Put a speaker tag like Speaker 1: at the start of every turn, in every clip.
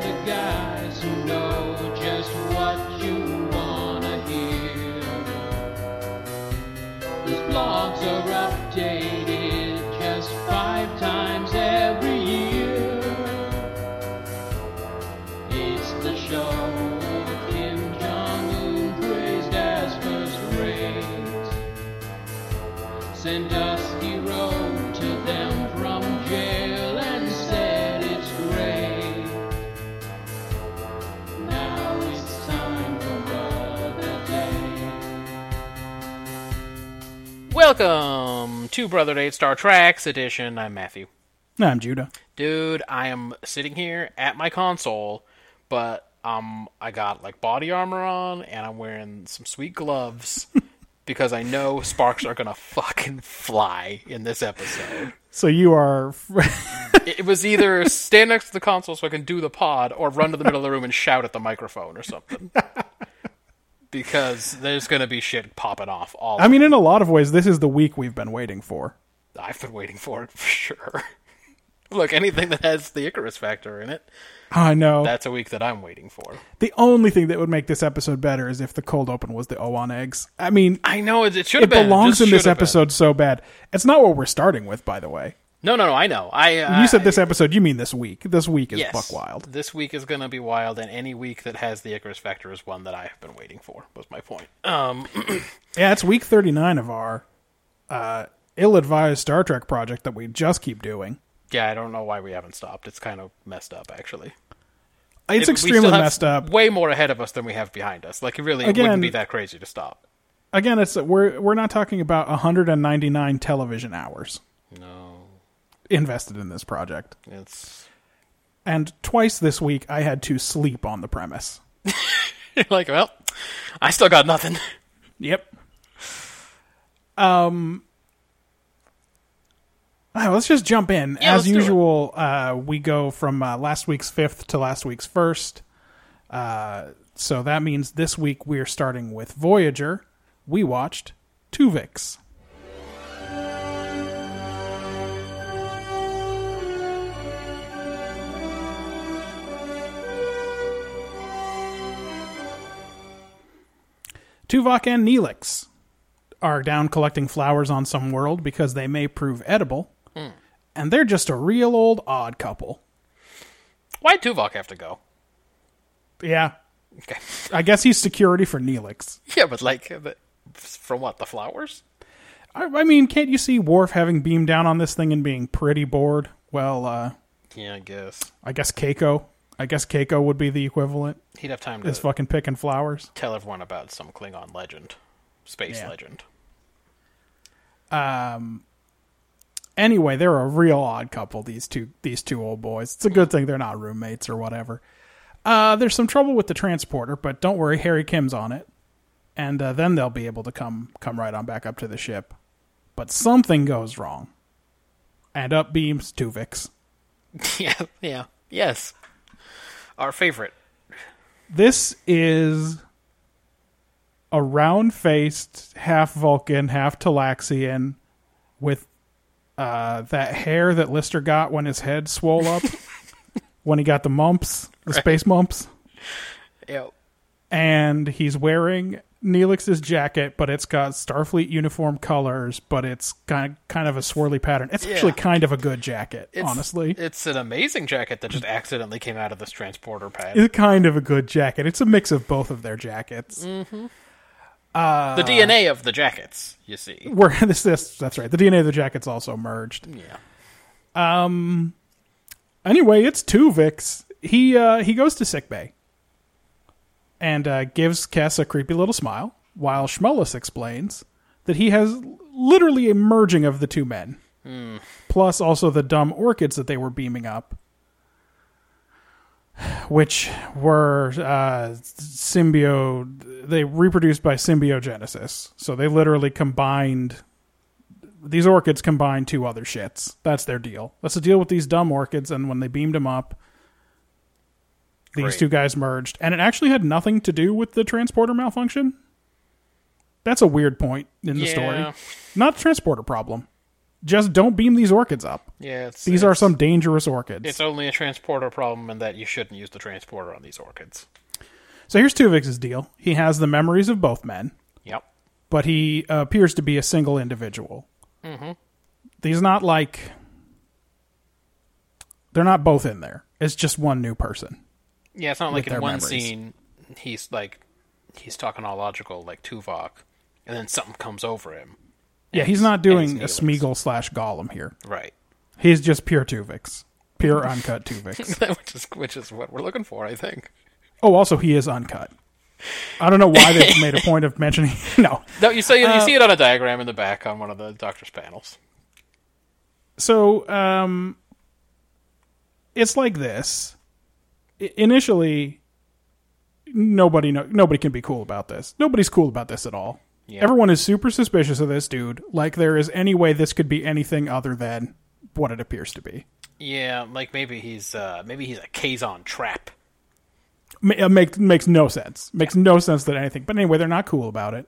Speaker 1: the guys who know just what you wanna hear. These blogs are updated just five times every year. It's the show of Kim Jong Un praised as first rate. Sandusky wrote to them from jail and said it's great. Now it's time for Brother Day.
Speaker 2: Welcome to Brother Date Star Tracks Edition. I'm Matthew.
Speaker 3: No, I'm Judah.
Speaker 2: Dude, I am sitting here at my console, but um, I got like body armor on and I'm wearing some sweet gloves because I know sparks are gonna fucking fly in this episode.
Speaker 3: So you are
Speaker 2: It it was either stand next to the console so I can do the pod or run to the middle of the room and shout at the microphone or something. Because there's gonna be shit popping off all
Speaker 3: I mean in a lot of ways this is the week we've been waiting for.
Speaker 2: I've been waiting for it for sure. Look, anything that has the Icarus factor in it,
Speaker 3: I know.
Speaker 2: that's a week that I'm waiting for.
Speaker 3: the only thing that would make this episode better is if the cold open was the O on eggs. I mean,
Speaker 2: I know it, it should have
Speaker 3: it
Speaker 2: been.
Speaker 3: belongs
Speaker 2: just
Speaker 3: in this
Speaker 2: should have been.
Speaker 3: episode so bad. It's not what we're starting with by the way.
Speaker 2: No, no, no. I know. I
Speaker 3: When you said this episode, you mean this week. This week is
Speaker 2: Uh, yes.
Speaker 3: buck wild.
Speaker 2: This week is going to be wild, and any week that has the Icarus factor is one that I have been waiting for. Was my point. Um,
Speaker 3: Yeah, it's week 39 of our uh ill-advised Star Trek project that we just keep doing.
Speaker 2: yeah, I don't know why we haven't stopped. It's kind of messed up, actually. It-
Speaker 3: It's
Speaker 2: we
Speaker 3: extremely
Speaker 2: still have
Speaker 3: messed up.
Speaker 2: Way more ahead of us than we have behind us. Like it really it
Speaker 3: Again-
Speaker 2: wouldn't be that crazy to stop.
Speaker 3: Again, it's we're we're not talking about 199 television hours
Speaker 2: No,
Speaker 3: invested in this project.
Speaker 2: it's
Speaker 3: And twice this week, I had to sleep on the premise.
Speaker 2: like well, I still got nothing.
Speaker 3: Yep. Um. ah, Um, let's just jump in.
Speaker 2: Yeah, let's
Speaker 3: As
Speaker 2: do it.
Speaker 3: usual, uh, we go from uh, last week's fifth to last week's first. Uh, so that means this week we're starting with Voyager. We watched Tuvix. Tuvok and Neelix are down collecting flowers on some world because they may prove edible, and they're just a real old odd couple.
Speaker 2: Why would Tuvok have to go?
Speaker 3: Yeah,
Speaker 2: Okay.
Speaker 3: I guess he's security for Neelix.
Speaker 2: Yeah, but like, the, from what the flowers?
Speaker 3: I, I mean, can't you see Worf having beamed down on this thing and being pretty bored? Well, uh,
Speaker 2: Yeah, I guess
Speaker 3: I guess Keiko. I guess Keiko would be the equivalent
Speaker 2: he'd have time to
Speaker 3: is fucking picking flowers.
Speaker 2: tell everyone about some Klingon legend, space
Speaker 3: Yeah.
Speaker 2: legend.
Speaker 3: Anyway, they're a real odd couple. These two, these two old boys. It's a good thing they're not roommates or whatever. Uh, there's some trouble with the transporter, but don't worry, Harry Kim's on it, and uh, then they'll be able to come come right on back up to the ship. But something goes wrong, and up beams Tuvix.
Speaker 2: yeah, yeah, yes. Our favorite.
Speaker 3: This is a round faced, half Vulcan, half Talaxian, with uh, that hair that Lister got when his head swole up, when he got the mumps, the space mumps.
Speaker 2: Yeah,
Speaker 3: And he's wearing Neelix's jacket, but it's got Starfleet uniform colors, but it's kind of, kind of a swirly pattern. It's actually
Speaker 2: Yeah.
Speaker 3: kind of a good jacket, honestly.
Speaker 2: it's an amazing jacket that just accidentally came out of this transporter pad.
Speaker 3: it's kind of a good jacket. It's a mix of both of their jackets.
Speaker 2: the DNA of the jackets, you see.
Speaker 3: We're this, this that's right. The DNA of the jacket's also merged.
Speaker 2: Yeah,
Speaker 3: Anyway, it's Tuvix. He uh, he goes to sickbay and uh, gives Kess a creepy little smile while Schmullis explains that he has literally a merging of the two men, plus also the dumb orchids that they were beaming up, which were uh, symbio. They reproduced by symbiogenesis, so they literally combined these orchids combine two other shits. That's their deal. That's the deal with these dumb orchids. And when they beamed them up, these
Speaker 2: Great.
Speaker 3: two guys merged, and it actually had nothing to do with the transporter malfunction. That's a weird point in the
Speaker 2: Yeah.
Speaker 3: story. Not a transporter problem. Just don't beam these orchids up.
Speaker 2: Yeah, it's,
Speaker 3: These
Speaker 2: it's-
Speaker 3: are some dangerous orchids.
Speaker 2: It's only a transporter problem in that you shouldn't use the transporter on these orchids.
Speaker 3: so here's Tuvik's deal. He has the memories of both men,
Speaker 2: Yep.
Speaker 3: but he uh, appears to be a single individual. Mm-hmm. He's not like they're not both in there. It's just one new person.
Speaker 2: Yeah, it's not like
Speaker 3: their
Speaker 2: in one
Speaker 3: memories.
Speaker 2: scene he's like he's talking all logical like Tuvok, and then something comes over him.
Speaker 3: Yeah, he's not
Speaker 2: it's
Speaker 3: doing a
Speaker 2: Neelix.
Speaker 3: Smeagol slash Gollum here.
Speaker 2: Right.
Speaker 3: He's just pure Tuvix, pure uncut Tuvix.
Speaker 2: which is which is what we're looking for, I think.
Speaker 3: oh, also he is uncut. I don't know why they made a point of mentioning. No,
Speaker 2: No, you see,
Speaker 3: Uh,
Speaker 2: you see it on a diagram in the back on one of the doctor's panels.
Speaker 3: so um it's like this I- initially nobody know, nobody can be cool about this nobody's cool about this at all
Speaker 2: Yeah.
Speaker 3: everyone is super suspicious of this dude like there is any way this could be anything other than what it appears to be
Speaker 2: Yeah, like maybe he's uh maybe he's a Kazon trap.
Speaker 3: Ma- it make, makes no sense. Makes no sense that anything. But anyway, they're not cool about it.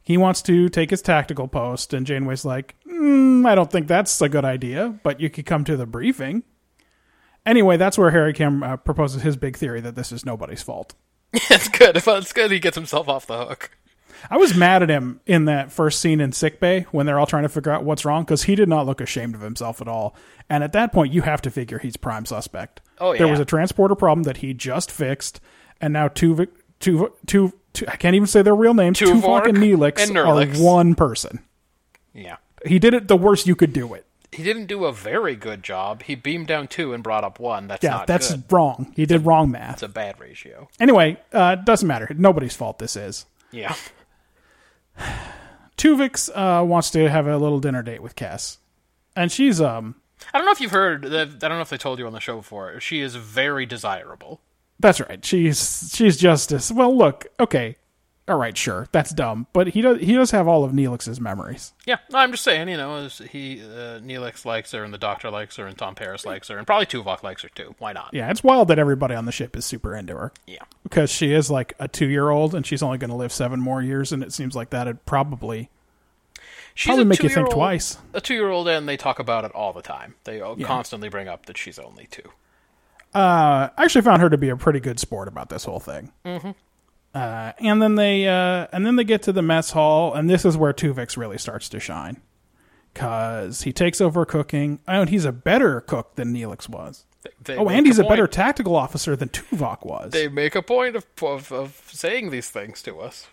Speaker 3: He wants to take his tactical post, and Janeway's like, mm, "I don't think that's a good idea, but you could come to the briefing." Anyway, that's where Harry Kim uh, proposes his big theory that this is nobody's fault.
Speaker 2: it's good. If it's good, he gets himself off the hook.
Speaker 3: I was mad at him in that first scene in sick bay when they're all trying to figure out what's wrong because he did not look ashamed of himself at all. And at that point, you have to figure he's prime suspect.
Speaker 2: Oh,
Speaker 3: There
Speaker 2: yeah.
Speaker 3: was a transporter problem that he just fixed, and now two Vic- two two, two I can't even say their real names. Two
Speaker 2: Tuvok
Speaker 3: fucking Neelix
Speaker 2: and Nerlix.
Speaker 3: are one person.
Speaker 2: Yeah.
Speaker 3: He did it the worst you could do it.
Speaker 2: He didn't do a very good job. He beamed down two and brought up one. That's
Speaker 3: Yeah,
Speaker 2: not
Speaker 3: that's
Speaker 2: good.
Speaker 3: wrong. He did wrong math.
Speaker 2: It's a bad ratio.
Speaker 3: Anyway, uh, doesn't matter. Nobody's fault this is.
Speaker 2: Yeah.
Speaker 3: Tuvix uh, wants to have a little dinner date with Cass, and she's um
Speaker 2: I don't know if you've heard. I don't know if they told you on the show before. She is very desirable.
Speaker 3: That's right. She's she's justice. Well, look, okay, all right, sure, that's dumb, but he does he does have all of Neelix's memories.
Speaker 2: Yeah, no, I'm just saying. You know, is he uh, Neelix likes her, and the Doctor likes her, and Tom Paris likes her, and probably Tuvok likes her too. Why not?
Speaker 3: Yeah, it's wild that everybody on the ship is super into her
Speaker 2: Yeah.
Speaker 3: because she is like a two year old and she's only going to live seven more years, and it seems like that'd probably
Speaker 2: She's
Speaker 3: Probably
Speaker 2: a
Speaker 3: make you think
Speaker 2: two-year-old-
Speaker 3: twice.
Speaker 2: A two-year-old, and they talk about it all the time. They all constantly bring up that she's only two.
Speaker 3: I actually found her to be a pretty good sport about this whole thing. Mm-hmm. Uh, and then they uh, and then they get to the mess hall, and this is where Tuvix really starts to shine because he takes over cooking. Oh, and he's a better cook than Neelix was.
Speaker 2: They
Speaker 3: Oh,
Speaker 2: make
Speaker 3: and he's a
Speaker 2: point-
Speaker 3: better tactical officer than Tuvok was.
Speaker 2: They make a point of, of of saying these things to us.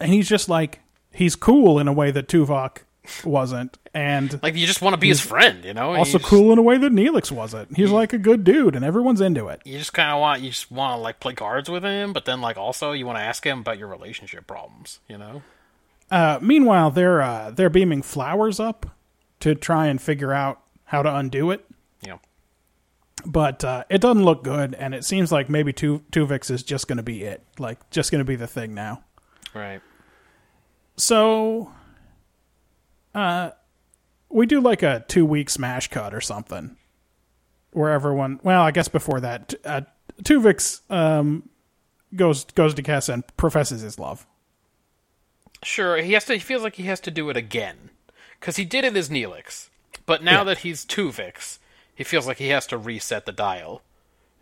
Speaker 3: and he's just like he's cool in a way that Tuvok wasn't, and
Speaker 2: Like you just want to be his friend, you know.
Speaker 3: also
Speaker 2: you just,
Speaker 3: cool in a way that Neelix wasn't. He's like a good dude, and everyone's into it.
Speaker 2: You just kind of want you just want to like play cards with him, but then like also you want to ask him about your relationship problems, you know.
Speaker 3: Uh, meanwhile, they're uh, they're beaming flowers up to try and figure out how to undo it,
Speaker 2: Yeah.
Speaker 3: but uh, it doesn't look good, and it seems like maybe Tu- Tuvix is just going to be it, like just going to be the thing now.
Speaker 2: Right.
Speaker 3: So, uh, we do like a two week smash cut or something, where everyone. Well, I guess before that, t- uh, Tuvix um goes goes to Cass and professes his love.
Speaker 2: Sure, he has to. He feels like he has to do it again because he did it as Neelix, but now that he's Tuvix, he feels like he has to reset the dial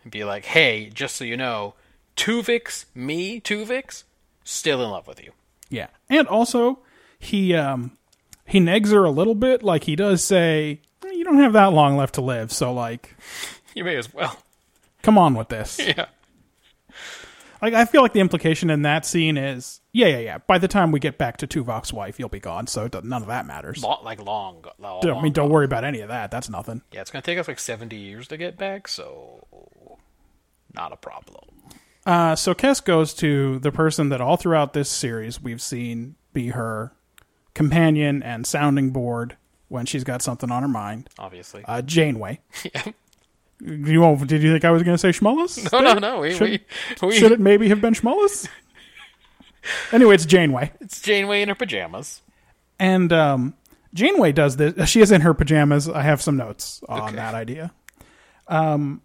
Speaker 2: and be like, "Hey, just so you know, Tuvix, me, Tuvix, still in love with you."
Speaker 3: Yeah, and also he um he negs her a little bit, like he does say, "Eh, "You don't have that long left to live, so like,
Speaker 2: You may as well.
Speaker 3: come on with this."
Speaker 2: Yeah.
Speaker 3: Like I feel like the implication in that scene is, yeah, yeah, yeah. By the time we get back to Tuvok's wife, you'll be gone, so it doesn't- none of that matters.
Speaker 2: Lo- like long. go- lo-
Speaker 3: Don't- I
Speaker 2: long
Speaker 3: mean, don't
Speaker 2: gone.
Speaker 3: worry about any of that. That's nothing.
Speaker 2: Yeah, it's gonna take us like seventy years to get back, so not a problem.
Speaker 3: Uh, so Kes goes to the person that all throughout this series we've seen be her companion and sounding board when she's got something on her mind.
Speaker 2: Obviously.
Speaker 3: Uh, Janeway. You won't, did you think I was going to say Schmullis?
Speaker 2: Oh, no, no, no. We,
Speaker 3: Should-
Speaker 2: we, we,
Speaker 3: Should it maybe have been Schmullis? anyway, it's Janeway.
Speaker 2: it's Janeway in her pajamas.
Speaker 3: And um, Janeway does this. She is in her pajamas. I have some notes on
Speaker 2: Okay.
Speaker 3: that idea. Um,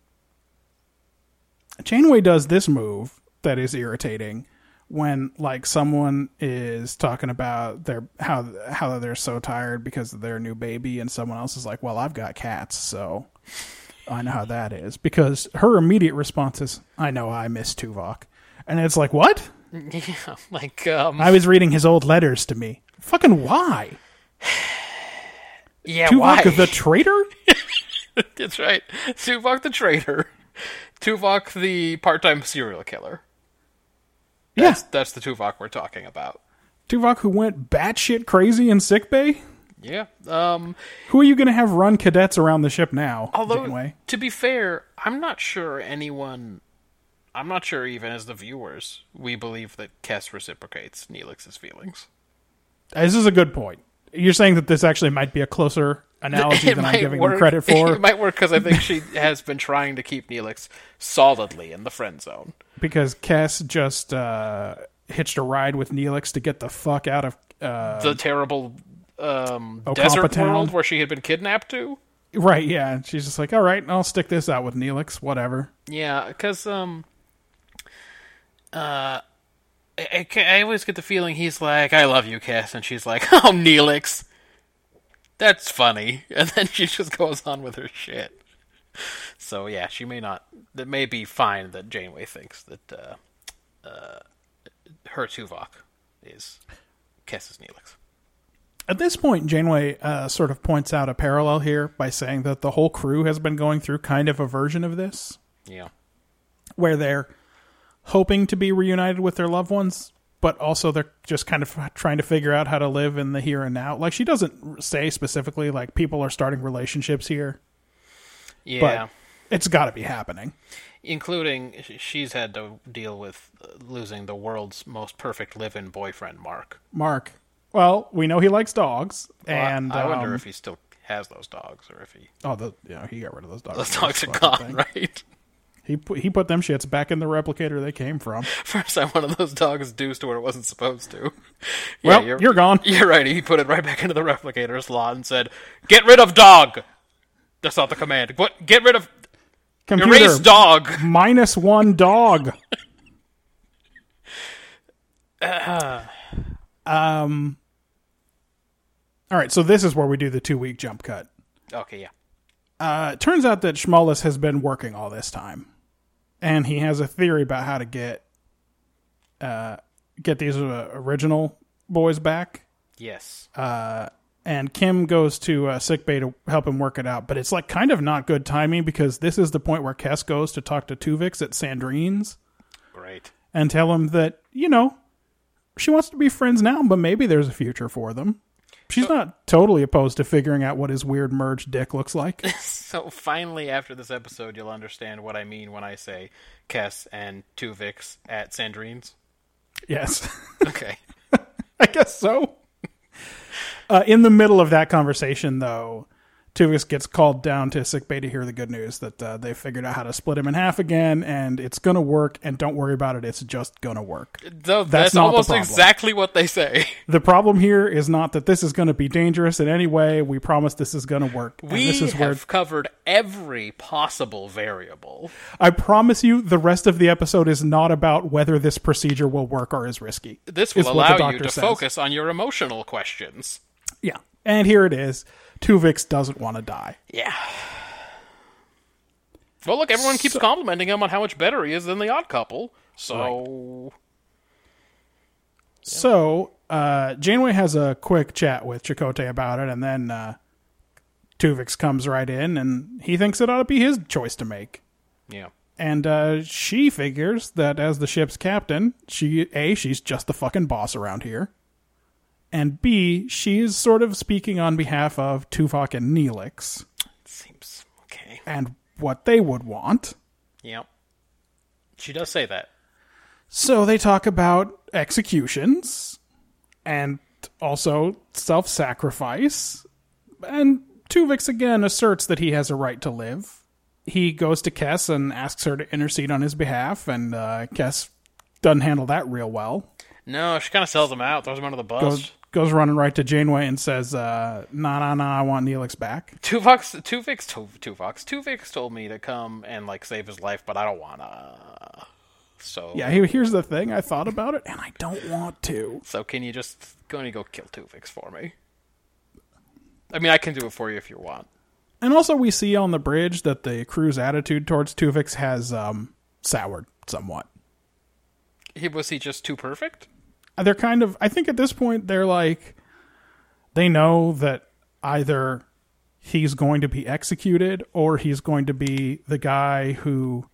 Speaker 3: Janeway does this move that is irritating, when like someone is talking about their how how they're so tired because of their new baby and someone else is like, "Well, I've got cats, so I know how that is." Because her immediate response is, "I know I miss Tuvok." And it's like, "What?
Speaker 2: Yeah, like um,
Speaker 3: I was reading his old letters to me. Fucking why?
Speaker 2: yeah,
Speaker 3: Tuvok
Speaker 2: why?
Speaker 3: the traitor?"
Speaker 2: That's right, Tuvok the traitor, Tuvok the part-time serial killer.
Speaker 3: Yeah.
Speaker 2: That's, that's the Tuvok we're talking about.
Speaker 3: Tuvok who went batshit crazy in sick bay?
Speaker 2: Yeah. Um,
Speaker 3: Who are you going to have run cadets around the ship now?
Speaker 2: although,
Speaker 3: Janeway?
Speaker 2: to be fair, I'm not sure anyone. I'm not sure even as the viewers, we believe that Kess reciprocates Neelix's feelings.
Speaker 3: Uh, This is a good point. You're saying that this actually might be a closer analogy than I'm giving them credit for
Speaker 2: It might work because I think she has been trying to keep Neelix solidly in the friend zone.
Speaker 3: because Cass just uh, hitched a ride with Neelix to get the fuck out of. Uh,
Speaker 2: the terrible um,
Speaker 3: Ocampa
Speaker 2: desert
Speaker 3: Town.
Speaker 2: world where she had been kidnapped to.
Speaker 3: right, yeah. And she's just like, all right, I'll stick this out with Neelix, whatever.
Speaker 2: Yeah, because um, uh, I, I ca- I always get the feeling he's like, "I love you, Cass," and she's like, "Oh, Neelix, that's funny," and then she just goes on with her shit. So yeah, she may not. That may be fine that Janeway thinks that uh, uh, her Tuvok is Cass's Neelix.
Speaker 3: At this point, Janeway uh, sort of points out a parallel here by saying that the whole crew has been going through kind of a version of this.
Speaker 2: Yeah,
Speaker 3: where they're hoping to be reunited with their loved ones, but also they're just kind of trying to figure out how to live in the here and now. Like she doesn't say specifically like people are starting relationships here,
Speaker 2: yeah.
Speaker 3: but it's got to be happening.
Speaker 2: including sh- she's had to deal with uh, losing the world's most perfect live-in boyfriend, Mark.
Speaker 3: Mark, well, we know he likes dogs, and
Speaker 2: I, I wonder
Speaker 3: um,
Speaker 2: if he still has those dogs, or if he
Speaker 3: oh, the, yeah, he got rid of those dogs.
Speaker 2: those dogs are
Speaker 3: Fucking
Speaker 2: gone,
Speaker 3: thing.
Speaker 2: right?
Speaker 3: He put, he put them shits back in the replicator they came from.
Speaker 2: First time one of those dogs deuced to where it wasn't supposed to. Yeah,
Speaker 3: Well, you're gone.
Speaker 2: You're right. He put it right back into the replicator slot and said, "Get rid of dog." That's not the command. What? Get rid of
Speaker 3: Computer
Speaker 2: erase dog.
Speaker 3: minus one dog. um. All right, so this is where we do the two week jump cut.
Speaker 2: Okay, yeah.
Speaker 3: Uh, it turns out that Schmollis has been working all this time, and he has a theory about how to get uh, get these uh, original boys back.
Speaker 2: Yes.
Speaker 3: And Kim goes to uh, sickbay to help him work it out, but it's like kind of not good timing because this is the point where Kes goes to talk to Tuvix at Sandrine's,
Speaker 2: Great.
Speaker 3: and tell him that you know she wants to be friends now, but maybe there's a future for them. She's not totally opposed to figuring out what his weird merged dick looks like.
Speaker 2: So finally, after this episode, you'll understand what I mean when I say Kess and Tuvix at Sandrine's.
Speaker 3: yes,
Speaker 2: Okay.
Speaker 3: I guess so. Uh, in the middle of that conversation, though, Tuvix gets called down to sickbay to hear the good news that uh, they figured out how to split him in half again, and it's gonna work. And don't worry about it; it's just gonna work.
Speaker 2: Though that's,
Speaker 3: That's not the
Speaker 2: almost
Speaker 3: problem.
Speaker 2: exactly what they say.
Speaker 3: The problem here is not that this is gonna be dangerous in any way. We promise this is gonna work. and
Speaker 2: We
Speaker 3: this is
Speaker 2: have
Speaker 3: where
Speaker 2: covered every possible variable.
Speaker 3: I promise you, the rest of the episode is not about whether this procedure will work or is risky.
Speaker 2: This
Speaker 3: is
Speaker 2: will
Speaker 3: what the
Speaker 2: allow you
Speaker 3: doctor
Speaker 2: to
Speaker 3: says.
Speaker 2: focus on your emotional questions.
Speaker 3: Yeah, and here it is. Tuvix doesn't want to die.
Speaker 2: Yeah. Well, look, everyone keeps complimenting him on how much better he is than the Odd Couple. So
Speaker 3: So uh, Janeway has a quick chat with Chakotay about it, and then uh, Tuvix comes right in, and he thinks it ought to be his choice to make.
Speaker 2: yeah,
Speaker 3: And uh, she figures that as the ship's captain, she a she's just the fucking boss around here, and b she is sort of speaking on behalf of Tuvok and Neelix.
Speaker 2: seems okay.
Speaker 3: and what they would want.
Speaker 2: Yeah, she does say that.
Speaker 3: So they talk about executions and also self sacrifice. And Tuvix again asserts that he has a right to live. He goes to Kess and asks her to intercede on his behalf, and uh, Kess doesn't handle that real well.
Speaker 2: No, she kind of sells him out, throws him under the bus.
Speaker 3: Goes, goes running right to Janeway and says, uh, Nah, nah, nah, I want Neelix back.
Speaker 2: Tuvix, Tuvix, Tuvix, Tuvix told me to come and like save his life, but I don't wanna. So
Speaker 3: Yeah, he- here's the thing. I thought about it, and I don't want to.
Speaker 2: So can you just going to go kill Tuvix for me? I mean, I can do it for you if you want.
Speaker 3: And also, we see on the bridge that the crew's attitude towards Tuvix has um, soured somewhat.
Speaker 2: He was he just too perfect?
Speaker 3: They're kind of, I think at this point, they're like, they know that either he's going to be executed or he's going to be the guy who,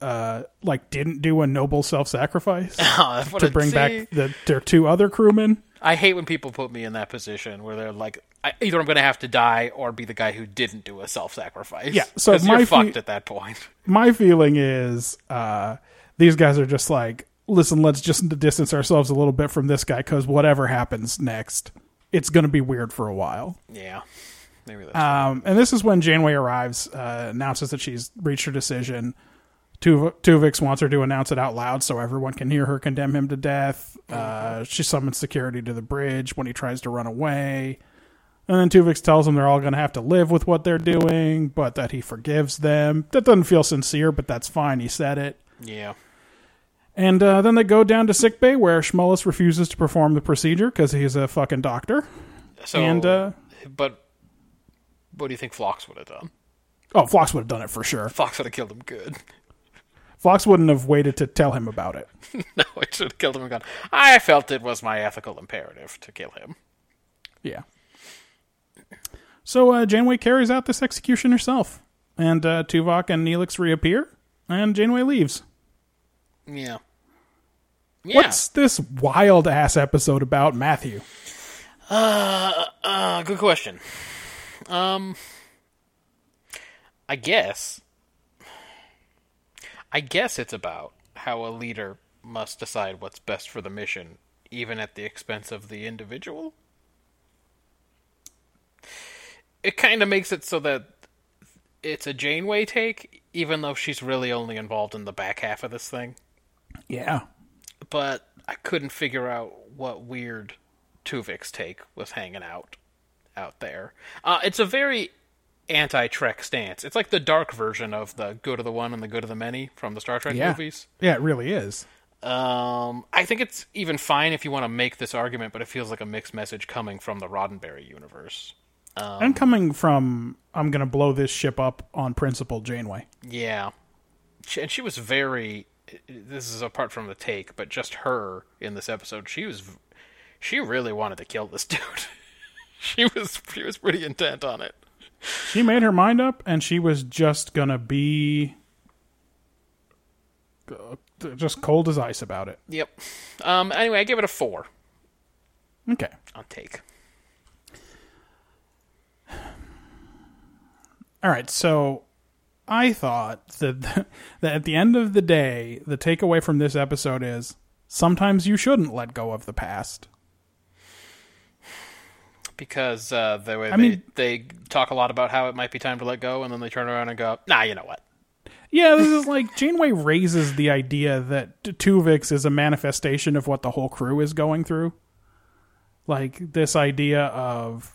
Speaker 3: uh, like, didn't do a noble self sacrifice
Speaker 2: Oh, what
Speaker 3: Ah, to
Speaker 2: a-
Speaker 3: bring
Speaker 2: see?
Speaker 3: back the, their two other crewmen.
Speaker 2: I hate when people put me in that position where they're like, I, either I'm going to have to die or be the guy who didn't do a self-sacrifice.
Speaker 3: Yeah, so
Speaker 2: 'Cause you're
Speaker 3: my fe-
Speaker 2: fucked at that point.
Speaker 3: my feeling is uh, these guys are just like, listen, let's just distance ourselves a little bit from this guy because whatever happens next, it's going to be weird for a while.
Speaker 2: Yeah, maybe that's
Speaker 3: Um, and this is when Janeway arrives, uh, announces that she's reached her decision. Tuv- Tuvix wants her to announce it out loud so everyone can hear her condemn him to death. Uh, she summons security to the bridge when he tries to run away. And then Tuvix tells him they're all going to have to live with what they're doing, but that he forgives them. That doesn't feel sincere, but that's fine. He said it.
Speaker 2: yeah.
Speaker 3: And uh, then they go down to sickbay where Schmullis refuses to perform the procedure because he's a fucking doctor.
Speaker 2: So
Speaker 3: and, uh,
Speaker 2: but what do you think Flox would have done?
Speaker 3: Oh, Flox would have done it for sure.
Speaker 2: Fox would have killed him good.
Speaker 3: Fox wouldn't have waited to tell him about it.
Speaker 2: no, I should have killed him and gone. I felt it was my ethical imperative to kill him.
Speaker 3: Yeah. So uh, Janeway carries out this execution herself, and uh, Tuvok and Neelix reappear, and Janeway leaves.
Speaker 2: Yeah. Yeah.
Speaker 3: What's this wild ass episode about, Matthew?
Speaker 2: Uh, good question. Um, I guess. I guess it's about how a leader must decide what's best for the mission, even at the expense of the individual. It kind of makes it so that it's a Janeway take, even though she's really only involved in the back half of this thing
Speaker 3: Yeah.
Speaker 2: but I couldn't figure out what weird Tuvix take was hanging out out there. Uh, it's a very anti-Trek stance. It's like the dark version of the good of the one and the good of the many from the Star Trek
Speaker 3: Yeah.
Speaker 2: movies.
Speaker 3: Yeah, it really is.
Speaker 2: Um, I think it's even fine if you want to make this argument, but it feels like a mixed message coming from the Roddenberry universe.
Speaker 3: I'm coming from I'm going to blow this ship up on principle, Janeway.
Speaker 2: Yeah. She, and she was very this is apart from the take, but just her in this episode, she was v- she really wanted to kill this dude. she was she was pretty intent on it.
Speaker 3: She made her mind up, and she was just going to be uh, just cold as ice about it.
Speaker 2: Yep. Um anyway, I give it a 4
Speaker 3: Okay.
Speaker 2: on take.
Speaker 3: All right, so I thought that that at the end of the day, the takeaway from this episode is sometimes you shouldn't let go of the past.
Speaker 2: Because uh, the way
Speaker 3: I
Speaker 2: they,
Speaker 3: mean-
Speaker 2: they talk a lot about how it might be time to let go, and then they turn around and go, "Nah, you know what?
Speaker 3: Yeah, this is like Janeway raises the idea that T- Tuvix is a manifestation of what the whole crew is going through. Like this idea of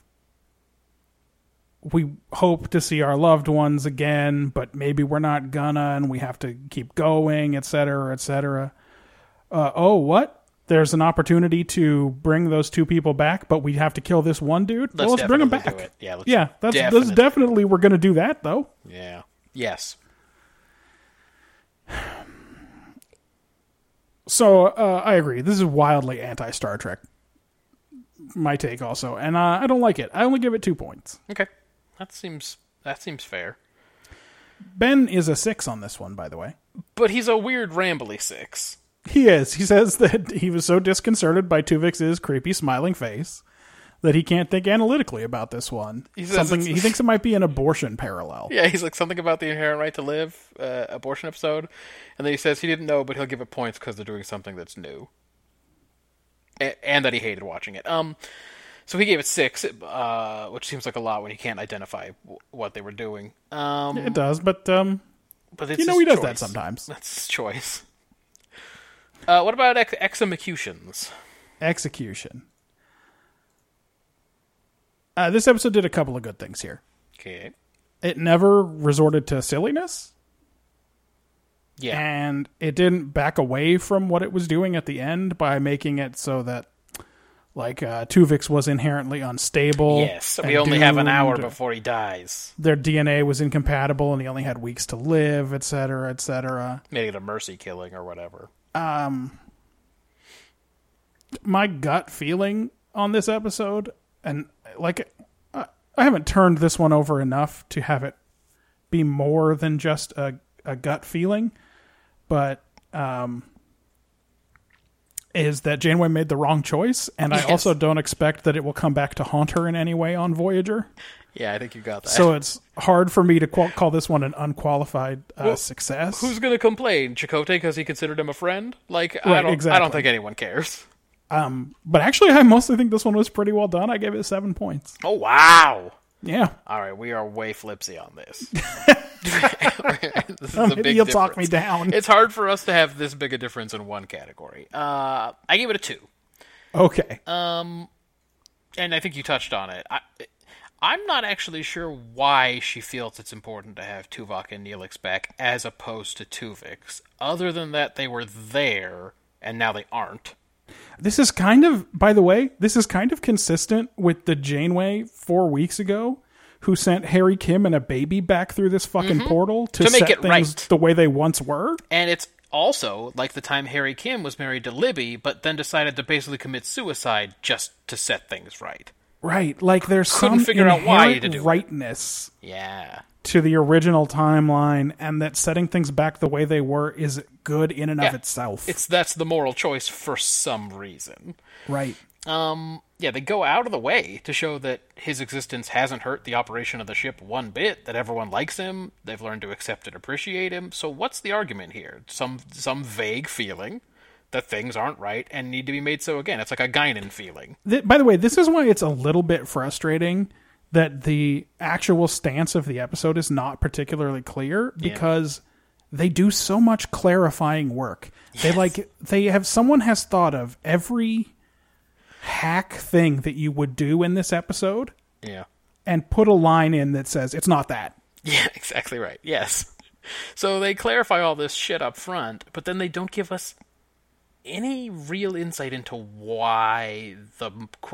Speaker 3: we hope to see our loved ones again, but maybe we're not gonna, and we have to keep going, et cetera, et cetera. Uh, oh, what? There's an opportunity to bring those two people back, but we have to kill this one dude. well, let's bring him
Speaker 2: definitely do
Speaker 3: back.
Speaker 2: it. Yeah, let's
Speaker 3: yeah, that's that's
Speaker 2: definitely-
Speaker 3: definitely we're gonna do that though.
Speaker 2: Yeah. Yes.
Speaker 3: So uh, I agree. This is wildly anti Star Trek. My take also, and uh, I don't like it. I only give it two points.
Speaker 2: Okay. That seems that seems fair.
Speaker 3: Ben is a six on this one, by the way.
Speaker 2: But he's a weird rambly six.
Speaker 3: He is. He says that he was so disconcerted by Tuvix's creepy smiling face that he can't think analytically about this one.
Speaker 2: He says
Speaker 3: Something
Speaker 2: it's-
Speaker 3: he thinks it might be an abortion parallel.
Speaker 2: Yeah, he's like something about the inherent right to live uh, abortion episode, and then he says he didn't know, but he'll give it points because they're doing something that's new, A- and that he hated watching it. Um, so he gave it six, uh, which seems like a lot when you can't identify w- what they were doing. Um,
Speaker 3: It does, but um,
Speaker 2: but it's
Speaker 3: you know
Speaker 2: his
Speaker 3: he does
Speaker 2: choice.
Speaker 3: that sometimes.
Speaker 2: That's his choice. Uh, what about ex- executions?
Speaker 3: Execution. Uh, this episode did a couple of good things here.
Speaker 2: Okay,
Speaker 3: it never resorted to silliness.
Speaker 2: Yeah.
Speaker 3: and it didn't back away from what it was doing at the end by making it so that like uh, Tuvix was inherently unstable.
Speaker 2: yes. We
Speaker 3: and
Speaker 2: only have an hour
Speaker 3: doomed.
Speaker 2: before he dies.
Speaker 3: Their DNA was incompatible, and he only had weeks to live, et cetera, et cetera.
Speaker 2: Make it a mercy killing or whatever.
Speaker 3: my gut feeling on this episode, and like I, I haven't turned this one over enough to have it be more than just a, a gut feeling, but um, is that Janeway made the wrong choice, and I
Speaker 2: Yes.
Speaker 3: also don't expect that it will come back to haunt her in any way on Voyager.
Speaker 2: Yeah, I think you got that.
Speaker 3: So it's hard for me to qual- call this one an unqualified uh,
Speaker 2: Well,
Speaker 3: success.
Speaker 2: who's gonna complain? Chicote because he considered him a friend? Like I
Speaker 3: Right,
Speaker 2: don't. I
Speaker 3: exactly.
Speaker 2: don't think anyone cares.
Speaker 3: but actually, I mostly think this one was pretty well done. I gave it seven points.
Speaker 2: Oh wow.
Speaker 3: Yeah.
Speaker 2: All right, we are way flipsy on this. this is a
Speaker 3: Maybe
Speaker 2: big
Speaker 3: you'll Oh, talk me
Speaker 2: difference.
Speaker 3: down.
Speaker 2: It's hard for us to have this big a difference in one category. Uh, I gave it a two, Uh,
Speaker 3: okay.
Speaker 2: and I think you touched on it. I, I'm not actually sure why she feels it's important to have Tuvok and Neelix back as opposed to Tuvix. Other than that, they were there, and now they aren't.
Speaker 3: This is kind of, by the way, this is kind of consistent with the Janeway four weeks ago, who sent Harry Kim and a baby back through this fucking portal to,
Speaker 2: Mm-hmm. To make
Speaker 3: set
Speaker 2: it
Speaker 3: things
Speaker 2: right.
Speaker 3: the way they once were.
Speaker 2: And it's also like the time Harry Kim was married to Libby, but then decided to basically commit suicide just to set things right.
Speaker 3: Right, like there's
Speaker 2: Couldn't
Speaker 3: some
Speaker 2: figure out why to do
Speaker 3: inherent
Speaker 2: it.
Speaker 3: rightness
Speaker 2: Yeah.
Speaker 3: to the original timeline, and that setting things back the way they were is good in and of
Speaker 2: Yeah.
Speaker 3: itself.
Speaker 2: It's that's the moral choice for some reason.
Speaker 3: right.
Speaker 2: Um, yeah, they go out of the way to show that his existence hasn't hurt the operation of the ship one bit. That everyone likes him. They've learned to accept and appreciate him. So what's the argument here? Some some vague feeling that things aren't right and need to be made so again. It's like a Guinan feeling.
Speaker 3: Th- by the way, this is why it's a little bit frustrating that the actual stance of the episode is not particularly clear because they do so much clarifying work. They like they have someone has thought of every hack thing that you would do in this episode
Speaker 2: Yeah.
Speaker 3: and put a line in that says it's not that.
Speaker 2: Yeah, exactly right. Yes. So they clarify all this shit up front, but then they don't give us any real insight into why the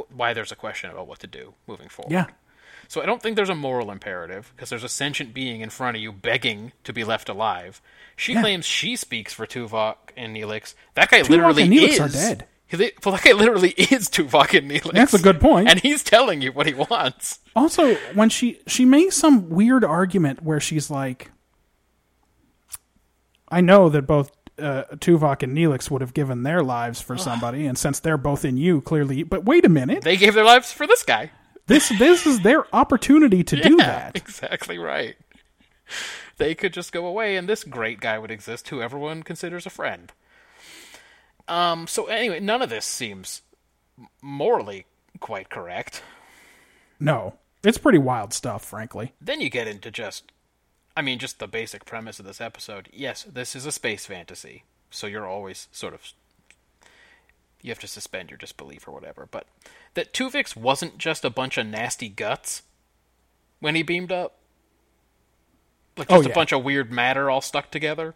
Speaker 2: why there's a question about what to do moving forward.
Speaker 3: Yeah.
Speaker 2: So I don't think there's a moral imperative because there's a sentient being in front of you begging to be left alive. She claims she speaks for Tuvok and Neelix. That guy literally
Speaker 3: and Neelix
Speaker 2: is
Speaker 3: are dead.
Speaker 2: He- they- Well, that guy literally is Tuvok and Neelix.
Speaker 3: That's a good point.
Speaker 2: And he's telling you what he wants.
Speaker 3: Also, when she she makes some weird argument where she's like, "I know that both uh, Tuvok and Neelix would have given their lives for somebody, and since they're both in you, clearly." But wait a minute,
Speaker 2: They gave their lives for this guy.
Speaker 3: this this is their opportunity to do that.
Speaker 2: Exactly right. They could just go away, and this great guy would exist who everyone considers a friend. Um. So anyway, none of this seems m- morally quite correct.
Speaker 3: No, it's pretty wild stuff, frankly.
Speaker 2: Then you get into just, I mean, just the basic premise of this episode. Yes, this is a space fantasy, so you're always sort of. You have to suspend your disbelief or whatever, but that Tuvix wasn't just a bunch of nasty guts when he beamed up. Like
Speaker 3: Oh,
Speaker 2: just
Speaker 3: yeah.
Speaker 2: a bunch of weird matter all stuck together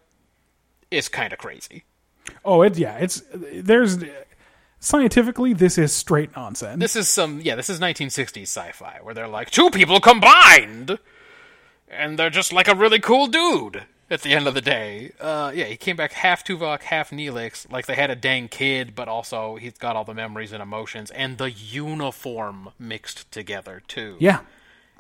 Speaker 2: is kind of crazy.
Speaker 3: Oh, it yeah, it's there's scientifically this is straight nonsense.
Speaker 2: This is some yeah, this is 1960s sci-fi where they're like two people combined and they're just like a really cool dude at the end of the day. Uh yeah, he came back half Tuvok, half Neelix, like they had a dang kid, but also he's got all the memories and emotions and the uniform mixed together too.
Speaker 3: yeah,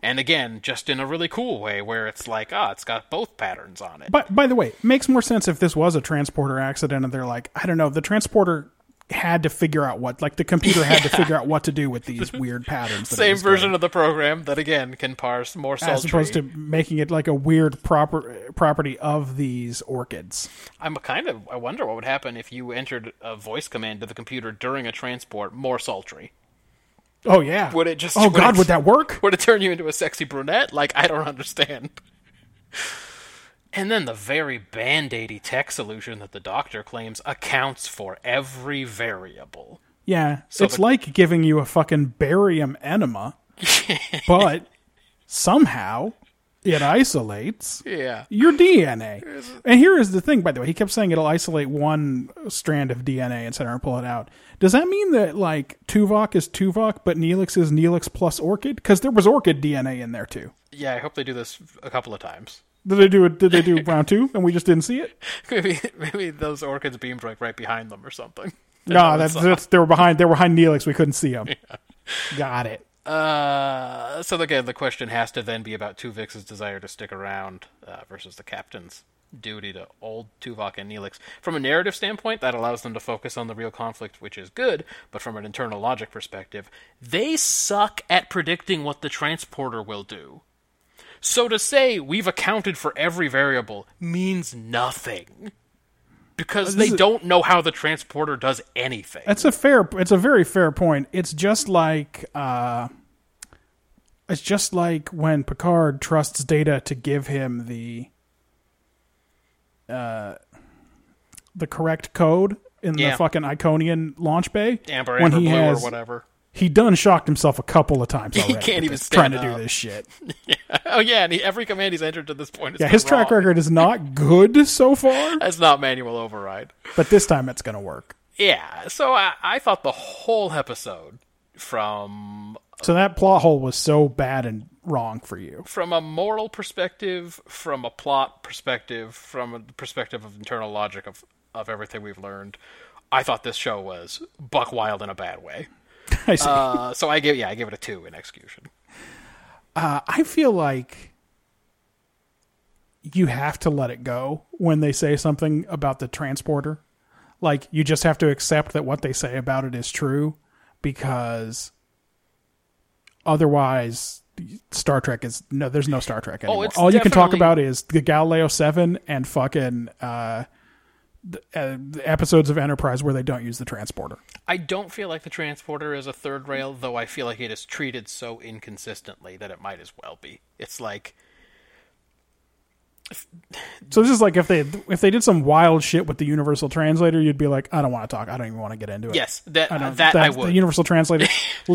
Speaker 2: And again, just in a really cool way where it's like, ah, it's got both patterns on it.
Speaker 3: But by the way, makes more sense if this was a transporter accident and they're like, I don't know, the transporter had to figure out what, like the computer had to figure out what to do with these weird patterns. that it
Speaker 2: Same
Speaker 3: was doing,
Speaker 2: version of the program that again can parse more sultry.
Speaker 3: as opposed to making it like a weird proper property of these orchids.
Speaker 2: I'm kind of. I wonder what would happen if you entered a voice command to the computer during a transport more sultry.
Speaker 3: Oh yeah,
Speaker 2: Would it just-
Speaker 3: Oh
Speaker 2: would
Speaker 3: god,
Speaker 2: it-
Speaker 3: would that work?
Speaker 2: Would it turn you into a sexy brunette? Like I don't understand. And then the very band-aidy tech solution that the doctor claims accounts for every variable.
Speaker 3: Yeah, it's
Speaker 2: the-
Speaker 3: like giving you a fucking barium enema, but somehow It isolates
Speaker 2: Yeah.
Speaker 3: your DNA. And here is the thing, by the way. He kept saying it'll isolate one strand of DNA, etc., and pull it out. Does that mean that, like, Tuvok is Tuvok, but Neelix is Neelix plus Orchid? Because there was Orchid DNA in there, too.
Speaker 2: Yeah, I hope they do this a couple of times.
Speaker 3: Did they do it? Did they do round two, and we just didn't see it?
Speaker 2: Maybe maybe those orchids beamed like right behind them or something.
Speaker 3: No, that's, that's they were behind. They were behind Neelix. We couldn't see them. Got it.
Speaker 2: Uh, so again, the question has to then be about Tuvix's desire to stick around uh, versus the captain's duty to old Tuvok and Neelix. From a narrative standpoint, that allows them to focus on the real conflict, which is good. But from an internal logic perspective, they suck at predicting what the transporter will do. So to say we've accounted for every variable means nothing. Because they
Speaker 3: is-
Speaker 2: don't know how the transporter does anything.
Speaker 3: That's a fair. It's a very fair point. It's just like, uh, it's just like when Picard trusts Data to give him the, uh, the correct code in
Speaker 2: Yeah.
Speaker 3: the fucking Iconian launch bay.
Speaker 2: Amber,
Speaker 3: when
Speaker 2: amber,
Speaker 3: he
Speaker 2: blue,
Speaker 3: has,
Speaker 2: or whatever.
Speaker 3: He done shocked himself a couple of times already.
Speaker 2: can't
Speaker 3: with
Speaker 2: even
Speaker 3: this- trying
Speaker 2: stand
Speaker 3: to
Speaker 2: up.
Speaker 3: do this shit.
Speaker 2: Oh yeah, and he, every command he's entered to this point is
Speaker 3: Yeah, his track record is not good so far,
Speaker 2: That's not manual override.
Speaker 3: but this time it's gonna work.
Speaker 2: Yeah, so I, I thought the whole episode from
Speaker 3: So that plot hole was so bad and wrong for you.
Speaker 2: from a moral perspective, from a plot perspective, from a perspective of internal logic of of everything we've learned, I thought this show was buck wild in a bad way.
Speaker 3: I see.
Speaker 2: Uh, so I give yeah, I give it a two in execution.
Speaker 3: I feel like you have to let it go when they say something about the transporter. Like you just have to accept that what they say about it is true because otherwise Star Trek is no there's no Star Trek anymore.
Speaker 2: Oh, it's
Speaker 3: All you can talk
Speaker 2: definitely-
Speaker 3: about is the Galileo 7 and fucking uh the, uh, the episodes of Enterprise where they don't use the transporter.
Speaker 2: I don't feel like the transporter is a third rail, though I feel like it is treated so inconsistently that it might as well be. It's like
Speaker 3: So this is like if they if they did some wild shit with the universal translator, you'd be like, I don't want to talk. I don't even want to get into it.
Speaker 2: yes, that
Speaker 3: I don't,
Speaker 2: that I
Speaker 3: that's
Speaker 2: would.
Speaker 3: the universal translator.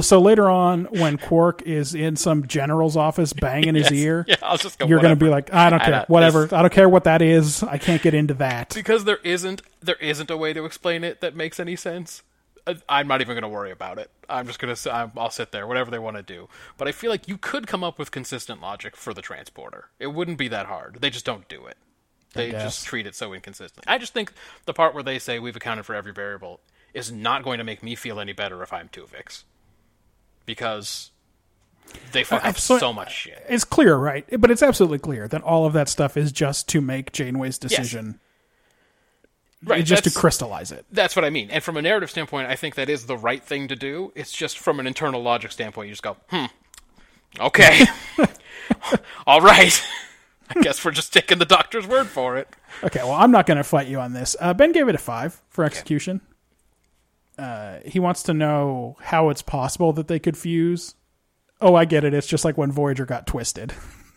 Speaker 3: so later on, when Quark is in some general's office banging his ear,
Speaker 2: Yeah, I'll just go.
Speaker 3: you're going to be
Speaker 2: whatever.
Speaker 3: like, I don't
Speaker 2: I
Speaker 3: care,
Speaker 2: don't-
Speaker 3: whatever. I don't care what that is. I can't get into that.
Speaker 2: because there isn't there isn't a way to explain it that makes any sense. I- I'm not even going to worry about it. I'm just going to I'm, I'll sit there, whatever they want to do. But I feel like you could come up with consistent logic for the transporter. It wouldn't be that hard. They just don't do it. They
Speaker 3: guess.
Speaker 2: just treat it so inconsistently. I just think the part where they say we've accounted for every variable is not going to make me feel any better if I'm Tuvix, because they fuck up
Speaker 3: so-
Speaker 2: so, much shit.
Speaker 3: It's clear, right? But it's absolutely clear that all of that stuff is just to make Janeway's decision,
Speaker 2: Right,
Speaker 3: just to
Speaker 2: that's-
Speaker 3: crystallize it.
Speaker 2: That's what I mean. And from a narrative standpoint, I think that is the right thing to do. It's just from an internal logic standpoint, you just go, hmm, okay, all right. I guess we're just taking the doctor's word for it.
Speaker 3: Okay, well, I'm not going to fight you on this. Uh, ben gave it a five for execution. Uh, he wants to know how it's possible that they could fuse. Oh, I get it. It's just like when Voyager got twisted.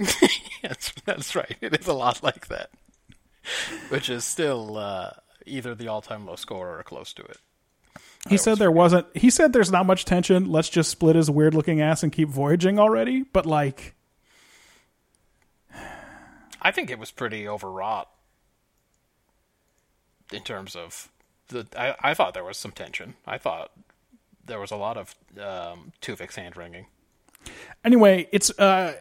Speaker 2: That's, that's right. It is a lot like that, which is still uh, either the all time low score or close to it.
Speaker 3: He said there wasn't. He said there's not much tension. Let's just split his weird looking ass and keep voyaging already. But like,
Speaker 2: I think it was pretty overwrought in terms of the. I, I thought there was some tension. I thought there was a lot of um, Tuvix hand wringing.
Speaker 3: anyway, it's uh,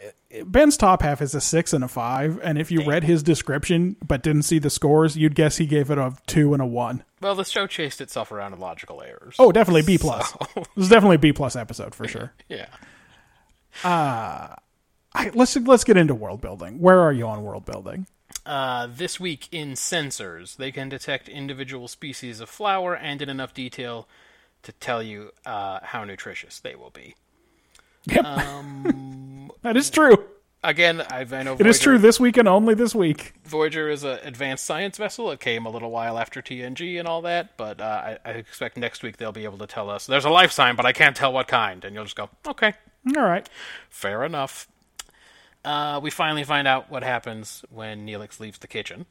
Speaker 3: Ben's top half is a six and a five. And if you read his description but didn't see the scores, you'd guess he gave it a two and a one.
Speaker 2: Well, the show chased itself around in logical errors.
Speaker 3: Oh, definitely B plus. It was definitely a B plus episode for sure.
Speaker 2: yeah.
Speaker 3: I, let's let's get into world building. Where are you on world building?
Speaker 2: Uh, this week in sensors, they can detect individual species of flower and in enough detail to tell you uh, how nutritious they will be.
Speaker 3: Yep. that is true.
Speaker 2: Again, I've, I know
Speaker 3: It
Speaker 2: Voyager,
Speaker 3: is true this week and only this week.
Speaker 2: Voyager is an advanced science vessel. It came a little while after TNG and all that, but uh, I, I expect next week they'll be able to tell us there's a life sign, but I can't tell what kind, and you'll just go, okay,
Speaker 3: All right.
Speaker 2: fair enough. Uh, we finally find out what happens when Neelix leaves the kitchen.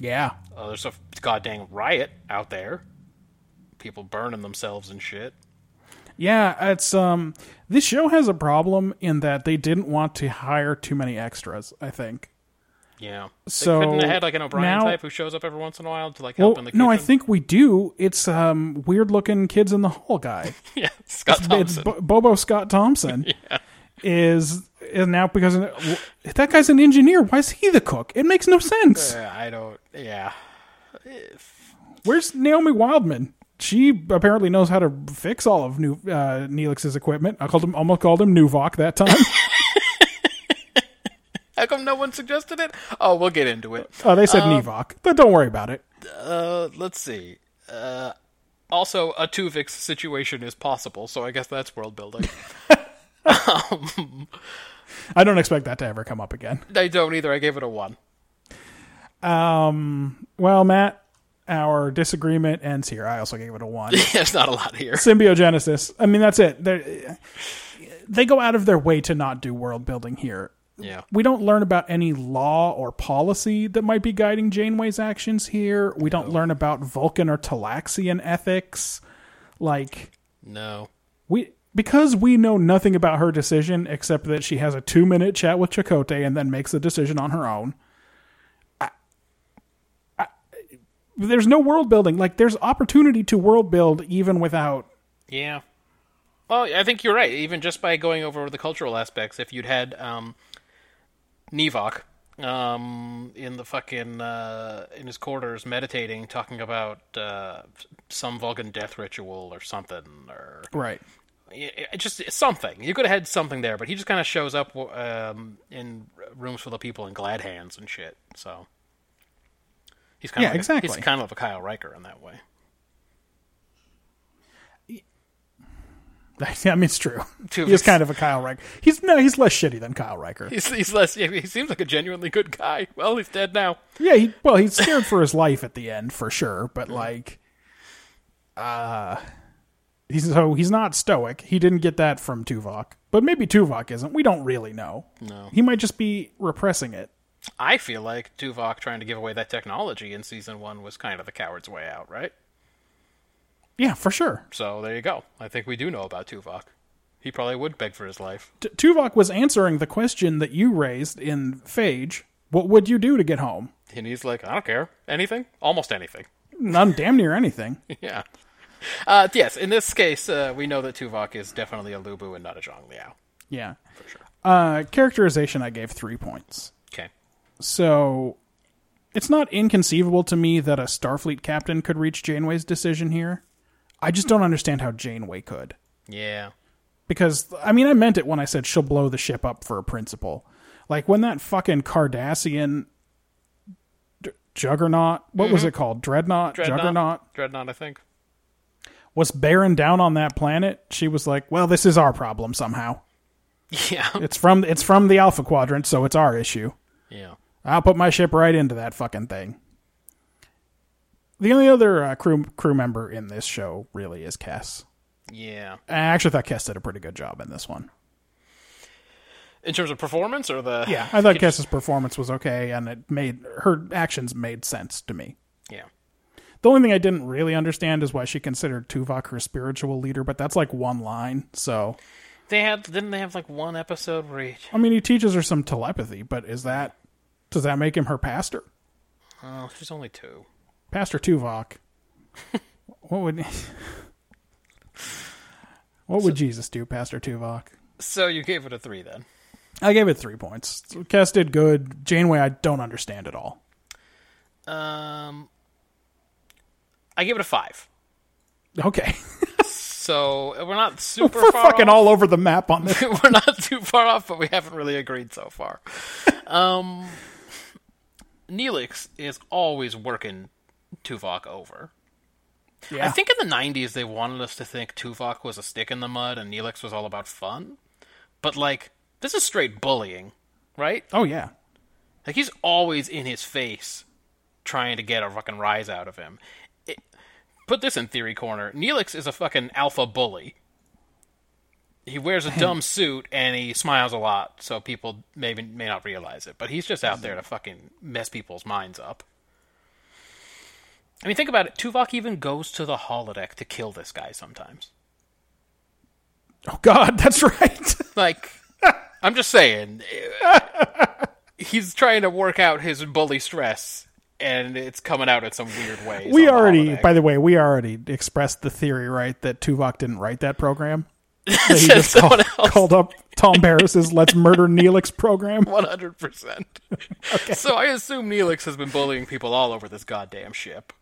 Speaker 3: Yeah.
Speaker 2: Uh, there's a goddamn riot out there. People burning themselves and shit.
Speaker 3: Yeah, it's um this show has a problem in that they didn't want to hire too many extras, I think.
Speaker 2: Yeah.
Speaker 3: So
Speaker 2: they couldn't have had like an O'Brien
Speaker 3: now-
Speaker 2: type who shows up every once in a while to like
Speaker 3: Well,
Speaker 2: help in the kitchen.
Speaker 3: no, I think we do. It's um weird looking kids in the hall guy.
Speaker 2: yeah, Scott
Speaker 3: it's
Speaker 2: Thompson.
Speaker 3: Bo- Bobo Scott Thompson is is now because that guy's an engineer. Why is he the cook? It makes no sense.
Speaker 2: Yeah, I don't. Yeah,
Speaker 3: Where's Naomi Wildman? She apparently knows how to fix all of New uh, Neelix's equipment. I called him almost called him Nuvok that time.
Speaker 2: how come no one suggested it? Oh, we'll get into it.
Speaker 3: Oh, they said Nevok, but don't worry about it.
Speaker 2: Uh, let's see. Uh, also, a Tuvix situation is possible, so I guess that's world building.
Speaker 3: I don't expect that to ever come up again.
Speaker 2: I don't either. I gave it a one.
Speaker 3: Um, well, Matt, our disagreement ends here. I also gave it a one.
Speaker 2: There's not a lot here.
Speaker 3: Symbiogenesis. I mean, that's it. They're, they go out of their way to not do world building here.
Speaker 2: Yeah.
Speaker 3: We don't learn about any law or policy that might be guiding Janeway's actions here. We don't learn about Vulcan or Talaxian ethics. Like,
Speaker 2: No.
Speaker 3: we because we know nothing about her decision except that she has a two minute chat with Chakotay and then makes the decision on her own. I, I, there's no world building. Like there's opportunity to world build even without.
Speaker 2: Yeah. Well, I think you're right. Even just by going over the cultural aspects, if you'd had um, Nevok um, in the fucking uh, in his quarters meditating, talking about uh, some Vulcan death ritual or something, or
Speaker 3: Right.
Speaker 2: it, it just something. You could have had something there, but he just kind of shows up um, in rooms full of people in glad hands and shit. So he's kind
Speaker 3: Yeah,
Speaker 2: of like a-
Speaker 3: exactly.
Speaker 2: he's kind of a Kyle Riker in that way.
Speaker 3: I mean, it's true.
Speaker 2: Two of
Speaker 3: He's
Speaker 2: us.
Speaker 3: kind of a Kyle Riker. He's no, he's less shitty than Kyle Riker.
Speaker 2: He's, he's less. He seems like a genuinely good guy. Well, he's dead now.
Speaker 3: Yeah, he, well, he's scared for his life at the end for sure, but like, uh, he's so he's not stoic. He didn't get that from Tuvok, but maybe Tuvok isn't. We don't really know. No, he might just be repressing it.
Speaker 2: I feel like Tuvok trying to give away that technology in season one was kind of the coward's way out, right?
Speaker 3: Yeah, for sure.
Speaker 2: So there you go. I think we do know about Tuvok. He probably would beg for his life.
Speaker 3: T- Tuvok was answering the question that you raised in Phage. What would you do to get home?
Speaker 2: And he's like, I don't care. Anything? Almost anything.
Speaker 3: None, damn near anything.
Speaker 2: yeah. Uh, yes, in this case, uh, we know that Tuvok is definitely a Lubu and not a Zhang Liao.
Speaker 3: Yeah, for sure. Uh, characterization, I gave three points.
Speaker 2: Okay.
Speaker 3: So it's not inconceivable to me that a Starfleet captain could reach Janeway's decision here. I just don't understand how Janeway could.
Speaker 2: Yeah.
Speaker 3: Because, I mean, I meant it when I said she'll blow the ship up for a principle. Like when that fucking Cardassian d- juggernaut, what was it called? Dreadnought?
Speaker 2: Dreadnought.
Speaker 3: Juggernaut
Speaker 2: Dreadnought, I think.
Speaker 3: was bearing down on that planet. She was like, well, this is our problem somehow.
Speaker 2: Yeah.
Speaker 3: It's from, it's from the Alpha Quadrant, so it's our issue.
Speaker 2: Yeah.
Speaker 3: I'll put my ship right into that fucking thing. The only other uh, crew crew member in this show really is Cass.
Speaker 2: Yeah.
Speaker 3: I actually thought Cass did a pretty good job in this one.
Speaker 2: In terms of performance or the.
Speaker 3: Yeah, I thought Cass's performance was okay, and it made her actions made sense to me.
Speaker 2: Yeah.
Speaker 3: The only thing I didn't really understand is why she considered Tuvok her spiritual leader, but that's like one line. So,
Speaker 2: They had. Didn't they have like one episode where he.
Speaker 3: I mean, he teaches her some telepathy, but is that does that make him her pastor?
Speaker 2: Oh, there's only two.
Speaker 3: Pastor Tuvok, what would what would Jesus do, Pastor Tuvok?
Speaker 2: So you gave it a three then.
Speaker 3: I gave it three points. Cass did good. Janeway, I don't understand at all.
Speaker 2: Um, I gave it a five.
Speaker 3: Okay,
Speaker 2: So we're not super
Speaker 3: we're
Speaker 2: far
Speaker 3: fucking
Speaker 2: off.
Speaker 3: all over the map on this.
Speaker 2: we're not too far off, but we haven't really agreed so far. Um, Neelix is always working Tuvok over.
Speaker 3: Yeah,
Speaker 2: I think in the 90s they wanted us to think Tuvok was a stick in the mud and Neelix was all about fun. But, like, this is straight bullying, right?
Speaker 3: Oh yeah,
Speaker 2: Like he's always in his face, trying to get a fucking rise out of him. It, put this in theory corner. Neelix is a fucking alpha bully. He wears a dumb suit and he smiles a lot, so people maybe may not realize it. But he's just out there to fucking mess people's minds up. I mean, think about it. Tuvok even goes to the holodeck to kill this guy sometimes.
Speaker 3: Oh God, that's right.
Speaker 2: Like, I'm just saying, eh, he's trying to work out his bully stress, and it's coming out in some weird way.
Speaker 3: we already, by the way, we already expressed the theory, right, that Tuvok didn't write that program. That he just
Speaker 2: someone
Speaker 3: called,
Speaker 2: else.
Speaker 3: called up Tom Barris's "Let's Murder Neelix" program.
Speaker 2: one hundred percent. So I assume Neelix has been bullying people all over this goddamn ship,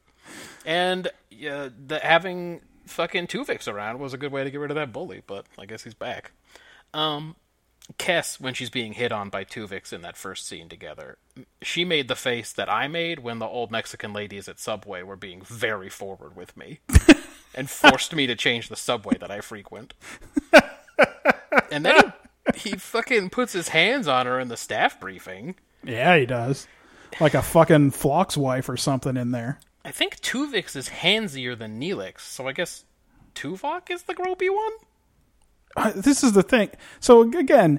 Speaker 2: and uh, the, having fucking Tuvix around was a good way to get rid of that bully. But I guess he's back. Um, Kess, when she's being hit on by Tuvix in that first scene together, she made the face that I made when the old Mexican ladies at Subway were being very forward with me and forced me to change the subway that I frequent. And then he, he fucking puts his hands on her in the staff briefing.
Speaker 3: Yeah, he does. Like a fucking Flock's wife or something in there.
Speaker 2: I think Tuvix is handsier than Neelix, so I guess Tuvok is the gropey one?
Speaker 3: Uh, This is the thing. So again,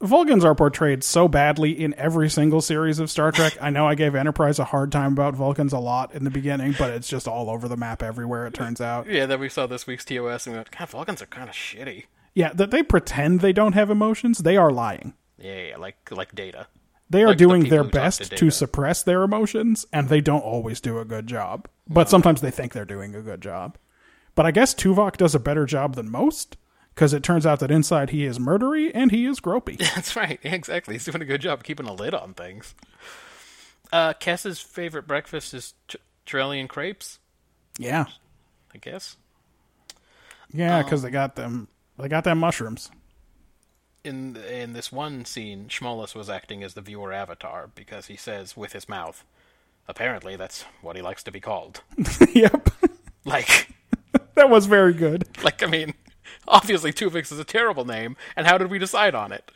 Speaker 3: Vulcans are portrayed so badly in every single series of Star Trek. I know I gave Enterprise a hard time about Vulcans a lot in the beginning, but it's just all over the map everywhere. It turns out.
Speaker 2: Yeah, then we saw this week's TOS and we went, God, Vulcans are kind of shitty.
Speaker 3: Yeah, that they pretend they don't have emotions. They are lying.
Speaker 2: Yeah, yeah, like, like data.
Speaker 3: They are
Speaker 2: Like the
Speaker 3: doing
Speaker 2: people
Speaker 3: their
Speaker 2: who talk
Speaker 3: best
Speaker 2: to
Speaker 3: to,
Speaker 2: data.
Speaker 3: suppress their emotions, and they don't always do a good job. But sometimes they think they're doing a good job. But I guess Tuvok does a better job than most because it turns out that inside he is murdery and he is gropey.
Speaker 2: That's right. Yeah, exactly. He's doing a good job keeping a lid on things. Uh, Kess's favorite breakfast is tr- Trellian crepes,
Speaker 3: yeah,
Speaker 2: I guess. Oh.
Speaker 3: yeah, because they got them. They got them mushrooms.
Speaker 2: In in this one scene, Schmollus was acting as the viewer avatar because he says with his mouth. Apparently, that's what he likes to be called.
Speaker 3: yep,
Speaker 2: Like,
Speaker 3: that was very good.
Speaker 2: like I mean, obviously, Tuvix is a terrible name, and how did we decide on it?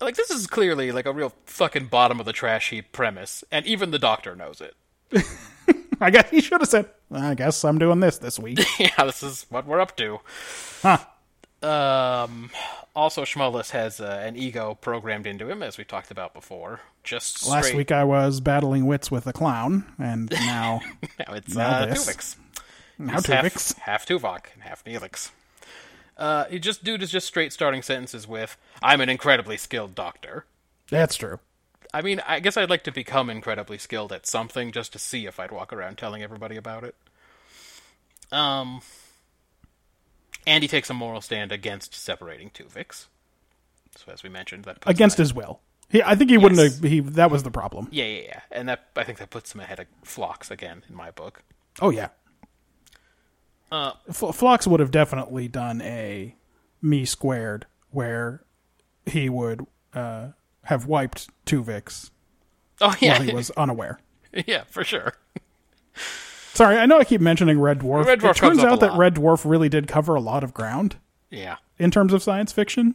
Speaker 2: Like, this is clearly like a real fucking bottom of the trash heap premise, and even the doctor knows it.
Speaker 3: I guess he should have said. I guess I'm doing this this week.
Speaker 2: yeah, this is what we're up to.
Speaker 3: Huh.
Speaker 2: Um, also, Schmollus has uh, an ego programmed into him, as we talked about before. Just straight,
Speaker 3: Last week I was battling wits with a clown, and now
Speaker 2: now it's
Speaker 3: now
Speaker 2: uh,
Speaker 3: this.
Speaker 2: Tuvix.
Speaker 3: now
Speaker 2: He's
Speaker 3: Tuvix.
Speaker 2: Half, half Tuvok and half Neelix. Uh, he just dude is just straight starting sentences with "I'm an incredibly skilled doctor."
Speaker 3: That's true.
Speaker 2: I mean, I guess I'd like to become incredibly skilled at something just to see if I'd walk around telling everybody about it. Um, and he takes a moral stand against separating Tuvix. So as we mentioned, that puts
Speaker 3: against his will. He, I think he wouldn't
Speaker 2: Yes.
Speaker 3: have. He that was the problem.
Speaker 2: yeah, yeah, yeah, and that I think that puts him ahead of Phlox again in my book.
Speaker 3: Oh yeah. F- Uh, Phlox would have definitely done a me squared where he would uh, have wiped Tuvix
Speaker 2: Oh yeah,
Speaker 3: while he was unaware.
Speaker 2: yeah, for sure.
Speaker 3: Sorry, I know I keep mentioning Red Dwarf.
Speaker 2: Red Dwarf
Speaker 3: it turns
Speaker 2: comes up
Speaker 3: out
Speaker 2: a
Speaker 3: that
Speaker 2: lot.
Speaker 3: Red Dwarf really did cover a lot of ground
Speaker 2: Yeah,
Speaker 3: in terms of science fiction.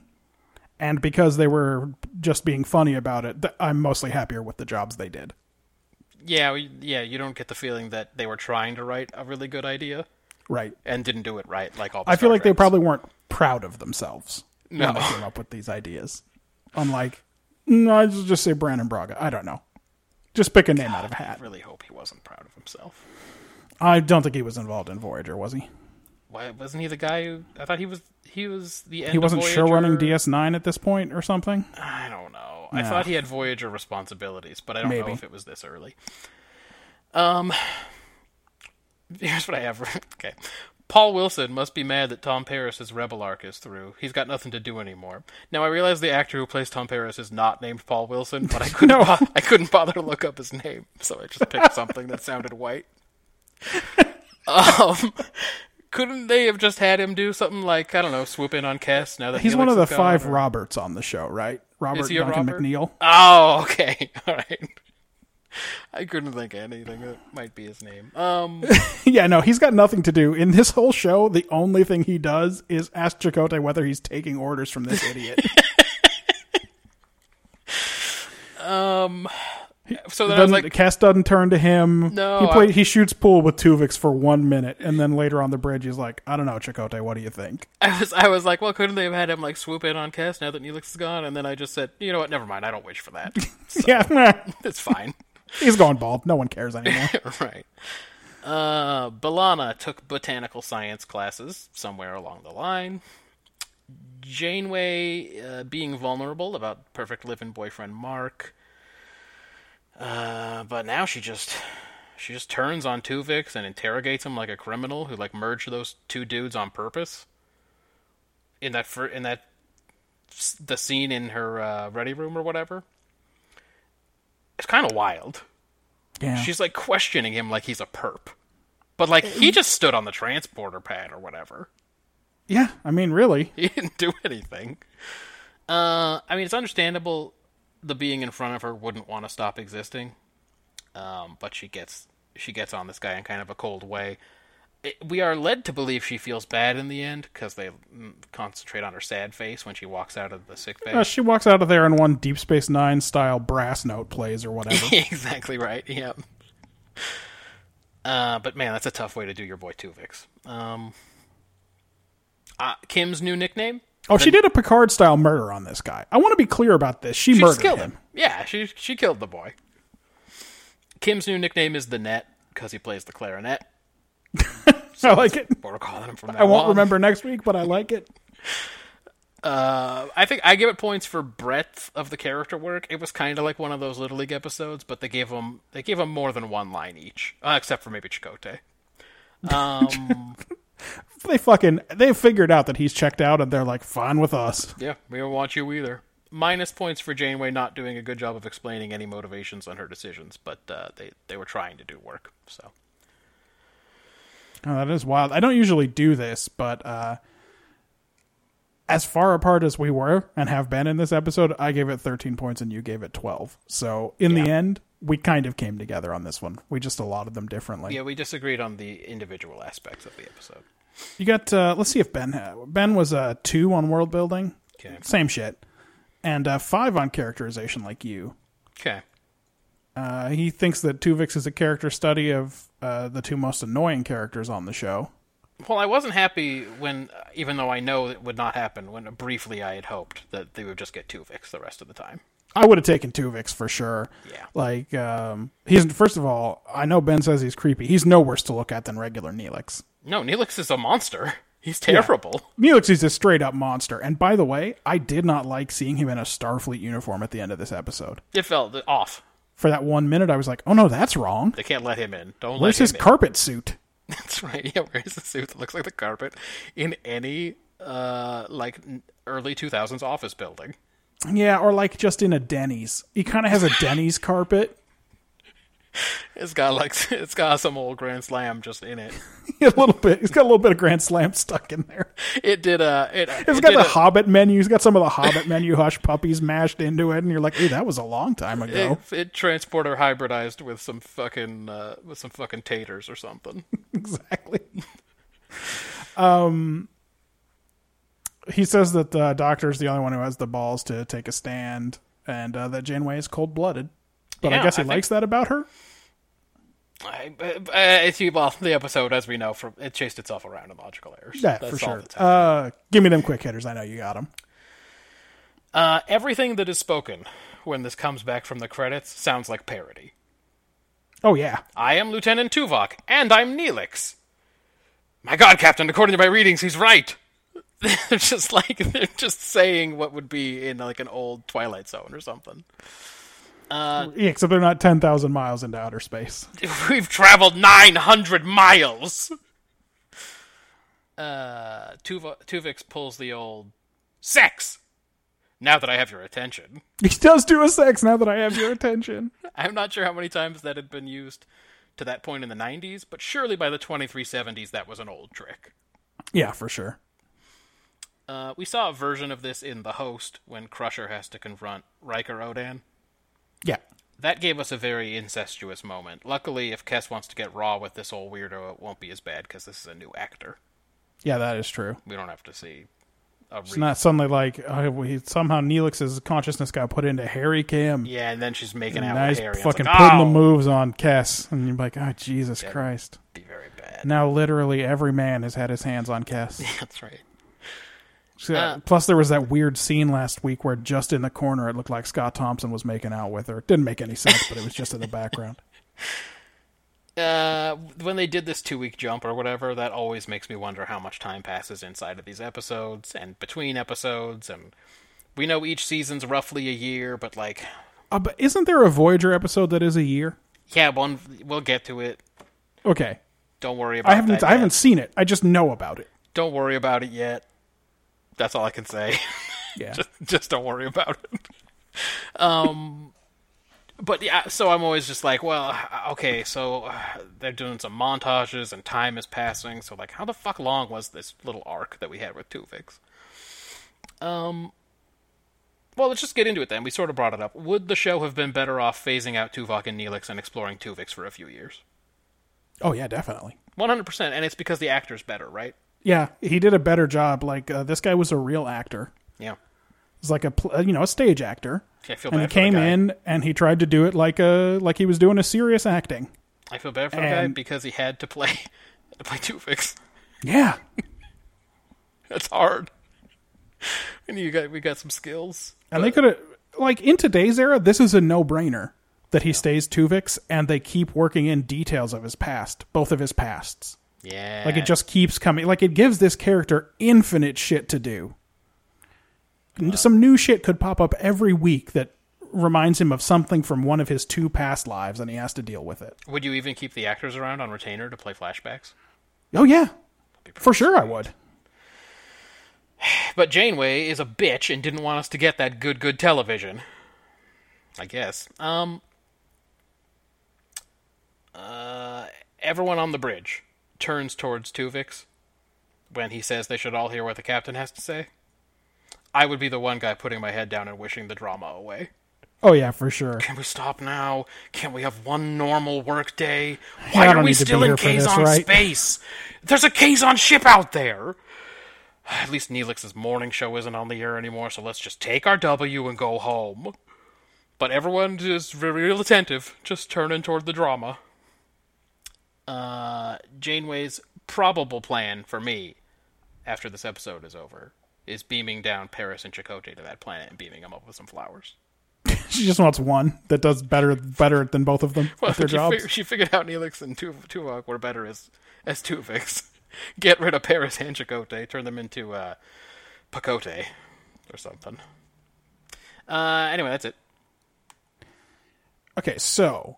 Speaker 3: And because they were just being funny about it, th- I'm mostly happier with the jobs they did.
Speaker 2: yeah, we- yeah. You don't get the feeling that they were trying to write a really good idea
Speaker 3: Right.
Speaker 2: and didn't do it right, like all. The
Speaker 3: I feel
Speaker 2: Star
Speaker 3: like they
Speaker 2: Treks.
Speaker 3: probably weren't proud of themselves
Speaker 2: No.
Speaker 3: when they came up with these ideas. Unlike, no, I just just say Brandon Braga. I don't know. Just pick a name out of a hat.
Speaker 2: I really hope he wasn't proud of himself.
Speaker 3: I don't think he was involved in Voyager, was he?
Speaker 2: Why wasn't he the guy who? I thought he was. He was the end.
Speaker 3: He wasn't
Speaker 2: of
Speaker 3: show running
Speaker 2: Voyager.
Speaker 3: DS9 at this point or something.
Speaker 2: I don't know. I thought he had Voyager responsibilities, but I don't
Speaker 3: Maybe.
Speaker 2: know if it was this early. Um, here's what I have. okay, Paul Wilson must be mad that Tom Paris's Rebel arc is through. He's got nothing to do anymore. Now I realize the actor who plays Tom Paris is not named Paul Wilson, but I couldn't.
Speaker 3: No.
Speaker 2: bo- I couldn't bother to look up his name, so I just picked something that sounded white. Um. Couldn't they have just had him do something like I don't know, swoop in on Kess? Now that
Speaker 3: He's
Speaker 2: Neelix
Speaker 3: one of the
Speaker 2: is gone,
Speaker 3: five
Speaker 2: or-
Speaker 3: Roberts on the show, right? Robert
Speaker 2: he a
Speaker 3: Duncan
Speaker 2: Robert?
Speaker 3: McNeil.
Speaker 2: Oh, okay. All right. I couldn't think of anything that might be his name. Um,
Speaker 3: yeah, no, he's got nothing to do in this whole show. The only thing he does is ask Chakotay whether he's taking orders from this idiot.
Speaker 2: so then I was
Speaker 3: doesn't,
Speaker 2: like,
Speaker 3: Cass doesn't turn to him.
Speaker 2: No,
Speaker 3: he play,
Speaker 2: I-
Speaker 3: he shoots pool with Tuvix for one minute, and then later on the bridge, he's like, "I don't know, Chakotay, what do you think?"
Speaker 2: I was, I was like, well, couldn't they have had him like swoop in on Cass now that Neelix is gone? And then I just said, you know what? Never mind. I don't wish for that.
Speaker 3: yeah,
Speaker 2: it's fine.
Speaker 3: he's going bald. No one cares anymore.
Speaker 2: right. Uh, Balana took botanical science classes somewhere along the line. Janeway uh, being vulnerable about perfect living boyfriend Mark. Uh, but now she just she just turns on Tuvix and interrogates him like a criminal who like merged those two dudes on purpose. In that fir- in that s- the scene in her uh, ready room or whatever. It's kind of wild.
Speaker 3: Yeah.
Speaker 2: She's like questioning him like he's a perp. But like he just stood on the transporter pad or whatever.
Speaker 3: yeah. I mean, really.
Speaker 2: He didn't do anything. Uh I mean it's understandable the being in front of her wouldn't want to stop existing. Um but she gets she gets on this guy in kind of a cold way. It, we are led to believe she feels bad in the end because they mm, concentrate on her sad face when she walks out of the sick bay.
Speaker 3: Uh, she walks out of there in one Deep Space Nine style brass note plays or whatever.
Speaker 2: exactly right. Yep. Uh, but man, that's a tough way to do your boy Tuvix. Um, uh, Kim's new nickname?
Speaker 3: oh, she did a Picard style murder on this guy. I want to be clear about this. She,
Speaker 2: She
Speaker 3: murdered
Speaker 2: just killed
Speaker 3: him.
Speaker 2: him. Yeah, she she killed the boy. Kim's new nickname is the Net because he plays the clarinet.
Speaker 3: I like it.
Speaker 2: We're calling him from that.
Speaker 3: I won't remember next week, but I like it.
Speaker 2: Uh, I think I give it points for breadth of the character work. It was kind of like one of those Little League episodes, but they gave them they gave them more than one line each, uh, except for maybe Chakotay. Um,
Speaker 3: They fucking they figured out that he's checked out, and they're like, fine with us.
Speaker 2: Yeah, we don't want you either. Minus points for Janeway not doing a good job of explaining any motivations on her decisions, but uh, they they were trying to do work. So
Speaker 3: Oh, that is wild. I don't usually do this, but uh, as far apart as we were and have been in this episode, I gave it 13 points and you gave it 12. So in the end, we kind of came together on this one. We just allotted them differently.
Speaker 2: yeah, we disagreed on the individual aspects of the episode.
Speaker 3: You got. Uh, let's see if Ben had, Ben was a two on world building.
Speaker 2: Okay.
Speaker 3: Same shit, and uh, five on characterization, like you.
Speaker 2: Okay,
Speaker 3: Uh, he thinks that Tuvix is a character study of uh, the two most annoying characters on the show.
Speaker 2: Well, I wasn't happy when, even though I know it would not happen, when briefly I had hoped that they would just get Tuvix the rest of the time.
Speaker 3: I would have taken Tuvix for sure.
Speaker 2: Yeah.
Speaker 3: Like, um, he's first of all, I know Ben says he's creepy. He's no worse to look at than regular Neelix.
Speaker 2: No, Neelix is a monster. He's terrible.
Speaker 3: Neelix is a straight up monster. And by the way, I did not like seeing him in a Starfleet uniform at the end of this episode.
Speaker 2: It felt off.
Speaker 3: For that one minute, I was like, "Oh no, that's wrong.
Speaker 2: They can't let him in. Don't let
Speaker 3: Where's
Speaker 2: him
Speaker 3: his
Speaker 2: in.
Speaker 3: carpet suit?"
Speaker 2: That's right. Yeah, wears the suit that looks like the carpet in any uh like n- early 2000s office building.
Speaker 3: Yeah, or like just in a Denny's. He kind of has a Denny's carpet.
Speaker 2: It's got like it's got some old Grand Slam just in it.
Speaker 3: a little bit. He's got a little bit of Grand Slam stuck in there.
Speaker 2: It did uh it
Speaker 3: It's
Speaker 2: it
Speaker 3: got
Speaker 2: did
Speaker 3: the
Speaker 2: a-
Speaker 3: Hobbit menu. He's got some of the Hobbit menu hush puppies mashed into it, and you're like, "Hey, that was a long time ago."
Speaker 2: it, it transporter hybridized with some fucking uh with some fucking taters or something.
Speaker 3: exactly. Um, he says that the doctor's the only one who has the balls to take a stand, and uh, that Janeway is cold blooded. But I
Speaker 2: Yeah,
Speaker 3: guess he
Speaker 2: I think-
Speaker 3: likes that about her.
Speaker 2: I, I, I see, well, the episode, as we know, from it chased itself around in logical errors.
Speaker 3: Yeah,
Speaker 2: That's
Speaker 3: for
Speaker 2: all
Speaker 3: sure.
Speaker 2: that's happened.
Speaker 3: Uh, give me them quick hitters. I know you got them.
Speaker 2: uh, everything that is spoken when this comes back from the credits sounds like parody.
Speaker 3: Oh yeah,
Speaker 2: I am Lieutenant Tuvok, and I'm Neelix. My God, Captain! According to my readings, he's right. they're just like they're just saying what would be in like an old Twilight Zone or something. Uh,
Speaker 3: yeah, except they're not ten thousand miles into outer space.
Speaker 2: We've traveled nine hundred miles. Uh, Tuvo- Tuvix pulls the old sex. Now that I have your attention,
Speaker 3: He does do a sex now that I have your attention.
Speaker 2: I'm not sure how many times that had been used to that point in the '90s, but surely by the 2370s, that was an old trick.
Speaker 3: yeah, for sure.
Speaker 2: Uh, we saw a version of this in The Host when Crusher has to confront Riker Odan.
Speaker 3: Yeah.
Speaker 2: That gave us a very incestuous moment. Luckily, if Kess wants to get raw with this old weirdo, it won't be as bad because this is a new actor.
Speaker 3: Yeah, that is true.
Speaker 2: We don't have to see a
Speaker 3: It's
Speaker 2: re-
Speaker 3: not suddenly like uh, we, somehow Neelix's consciousness got put into Harry Kim.
Speaker 2: Yeah, and then she's making out
Speaker 3: now
Speaker 2: with
Speaker 3: he's
Speaker 2: Harry. and it's
Speaker 3: fucking
Speaker 2: like,
Speaker 3: putting
Speaker 2: "Oh,
Speaker 3: the moves on Cass, and you're like, oh Jesus Christ!
Speaker 2: Be very bad.
Speaker 3: Now literally every man has had his hands on Cass.
Speaker 2: That's right.
Speaker 3: So- Plus, there was that weird scene last week where just in the corner it looked like Scott Thompson was making out with her. Didn't make any sense, but it was just in the background.
Speaker 2: uh, when they did this two week jump or whatever, that always makes me wonder how much time passes inside of these episodes and between episodes. And we know each season's roughly a year, but like,
Speaker 3: Uh, but isn't there a Voyager episode that is a year?
Speaker 2: yeah, one we'll get to it.
Speaker 3: Okay,
Speaker 2: Don't worry about.
Speaker 3: I haven't
Speaker 2: That
Speaker 3: I
Speaker 2: yet.
Speaker 3: haven't seen it. I just know about it.
Speaker 2: Don't worry about it yet. That's all I can say.
Speaker 3: Yeah,
Speaker 2: just, just don't worry about it. um, but yeah, so I'm always just like, well, okay, so uh, they're doing some montages and time is passing. So like, how the fuck long was this little arc that we had with Tuvix? Um, well, let's just get into it then. We sort of brought it up. Would the show have been better off phasing out Tuvok and Neelix and exploring Tuvix for a few years?
Speaker 3: oh yeah, definitely.
Speaker 2: 100%, and it's because the actor's better, right?
Speaker 3: Yeah, he did a better job. Like uh, this guy was a real actor.
Speaker 2: Yeah.
Speaker 3: He's like a pl- uh, you know a stage actor.
Speaker 2: I feel
Speaker 3: and he
Speaker 2: bad for the
Speaker 3: came
Speaker 2: guy.
Speaker 3: in and he tried to do it like a like he was doing a serious acting.
Speaker 2: I feel bad for the guy
Speaker 3: And-
Speaker 2: because he had to play to play Tuvix.
Speaker 3: Yeah,
Speaker 2: That's hard. And you got we got some skills.
Speaker 3: and they could have like in today's era, this is a no brainer that he stays Tuvix and they keep working in details of his past, both of his pasts.
Speaker 2: Yeah.
Speaker 3: Like it just keeps coming. Like it gives this character infinite shit to do. N- Some new shit could pop up every week that reminds him of something from one of his two past lives, and he has to deal with it.
Speaker 2: would you even keep the actors around on retainer to play flashbacks?
Speaker 3: Oh yeah, for sure I would.
Speaker 2: But Janeway is a bitch and didn't want us to get that good good television. I guess. Um uh, everyone on the bridge turns towards Tuvix when he says they should all hear what the captain has to say. I would be the one guy putting my head down and wishing the drama away.
Speaker 3: Oh yeah, for sure.
Speaker 2: Can we stop now? Can we have one normal work day? Why
Speaker 3: I
Speaker 2: are
Speaker 3: don't
Speaker 2: we
Speaker 3: need to
Speaker 2: still
Speaker 3: be
Speaker 2: in
Speaker 3: here for this,
Speaker 2: Kazon
Speaker 3: right?
Speaker 2: space? There's a Kazon ship out there. At least Neelix's morning show isn't on the air anymore, so let's just take our W and go home. But everyone is re- real attentive, just turning toward the drama. Uh, Janeway's probable plan for me, after this episode is over, is beaming down Paris and Chakotay to that planet and beaming them up with some flowers.
Speaker 3: She just wants one that does better better than both of them
Speaker 2: Well,
Speaker 3: at their
Speaker 2: she,
Speaker 3: jobs.
Speaker 2: fig- she figured out Neelix and Tu- Tuvok were better as as Tuvix. Get rid of Paris and Chakotay, turn them into uh, Pacote or something. Uh, anyway, that's it.
Speaker 3: Okay, so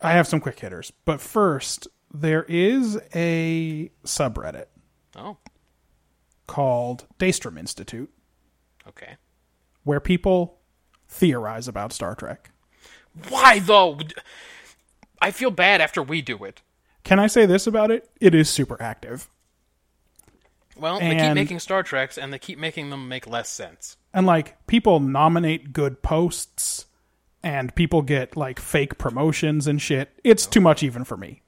Speaker 3: I have some quick hitters, but first there is a subreddit
Speaker 2: Oh,
Speaker 3: called Daystrom Institute
Speaker 2: okay.
Speaker 3: where people theorize about Star Trek.
Speaker 2: Why though? I feel bad after we do it.
Speaker 3: Can I say this about it? It is super active.
Speaker 2: Well, they keep
Speaker 3: And-
Speaker 2: making Star Treks, and they keep making them make less sense.
Speaker 3: And like people nominate good posts and people get like fake promotions and shit. It's too much even for me.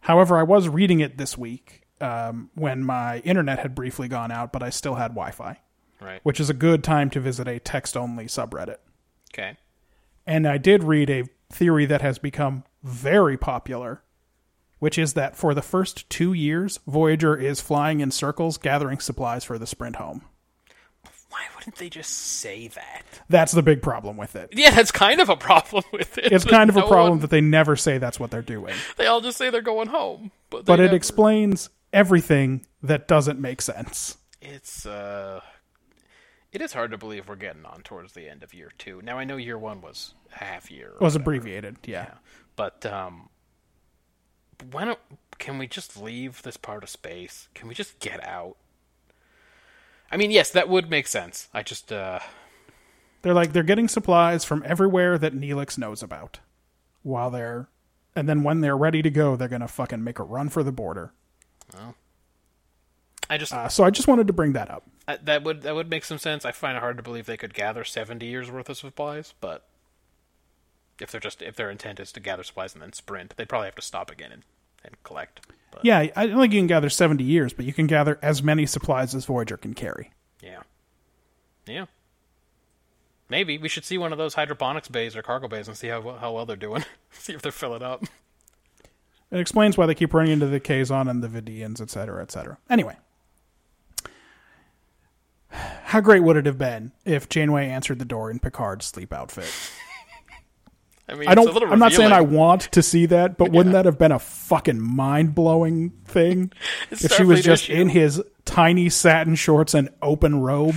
Speaker 3: However, I was reading it this week um, when my internet had briefly gone out, but I still had Wi Fi,
Speaker 2: Right.
Speaker 3: which is a good time to visit a text only subreddit.
Speaker 2: Okay.
Speaker 3: And I did read a theory that has become very popular, which is that for the first two years, Voyager is flying in circles gathering supplies for the sprint home.
Speaker 2: Why wouldn't they just say that?
Speaker 3: That's the big problem with it.
Speaker 2: Yeah, that's kind of a problem with it.
Speaker 3: It's
Speaker 2: that
Speaker 3: kind of a
Speaker 2: no
Speaker 3: problem
Speaker 2: one-
Speaker 3: that they never say that's what they're doing,
Speaker 2: they all just say they're going home, but they
Speaker 3: but it
Speaker 2: never-
Speaker 3: explains everything that doesn't make sense.
Speaker 2: It's uh it is hard to believe we're getting on towards the end of year two. Now I know year one was a half year,
Speaker 3: It was abbreviated, yeah.
Speaker 2: but um why don't can we just leave this part of space? Can we just get out? I mean, yes, that would make sense. I just uh
Speaker 3: They're like they're getting supplies from everywhere that Neelix knows about. While they're and then when they're ready to go, they're gonna fucking make a run for the border.
Speaker 2: I just
Speaker 3: Uh, so I just wanted to bring that up.
Speaker 2: I- that would that would make some sense. I find it hard to believe they could gather 70 years worth of supplies, but if they're just if their intent is to gather supplies and then sprint, they'd probably have to stop again and, and collect. But
Speaker 3: Yeah, I don't think you can gather 70 years, but you can gather as many supplies as Voyager can carry.
Speaker 2: Yeah. Yeah. Maybe we should see one of those hydroponics bays or cargo bays and see how how well they're doing. see if they're filling up.
Speaker 3: It explains why they keep running into the Kazon and the Vidians, et cetera, et cetera. Anyway, how great would it have been if Janeway answered the door in Picard's sleep outfit?
Speaker 2: I mean, It's
Speaker 3: I
Speaker 2: a
Speaker 3: don't.
Speaker 2: little
Speaker 3: I'm not saying I
Speaker 2: revealing.
Speaker 3: want to see that, but wouldn't that have been a fucking mind blowing thing if she was
Speaker 2: Starfleet
Speaker 3: just
Speaker 2: issue.
Speaker 3: in his tiny satin shorts and open robe?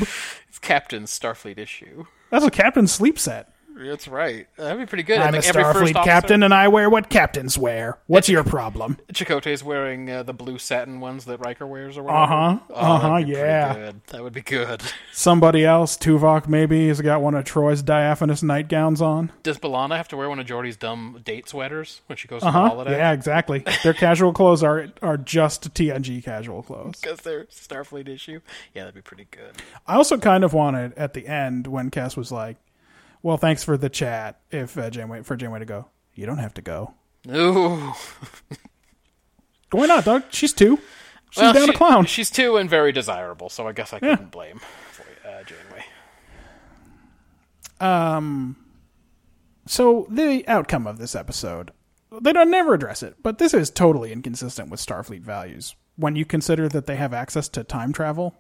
Speaker 2: It's Captain's Starfleet issue.
Speaker 3: That's what captain sleeps at.
Speaker 2: That's right. That'd be pretty good.
Speaker 3: I'm
Speaker 2: like
Speaker 3: a
Speaker 2: every first
Speaker 3: Starfleet
Speaker 2: officer-
Speaker 3: captain, and I wear what captains wear. What's your problem?
Speaker 2: Chakotay's wearing uh, the blue satin ones that Riker wears, or whatever. Oh,
Speaker 3: Uh-huh. Uh-huh,
Speaker 2: that'd be pretty
Speaker 3: yeah.
Speaker 2: good. that would be good.
Speaker 3: Somebody else, Tuvok maybe, has got one of Troy's diaphanous nightgowns on.
Speaker 2: Does Balana have to wear one of Jordy's dumb date sweaters when she goes
Speaker 3: Uh
Speaker 2: on
Speaker 3: huh.
Speaker 2: holiday?
Speaker 3: Yeah, exactly. Their casual clothes are are just TNG casual clothes.
Speaker 2: because they're Starfleet issue. Yeah, that'd be pretty good.
Speaker 3: I also kind of wanted at the end when Cass was like, "Well, thanks for the chat." If uh, Janeway for Janeway to go, you don't have to go. "Oh,
Speaker 2: Ooh,
Speaker 3: Why not, dog? She's two. She's
Speaker 2: Well,
Speaker 3: down
Speaker 2: she-
Speaker 3: to clown.
Speaker 2: She's two and very desirable, so I guess I couldn't blame uh, Janeway.
Speaker 3: so the outcome of this episode, they don't never address it, but this is totally inconsistent with Starfleet values. When you consider that they have access to time travel,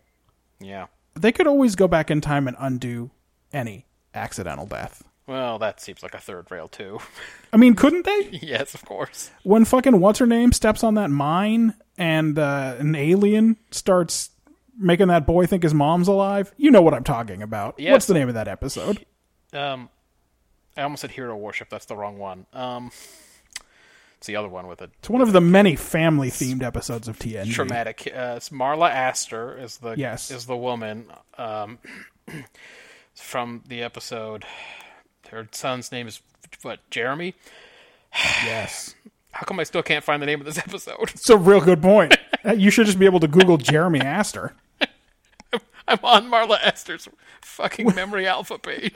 Speaker 2: Yeah.
Speaker 3: they could always go back in time and undo any accidental death.
Speaker 2: Well, that seems like a third rail too.
Speaker 3: I mean, couldn't they?
Speaker 2: yes, of course.
Speaker 3: when fucking what's her name steps on that mine and uh, an alien starts making that boy think his mom's alive, you know what I'm talking about.
Speaker 2: Yes.
Speaker 3: What's the name of that episode?
Speaker 2: Um, I almost said hero worship. That's the wrong one. Um, it's the other one with a
Speaker 3: It's one of the many family themed episodes of TNG.
Speaker 2: traumatic. Uh, it's Marla Astor is the
Speaker 3: Yes.
Speaker 2: is the woman um, from the episode. Her son's name is what Jeremy.
Speaker 3: Yes.
Speaker 2: How come I still can't find the name of this episode?
Speaker 3: It's a real good point. Uh, you should just be able to Google Jeremy Astor.
Speaker 2: I'm on Marla Astor's fucking memory alpha page.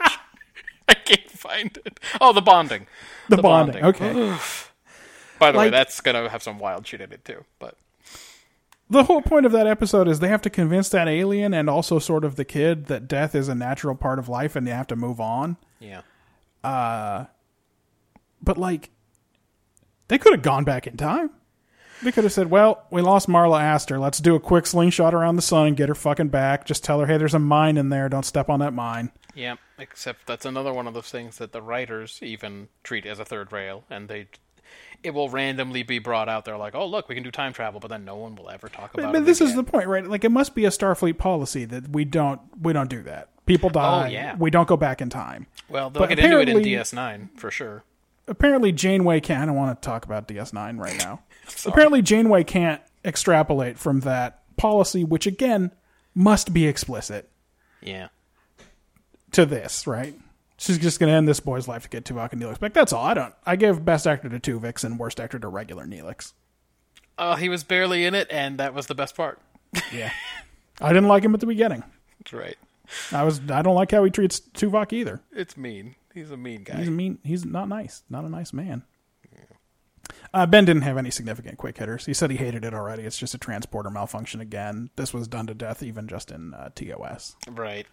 Speaker 2: I can't find it. Oh, the bonding.
Speaker 3: The, bonding. Okay.
Speaker 2: By the way,
Speaker 3: Like-
Speaker 2: that's gonna have some wild shit in it too. But
Speaker 3: the whole point of that episode is they have to convince that alien and also sort of the kid that death is a natural part of life and they have to move on.
Speaker 2: yeah,
Speaker 3: but like they could have gone back in time. They could have said, "Well, we lost Marla Astor. Let's do a quick slingshot around the sun and get her fucking back. Just tell her, hey, there's a mine in there. Don't step on that mine."
Speaker 2: yeah. Except that's another one of those things that the writers even treat as a third rail, and they it will randomly be brought out. They're like, oh look, we can do time travel, but then no one will ever talk about
Speaker 3: But,
Speaker 2: it.
Speaker 3: but this is the
Speaker 2: again.
Speaker 3: point, right? Like it must be a Starfleet policy that we don't we don't do that. People die.
Speaker 2: yeah.
Speaker 3: We don't go back in time.
Speaker 2: well, they'll
Speaker 3: but
Speaker 2: get into it in
Speaker 3: apparently-
Speaker 2: DS9 for sure.
Speaker 3: Apparently, Janeway can't. I don't want to talk about DS9 right now. Apparently, Janeway can't extrapolate from that policy, which again must be explicit.
Speaker 2: Yeah,
Speaker 3: to this, right? She's just going to end this boy's life to get Tuvok and Neelix back. That's all. I don't. I give best actor to Tuvix and worst actor to regular Neelix.
Speaker 2: uh, he was barely in it, and that was the best part.
Speaker 3: Yeah, I didn't like him at the beginning.
Speaker 2: That's right.
Speaker 3: I was. I don't like how he treats Tuvok either.
Speaker 2: It's mean. He's a mean guy.
Speaker 3: He's mean. He's not nice. Not a nice man. Uh, ben didn't have any significant quick hitters. He said he hated it already. It's just a transporter malfunction again. This was done to death, even just in uh, TOS.
Speaker 2: Right.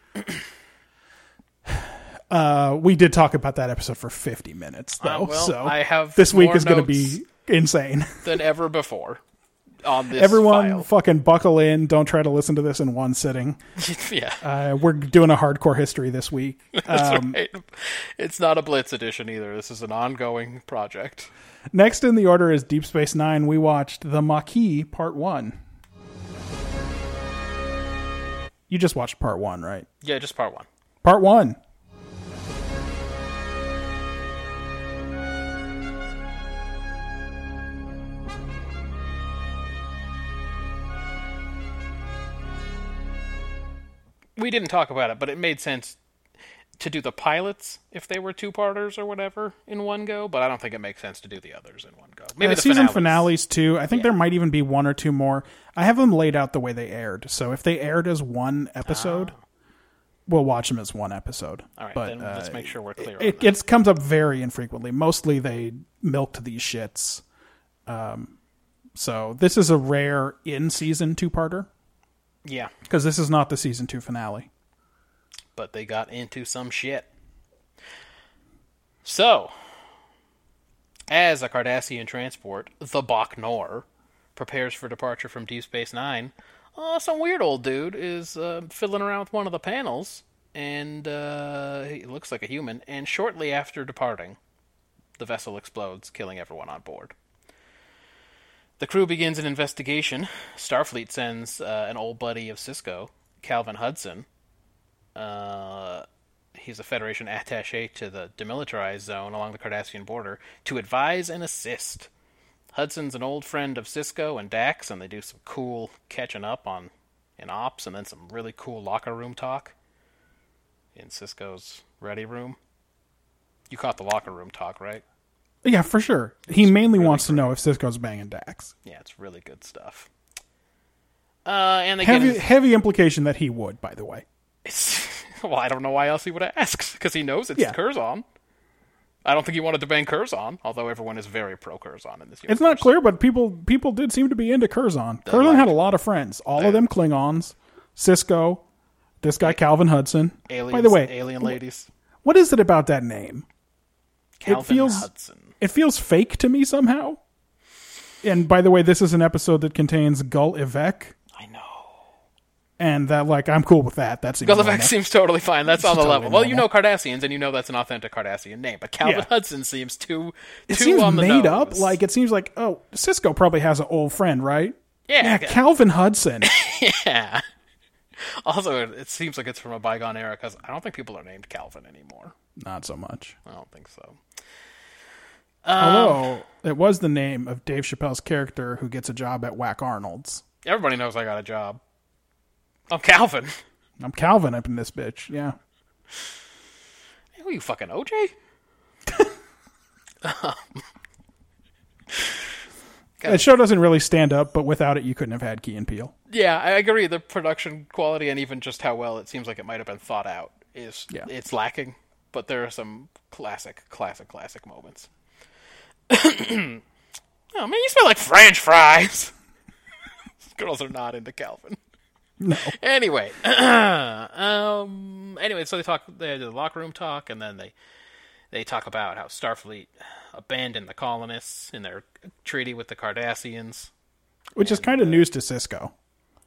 Speaker 3: Uh, we did talk about that episode for 50 minutes, though.
Speaker 2: Uh, well,
Speaker 3: so
Speaker 2: I have
Speaker 3: this week
Speaker 2: more
Speaker 3: is going to
Speaker 2: notes.
Speaker 3: be insane.
Speaker 2: than ever before on this
Speaker 3: Everyone,
Speaker 2: file.
Speaker 3: fucking buckle in! Don't try to listen to this in one sitting.
Speaker 2: yeah,
Speaker 3: Uh, we're doing a hardcore history this week. Um,
Speaker 2: that's right. It's not a Blitz edition either. This is an ongoing project.
Speaker 3: Next in the order is Deep Space Nine. We watched The Maquis Part One. You just watched Part One, right?
Speaker 2: Yeah, just part one.
Speaker 3: Part One.
Speaker 2: We didn't talk about it, but it made sense to do the pilots if they were two parters or whatever in one go. But I don't think it makes sense to do the others in one go. Maybe
Speaker 3: Uh,
Speaker 2: the
Speaker 3: season
Speaker 2: finales.
Speaker 3: finales too. I think there might even be one or two more. I have them laid out the way they aired. So if they aired as one episode, we'll watch them as one episode.
Speaker 2: Oh. All right,
Speaker 3: but
Speaker 2: then
Speaker 3: uh,
Speaker 2: let's make sure we're clear. on
Speaker 3: it,
Speaker 2: that.
Speaker 3: it comes up very infrequently. Mostly they milked these shits. Um, so this is a rare in season two parter
Speaker 2: yeah,
Speaker 3: because this is not the season two finale.
Speaker 2: but they got into some shit. So, as a Cardassian transport, the Bachnor prepares for departure from Deep Space Nine, uh, some weird old dude is uh, fiddling around with one of the panels, and uh, he looks like a human. And shortly after departing, The vessel explodes, killing everyone on board. The crew begins an investigation. Starfleet sends uh, an old buddy of Cisco, Calvin Hudson. Uh, he's a Federation attache to the demilitarized zone along the Cardassian border to advise and assist. Hudson's an old friend of Cisco and Dax, and they do some cool catching up on in ops, and then some really cool locker room talk in Cisco's ready room. You caught the locker room talk, right?
Speaker 3: Yeah, for sure. He mainly wants to know if Cisco's banging Dax.
Speaker 2: Yeah, it's really good stuff. Uh, and they
Speaker 3: Heavy,
Speaker 2: get his-
Speaker 3: heavy implication that he would, by the way.
Speaker 2: It's, well, I don't know why else he would have asked because he knows it's
Speaker 3: Yeah.
Speaker 2: Curzon. I don't think he wanted to ban Curzon, although everyone is very pro Curzon in this. Universe.
Speaker 3: It's not clear, but people people did seem to be into Curzon. Curzon had a lot of friends. All of them Klingons, Cisco, this guy Calvin Hudson.
Speaker 2: Aliens,
Speaker 3: By the way,
Speaker 2: alien ladies.
Speaker 3: what is it about that name?
Speaker 2: Calvin
Speaker 3: feels-
Speaker 2: Hudson.
Speaker 3: It feels fake to me somehow. And by the way, this is an episode that contains Gull Ivec,
Speaker 2: I know.
Speaker 3: and that like I'm cool with that. That's even
Speaker 2: Gullivac
Speaker 3: normal.
Speaker 2: seems totally fine. That's on the
Speaker 3: totally
Speaker 2: level. Well, you know Cardassians, and you know that's an authentic Cardassian name. But Calvin
Speaker 3: Yeah.
Speaker 2: Hudson seems too
Speaker 3: It
Speaker 2: too
Speaker 3: seems
Speaker 2: on the
Speaker 3: made
Speaker 2: nose.
Speaker 3: up. Like it seems like oh, Cisco probably has an old friend, right?
Speaker 2: Yeah,
Speaker 3: yeah
Speaker 2: I guess.
Speaker 3: Calvin Hudson.
Speaker 2: yeah. Also, it- it seems like it's from a bygone era because I don't think people are named Calvin anymore.
Speaker 3: Not so much.
Speaker 2: I don't think so. Uh,
Speaker 3: Although it was the name of Dave Chappelle's character who gets a job at Whack Arnold's.
Speaker 2: Everybody knows I got a job. I'm Calvin.
Speaker 3: I'm Calvin up in this bitch. Yeah.
Speaker 2: Who are you fucking OJ?
Speaker 3: The show doesn't really stand up, but without it, you couldn't have had Key and Peele.
Speaker 2: Yeah, I agree. The production quality and even just how well it seems like it might have been thought out is
Speaker 3: Yeah.
Speaker 2: it's lacking. But there are some classic, classic, classic moments. oh man, you smell like French fries. Girls are not into Calvin.
Speaker 3: No.
Speaker 2: Anyway, um, anyway, so they talk. They do the locker room talk, and then they they talk about how Starfleet abandoned the colonists in their treaty with the Cardassians.
Speaker 3: Which is kind of news to Cisco.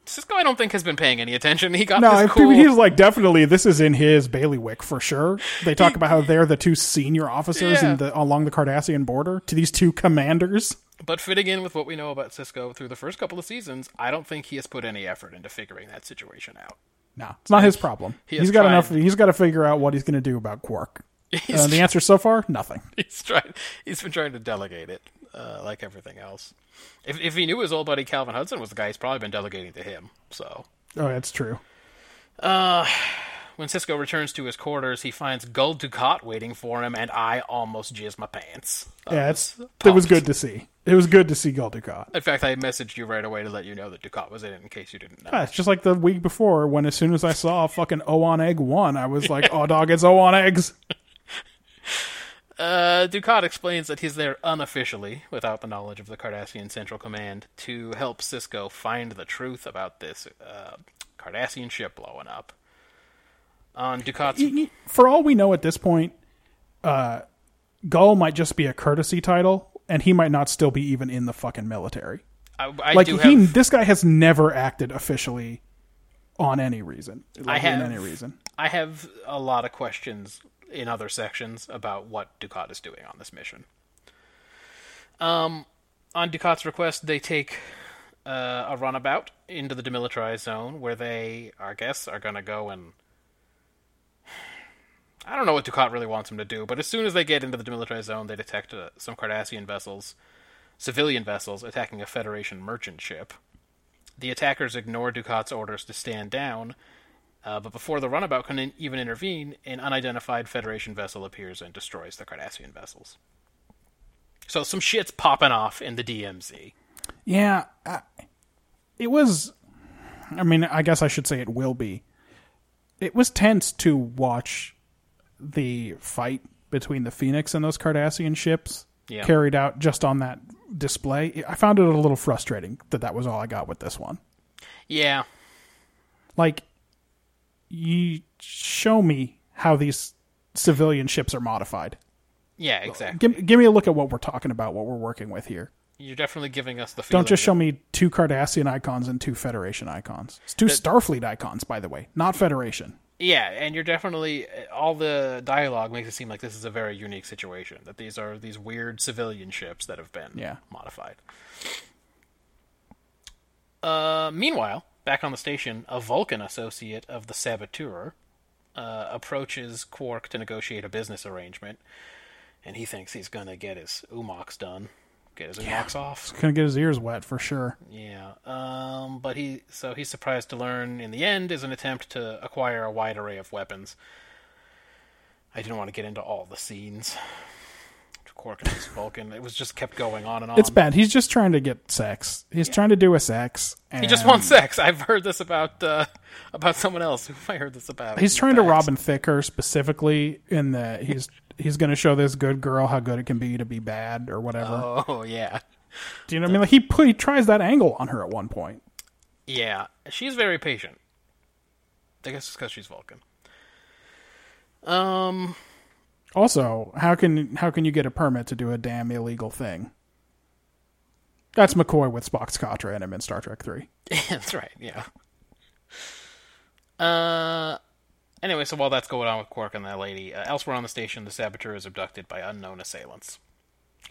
Speaker 2: Cisco, I don't think has been paying any attention. He got
Speaker 3: No, I
Speaker 2: this cool.
Speaker 3: mean, he's like, definitely, this is in his bailiwick for sure. They talk about how they're the two senior officers
Speaker 2: Yeah.
Speaker 3: in the, along the Cardassian border to these two commanders.
Speaker 2: But fitting in with what we know about Cisco through the first couple of seasons, I don't think he has put any effort into figuring that situation out.
Speaker 3: No, it's not his problem.
Speaker 2: He has
Speaker 3: he's got
Speaker 2: tried.
Speaker 3: enough. He's got to figure out what he's going to do about Quark. Uh, the answer so far, nothing.
Speaker 2: He's tried. He's been trying to delegate it, uh, like everything else. If if he knew his old buddy Calvin Hudson was the guy, he's probably been delegating to him. So
Speaker 3: Oh, that's true.
Speaker 2: when Cisco returns to his quarters, he finds Gul Dukat waiting for him, and I almost jizz my pants. Uh, I
Speaker 3: Yeah, it's,
Speaker 2: was
Speaker 3: it was
Speaker 2: pumped.
Speaker 3: good to see. It was good to see Gul Dukat.
Speaker 2: In fact, I messaged you right away to let you know that Dukat was in it, in case you didn't know.
Speaker 3: Yeah, it's just like the week before when as soon as I saw fucking O on egg one, I was like, oh dog, it's O on eggs.
Speaker 2: Uh, Ducat explains that he's there unofficially, without the knowledge of the Cardassian Central Command, to help Cisco find the truth about this uh, Cardassian ship blowing up. On Ducat's
Speaker 3: For all we know at this point, uh, Gull might just be a courtesy title, and he might not still be even in the fucking military.
Speaker 2: I, I
Speaker 3: Like
Speaker 2: do
Speaker 3: he,
Speaker 2: have,
Speaker 3: this guy has never acted officially on any reason. Like,
Speaker 2: have-
Speaker 3: in any reason.
Speaker 2: I have a lot of questions in other sections about what Ducat is doing on this mission. Um, on Ducat's request, they take uh, a runabout into the demilitarized zone, where they, I guess, are gonna go and. I don't know what Ducat really wants them to do, but as soon as they get into the demilitarized zone, they detect uh, some Cardassian vessels, civilian vessels, attacking a Federation merchant ship. The attackers ignore Ducat's orders to stand down, uh, but before the runabout can in- even intervene, an unidentified Federation vessel appears and destroys the Cardassian vessels. So some shit's popping off in the DMZ.
Speaker 3: Yeah, I, it was. I mean, I guess I should say it will be. It was tense to watch the fight between the Phoenix and those Cardassian ships
Speaker 2: Yeah.
Speaker 3: carried out just on that display. I found it a little frustrating that that was all I got with this one.
Speaker 2: Yeah,
Speaker 3: Like, you show me how these civilian ships are modified.
Speaker 2: yeah, exactly.
Speaker 3: Give, give me a look at what we're talking about, what we're working with here.
Speaker 2: You're definitely giving us the feeling
Speaker 3: Don't just show
Speaker 2: that-
Speaker 3: me two Cardassian icons and two Federation icons. It's two Starfleet icons, by the way, not Federation.
Speaker 2: Yeah, and you're definitely all the dialogue makes it seem like this is a very unique situation. That these are these weird civilian ships that have been
Speaker 3: Yeah.
Speaker 2: modified. Uh, meanwhile, back on the station, a Vulcan associate of the Saboteur uh, approaches Quark to negotiate a business arrangement, and he thinks he's gonna get his umox done, get his umox off.
Speaker 3: Gonna get his ears wet for sure.
Speaker 2: Yeah. Um, but he so he's surprised to learn in the end is an attempt to acquire a wide array of weapons. I didn't want to get into all the scenes. Quark and his Vulcan. It was just kept going on and on.
Speaker 3: It's bad. He's just trying to get sex. He's trying to do a sex. And
Speaker 2: He just wants sex. I've heard this about uh, about someone else. Who have I heard this about?
Speaker 3: He's
Speaker 2: In
Speaker 3: trying to
Speaker 2: fact.
Speaker 3: Robin Thicker specifically in that he's he's going to show this good girl how good it can be to be bad or whatever.
Speaker 2: Oh yeah,
Speaker 3: do you know what I mean? Like he put, he tries that angle on her at one point.
Speaker 2: yeah. She's very patient. I guess it's because she's Vulcan. Um.
Speaker 3: Also, how can how can you get a permit to do a damn illegal thing? That's McCoy with Spock's Contra in him in Star Trek Three.
Speaker 2: that's right. Yeah. Uh. Anyway, so while that's going on with Quark and that lady, uh, elsewhere on the station, the saboteur is abducted by unknown assailants.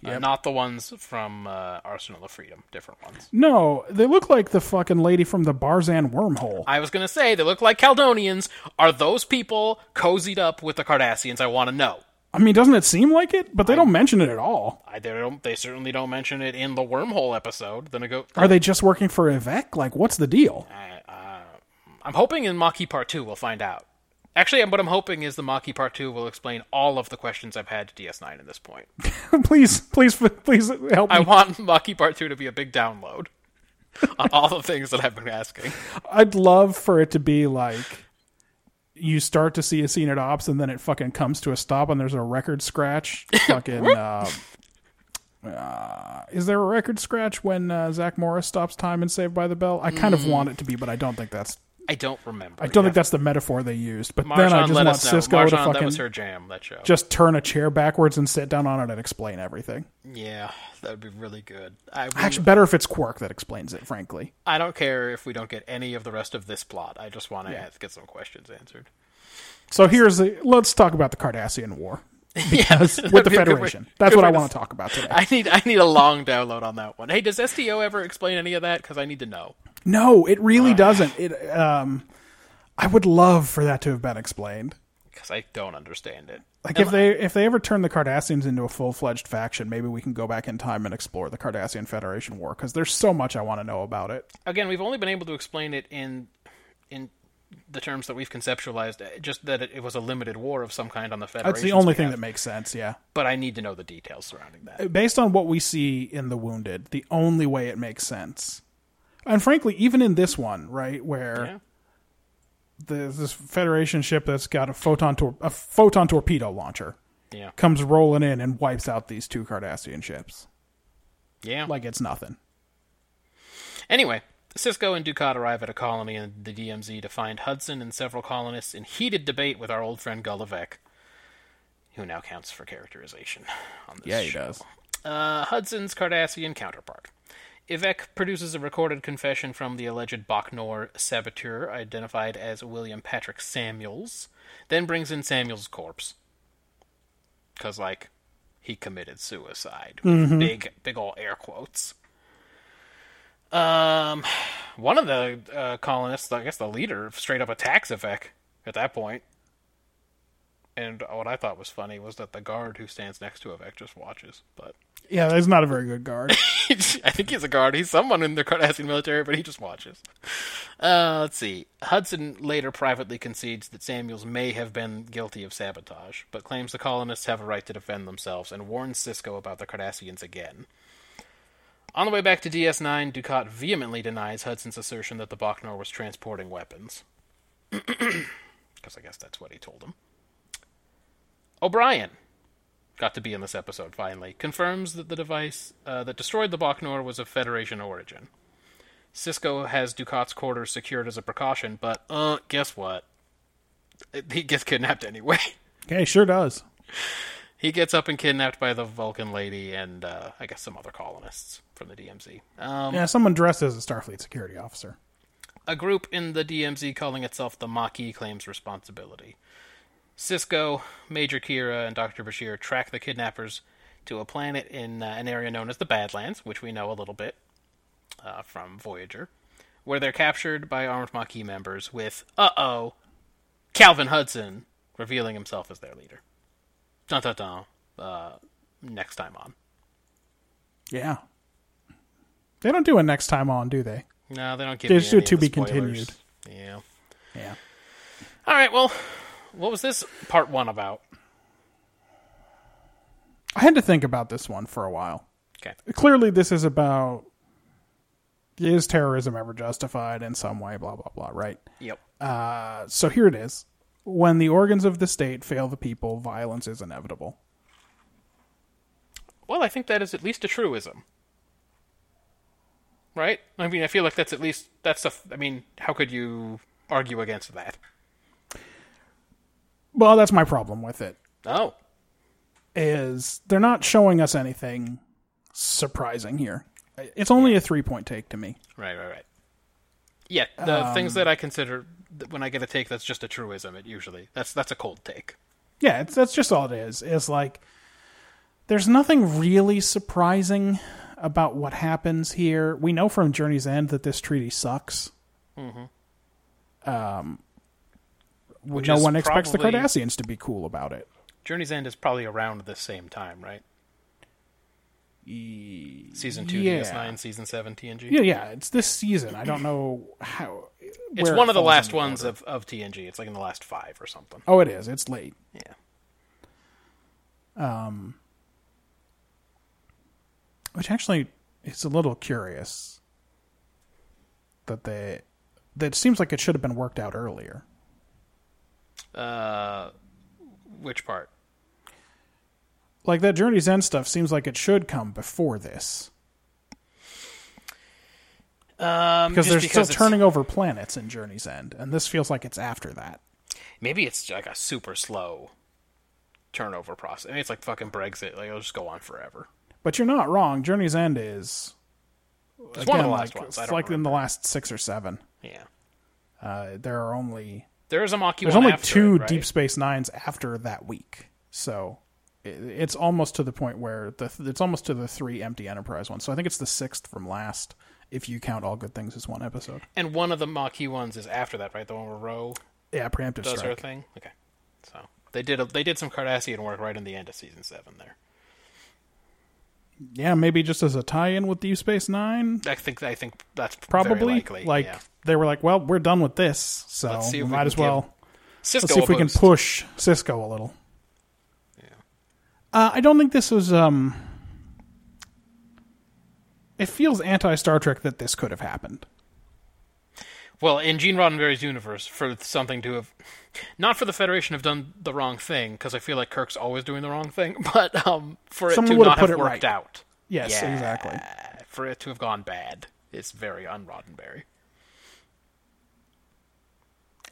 Speaker 2: Uh, not the ones from uh, Arsenal of Freedom, different ones.
Speaker 3: No, they look like the fucking lady from the Barzan wormhole.
Speaker 2: I was going to say, they look like Caledonians. Are those people cozied up with the Cardassians? I want to know.
Speaker 3: I mean, doesn't it seem like it? But they don't mention it at all.
Speaker 2: I, they, don't, they certainly don't mention it in the wormhole episode. The nego-
Speaker 3: Are they just working for Evec? Like, what's the deal?
Speaker 2: I'm hoping in Maki Part 2 we'll find out. Actually, what I'm hoping is the Maki Part 2 will explain all of the questions I've had to DS9 at this point.
Speaker 3: please, please, please help me.
Speaker 2: I want Maki Part 2 to be a big download on all the things that I've been asking.
Speaker 3: I'd love for it to be like you start to see a scene at ops and then it fucking comes to a stop and there's a record scratch. fucking uh, uh, is there a record scratch when uh, Zach Morris stops time and Saved by the Bell? I kind
Speaker 2: Mm.
Speaker 3: of want it to be, but I don't think that's
Speaker 2: I don't remember.
Speaker 3: I don't think that's the metaphor they used. But
Speaker 2: Marjan
Speaker 3: then I just
Speaker 2: let
Speaker 3: want
Speaker 2: us know.
Speaker 3: Cisco
Speaker 2: Marjan,
Speaker 3: to
Speaker 2: that was
Speaker 3: fucking
Speaker 2: her jam, that show.
Speaker 3: just turn a chair backwards and sit down on it and explain everything.
Speaker 2: yeah, that would be really good. I, would-
Speaker 3: Actually, better if it's Quark that explains it. Frankly,
Speaker 2: I don't care if we don't get any of the rest of this plot. I just want to get some questions answered.
Speaker 3: so here's the let's talk about the Cardassian War.
Speaker 2: Yes,
Speaker 3: with the Federation. That's what I want to talk about today.
Speaker 2: I need I need a long download on that one. Hey, does STO ever explain any of that? Because I need to know.
Speaker 3: No, it really doesn't. It um I would love for that to have been explained.
Speaker 2: Because I don't understand it.
Speaker 3: Like if they if they ever turn the Cardassians into a full-fledged faction, maybe we can go back in time and explore the Cardassian Federation War cuz there's so much I want to know about it.
Speaker 2: Again, we've only been able to explain it in in the terms that we've conceptualized. uh, Just that it, it was a limited war of some kind on the Federation.
Speaker 3: That's the only thing that makes sense, yeah.
Speaker 2: But I need to know the details surrounding that.
Speaker 3: Based on what we see in The Wounded, the only way it makes sense. And frankly, even in this one, right, where
Speaker 2: Yeah.
Speaker 3: there's this Federation ship that's got a photon tor- a photon torpedo launcher
Speaker 2: Yeah.
Speaker 3: comes rolling in and wipes out these two Cardassian ships.
Speaker 2: Yeah.
Speaker 3: Like it's nothing.
Speaker 2: Anyway, Cisco and Ducat arrive at a colony in the DMZ to find Hudson and several colonists in heated debate with our old friend Gullivec, who now counts for characterization on this show. Uh, Hudson's Cardassian counterpart. Ivek produces a recorded confession from the alleged Bachnor saboteur, identified as William Patrick Samuels, then brings in Samuels' corpse. Because, like, he committed suicide. with Big, big ol' air quotes. Um, one of the uh, colonists, I guess the leader, straight up attacks Ivek at that point. And what I thought was funny was that the guard who stands next to Ivek just watches, but.
Speaker 3: Yeah, that's not a very good guard.
Speaker 2: I think he's a guard. He's someone in the Cardassian military, but he just watches. Uh, let's see. Hudson later privately concedes that Samuels may have been guilty of sabotage, but claims the colonists have a right to defend themselves and warns Cisco about the Cardassians again. On the way back to DS9, Ducat vehemently denies Hudson's assertion that the Bachnor was transporting weapons. Because I guess that's what he told him. O'Brien, got to be in this episode finally, confirms that the device uh, that destroyed the Bachnor was of Federation origin. Cisco has Ducat's quarters secured as a precaution, but uh, guess what? He gets kidnapped anyway.
Speaker 3: okay, sure does.
Speaker 2: he gets up and kidnapped by the Vulcan lady and uh, I guess some other colonists from the DMZ. Um,
Speaker 3: Yeah, someone dressed as a Starfleet security officer.
Speaker 2: A group in the DMZ calling itself the Maquis claims responsibility. Cisco, Major Kira, and Dr. Bashir track the kidnappers to a planet in uh, an area known as the Badlands, which we know a little bit uh, from Voyager, where they're captured by armed Maquis members with, uh oh, Calvin Hudson revealing himself as their leader. Dun dun dun. Uh, next time on.
Speaker 3: Yeah. They don't do it next time on, do they?
Speaker 2: No, they don't give
Speaker 3: They
Speaker 2: me
Speaker 3: just do
Speaker 2: any
Speaker 3: to
Speaker 2: of the
Speaker 3: be continued.
Speaker 2: spoilers. Yeah.
Speaker 3: Yeah.
Speaker 2: All right. Well, what was this part one about?
Speaker 3: I had to think about this one for a while.
Speaker 2: Okay.
Speaker 3: Clearly, this is about is terrorism ever justified in some way, blah, blah, blah, right? Uh,
Speaker 2: Yep.
Speaker 3: So here it is. When the organs of the state fail the people, violence is inevitable.
Speaker 2: Well, I think that is at least a truism. Right? I mean, I feel like that's at least that's a. I mean, how could you argue against that?
Speaker 3: Well, that's my problem with it.
Speaker 2: Oh.
Speaker 3: Is they're not showing us anything surprising here. It's only a three point take to me.
Speaker 2: Right. Right. Right. Yeah. The
Speaker 3: Um.
Speaker 2: things that I consider th- when I get a take that's just a truism. It usually that's that's a cold take.
Speaker 3: Yeah, it's, that's just all it is. Is like there's nothing really surprising about what happens here. We know from Journey's End that this treaty sucks. Um, no
Speaker 2: Mm-hmm. is
Speaker 3: one expects the
Speaker 2: probably-
Speaker 3: Cardassians to be cool about it.
Speaker 2: Journey's End is probably around the same time, right? Season two,
Speaker 3: yeah.
Speaker 2: DS9, season seven, TNG.
Speaker 3: Yeah, yeah, it's this season. I don't know how.
Speaker 2: it's
Speaker 3: where
Speaker 2: one
Speaker 3: it
Speaker 2: of the
Speaker 3: falls
Speaker 2: last
Speaker 3: in
Speaker 2: ones
Speaker 3: order.
Speaker 2: of, of TNG. It's like in the last five or something.
Speaker 3: Oh, it is. It's late.
Speaker 2: Yeah.
Speaker 3: which actually is a little curious that they that seems like it should have been worked out earlier
Speaker 2: Uh, which part?
Speaker 3: like that journey's end stuff seems like it should come before this
Speaker 2: Um,
Speaker 3: because
Speaker 2: just
Speaker 3: they're
Speaker 2: because
Speaker 3: still
Speaker 2: it's-
Speaker 3: turning over planets in journey's end and this feels like it's after that
Speaker 2: Maybe it's like a super slow turnover process. I mean, it's like fucking Brexit. Like it'll just go on forever.
Speaker 3: but you're not wrong journey's end is
Speaker 2: It's one of
Speaker 3: again,
Speaker 2: the last
Speaker 3: like,
Speaker 2: ones. I
Speaker 3: it's
Speaker 2: don't
Speaker 3: like in
Speaker 2: remember.
Speaker 3: the last six or seven
Speaker 2: Yeah.
Speaker 3: uh, there are only
Speaker 2: There is a Maki
Speaker 3: there's
Speaker 2: one
Speaker 3: only
Speaker 2: after
Speaker 3: two
Speaker 2: it, right?
Speaker 3: deep space nines after that week so i- it's almost to the point where the th- it's almost to the three empty enterprise ones so i think it's the sixth from last if you count all good things as one episode
Speaker 2: And one of the Maki ones is after that, right? The one where Ro
Speaker 3: yeah preemptive
Speaker 2: does her
Speaker 3: strike
Speaker 2: thing. Okay. So they did a, they did some Cardassian work right in the end of season seven. There,
Speaker 3: yeah maybe just as a tie-in with deep space nine
Speaker 2: I think I think that's very
Speaker 3: probably
Speaker 2: likely.
Speaker 3: like
Speaker 2: yeah.
Speaker 3: they were like well we're done with this so
Speaker 2: Let's see
Speaker 3: we
Speaker 2: if we
Speaker 3: might
Speaker 2: can
Speaker 3: as well
Speaker 2: give Cisco
Speaker 3: Let's see if we can
Speaker 2: opposed.
Speaker 3: push Cisco a little. Uh, I don't think this was. Um, it feels anti Star Trek that this could have happened.
Speaker 2: Well, in Gene Roddenberry's universe, for something to have, not for the Federation to have done the wrong thing, because I feel like Kirk's always doing the wrong thing, but um, for it
Speaker 3: Someone
Speaker 2: to
Speaker 3: would
Speaker 2: not
Speaker 3: have
Speaker 2: have
Speaker 3: put it
Speaker 2: worked
Speaker 3: right.
Speaker 2: out,
Speaker 3: Yes,
Speaker 2: Yeah.
Speaker 3: exactly.
Speaker 2: for it to have gone bad, it's very un Roddenberry.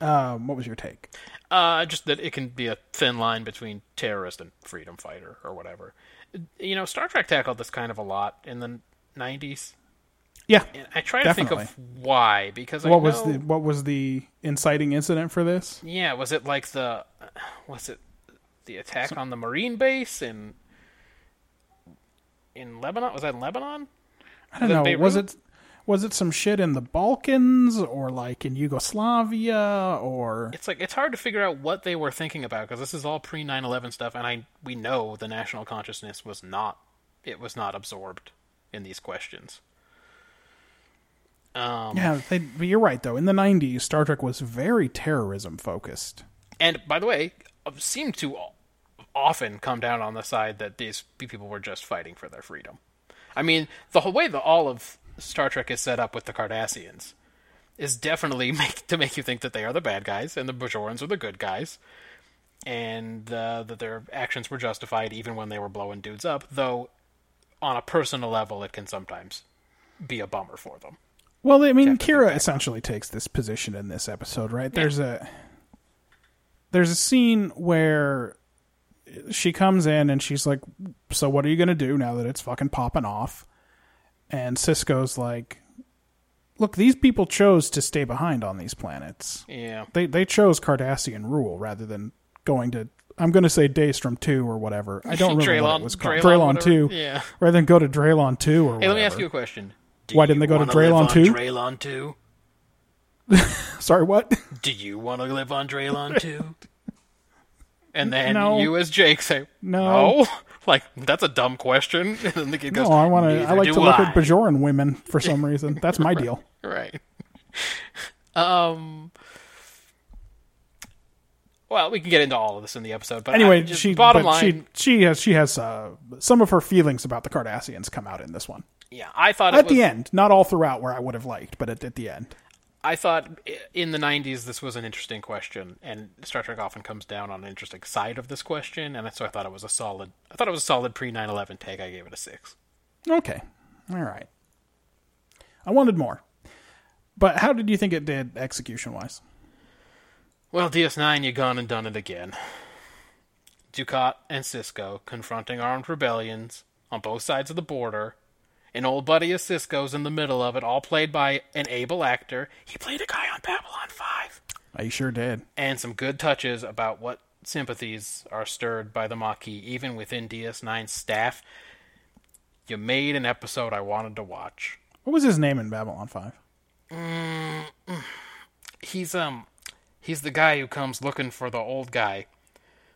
Speaker 3: Um, what was your take?
Speaker 2: Uh, just that it can be a thin line between terrorist and freedom fighter or whatever. You know, Star Trek tackled this kind of a lot in the '90s,
Speaker 3: Yeah.
Speaker 2: and I try to think
Speaker 3: Definitely.
Speaker 2: of why because I
Speaker 3: What was
Speaker 2: know-
Speaker 3: the what was the inciting incident for this?
Speaker 2: Yeah, was it like the uh, was it the attack on the marine base in in Lebanon? Was that in Lebanon?
Speaker 3: I don't
Speaker 2: Was it
Speaker 3: know. Was
Speaker 2: Beirut?
Speaker 3: it was it some shit in the Balkans or like in Yugoslavia or
Speaker 2: It's like it's hard to figure out what they were thinking about because this is all pre 9/11 stuff and I we know the national consciousness was not it was not absorbed in these questions. Um
Speaker 3: yeah? They, but you're right though. In the '90s, Star Trek was very terrorism focused.
Speaker 2: and by the way, seemed to often come down on the side that these people were just fighting for their freedom. I mean, the whole way the all of Star Trek is set up with the Cardassians is definitely make, to make you think that they are the bad guys and the Bajorans are the good guys, and uh, that their actions were justified even when they were blowing dudes up. Though, on a personal level, it can sometimes be a bummer for them.
Speaker 3: Well, I mean, Kira essentially takes this position in this episode, right? There's a there's a scene where she comes in and she's like, "So what are you going to do now that it's fucking popping off?" And Cisco's like, look, these people chose to stay behind on these planets.
Speaker 2: Yeah.
Speaker 3: They they chose Cardassian rule rather than going to I'm going to say Daystrom 2 or whatever. I don't remember what
Speaker 2: Draelon-
Speaker 3: it was called.
Speaker 2: Draelon,
Speaker 3: Draelon,
Speaker 2: whatever.
Speaker 3: 2.
Speaker 2: Yeah.
Speaker 3: Rather than go to Draelon 2 or
Speaker 2: Hey, let me ask you a question. Do
Speaker 3: Why didn't
Speaker 2: you
Speaker 3: they go to
Speaker 2: wanna live
Speaker 3: Draelon
Speaker 2: on
Speaker 3: 2?
Speaker 2: Draelon 2?
Speaker 3: Sorry, what?
Speaker 2: Do you want to live on Draelon 2? And then
Speaker 3: No.
Speaker 2: you, as Jake, say,
Speaker 3: No.
Speaker 2: no. Like, that's a dumb question. And then the kid goes,
Speaker 3: No, I want to.
Speaker 2: "Neither
Speaker 3: I like
Speaker 2: do
Speaker 3: to look
Speaker 2: I."
Speaker 3: at Bajoran women for some reason. That's my deal.
Speaker 2: Right. um. Well, we can get into all of this in the episode, but I,
Speaker 3: Anyway,
Speaker 2: just,
Speaker 3: she.
Speaker 2: bottom
Speaker 3: but
Speaker 2: line,
Speaker 3: she she has she has uh, some of her feelings about the Cardassians come out in this one
Speaker 2: yeah, I thought
Speaker 3: at
Speaker 2: it was,
Speaker 3: the end, not all throughout where I would have liked, but at, at the end.
Speaker 2: I thought i- in the '90s this was an interesting question, and Star Trek often comes down on an interesting side of this question, and so I thought it was a solid. I thought it was a solid pre 9/11 take. I gave it a six.
Speaker 3: Okay, all right. I wanted more, but how did you think it did execution wise?
Speaker 2: Well, DS9, you gone and done it again. Ducat and Cisco confronting armed rebellions on both sides of the border. An old buddy of Cisco's in the middle of it, all played by an able actor. He played a guy on Babylon 5.
Speaker 3: I sure did.
Speaker 2: And some good touches about what sympathies are stirred by the Maquis, even within DS9 staff. You made an episode I wanted to watch.
Speaker 3: What was his name in Babylon Five?
Speaker 2: he's um he's the guy who comes looking for the old guy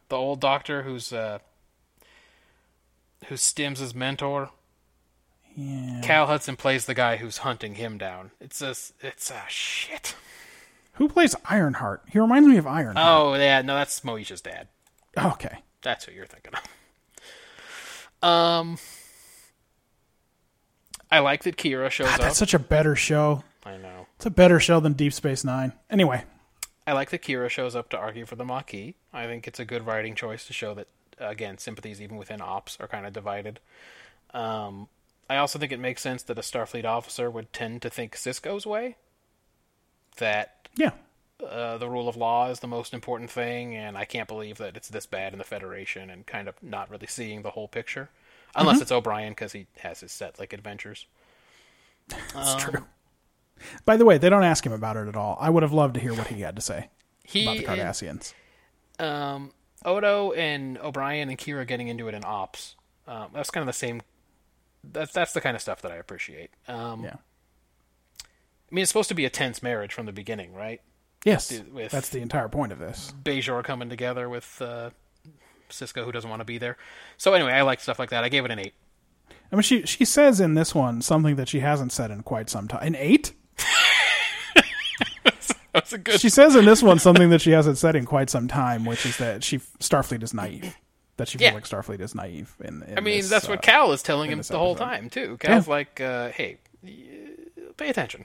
Speaker 2: the old doctor who's uh who stims his mentor
Speaker 3: Yeah.
Speaker 2: cal hudson plays the guy who's hunting him down it's a s- it's a shit
Speaker 3: Who plays Ironheart? He reminds me of Ironheart.
Speaker 2: oh yeah no that's moesha's dad
Speaker 3: okay.
Speaker 2: that's who you're thinking of um i like that kira shows
Speaker 3: God,
Speaker 2: up
Speaker 3: that's such a better show.
Speaker 2: i know
Speaker 3: It's a better show than Deep Space Nine. Anyway,
Speaker 2: I like that Kira shows up to argue for the Maquis. I think it's a good writing choice to show that again sympathies even within ops are kind of divided. Um, I also think it makes sense that a Starfleet officer would tend to think Cisco's way. That
Speaker 3: yeah.
Speaker 2: uh, the rule of law is the most important thing, and I can't believe that it's this bad in the Federation, and kind of not really seeing the whole picture, unless it's O'Brien because he has his set like adventures.
Speaker 3: That's true. By the way, they don't ask him about it at all. I would have loved to hear what he had to say
Speaker 2: He
Speaker 3: about the
Speaker 2: and-
Speaker 3: Cardassians.
Speaker 2: um, Odo and O'Brien and Kira getting into it in ops. Um, that's kind of the same. That's that's the kind of stuff that I appreciate. Um,
Speaker 3: Yeah.
Speaker 2: I mean, it's supposed to be a tense marriage from the beginning, right?
Speaker 3: Yes.
Speaker 2: with-
Speaker 3: That's the entire point of this.
Speaker 2: Bejor coming together with uh, Cisco, who doesn't want to be there. So anyway, I like stuff like that. I gave it an eight.
Speaker 3: I mean, she she says in this one something that she hasn't said in quite some time. An eight?
Speaker 2: That's a good.
Speaker 3: She says in this one something that she hasn't said in quite some time, which is that she Starfleet is naive. That she feels
Speaker 2: Yeah.
Speaker 3: like Starfleet is naive. In, in
Speaker 2: I mean,
Speaker 3: this,
Speaker 2: that's
Speaker 3: uh,
Speaker 2: what Cal is telling him
Speaker 3: this
Speaker 2: the whole
Speaker 3: episode.
Speaker 2: time too. Cal's like, uh, "Hey, y- pay attention."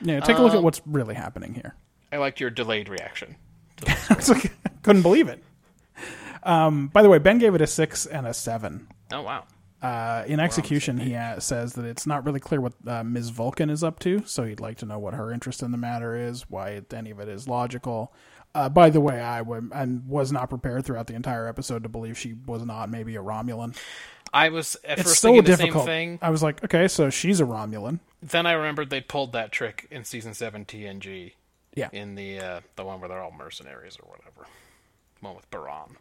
Speaker 3: yeah, take a look
Speaker 2: Um,
Speaker 3: at what's really happening here.
Speaker 2: I liked your delayed reaction.
Speaker 3: It's like, couldn't believe it. Um, by the way, Ben gave it a six and a seven.
Speaker 2: Oh wow.
Speaker 3: Uh, in execution, he uh, says that it's not really clear what uh, Ms. Vulcan is up to, so he'd like to know what her interest in the matter is, why it, any of it is logical. Uh, by the way, I wa- and was not prepared throughout the entire episode to believe she was not maybe a Romulan.
Speaker 2: I was at
Speaker 3: It's
Speaker 2: first
Speaker 3: so
Speaker 2: thinking the
Speaker 3: difficult.
Speaker 2: same thing.
Speaker 3: I was like, okay, so she's a Romulan.
Speaker 2: Then I remembered they pulled that trick in season seven TNG
Speaker 3: Yeah.
Speaker 2: in the uh, the one where they're all mercenaries or whatever. The one with Baran.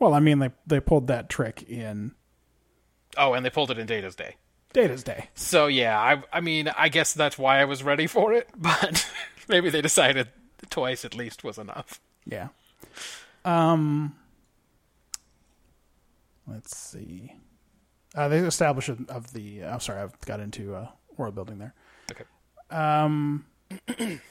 Speaker 3: Well, I mean, they they pulled that trick in
Speaker 2: Oh, and they pulled it in Data's Day.
Speaker 3: Data's Day.
Speaker 2: So yeah, I I mean I guess that's why I was ready for it, but maybe they decided twice at least was enough.
Speaker 3: Yeah. Um let's see. Uh they established it of the I'm sorry, I've got into uh world building there. Um,
Speaker 2: Okay.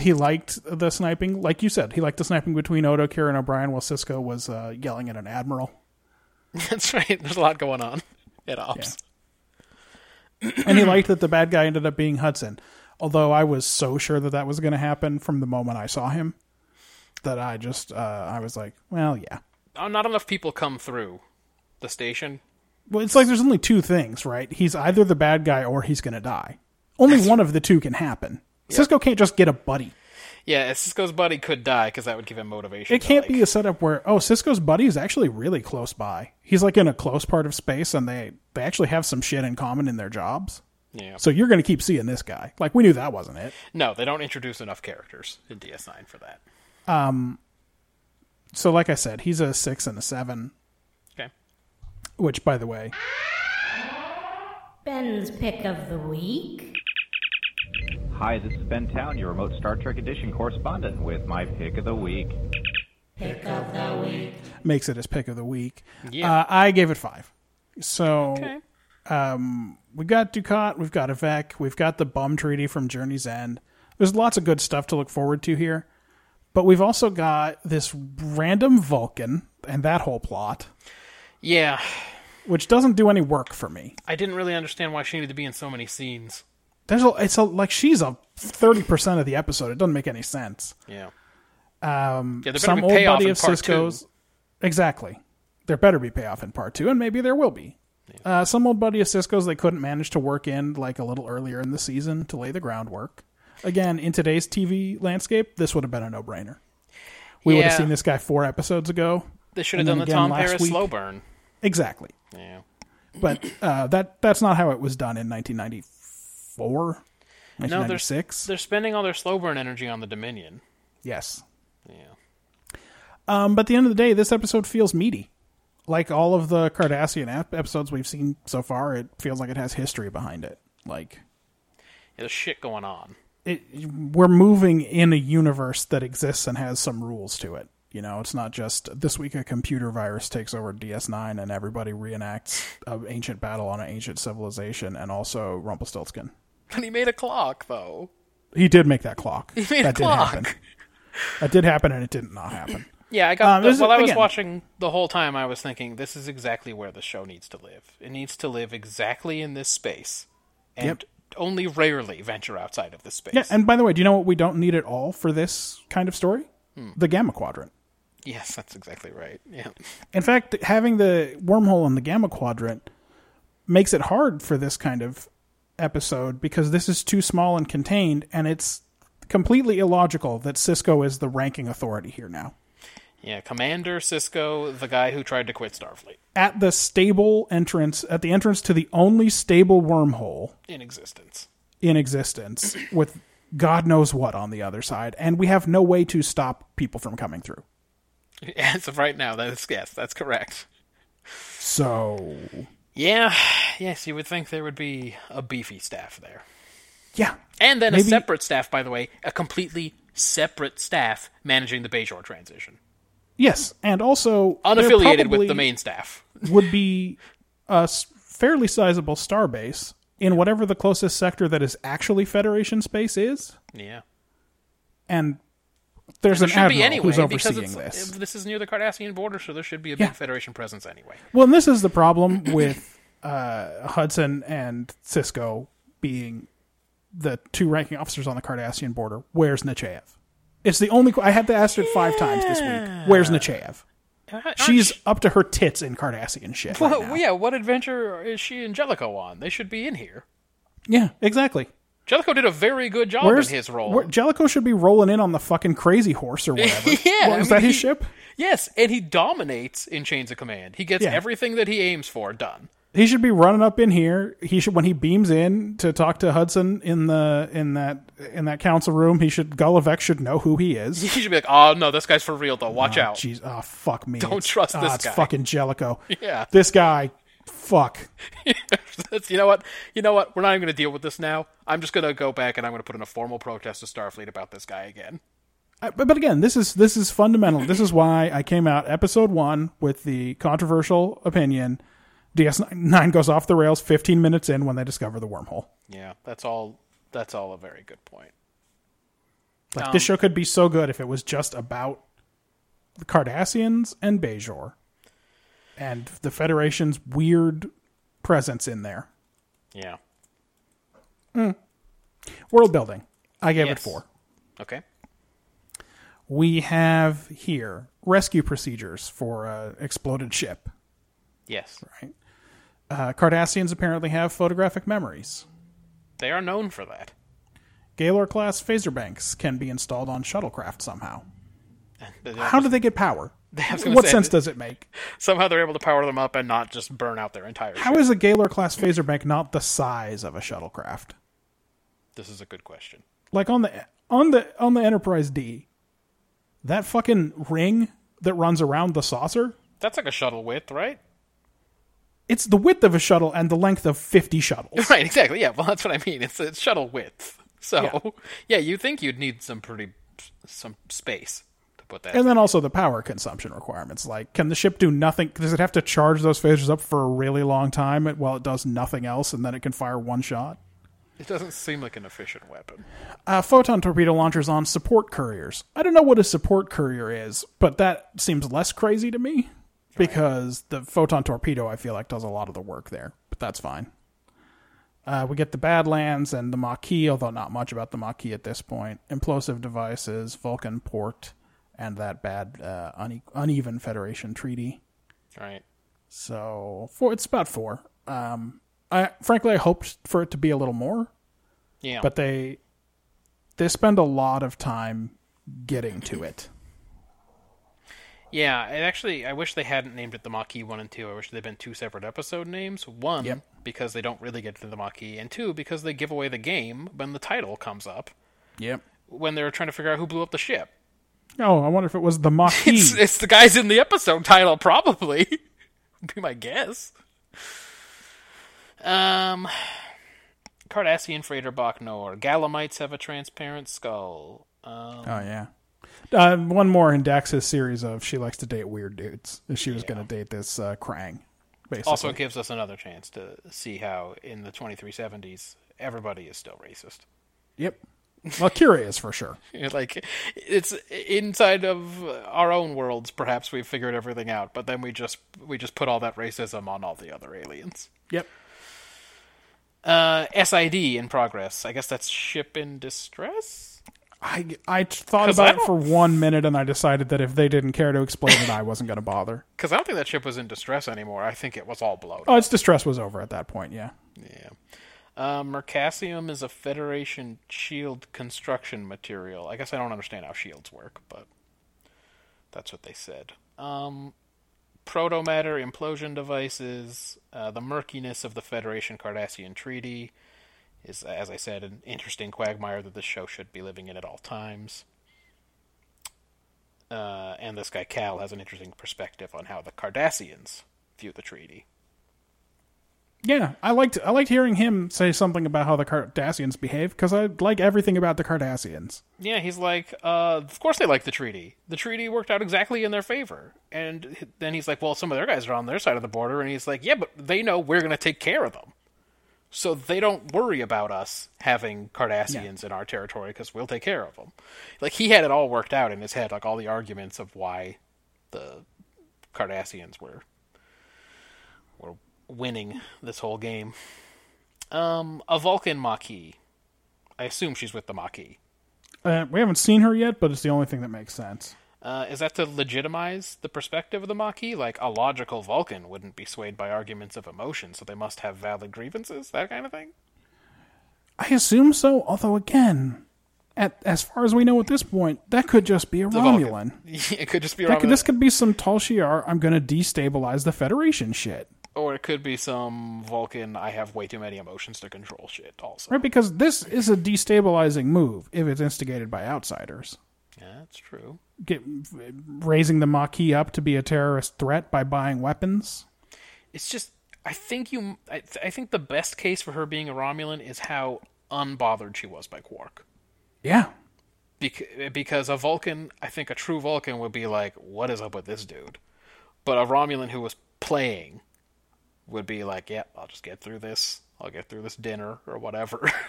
Speaker 3: He liked the sniping, like you said, he liked the sniping between Odo, Kira, and O'Brien while Cisco was uh, yelling at an admiral.
Speaker 2: That's right. There's a lot going on at Ops.
Speaker 3: And he liked that the bad guy ended up being Hudson. Although I was so sure that that was going to happen from the moment I saw him that I just uh, I was like, well, yeah.
Speaker 2: Oh, not enough people come through the station.
Speaker 3: Well, it's like there's only two things, right? He's either the bad guy or he's going to die. Only one of the two can happen. Cisco can't just get a buddy.
Speaker 2: Yeah, Cisco's buddy could die because that would give him motivation.
Speaker 3: It
Speaker 2: to,
Speaker 3: can't
Speaker 2: like-
Speaker 3: be a setup where oh, Cisco's buddy is actually really close by. He's like in a close part of space, and they they actually have some shit in common in their jobs.
Speaker 2: Yeah.
Speaker 3: So you're going to keep seeing this guy. Like we knew that wasn't it.
Speaker 2: No, they don't introduce enough characters in DS9 for that.
Speaker 3: So like I said, he's a 6 and a 7,
Speaker 2: Okay.
Speaker 3: which by the way,
Speaker 4: Ben's pick of the week.
Speaker 5: Hi, this is Ben Town, your remote Star Trek Edition correspondent, with my pick of the week.
Speaker 4: Pick of the week.
Speaker 3: makes it his pick of the week.
Speaker 2: Yeah.
Speaker 3: Uh, I gave it 5. So um we got Ducat, we've got Avec, we've got the bum treaty from Journey's End. There's lots of good stuff to look forward to here. But we've also got this random Vulcan and that whole plot,
Speaker 2: Yeah.
Speaker 3: which doesn't do any work for me.
Speaker 2: I didn't really understand why she needed to be in so many scenes.
Speaker 3: There's a, it's a, like she's a 30% of the episode. It doesn't make any sense.
Speaker 2: Yeah. Um, yeah, there better
Speaker 3: some
Speaker 2: be
Speaker 3: old
Speaker 2: payoff
Speaker 3: buddy
Speaker 2: in
Speaker 3: of
Speaker 2: part
Speaker 3: Cisco's.
Speaker 2: two.
Speaker 3: Exactly. There better be payoff in part two, and maybe there will be. Uh, some old buddy of Cisco's they couldn't manage to work in like a little earlier in the season to lay the groundwork. Again, in today's TV landscape, this would have been a no brainer. We would have
Speaker 2: Yeah.
Speaker 3: seen this guy four episodes ago.
Speaker 2: They should have done
Speaker 3: and then
Speaker 2: the
Speaker 3: again
Speaker 2: Tom
Speaker 3: last
Speaker 2: Paris
Speaker 3: week.
Speaker 2: slow burn.
Speaker 3: Exactly.
Speaker 2: Yeah.
Speaker 3: But uh, that that's not how it was done in 1994,
Speaker 2: No, they're,
Speaker 3: 1996.
Speaker 2: they're spending all their slow burn energy on the Dominion.
Speaker 3: yes.
Speaker 2: Yeah.
Speaker 3: Um, but at the end of the day, this episode feels meaty. Like all of the Cardassian ep- episodes we've seen so far, it feels like it has history behind it. Like
Speaker 2: Yeah, there's shit going on.
Speaker 3: it, we're moving in a universe that exists and has some rules to it. You know, it's not just this week a computer virus takes over DS9 and everybody reenacts an ancient battle on an ancient civilization and also Rumpelstiltskin.
Speaker 2: But he made a clock, though.
Speaker 3: He did make that clock. He
Speaker 2: made a
Speaker 3: that
Speaker 2: clock.
Speaker 3: Did happen. That did happen and it did not happen.
Speaker 2: Yeah, I got.
Speaker 3: Um,
Speaker 2: the,
Speaker 3: this is-
Speaker 2: while I was
Speaker 3: again-
Speaker 2: watching the whole time, I was thinking this is exactly where the show needs to live. It needs to live exactly in this space, and
Speaker 3: Yep.
Speaker 2: only rarely venture outside of this space.
Speaker 3: Yeah, and by the way, do you know what we don't need at all for this kind of story? The Gamma Quadrant.
Speaker 2: yes, that's exactly right. Yeah,
Speaker 3: In fact, having the wormhole in the Gamma Quadrant makes it hard for this kind of episode because this is too small and contained, and it's completely illogical that Cisco is the ranking authority here now.
Speaker 2: yeah. Commander Cisco, the guy who tried to quit Starfleet
Speaker 3: At the stable entrance, at the entrance to the only stable wormhole
Speaker 2: in existence.
Speaker 3: in existence, with God knows what on the other side, and we have no way to stop people from coming through.
Speaker 2: As of right now, that's yes, that's correct.
Speaker 3: So
Speaker 2: Yeah, yes, you would think there would be a beefy staff there,
Speaker 3: Yeah.
Speaker 2: and then a
Speaker 3: Maybe-
Speaker 2: separate staff. By the way, a completely separate staff managing the Bejor transition,
Speaker 3: Yes, and also there
Speaker 2: unaffiliated
Speaker 3: probably
Speaker 2: with the main staff.
Speaker 3: would be a s- fairly sizable star base in whatever the closest sector that is actually Federation space is,
Speaker 2: Yeah.
Speaker 3: and there's
Speaker 2: There
Speaker 3: an
Speaker 2: should
Speaker 3: admiral
Speaker 2: be anyway
Speaker 3: who's
Speaker 2: because
Speaker 3: overseeing
Speaker 2: it's, uh, um,
Speaker 3: this.
Speaker 2: this is near the Cardassian border, so there should be a
Speaker 3: Yeah.
Speaker 2: big Federation presence anyway.
Speaker 3: Well, and this is the problem with uh, Hudson and Cisco being the two ranking officers on the Cardassian border. Where's Nechayev? It's the only. qu- I had to ask it five times this week. Where's Nechayev? She's up to her tits in Cardassian shit. right
Speaker 2: Uh, Well,
Speaker 3: now.
Speaker 2: yeah. What adventure is she and Jellicoe on? They should be in here.
Speaker 3: Yeah, exactly.
Speaker 2: Jellicoe did a very good job
Speaker 3: Where's
Speaker 2: in his role.
Speaker 3: Where, Jellicoe should be rolling in on the fucking crazy horse or whatever.
Speaker 2: Yeah,
Speaker 3: What,
Speaker 2: I mean,
Speaker 3: was that his
Speaker 2: he-
Speaker 3: ship?
Speaker 2: Yes, and he dominates in Chains of Command. He gets
Speaker 3: Yeah.
Speaker 2: everything that he aims for done.
Speaker 3: He should be running up in here. He should when he beams in to talk to Hudson in the in that in that council room. He should Gullivec should know who he is.
Speaker 2: He should be like, "Oh no, this guy's for real though. Watch out."
Speaker 3: Jeez, oh fuck me.
Speaker 2: Don't
Speaker 3: It's-
Speaker 2: trust
Speaker 3: ah,
Speaker 2: this
Speaker 3: it's
Speaker 2: guy.
Speaker 3: fucking Jellicoe.
Speaker 2: Yeah.
Speaker 3: this guy. Fuck.
Speaker 2: That's- you know what? You know what? We're not even going to deal with this now. I'm just going to go back and I'm going to put in a formal protest to Starfleet about this guy again.
Speaker 3: I- but, but again, this is this is fundamental. This is why I came out episode one with the controversial opinion. DS9 goes off the rails 15 minutes in when they discover the wormhole.
Speaker 2: Yeah, that's all. That's all a very good point.
Speaker 3: Like
Speaker 2: Um,
Speaker 3: this show could be so good if it was just about the Cardassians and Bejor and the Federation's weird presence in there.
Speaker 2: Yeah.
Speaker 3: World building. I gave it
Speaker 2: Yes.
Speaker 3: four.
Speaker 2: Okay.
Speaker 3: We have here rescue procedures for uh, exploded ship.
Speaker 2: Yes.
Speaker 3: Right. Uh, Cardassians apparently have photographic memories.
Speaker 2: They are known for that.
Speaker 3: Gaylor class phaser banks can be installed on shuttlecraft somehow.
Speaker 2: They- they're
Speaker 3: How
Speaker 2: just-
Speaker 3: do they get power?
Speaker 2: I was gonna
Speaker 3: What
Speaker 2: say,
Speaker 3: sense does it make?
Speaker 2: somehow they're able to power them up and not just burn out their entire ship.
Speaker 3: How is a Gaylor class phaser bank not the size of a shuttlecraft?
Speaker 2: this is a good question.
Speaker 3: Like on the on the on the Enterprise D, that fucking ring that runs around the saucer,
Speaker 2: That's like a shuttle width, right?
Speaker 3: it's the width of a shuttle and the length of fifty shuttles.
Speaker 2: Right, exactly. Yeah, well, that's what I mean. It's it's shuttle width. So, yeah, you think you'd need some pretty some space to put that.
Speaker 3: And then also the power consumption requirements. Like, can the ship do nothing? Does it have to charge those phasers up for a really long time while it does nothing else, and then it can fire one shot?
Speaker 2: it doesn't seem like an efficient weapon.
Speaker 3: uh, photon torpedo launchers on support couriers. I don't know what a support courier is, but that seems less crazy to me because the photon torpedo I feel like does a lot of the work there, but that's fine. Uh, we get the Badlands and the Maquis, although not much about the Maquis at this point. Implosive devices, Vulcan port, and that bad uh, une- uneven Federation treaty.
Speaker 2: Right.
Speaker 3: So four, it's about four. Um, I frankly I hoped for it to be a little more,
Speaker 2: Yeah.
Speaker 3: but they they spend a lot of time getting to it.
Speaker 2: Yeah, and actually, I wish they hadn't named it the Maquis 1 and 2. I wish they'd been two separate episode names. One,
Speaker 3: Yep.
Speaker 2: because they don't really get to the Maquis, and two, because they give away the game when the title comes up,
Speaker 3: Yep.
Speaker 2: when they're trying to figure out who blew up the ship.
Speaker 3: Oh, I wonder if it was the
Speaker 2: It's,
Speaker 3: Maquis.
Speaker 2: it's the guys in the episode title, probably. Would be my guess. Um, Cardassian freighter Bach Noor. Gallimites have a transparent skull.
Speaker 3: oh yeah. Uh, one more in Dax's series of she likes to date weird dudes. She was going to date this uh, Krang, basically.
Speaker 2: Also, it gives us another chance to see how, in the 2370s, everybody is still racist.
Speaker 3: yep. Well, curious for sure.
Speaker 2: You're like it's inside of our own worlds perhaps we've figured everything out but then we just we just put all that racism on all the other aliens
Speaker 3: Yep.
Speaker 2: uh sid in progress i guess that's ship in distress
Speaker 3: I I thought
Speaker 2: 'Cause
Speaker 3: about
Speaker 2: I
Speaker 3: it for one minute and I decided that if they didn't care to explain it, I wasn't going to bother.
Speaker 2: because i don't think that ship was in distress anymore i think it was all blown
Speaker 3: Oh, its distress was over at that point. Yeah.
Speaker 2: yeah uh, mercassium is a federation shield construction material i guess i don't understand how shields work but that's what they said um protomatter implosion devices, uh, the murkiness of the Federation Cardassian Treaty is, as I said, an interesting quagmire that this show should be living in at all times. Uh, and this guy Cal has an interesting perspective on how the Cardassians view the treaty.
Speaker 3: Yeah, I liked I liked hearing him say something about how the Cardassians behave because I like everything about the Cardassians.
Speaker 2: Yeah, he's like, uh, of course they like the treaty. The treaty worked out exactly in their favor. And h- then he's like, well, some of their guys are on their side of the border. And he's like, yeah, but they know we're going to take care of them. So they don't worry about us having Cardassians in our territory because we'll take care of them. Like, he had it all worked out in his head, like all the arguments of why the Cardassians were, were winning this whole game. Um, a Vulcan Maquis. I assume she's with the Maquis.
Speaker 3: Uh, we haven't seen her yet, but it's the only thing that makes sense.
Speaker 2: Uh, is that to legitimize the perspective of the Maquis? Like, a logical Vulcan wouldn't be swayed by arguments of emotion, so they must have valid grievances? That kind of thing?
Speaker 3: I assume so. Although again, at as far as we know at this point, that could just be a
Speaker 2: Vulcan.
Speaker 3: Romulan.
Speaker 2: it could just be
Speaker 3: That could,
Speaker 2: Romulan,
Speaker 3: this could be some Tal Shiar. I'm going to destabilize the Federation shit,
Speaker 2: or it could be some Vulcan, I have way too many emotions to control shit, also.
Speaker 3: right? Because this is a destabilizing move if it's instigated by outsiders.
Speaker 2: Yeah, that's true.
Speaker 3: Get, raising the Maquis up to be a terrorist threat by buying weapons.
Speaker 2: It's just, I think you, I, th- I think the best case for her being a Romulan is how unbothered she was by Quark.
Speaker 3: Yeah,
Speaker 2: Bec- because a Vulcan, I think a true Vulcan would be like, "What is up with this dude?" But a Romulan who was playing would be like, "Yep, I'll just get through this. I'll get through this dinner or whatever."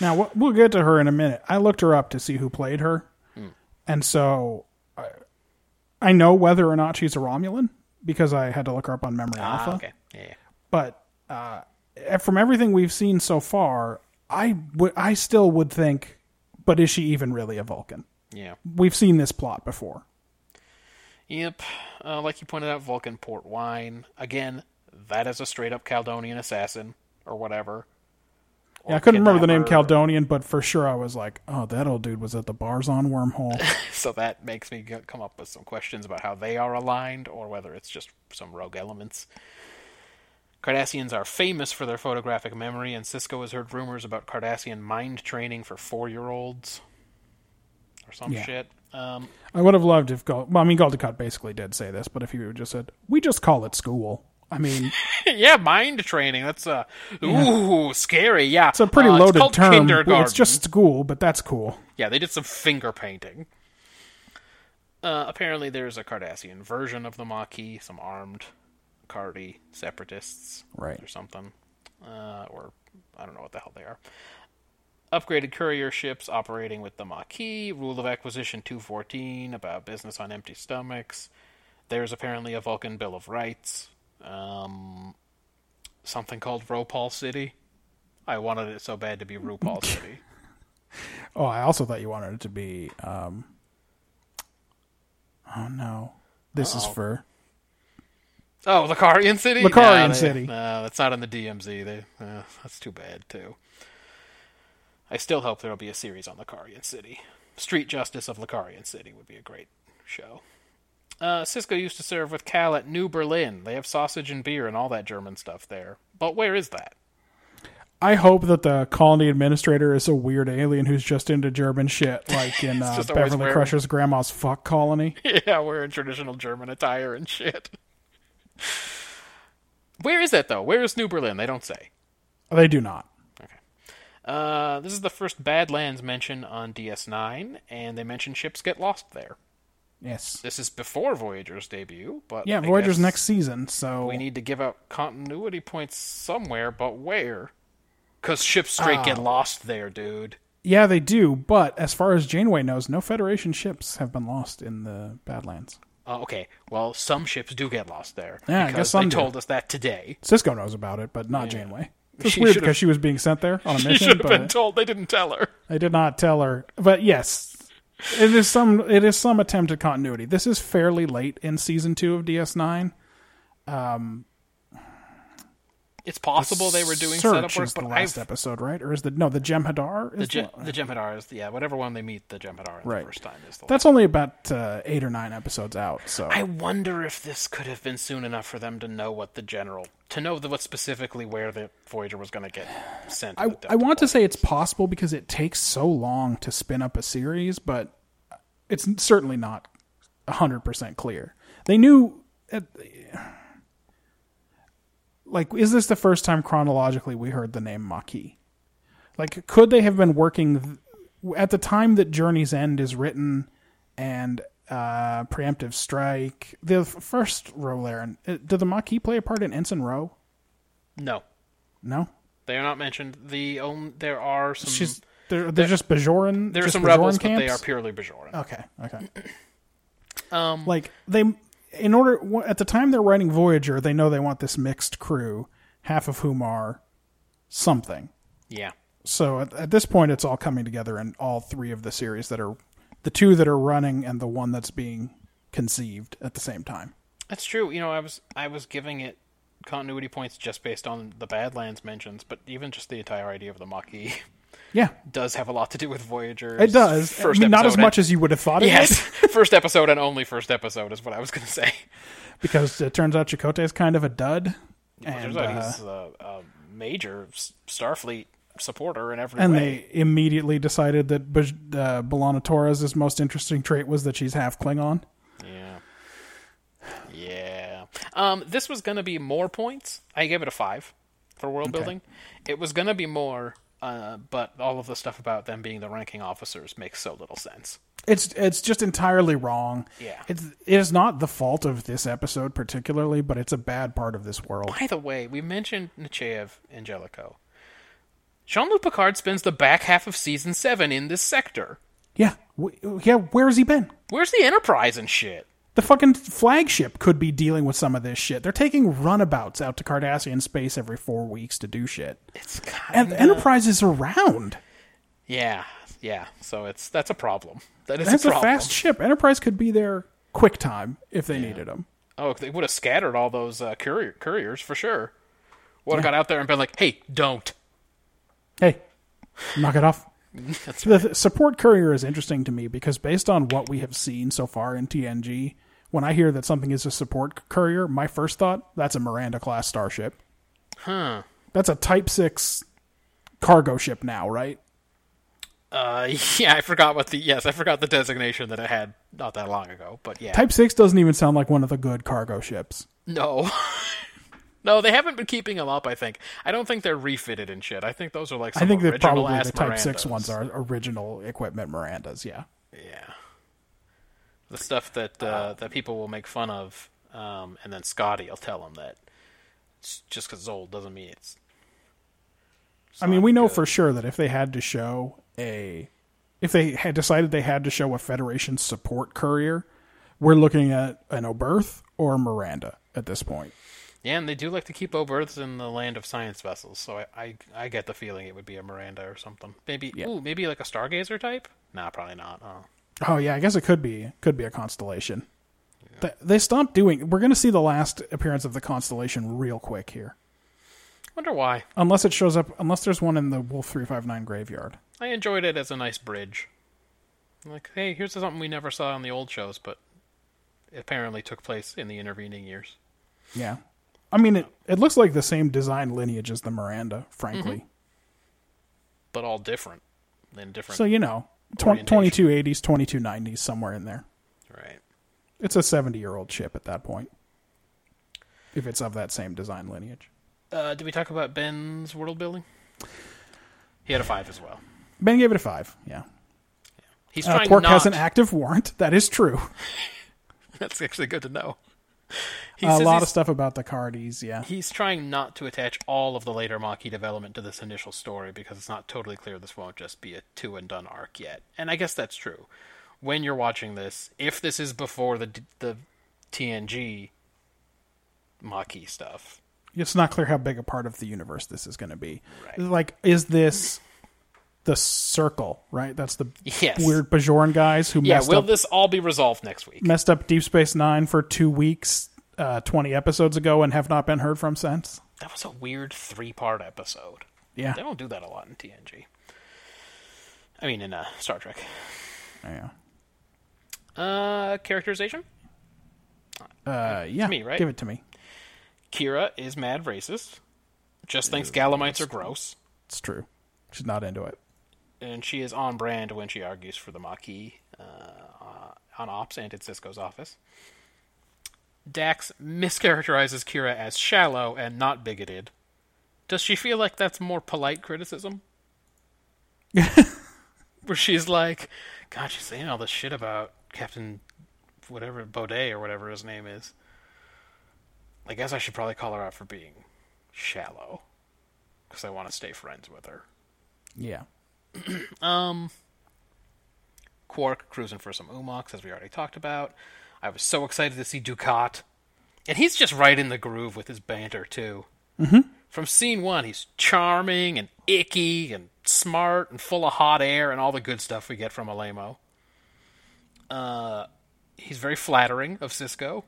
Speaker 3: Now we'll- we'll get to her in a minute. I looked her up to see who played her,
Speaker 2: Hmm.
Speaker 3: and so I, I know whether or not she's a Romulan because I had to look her up on Memory Alpha.
Speaker 2: Ah, okay, yeah,
Speaker 3: But uh, from everything we've seen so far, I would I still would think, but is she even really a Vulcan?
Speaker 2: yeah,
Speaker 3: We've seen this plot before.
Speaker 2: yep. Uh, like you pointed out, Vulcan port wine again. That is a straight up Caledonian assassin or whatever.
Speaker 3: Yeah, I couldn't remember the name Caledonian, but for sure I was like, oh, that old dude was at the bars on Wormhole.
Speaker 2: So that makes me go- come up with some questions about how they are aligned or whether it's just some rogue elements. Cardassians are famous for their photographic memory, and Cisco has heard rumors about Cardassian mind training for four year olds or some
Speaker 3: Yeah.
Speaker 2: shit. Um,
Speaker 3: I would have loved if Gold. Well, I mean, Goldicott basically did say this, but if he would have just said, "We just call it school." I mean,
Speaker 2: yeah, mind training. That's uh, ooh, scary. Yeah,
Speaker 3: it's a pretty
Speaker 2: Uh,
Speaker 3: loaded
Speaker 2: called
Speaker 3: term.
Speaker 2: Kindergarten.
Speaker 3: It's just school, but that's cool.
Speaker 2: Yeah, they did some finger painting. Uh, apparently, there's a Cardassian version of the Maquis, some armed Cardi separatists,
Speaker 3: Right.
Speaker 2: or something, uh, or I don't know what the hell they are. Upgraded courier ships operating with the Maquis. Rule of Acquisition 214 about business on empty stomachs. There's apparently a Vulcan Bill of Rights. Um, something called Ropal City. I wanted it so bad to be RuPaul City.
Speaker 3: Oh, I also thought you wanted it to be. Um, oh no, this is for
Speaker 2: Oh, Lucarian City. No,
Speaker 3: Lucarian
Speaker 2: they-
Speaker 3: City.
Speaker 2: No, that's not on the DMZ. They, uh, that's too bad too. I still hope there will be a series on Lucarian City. Street Justice of Lucarian City would be a great show. Uh, Cisco used to serve with Cal at New Berlin. They have sausage and beer and all that German stuff there. But where is that?
Speaker 3: I hope that the colony administrator is a weird alien who's just into German shit, like in uh,
Speaker 2: just always
Speaker 3: Beverly
Speaker 2: wearing-
Speaker 3: Crusher's grandma's fuck colony.
Speaker 2: yeah, we're in traditional German attire and shit. where is that though? Where is New Berlin? They don't say.
Speaker 3: they do not.
Speaker 2: Uh, this is the first Badlands mention on DS9, and they mention ships get lost there.
Speaker 3: Yes.
Speaker 2: This is before Voyager's debut, but
Speaker 3: Yeah,
Speaker 2: I
Speaker 3: Voyager's
Speaker 2: guess
Speaker 3: next season, so
Speaker 2: We need to give out continuity points somewhere, but where? Cause ships straight
Speaker 3: Ah.
Speaker 2: get lost there, dude.
Speaker 3: yeah, they do. But as far as Janeway knows, no Federation ships have been lost in the Badlands.
Speaker 2: Uh, okay, well, some ships do get lost there
Speaker 3: Yeah, I
Speaker 2: because
Speaker 3: guess some
Speaker 2: they
Speaker 3: do.
Speaker 2: told us that today.
Speaker 3: Cisco knows about it, but not Janeway. It's
Speaker 2: She
Speaker 3: weird
Speaker 2: should've-
Speaker 3: because she was being sent there on a
Speaker 2: She should
Speaker 3: mission,
Speaker 2: have been
Speaker 3: but
Speaker 2: told. They didn't tell her.
Speaker 3: I did not tell her. But yes, it is some it is some attempt at continuity. This is fairly late in season two of DS Nine.
Speaker 2: It's possible they were doing setup
Speaker 3: Search
Speaker 2: work,
Speaker 3: is the
Speaker 2: but
Speaker 3: last
Speaker 2: I've
Speaker 3: episode, right? Or is the no the Jem'Hadar? Is
Speaker 2: the, Ge-
Speaker 3: the-
Speaker 2: the Jem'Hadar is yeah, whatever one they meet the Jem'Hadar in
Speaker 3: Right.
Speaker 2: the first time is the
Speaker 3: That's only about uh, eight or nine episodes out. So
Speaker 2: I wonder if this could have been soon enough for them to know what the general, to know the, what specifically where the Voyager was going to get sent.
Speaker 3: I, I want to say it's possible because it takes so long to spin up a series, but it's certainly not 100% clear. They knew. At, like, is this the first time chronologically we heard the name Maquis? Like, could they have been working th- at the time that Journey's End is written and uh, Preemptive Strike? The f- first Rolarin, uh, did the Maquis play a part in Ensign Row?
Speaker 2: No,
Speaker 3: No?
Speaker 2: they are not mentioned. The only there are some
Speaker 3: She's they're, they're, just Bajoran.
Speaker 2: Mm. there are
Speaker 3: just
Speaker 2: some
Speaker 3: Bajoran
Speaker 2: rebels,
Speaker 3: camps?
Speaker 2: but they are purely Bajoran.
Speaker 3: okay. Okay. Um, like they, in order wh- at the time they're writing Voyager, they know they want this mixed crew, half of whom are something.
Speaker 2: yeah,
Speaker 3: So at, at this point, it's all coming together in all three of the series that are the two that are running and the one that's being conceived at the same time.
Speaker 2: that's true. You know, I was I was giving it continuity points just based on the Badlands mentions, but even just the entire idea of the Maquis
Speaker 3: Yeah,
Speaker 2: does have a lot to do with Voyager.
Speaker 3: it does. I mean, not as much as you would have thought. It
Speaker 2: eh? yes,
Speaker 3: would,
Speaker 2: first episode and only first episode is what I was going to say.
Speaker 3: because it turns out Chakotay is kind of a dud.
Speaker 2: Turns
Speaker 3: And,
Speaker 2: out
Speaker 3: uh,
Speaker 2: he's a, a major S- Starfleet supporter in every
Speaker 3: And
Speaker 2: way.
Speaker 3: they immediately decided that Baj- uh, Belana Torres' most interesting trait was that she's half Klingon.
Speaker 2: Yeah. Yeah. Um, this was going to be more points. I gave it a five for world building. It was going to be more, uh, but all of the stuff about them being the ranking officers makes so little sense.
Speaker 3: It's it's just entirely wrong.
Speaker 2: Yeah.
Speaker 3: it's it is not the fault of this episode particularly, but it's a bad part of this world.
Speaker 2: By the way, we mentioned Nechayev Angelico. Jean Luc Picard spends the back half of season seven in this sector.
Speaker 3: Yeah, w- yeah. Where's he been?
Speaker 2: Where's the Enterprise and shit?
Speaker 3: The fucking flagship could be dealing with some of this shit. They're taking runabouts out to Cardassian space every four weeks to do shit,
Speaker 2: It's uh, kind
Speaker 3: and the Enterprise is around.
Speaker 2: Yeah, yeah. So it's that's a problem. That is
Speaker 3: That's
Speaker 2: a
Speaker 3: a
Speaker 2: problem.
Speaker 3: fast ship. Enterprise could be there quick time if they needed him.
Speaker 2: Oh, they would have scattered all those uh, courier couriers for sure. Would have got out there and been like, "Hey, don't."
Speaker 3: Hey, knock it off. The th- support courier is interesting to me because based on what we have seen so far in TNG, when I hear that something is a support courier, my first thought that's a Miranda class starship.
Speaker 2: Huh.
Speaker 3: That's a Type Six cargo ship now, right?
Speaker 2: Uh, yeah, I forgot what the yes, I forgot the designation that it had not that long ago. But yeah,
Speaker 3: Type Six doesn't even sound like one of the good cargo ships.
Speaker 2: no, no, they haven't been keeping them up. I think I don't think they're refitted and shit. I think those are like some
Speaker 3: I think that
Speaker 2: original
Speaker 3: probably
Speaker 2: ass
Speaker 3: the Type Six
Speaker 2: Mirandas.
Speaker 3: ones are original equipment Mirandas. Yeah.
Speaker 2: Yeah, the stuff that uh, that people will make fun of, um, and then Scotty will tell them that it's just because it's old doesn't mean it's. it's
Speaker 3: I mean,
Speaker 2: not
Speaker 3: we know
Speaker 2: good.
Speaker 3: for sure that if they had to show a, if they had decided they had to show a Federation support courier, we're looking at an Oberth or a Miranda at this point.
Speaker 2: yeah, and they do like to keep Oberths in the land of science vessels. So I, I I get the feeling it would be a Miranda or something. Maybe ooh, maybe like a Stargazer type. Nah, probably not. Oh.
Speaker 3: Oh yeah, I guess it could be could be a constellation. Th- They stopped doing. We're going to see the last appearance of the constellation real quick here,
Speaker 2: Wonder why.
Speaker 3: unless it shows up. Unless there's one in the Wolf Three Five Nine graveyard.
Speaker 2: I enjoyed it as a nice bridge. Like, hey, here's something we never saw on the old shows, but apparently took place in the intervening years.
Speaker 3: Yeah, I mean it. It looks like the same design lineage as the Miranda, frankly.
Speaker 2: But all different. In different
Speaker 3: So you know,
Speaker 2: Orientation.
Speaker 3: twenty two eighties, twenty two nineties, somewhere in there.
Speaker 2: right.
Speaker 3: It's a 70 year old ship at that point. If it's of that same design lineage.
Speaker 2: Uh, did we talk about Ben's world building? He had a five as well.
Speaker 3: Ben gave it a 5. Yeah.
Speaker 2: He's
Speaker 3: Uh,
Speaker 2: trying
Speaker 3: Quark
Speaker 2: not.
Speaker 3: has an active warrant. That is true.
Speaker 2: That's actually good to know. He
Speaker 3: a
Speaker 2: says
Speaker 3: lot
Speaker 2: he's,
Speaker 3: of stuff about the Cardis. Yeah.
Speaker 2: he's trying not to attach all of the later Maquis development to this initial story because it's not totally clear this won't just be a two and done arc yet. And I guess that's true. When you're watching this, if this is before the the TNG Maquis stuff,
Speaker 3: It's not clear how big a part of the universe this is going to be.
Speaker 2: Right.
Speaker 3: Like, is this the circle, right? That's the
Speaker 2: Yes.
Speaker 3: weird Bajoran guys who
Speaker 2: yeah,
Speaker 3: messed,
Speaker 2: will
Speaker 3: up,
Speaker 2: this all be resolved next week?
Speaker 3: messed up Deep Space Nine for two weeks, uh, 20 episodes ago, and have not been heard from since?
Speaker 2: That was a weird three part episode.
Speaker 3: Yeah.
Speaker 2: They don't do that a lot in TNG. I mean, in uh, Star Trek.
Speaker 3: Yeah.
Speaker 2: Uh, characterization.
Speaker 3: Uh, yeah.
Speaker 2: me, right?
Speaker 3: Give it to me.
Speaker 2: Kira is mad racist. Just thinks Gallimites are gross.
Speaker 3: It's true. She's not into it.
Speaker 2: and she is on brand when she argues for the Maquis uh, uh, on Ops and in Cisco's office. Dax mischaracterizes Kira as shallow and not bigoted. Does she feel like that's more polite criticism? Where she's like, God, she's saying all this shit about Captain whatever Baudet or whatever his name is. I guess I should probably call her out for being shallow because I want to stay friends with her.
Speaker 3: Yeah.
Speaker 2: Quark cruising for some Umox, as we already talked about. I was so excited to see Ducat. And he's just right in the groove with his banter, too. Mm-hmm. From scene one, he's charming and icky and smart and full of hot air and all the good stuff we get from Alemo. Uh, he's very flattering of Cisco.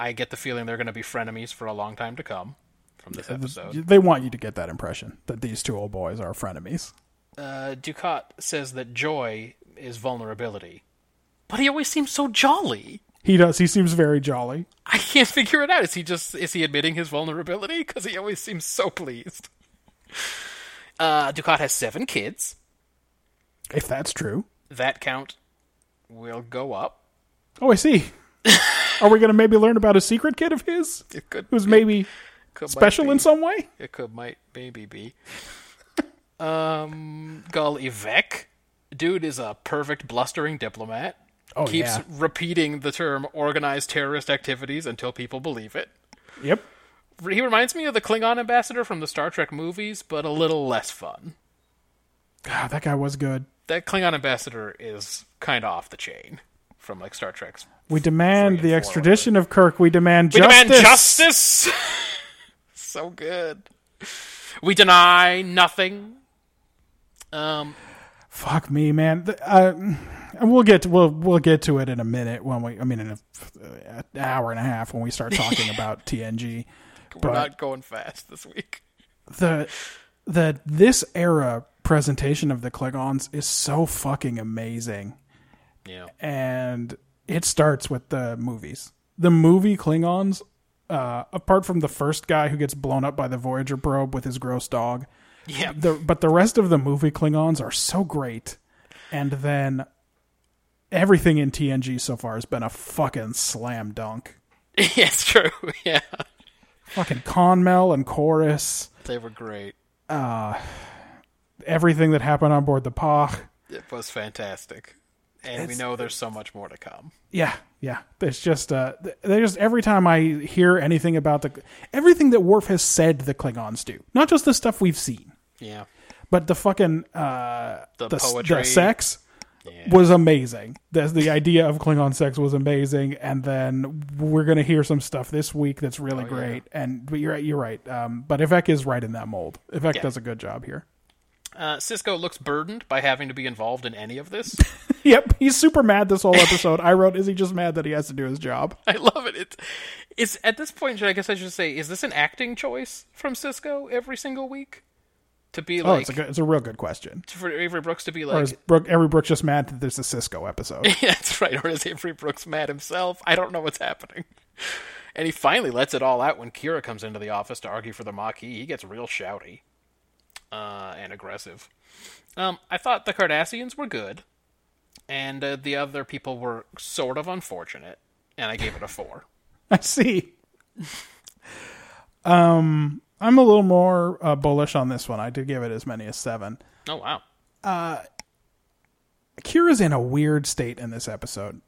Speaker 2: I get the feeling they're going to be frenemies for a long time to come from this episode.
Speaker 3: They want you to get that impression that these two old boys are frenemies.
Speaker 2: uh, Ducat says that joy is vulnerability, but he always seems so jolly.
Speaker 3: He does. He seems very jolly.
Speaker 2: I can't figure it out. Is he just is he admitting his vulnerability? Because he always seems so pleased. Uh, Ducat has seven kids.
Speaker 3: If that's true.
Speaker 2: That count will go up.
Speaker 3: Oh, I see. are we going to maybe learn about a secret kid of his
Speaker 2: It could
Speaker 3: who's maybe
Speaker 2: could, might
Speaker 3: special
Speaker 2: be.
Speaker 3: in some way?
Speaker 2: It could might maybe be. um, Gull Evec, dude is a perfect blustering diplomat.
Speaker 3: Oh,
Speaker 2: Keeps
Speaker 3: yeah.
Speaker 2: repeating the term organized terrorist activities until people believe it.
Speaker 3: Yep.
Speaker 2: He reminds me of the Klingon ambassador from the Star Trek movies, but a little less fun.
Speaker 3: God, that guy was good.
Speaker 2: that Klingon ambassador is kind of off the chain from like Star Trek's.
Speaker 3: We demand
Speaker 2: Three and
Speaker 3: the
Speaker 2: four,
Speaker 3: extradition of Kirk. We demand
Speaker 2: We
Speaker 3: justice.
Speaker 2: demand justice. so good. We deny nothing. Um,
Speaker 3: Fuck me, man. Th- Uh, and we'll get to, we'll we'll get to it in a minute when we. I mean, in a, an hour and a half when we start talking about TNG.
Speaker 2: we're
Speaker 3: But-
Speaker 2: not going fast this week.
Speaker 3: the the this era presentation of the Klingons is so fucking amazing,
Speaker 2: Yeah.
Speaker 3: and it starts with the movies. The movie Klingons, uh, apart from the first guy who gets blown up by the Voyager probe with his gross dog,
Speaker 2: Yeah.
Speaker 3: the but the rest of the movie Klingons are so great, and then everything in TNG so far has been a fucking slam dunk.
Speaker 2: yeah, it's true. Yeah.
Speaker 3: Fucking Conmel and Chorus,
Speaker 2: They were great.
Speaker 3: everything that happened on board the Pach.
Speaker 2: It was fantastic. And we know there's so much more to come.
Speaker 3: Yeah, yeah. It's just uh, th- they just every time I hear anything about the everything that Worf has said the Klingons do, not just the stuff we've seen,
Speaker 2: Yeah.
Speaker 3: but the fucking uh,
Speaker 2: The
Speaker 3: the, s-
Speaker 2: poetry.
Speaker 3: the sex was amazing. The, the idea of Klingon sex was amazing, and then we're gonna hear some stuff this week that's
Speaker 2: Oh,
Speaker 3: really great. And but you're right, you're right. Um, but Evek is right in that mold. Evek does a good job here.
Speaker 2: Uh, Cisco looks burdened by having to be involved in any of this.
Speaker 3: Yep, he's super mad this whole episode. I wrote, is he just mad that he has to do his job?
Speaker 2: I love it. It's, it's at this point. should- I guess I should say, is this an acting choice from Cisco every single week to be
Speaker 3: Oh,
Speaker 2: like
Speaker 3: it's a good, it's a real good question.
Speaker 2: for Avery Brooks to be
Speaker 3: Or
Speaker 2: like?
Speaker 3: is Brooke, every Brooks just mad that there's a Cisco episode?
Speaker 2: Yeah, that's right. Or is Avery Brooks mad himself? I don't know what's happening. And he finally lets it all out when Kira comes into the office to argue for the Maquis. He gets real shouty uh, and aggressive. Um, I thought the Cardassians were good, and uh, the other people were sort of unfortunate, and I gave it a four.
Speaker 3: I see. Um, I'm a little more uh, bullish on this one. I did give it as many as seven.
Speaker 2: Oh wow.
Speaker 3: Kira's in a weird state in this episode.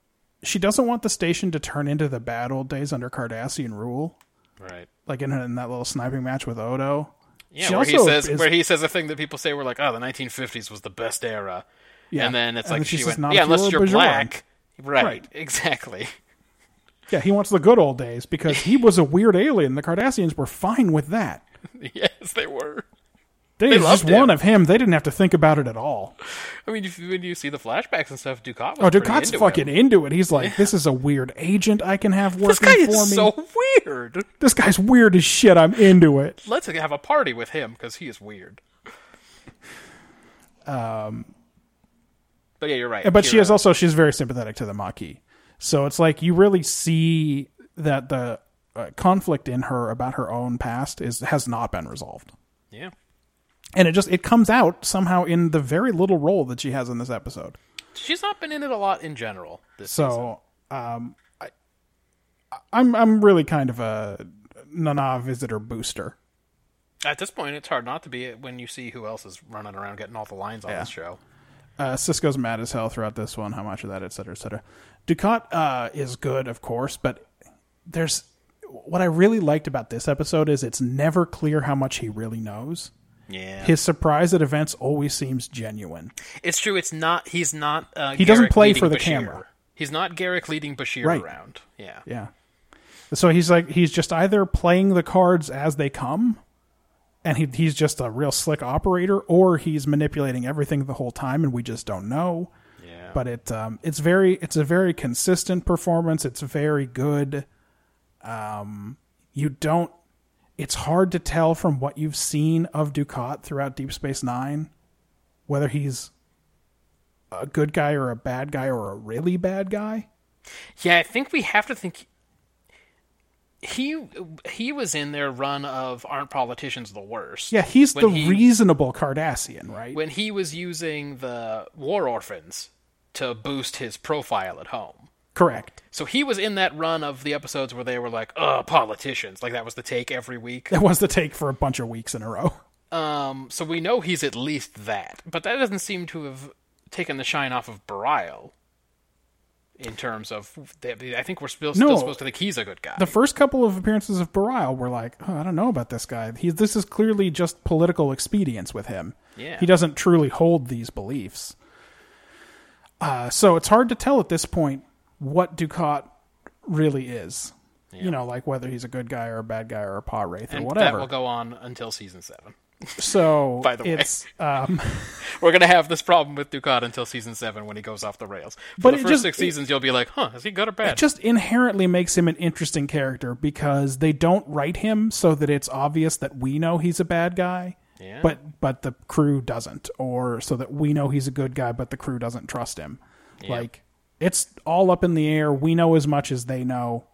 Speaker 3: She doesn't want the station to turn into the bad old days under Cardassian rule,
Speaker 2: Right.
Speaker 3: like in, in that little sniping match with Odo.
Speaker 2: Yeah,
Speaker 3: She
Speaker 2: where he
Speaker 3: also
Speaker 2: says
Speaker 3: is-
Speaker 2: where he says a thing that people say we're like, oh, the 1950s was the best era,
Speaker 3: Yeah.
Speaker 2: and then it's
Speaker 3: And
Speaker 2: like
Speaker 3: then she
Speaker 2: she
Speaker 3: says,
Speaker 2: went,
Speaker 3: "Non
Speaker 2: yeah, unless
Speaker 3: pure
Speaker 2: you're
Speaker 3: bourgeois."
Speaker 2: black, right,
Speaker 3: Right.
Speaker 2: Exactly.
Speaker 3: Yeah, he wants the good old days because he was a weird alien. The Cardassians were fine with that.
Speaker 2: yes, they were.
Speaker 3: They,
Speaker 2: They
Speaker 3: just
Speaker 2: loved him.
Speaker 3: one of him. They didn't have to think about it at all.
Speaker 2: I mean, if, when you see the flashbacks and stuff, Ducat.
Speaker 3: Oh,
Speaker 2: Was pretty
Speaker 3: Ducat's
Speaker 2: into
Speaker 3: fucking
Speaker 2: him.
Speaker 3: into it. He's like, this is a weird agent I can have working
Speaker 2: This guy
Speaker 3: for
Speaker 2: is
Speaker 3: me.
Speaker 2: so weird.
Speaker 3: This guy's weird as shit. I'm into it.
Speaker 2: Let's have a party with him because he is weird. Um. But yeah, you're right.
Speaker 3: Um, But she
Speaker 2: Kira.
Speaker 3: is also she's very sympathetic to the Maquis. So it's like you really see that the uh, conflict in her about her own past is has not been resolved.
Speaker 2: Yeah.
Speaker 3: And it just it comes out somehow in the very little role that she has in this episode.
Speaker 2: She's not been in it a lot in general. This season.
Speaker 3: So, um, I, I'm I'm really kind of a Nana visitor booster.
Speaker 2: at this point, it's hard not to be when you see who else is running around getting all the lines on this show.
Speaker 3: Uh, Cisco's mad as hell throughout this one. How much of that, et cetera, et cetera. Ducat uh, is good, of course, but there's what I really liked about this episode is it's never clear how much he really knows.
Speaker 2: Yeah,
Speaker 3: His surprise at events always seems genuine.
Speaker 2: it's true. It's not. He's not. Uh,
Speaker 3: He doesn't
Speaker 2: Garrick
Speaker 3: play
Speaker 2: leading
Speaker 3: for the
Speaker 2: Bashir.
Speaker 3: camera.
Speaker 2: He's not Garrick leading Bashir
Speaker 3: Right.
Speaker 2: around. Yeah.
Speaker 3: Yeah. So he's like he's just either playing the cards as they come, and he he's just a real slick operator, or he's manipulating everything the whole time, and we just don't know.
Speaker 2: Yeah.
Speaker 3: But it um it's very it's a very consistent performance. It's very good. Um, you don't. It's hard to tell from what you've seen of Ducat throughout Deep Space Nine whether he's a good guy or a bad guy or a really bad guy.
Speaker 2: Yeah, I think we have to think. He he was in their run of aren't politicians the worst?
Speaker 3: Yeah, he's
Speaker 2: When
Speaker 3: the
Speaker 2: he-
Speaker 3: reasonable Cardassian, right?
Speaker 2: when he was using the war orphans to boost his profile at home.
Speaker 3: Correct.
Speaker 2: So he was in that run of the episodes where they were like, "Ugh, politicians!" Like that was the take every week.
Speaker 3: That was the take for a bunch of weeks in a row.
Speaker 2: Um, so we know he's at least that, but that doesn't seem to have taken the shine off of Barial. In terms of, I think we're still, still
Speaker 3: No.
Speaker 2: supposed to think he's a good guy.
Speaker 3: The first couple of appearances of Barial were like, oh, I don't know about this guy. He, this is clearly just political expedience with him.
Speaker 2: Yeah.
Speaker 3: He doesn't truly hold these beliefs. Uh, so it's hard to tell at this point what Ducat really is. You know, like whether he's a good guy or a bad guy or a paw wraith or
Speaker 2: and
Speaker 3: whatever.
Speaker 2: that will go on until season seven.
Speaker 3: so
Speaker 2: by the way.
Speaker 3: it's um,
Speaker 2: We're gonna have this problem with Ducat until season seven when he goes off the rails. For
Speaker 3: But
Speaker 2: the
Speaker 3: it
Speaker 2: first
Speaker 3: just-
Speaker 2: six
Speaker 3: it-
Speaker 2: seasons, you'll be like, "Huh, is he good or
Speaker 3: it
Speaker 2: bad?"
Speaker 3: just inherently makes him an interesting character because they don't write him so that it's obvious that we know he's a bad guy.
Speaker 2: Yeah.
Speaker 3: but but the crew doesn't or so that we know he's a good guy but the crew doesn't trust him like it's all up in the air we know as much as they know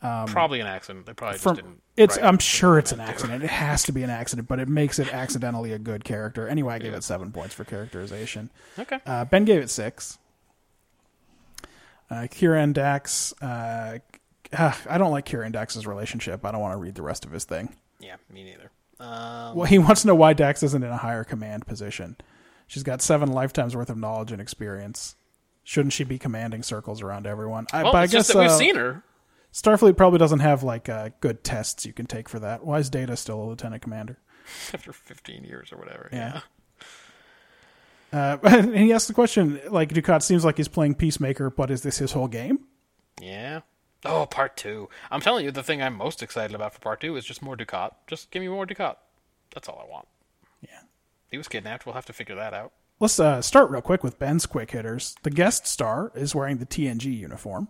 Speaker 2: probably an accident. They probably
Speaker 3: from
Speaker 2: just didn't.
Speaker 3: it's
Speaker 2: write
Speaker 3: i'm
Speaker 2: it.
Speaker 3: sure it's an accident it has to be an accident but it makes it accidentally a good character anyway i gave it seven points for characterization
Speaker 2: Okay.
Speaker 3: uh, ben gave it six uh, kira and dax uh, ah, i don't like kira and dax's relationship i don't want to read the rest of his thing
Speaker 2: yeah, me neither. Um,
Speaker 3: well, he wants to know why Dax isn't in a higher command position. She's got seven lifetimes worth of knowledge and experience. Shouldn't she be commanding circles around everyone? I,
Speaker 2: well,
Speaker 3: but I
Speaker 2: it's
Speaker 3: guess
Speaker 2: just that we've
Speaker 3: uh,
Speaker 2: seen her.
Speaker 3: Starfleet probably doesn't have like uh, good tests you can take for that. Why is Data still a lieutenant commander?
Speaker 2: after 15 years or whatever.
Speaker 3: Yeah. Uh, and he asked the question like Ducat seems like he's playing peacemaker, but is this his whole game?
Speaker 2: Yeah. Oh, part two. I'm telling you, the thing I'm most excited about for part two is just more Ducat. Just give me more Ducat. That's all I want.
Speaker 3: Yeah.
Speaker 2: He was kidnapped. We'll have to figure that out.
Speaker 3: Let's uh, start real quick with Ben's quick hitters. The guest star is wearing the TNG uniform.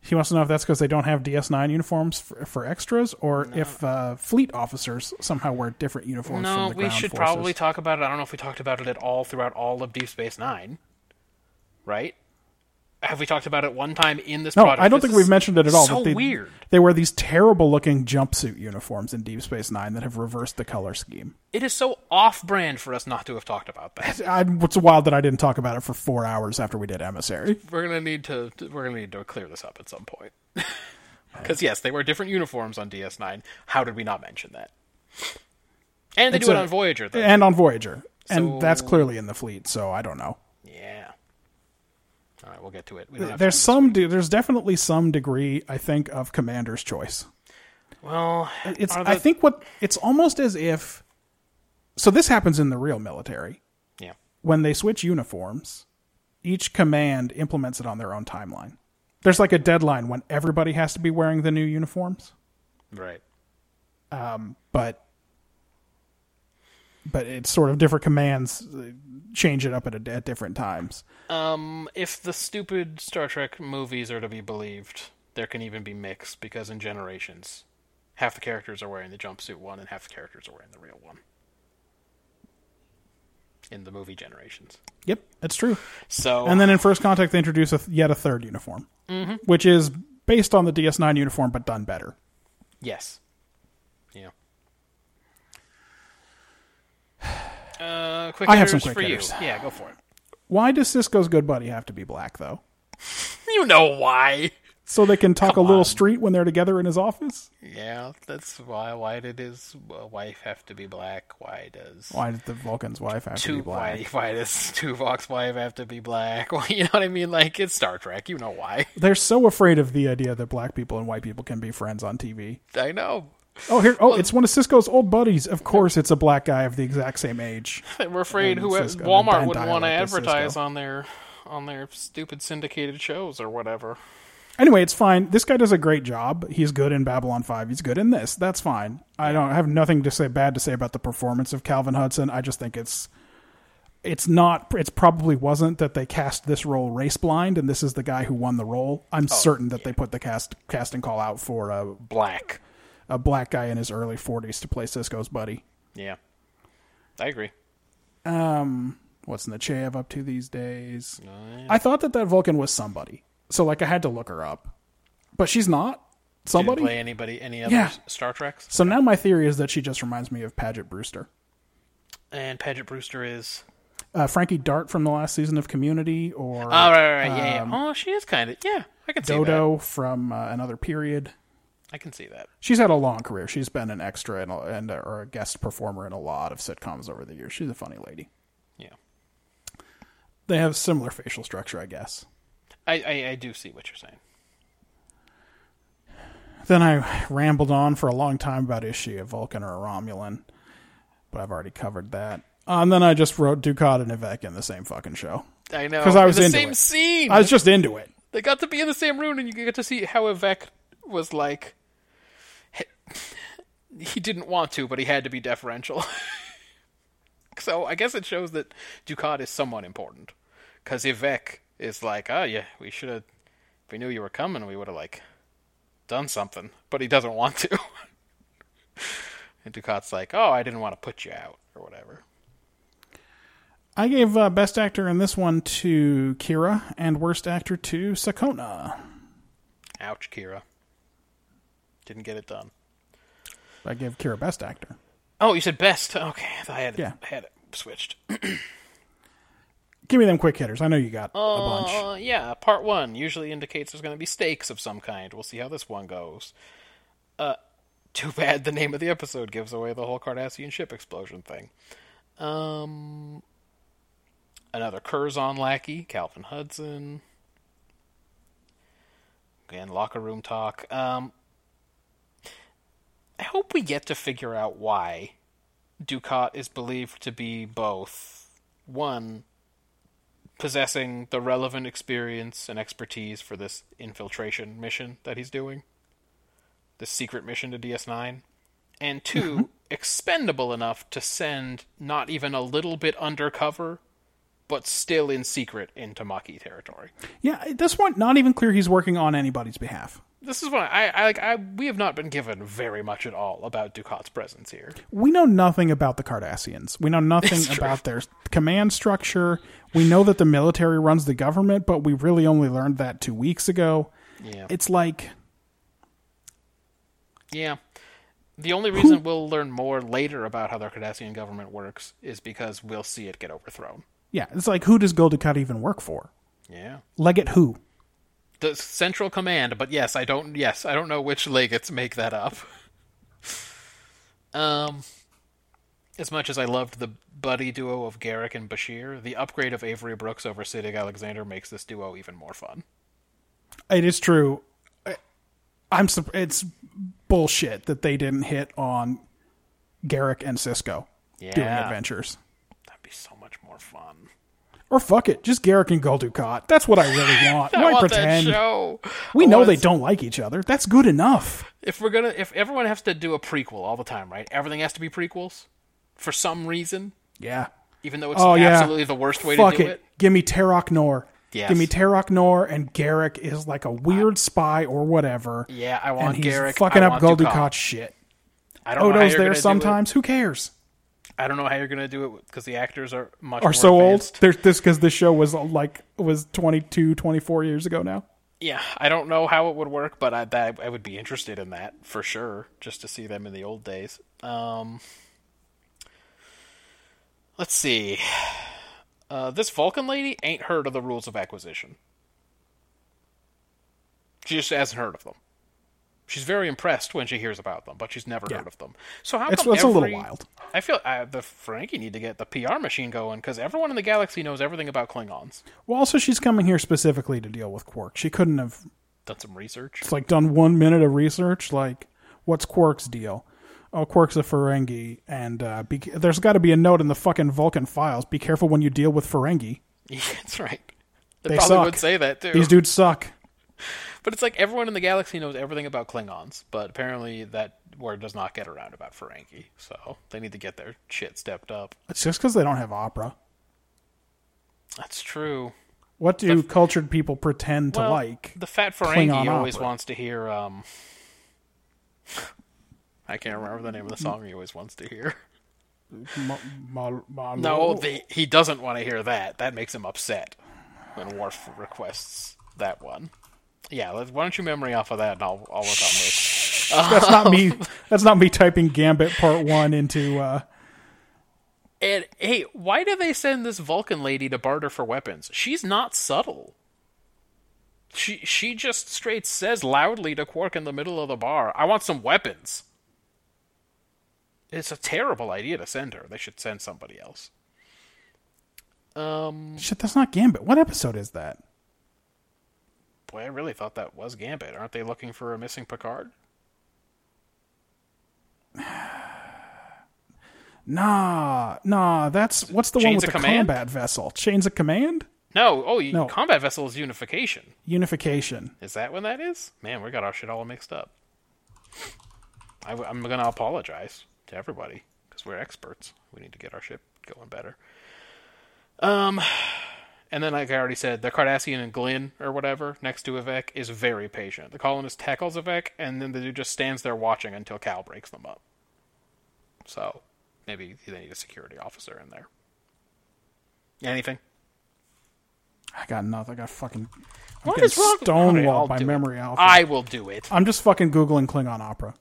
Speaker 3: He wants to know if that's because they don't have DS9 uniforms for, for extras, or if uh, fleet officers somehow wear different uniforms.
Speaker 2: No,
Speaker 3: from the
Speaker 2: we
Speaker 3: ground
Speaker 2: should
Speaker 3: forces.
Speaker 2: probably talk about it. I don't know if we talked about it at all throughout all of Deep Space Nine. Right? Have we talked about it one time in this?
Speaker 3: No,
Speaker 2: project?
Speaker 3: I don't
Speaker 2: This is
Speaker 3: think we've mentioned it at all.
Speaker 2: So
Speaker 3: but they,
Speaker 2: weird.
Speaker 3: They wear these terrible-looking jumpsuit uniforms in Deep Space Nine that have reversed the color scheme.
Speaker 2: It is so off-brand for us not to have talked about that.
Speaker 3: I, it's wild that I didn't talk about it for four hours after we did Emissary.
Speaker 2: we're gonna need to we're gonna need to clear this up at some point. Because yes, they wear different uniforms on DS9. How did we not mention that? And they
Speaker 3: It's
Speaker 2: do it
Speaker 3: a-
Speaker 2: on Voyager. Though.
Speaker 3: and on Voyager,
Speaker 2: So-
Speaker 3: and that's clearly in the fleet. So I don't know.
Speaker 2: yeah. All right, we'll get to it. We don't have
Speaker 3: there's
Speaker 2: time.
Speaker 3: some de- there's definitely some degree i think of commander's choice
Speaker 2: Well,
Speaker 3: it's
Speaker 2: are
Speaker 3: i
Speaker 2: the-
Speaker 3: think what it's almost as if so this happens in the real military
Speaker 2: yeah,
Speaker 3: when they switch uniforms each command implements it on their own timeline there's like a deadline when everybody has to be wearing the new uniforms
Speaker 2: right.
Speaker 3: but but it's sort of different commands uh, change it up at, a, at different times
Speaker 2: Um, if the stupid Star Trek movies are to be believed, there can even be mix because in Generations, half the characters are wearing the jumpsuit one, and half the characters are wearing the real one. In the movie Generations,
Speaker 3: yep that's true
Speaker 2: so
Speaker 3: And then in First Contact, they introduce a, yet a third uniform, which is based on the DS9 uniform but done better.
Speaker 2: Yes. Yeah. Uh, quick
Speaker 3: I have some
Speaker 2: hitters
Speaker 3: quick
Speaker 2: for
Speaker 3: hitters.
Speaker 2: you. Yeah, go for it.
Speaker 3: Why does Cisco's good buddy have to be black though?
Speaker 2: You know why?
Speaker 3: So they can talk a little street when they're together in his office.
Speaker 2: Yeah, that's why. Why did his uh, wife have to be black? Why does
Speaker 3: Why did the Vulcan's wife have to
Speaker 2: two
Speaker 3: be black?
Speaker 2: why why does Tuvok's wife have to be black? Well, you know what I mean. Like it's Star Trek. You know why?
Speaker 3: They're so afraid of the idea that black people and white people can be friends on TV.
Speaker 2: I know.
Speaker 3: Oh, here! Oh, it's one of Cisco's old buddies. Of course, it's a black guy of the exact same age.
Speaker 2: We're afraid
Speaker 3: And
Speaker 2: who
Speaker 3: Cisco- the
Speaker 2: Walmart
Speaker 3: Dan
Speaker 2: wouldn't want to
Speaker 3: dialect is
Speaker 2: advertise
Speaker 3: Cisco.
Speaker 2: on their on their stupid syndicated shows or whatever.
Speaker 3: Anyway, it's fine. This guy does a great job. He's good in Babylon 5. He's good in this. That's fine. I don't I have nothing to say bad to say about the performance of Calvin Hudson. I just think it's it's not it's probably wasn't that they cast this role race blind and this is the guy who won the role. I'm
Speaker 2: Oh,
Speaker 3: certain that they put the cast casting call out for a
Speaker 2: Black.
Speaker 3: a black guy in his early 40s to play Cisco's buddy.
Speaker 2: Yeah, I agree.
Speaker 3: Um, What's Nechayev up to these days? I thought that that Vulcan was somebody. So like I had to look her up. But she's not
Speaker 2: Didn't
Speaker 3: somebody.
Speaker 2: play anybody any other
Speaker 3: Yeah.
Speaker 2: Star Treks.
Speaker 3: So now my theory is that she just reminds me of Paget Brewster.
Speaker 2: And Paget Brewster is.
Speaker 3: Uh, Frankie Dart from the last season of Community, or
Speaker 2: Oh right, right, right. yeah, yeah. Oh, she is kind of. Yeah, I can see that.
Speaker 3: Dodo from uh, another period.
Speaker 2: I can see that.
Speaker 3: She's had a long career. She's been an extra and, a, and a, or a guest performer in a lot of sitcoms over the years. She's a funny lady.
Speaker 2: Yeah,
Speaker 3: They have similar facial structure, I guess.
Speaker 2: I, I, I do see what you're saying.
Speaker 3: Then I rambled on for a long time about is she a Vulcan or a Romulan, but I've already covered that. Uh, and then I just wrote Ducat and Ivek in the same fucking show.
Speaker 2: I know
Speaker 3: 'Cause I was
Speaker 2: in the
Speaker 3: into
Speaker 2: same
Speaker 3: it.
Speaker 2: scene.
Speaker 3: I was just into it.
Speaker 2: They got to be in the same room, and you get to see how Evek was like. He didn't want to, but he had to be deferential. so I guess it shows that Ducat is somewhat important, because Evek is like, oh yeah, we should have. If we knew you were coming, we would have like done something, but he doesn't want to. And Ducat's like, "Oh, I didn't want to put you out or whatever."
Speaker 3: I gave uh, best actor in this one to Kira and worst actor to Sakona.
Speaker 2: Ouch, Kira. Didn't get it done.
Speaker 3: I gave Kira best actor.
Speaker 2: Oh, you said best. Okay, I had it,
Speaker 3: Yeah.
Speaker 2: I had it switched.
Speaker 3: Give me them quick hitters. I know you got a bunch.
Speaker 2: Uh, yeah, part one usually indicates there's going to be stakes of some kind. We'll see how this one goes. Uh, too bad the name of the episode gives away the whole Cardassian ship explosion thing. Um, another Curzon lackey, Calvin Hudson. Again, locker room talk. Um, I hope we get to figure out why Ducat is believed to be both one possessing the relevant experience and expertise for this infiltration mission that he's doing, this secret mission to DS9, and 2 expendable enough to send not even a little bit undercover, but still in secret into Maquis territory.
Speaker 3: Yeah, at this one, not even clear he's working on anybody's behalf.
Speaker 2: This is why I, I like. I we have not been given very much at all about Ducat's presence here.
Speaker 3: We know nothing about the Cardassians. We know
Speaker 2: It's
Speaker 3: nothing
Speaker 2: true.
Speaker 3: about their command structure. We know that the military runs the government, but we really only learned that two weeks ago.
Speaker 2: Yeah,
Speaker 3: It's like
Speaker 2: Yeah. The only reason we'll learn more later about how the Cardassian government works is because we'll see it get overthrown.
Speaker 3: Yeah, it's like who does Gul Dukat even work for?
Speaker 2: Yeah.
Speaker 3: Leggett who?
Speaker 2: The central command, but yes, I don't yes, I don't know which legates make that up. um as much as I loved the buddy duo of Garrick and Bashir, the upgrade of Avery Brooks over Siddig Alexander makes this duo even more fun.
Speaker 3: It is true. I- I'm sup- it's bullshit that they didn't hit on Garrick and Cisco doing
Speaker 2: Yeah.
Speaker 3: adventures.
Speaker 2: That'd be so much more fun.
Speaker 3: Or fuck it, just Garrick and Gul Dukat. That's what I really want.
Speaker 2: I
Speaker 3: Why
Speaker 2: want
Speaker 3: pretend?
Speaker 2: that show. I
Speaker 3: We know
Speaker 2: want
Speaker 3: they
Speaker 2: it-
Speaker 3: don't like each other. That's good enough.
Speaker 2: if we're gonna if everyone has to do a prequel all the time, right? Everything has to be prequels for some reason,
Speaker 3: Yeah.
Speaker 2: even though it's
Speaker 3: Oh yeah.
Speaker 2: absolutely the worst way
Speaker 3: Fuck
Speaker 2: to do it.
Speaker 3: Give me Tarok Nor.
Speaker 2: Yes.
Speaker 3: Give me Tarok Nor and Garrick is like a weird spy or whatever.
Speaker 2: Yeah, I
Speaker 3: And
Speaker 2: want
Speaker 3: he's
Speaker 2: Garrick.
Speaker 3: fucking
Speaker 2: I
Speaker 3: up Gul
Speaker 2: want
Speaker 3: Dukat
Speaker 2: Dukat.
Speaker 3: shit.
Speaker 2: I don't know how
Speaker 3: Odo's
Speaker 2: you're
Speaker 3: there
Speaker 2: gonna do it.
Speaker 3: sometimes. Who cares?
Speaker 2: I don't know how you're gonna do it because the actors are much
Speaker 3: are
Speaker 2: more
Speaker 3: so old.
Speaker 2: advanced.
Speaker 3: There's this because this show was uh, like was 22, 24 years ago now.
Speaker 2: Yeah, I don't know how it would work, but I that, I would be interested in that for sure, just to see them in the old days. Um, let's see. Uh, this Vulcan lady ain't heard of the rules of acquisition. She just hasn't heard of them. She's very impressed when she hears about them, but she's never
Speaker 3: Yeah.
Speaker 2: heard of them. So how
Speaker 3: It's-
Speaker 2: come
Speaker 3: it's a little
Speaker 2: every-
Speaker 3: wild.
Speaker 2: I feel I, the Frankie need to get the PR machine going because everyone in the galaxy knows everything about Klingons.
Speaker 3: Well, also she's coming here specifically to deal with Quark. She couldn't have
Speaker 2: Done some research.
Speaker 3: it's like done one minute of research. Like, what's Quark's deal? Oh, Quark's a Ferengi, and uh, be, there's got to be a note in the fucking Vulcan files. Be careful when you deal with Ferengi.
Speaker 2: Yeah, that's right. They,
Speaker 3: They
Speaker 2: probably
Speaker 3: suck.
Speaker 2: would say that too.
Speaker 3: These dudes suck.
Speaker 2: But it's like everyone in the galaxy knows everything about Klingons, but apparently that word does not get around about Ferengi. So they need to get their shit stepped up.
Speaker 3: It's just because they don't have opera.
Speaker 2: That's true.
Speaker 3: What do cultured people pretend to
Speaker 2: well,
Speaker 3: like?
Speaker 2: the fat Ferengi
Speaker 3: Klingon
Speaker 2: always
Speaker 3: opera.
Speaker 2: wants to hear. um I can't remember the name of the song he always wants to hear.
Speaker 3: Mo- mo- mo-
Speaker 2: No, the, he doesn't want to hear that. That makes him upset when Worf requests that one. Yeah, let- why don't you memory off of that and I'll, I'll work on this.
Speaker 3: that's not me. That's not me typing Gambit Part One into. Uh,
Speaker 2: And hey, why do they send this Vulcan lady to barter for weapons? She's not subtle. She she just straight says loudly to Quark in the middle of the bar, "I want some weapons." It's a terrible idea to send her. They should send somebody else. Um,
Speaker 3: Shit, that's not Gambit. What episode is that?
Speaker 2: boy, I really thought that was Gambit. Aren't they looking for a missing Picard?
Speaker 3: Nah, nah. That's what's the one
Speaker 2: Chains
Speaker 3: with
Speaker 2: of
Speaker 3: the
Speaker 2: Command?
Speaker 3: combat vessel? Chains of Command?
Speaker 2: No. Oh, you
Speaker 3: No.
Speaker 2: combat vessel is Unification.
Speaker 3: Unification.
Speaker 2: Is that when that is? Man, we got our shit all mixed up. I, am gonna apologize to everybody because we're experts. We need to get our shit going better. Um, and then like I already said, the Cardassian and Glynn or whatever next to Vivek is very patient. The colonist tackles Vivek, and then the dude just stands there watching until Cal breaks them up. So maybe they need a security officer in there. Anything?
Speaker 3: I got nothing. I got fucking. I'm
Speaker 2: What
Speaker 3: getting
Speaker 2: is wrong- Okay, I'll
Speaker 3: stonewalled by
Speaker 2: do it.
Speaker 3: memory alpha.
Speaker 2: I will do it.
Speaker 3: I'm just fucking googling Klingon opera.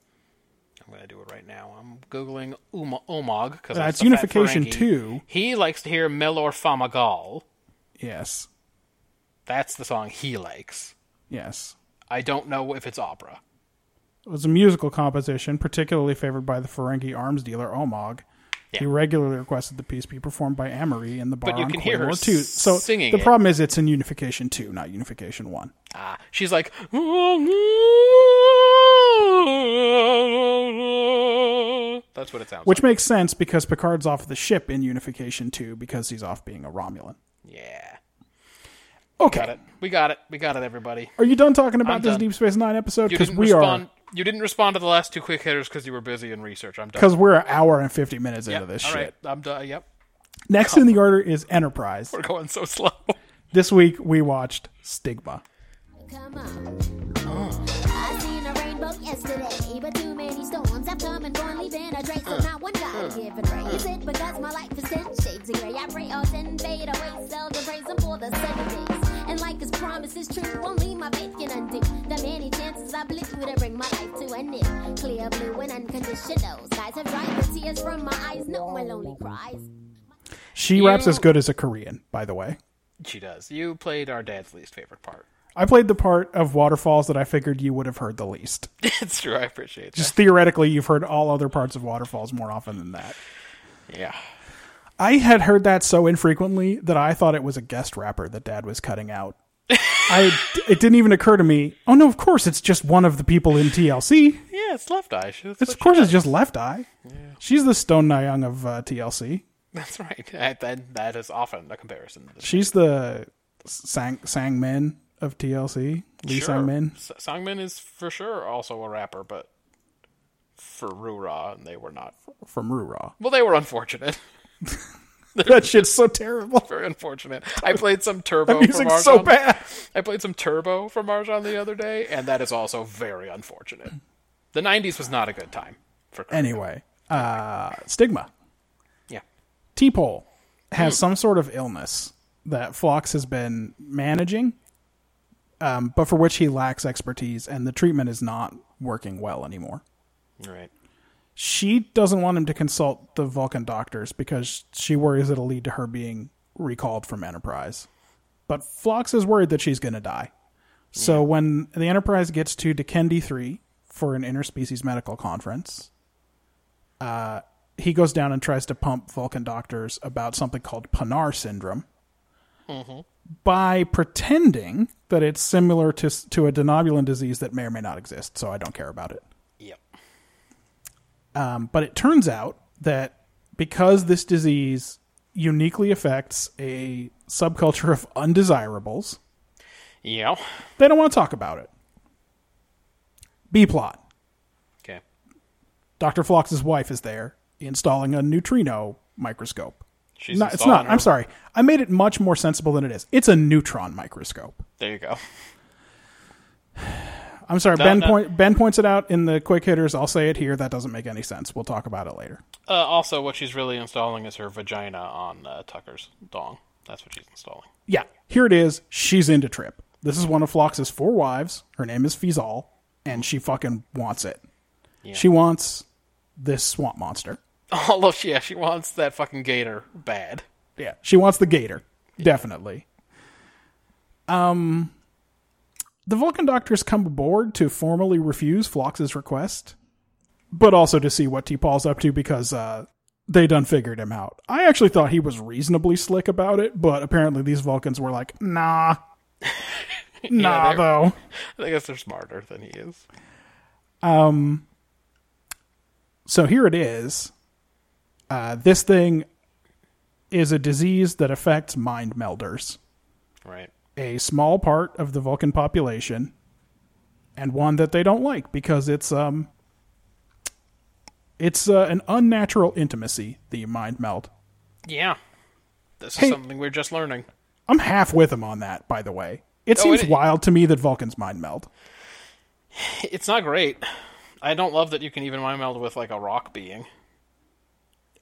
Speaker 2: I'm gonna do it right now. I'm googling Uma, Omog because
Speaker 3: That's Unification 2.
Speaker 2: He likes to hear Melor Famagal.
Speaker 3: Yes,
Speaker 2: That's the song he likes.
Speaker 3: yes.
Speaker 2: I don't know if it's opera.
Speaker 3: It was a musical composition, particularly favored by the Ferengi arms dealer Omog. He
Speaker 2: Yeah.
Speaker 3: regularly requested the piece be performed by Amory in the bar
Speaker 2: But you
Speaker 3: on
Speaker 2: can
Speaker 3: Queen
Speaker 2: hear her
Speaker 3: War II. So
Speaker 2: singing
Speaker 3: the
Speaker 2: it.
Speaker 3: problem is it's in Unification 2, not Unification 1.
Speaker 2: Ah, she's like. That's what it sounds.
Speaker 3: Which makes sense because Picard's off the ship in Unification 2 because he's off being a Romulan.
Speaker 2: like. Yeah.
Speaker 3: Okay.
Speaker 2: Got it. We got it. We got it. Everybody.
Speaker 3: Are you done talking about
Speaker 2: I'm
Speaker 3: this
Speaker 2: done.
Speaker 3: Deep Space Nine episode?
Speaker 2: You
Speaker 3: Because
Speaker 2: didn't
Speaker 3: we
Speaker 2: respond.
Speaker 3: are
Speaker 2: You didn't respond to the last two quick hitters because you were busy in research. I'm done.
Speaker 3: because we're an hour and fifty minutes
Speaker 2: Yep,
Speaker 3: into this
Speaker 2: all
Speaker 3: shit.
Speaker 2: right, I'm done. Yep.
Speaker 3: Next in the order is Enterprise.
Speaker 2: We're going so slow.
Speaker 3: This week we watched Stigma.
Speaker 6: Come on. I seen a rainbow yesterday, but too many storms have come and gone, leaving a trace. So not one God given praise. It because my life is ten shades of gray. I pray all ten fade away, seldom praise Him for the seven days. And like His promise is true, only my faith can undo the many chances I blew to bring my life to an end. Clear blue and unconditional skies have dried the tears from my eyes. No one lonely cries.
Speaker 3: She raps as good as a Korean, by the way.
Speaker 2: she does. You played our dad's least favorite part.
Speaker 3: I played the part of Waterfalls that I figured you would have heard the least.
Speaker 2: it's true. I appreciate
Speaker 3: Just theoretically, you've heard all other parts of Waterfalls more often than that.
Speaker 2: that. Yeah.
Speaker 3: I had heard that so infrequently that I thought it was a guest rapper that Dad was cutting out. I it didn't even occur to me. Oh no, of course it's just one of the people in TLC.
Speaker 2: Yeah, it's left eye. She- That's, what
Speaker 3: It's, of
Speaker 2: she
Speaker 3: course,
Speaker 2: does.
Speaker 3: it's just Left Eye. She's the Stone Nyang of uh, TLC.
Speaker 2: That's right. That, that, that is often a comparison.
Speaker 3: She's the Sang Sang Min of TLC. Lee Sang Min.
Speaker 2: S- Sangmin is for sure also a rapper, but for Rura, and they were not.
Speaker 3: from Ruraw.
Speaker 2: Well, they were unfortunate.
Speaker 3: That shit's so terrible.
Speaker 2: Very unfortunate. I played some Turbo
Speaker 3: That
Speaker 2: from
Speaker 3: music's so
Speaker 2: Marjan-
Speaker 3: bad.
Speaker 2: I played some Turbo from Marjan the other day, and that is also very unfortunate. The 90s was not a good time for Korea.
Speaker 3: Anyway, uh, Stigma.
Speaker 2: Yeah.
Speaker 3: T-Pole has some sort of illness that Phlox has been managing, um, but for which he lacks expertise, and the treatment is not working well anymore.
Speaker 2: All right.
Speaker 3: she doesn't want him to consult the Vulcan doctors because she worries it'll lead to her being recalled from Enterprise. But Phlox is worried that she's going to die. So when the Enterprise gets to Dikendi 3 for an interspecies medical conference, uh, he goes down and tries to pump Vulcan doctors about something called Panar syndrome by pretending that it's similar to, s- to a denobulin disease that may or may not exist, so I don't care about it.
Speaker 2: Yep.
Speaker 3: But it turns out that because this disease uniquely affects a subculture of undesirables,
Speaker 2: Yeah.
Speaker 3: they don't want to talk about it. B plot.
Speaker 2: Okay.
Speaker 3: Dr. Flox's wife is there installing a neutrino microscope.
Speaker 2: She's
Speaker 3: No, it's
Speaker 2: installing
Speaker 3: not. I'm
Speaker 2: her-
Speaker 3: sorry. I made it much more sensible than it is. It's a neutron microscope.
Speaker 2: There you go.
Speaker 3: I'm sorry.
Speaker 2: No,
Speaker 3: ben,
Speaker 2: no.
Speaker 3: Point, ben points it out in the quick hitters. I'll say it here. That doesn't make any sense. We'll talk about it later.
Speaker 2: Uh, also, what she's really installing is her vagina on uh, Tucker's dong. That's what she's installing.
Speaker 3: Yeah, here it is. She's into Trip. This is one of Phlox's four wives. Her name is Fizal, and she fucking wants it. She wants this swamp monster.
Speaker 2: All of yeah, she wants that fucking gator bad.
Speaker 3: Yeah. She wants the gator. Definitely. Um the Vulcan doctors come aboard to formally refuse Phlox's request, but also to see what T Paul's up to because uh they done figured him out. I actually thought he was reasonably slick about it, but apparently these Vulcans were like, nah. nah
Speaker 2: they're-
Speaker 3: though.
Speaker 2: I guess they're smarter than he is.
Speaker 3: Um, so here it is. Uh, this thing is a disease that affects mind melders,
Speaker 2: Right.
Speaker 3: a small part of the Vulcan population, and one that they don't like because it's um, it's uh, an unnatural intimacy. The mind meld.
Speaker 2: Yeah. This
Speaker 3: Hey.
Speaker 2: is something we're just learning.
Speaker 3: I'm half with him on that. By the way, it
Speaker 2: Oh,
Speaker 3: seems
Speaker 2: it-
Speaker 3: wild to me that Vulcans mind meld.
Speaker 2: It's not great. I don't love that you can even mind meld with like a rock being.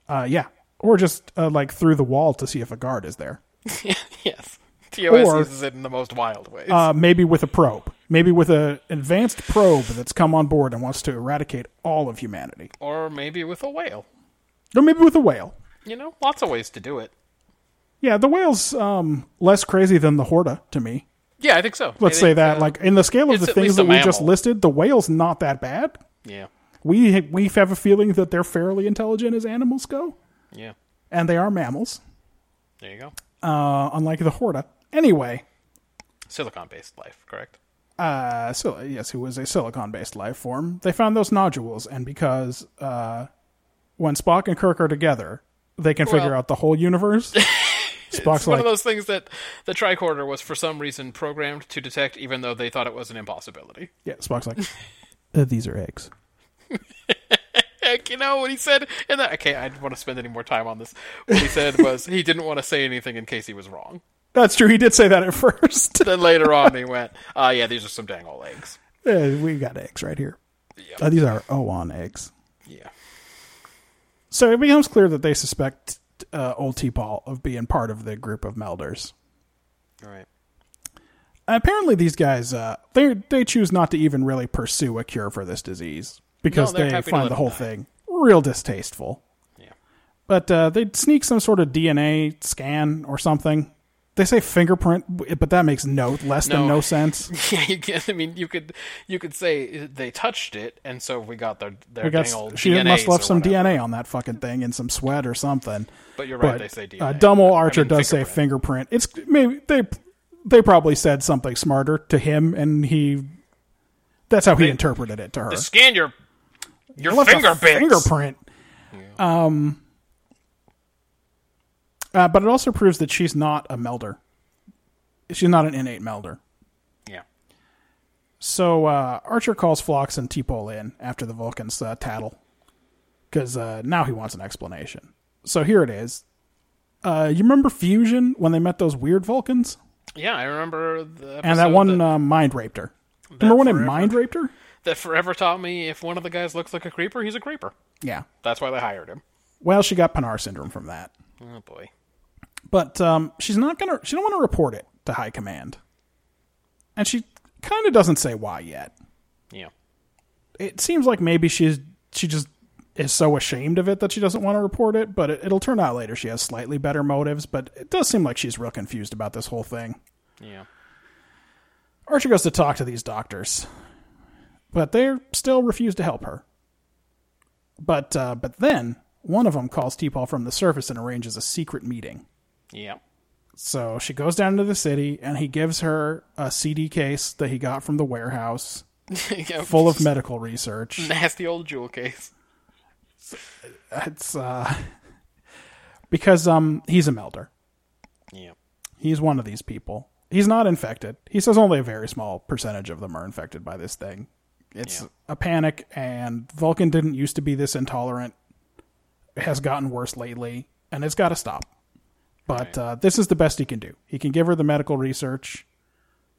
Speaker 3: Uh, yeah, or just uh, like through the wall to see if a guard is there.
Speaker 2: yes. TOS
Speaker 3: Or-
Speaker 2: uses it in the most wild ways.
Speaker 3: Uh, maybe with a probe. Maybe with an advanced probe that's come on board and wants to eradicate all of humanity.
Speaker 2: or maybe with a whale.
Speaker 3: Or maybe with a whale.
Speaker 2: You know, lots of ways to do it.
Speaker 3: Yeah, the whale's um, less crazy than the Horta to me.
Speaker 2: Yeah, I think so.
Speaker 3: Let's
Speaker 2: I
Speaker 3: say
Speaker 2: think,
Speaker 3: that,
Speaker 2: uh,
Speaker 3: like in the scale of
Speaker 2: it's
Speaker 3: the
Speaker 2: at
Speaker 3: things
Speaker 2: least a
Speaker 3: that we just
Speaker 2: mammal.
Speaker 3: listed, the whale's not that bad.
Speaker 2: yeah,
Speaker 3: We we have a feeling that they're fairly intelligent as animals go,
Speaker 2: yeah.
Speaker 3: and they are mammals,
Speaker 2: There you go.
Speaker 3: uh, unlike the Horta. Anyway,
Speaker 2: Silicon-based life, correct?
Speaker 3: uh, so yes, who was a silicon-based life form. They found those nodules, and because uh, when Spock and Kirk are together, they can figure
Speaker 2: Well-
Speaker 3: out the whole universe. Spock's
Speaker 2: It's one of
Speaker 3: like,
Speaker 2: those things that the tricorder was for some reason programmed to detect, even though they thought it was an impossibility.
Speaker 3: yeah, Spock's like, uh, these are eggs.
Speaker 2: Heck, you know what he said? And that okay, I didn't want to spend any more time on this. What he said was he didn't want to say anything in case he was wrong.
Speaker 3: That's true. He did say that at first.
Speaker 2: Then later on, he went, "Uh, yeah, these are some dang old eggs."
Speaker 3: Uh, we got eggs right here. Uh, these are Oon eggs.
Speaker 2: Yeah,
Speaker 3: So it becomes clear that they suspect uh, old T-Ball of being part of the group of melders.
Speaker 2: all right.
Speaker 3: Apparently, these guys uh, they they choose not to even really pursue a cure for this disease because
Speaker 2: No, they're
Speaker 3: they
Speaker 2: happy to
Speaker 3: find
Speaker 2: let
Speaker 3: the
Speaker 2: it
Speaker 3: whole
Speaker 2: die.
Speaker 3: thing real distasteful.
Speaker 2: Yeah.
Speaker 3: But uh, they sneak some sort of DNA scan or something. They say fingerprint, but that makes no less than
Speaker 2: No.
Speaker 3: no sense.
Speaker 2: Yeah, you can. I mean, you could you could say they touched it, and so we got their their
Speaker 3: We got
Speaker 2: dang old
Speaker 3: she
Speaker 2: DNAs
Speaker 3: must
Speaker 2: or
Speaker 3: left some
Speaker 2: whatever.
Speaker 3: DNA on that fucking thing and some sweat or something.
Speaker 2: But you're right,
Speaker 3: But,
Speaker 2: they say DNA.
Speaker 3: Uh, dumb old
Speaker 2: I
Speaker 3: Archer
Speaker 2: mean,
Speaker 3: does say fingerprint. It's maybe they they probably said something smarter to him, and he that's how he interpreted it to her.
Speaker 2: They Scan your your
Speaker 3: Left a
Speaker 2: fingerprints.
Speaker 3: fingerprint. Um, uh, but it also proves that she's not a melder. She's not an innate melder.
Speaker 2: Yeah.
Speaker 3: So uh, Archer calls Phlox and T'Pol in after the Vulcans uh, tattle, because uh, now he wants an explanation. So here it is. Uh, you remember Fusion when they met those weird Vulcans
Speaker 2: Yeah, I remember the
Speaker 3: and that
Speaker 2: episode
Speaker 3: one
Speaker 2: that,
Speaker 3: uh, mind raped her. Remember when it mind raped her?
Speaker 2: that forever taught me if one of the guys looks like a creeper, he's a creeper.
Speaker 3: Yeah.
Speaker 2: That's why they hired him.
Speaker 3: Well, she got Panar syndrome from that,
Speaker 2: Oh boy.
Speaker 3: but um, she's not gonna. She don't want to report it to High Command, and she kind of doesn't say why yet.
Speaker 2: Yeah.
Speaker 3: it seems like maybe she's she just is so ashamed of it that she doesn't want to report it but it, it'll turn out later she has slightly better motives but it does seem like she's real confused about this whole thing
Speaker 2: Yeah.
Speaker 3: archer goes to talk to these doctors but they still refuse to help her but uh, but then one of them calls t-paul from the surface and arranges a secret meeting
Speaker 2: Yeah.
Speaker 3: So she goes down to the city, and he gives her a CD case that he got from the warehouse,
Speaker 2: yeah.
Speaker 3: full of medical research.
Speaker 2: nasty old jewel case.
Speaker 3: It's uh because um he's a melder.
Speaker 2: Yeah.
Speaker 3: He's one of these people. He's not infected. He says only a very small percentage of them are infected by this thing. It's
Speaker 2: Yeah.
Speaker 3: a panic and Vulcan didn't used to be this intolerant. It has gotten worse lately and it's got to stop. But uh, this is the best he can do. He can give her the medical research.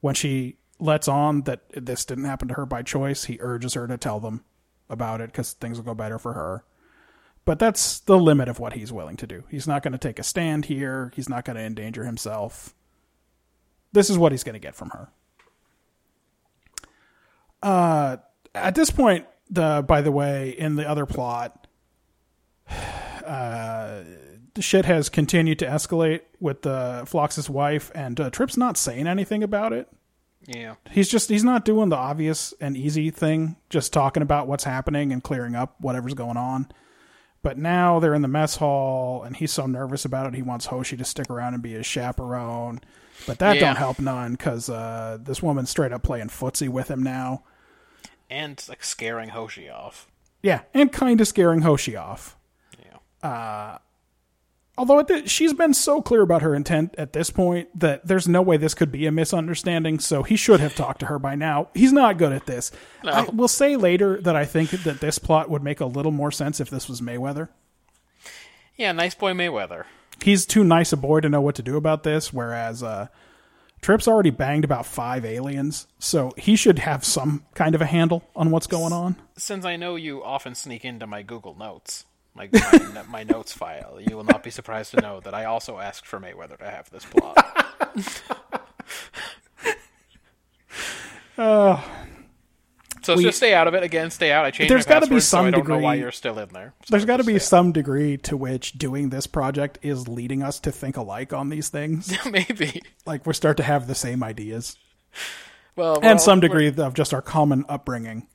Speaker 3: When she lets on that this didn't happen to her by choice, he urges her to tell them about it because things will go better for her. But that's the limit of what he's willing to do. He's not going to take a stand here. He's not going to endanger himself. This is what he's going to get from her. Uh, at this point, the, by the way, in the other plot, uh, shit has continued to escalate with the Phlox's wife, and uh, Trip's not saying anything about it
Speaker 2: Yeah.
Speaker 3: he's just he's not doing the obvious and easy thing just talking about what's happening and clearing up whatever's going on but now they're in the mess hall and he's so nervous about it he wants hoshi to stick around and be his chaperone but that
Speaker 2: Yeah.
Speaker 3: don't help none because uh, this woman's straight up playing footsie with him now
Speaker 2: And like scaring Hoshi off.
Speaker 3: yeah and kind of scaring hoshi off Uh,
Speaker 2: Yeah.
Speaker 3: although at the, she's been so clear about her intent at this point that there's no way this could be a misunderstanding so he should have talked to her by now he's not good at this i will say later that i think that this plot would make a little more sense if this was mayweather
Speaker 2: Yeah, nice boy Mayweather.
Speaker 3: he's too nice a boy to know what to do about this whereas uh tripp's already banged about five aliens so he should have some kind of a handle on what's going on
Speaker 2: Since I know you often sneak into my Google Notes. my my, my notes file. You will not be surprised to know that I also asked for Mayweather to have this plot. so just stay out of it again. Stay out. I changed.
Speaker 3: There's
Speaker 2: got
Speaker 3: gotta
Speaker 2: to
Speaker 3: be some
Speaker 2: so I don't know why
Speaker 3: degree-
Speaker 2: you're still in there. So
Speaker 3: There's got to
Speaker 2: just
Speaker 3: be
Speaker 2: stay
Speaker 3: some degree to which doing this project is leading us to think alike on these things.
Speaker 2: out. maybe.
Speaker 3: like we start to have the same ideas
Speaker 2: Well, we're all-
Speaker 3: and some
Speaker 2: we're-
Speaker 3: degree of just our common upbringing.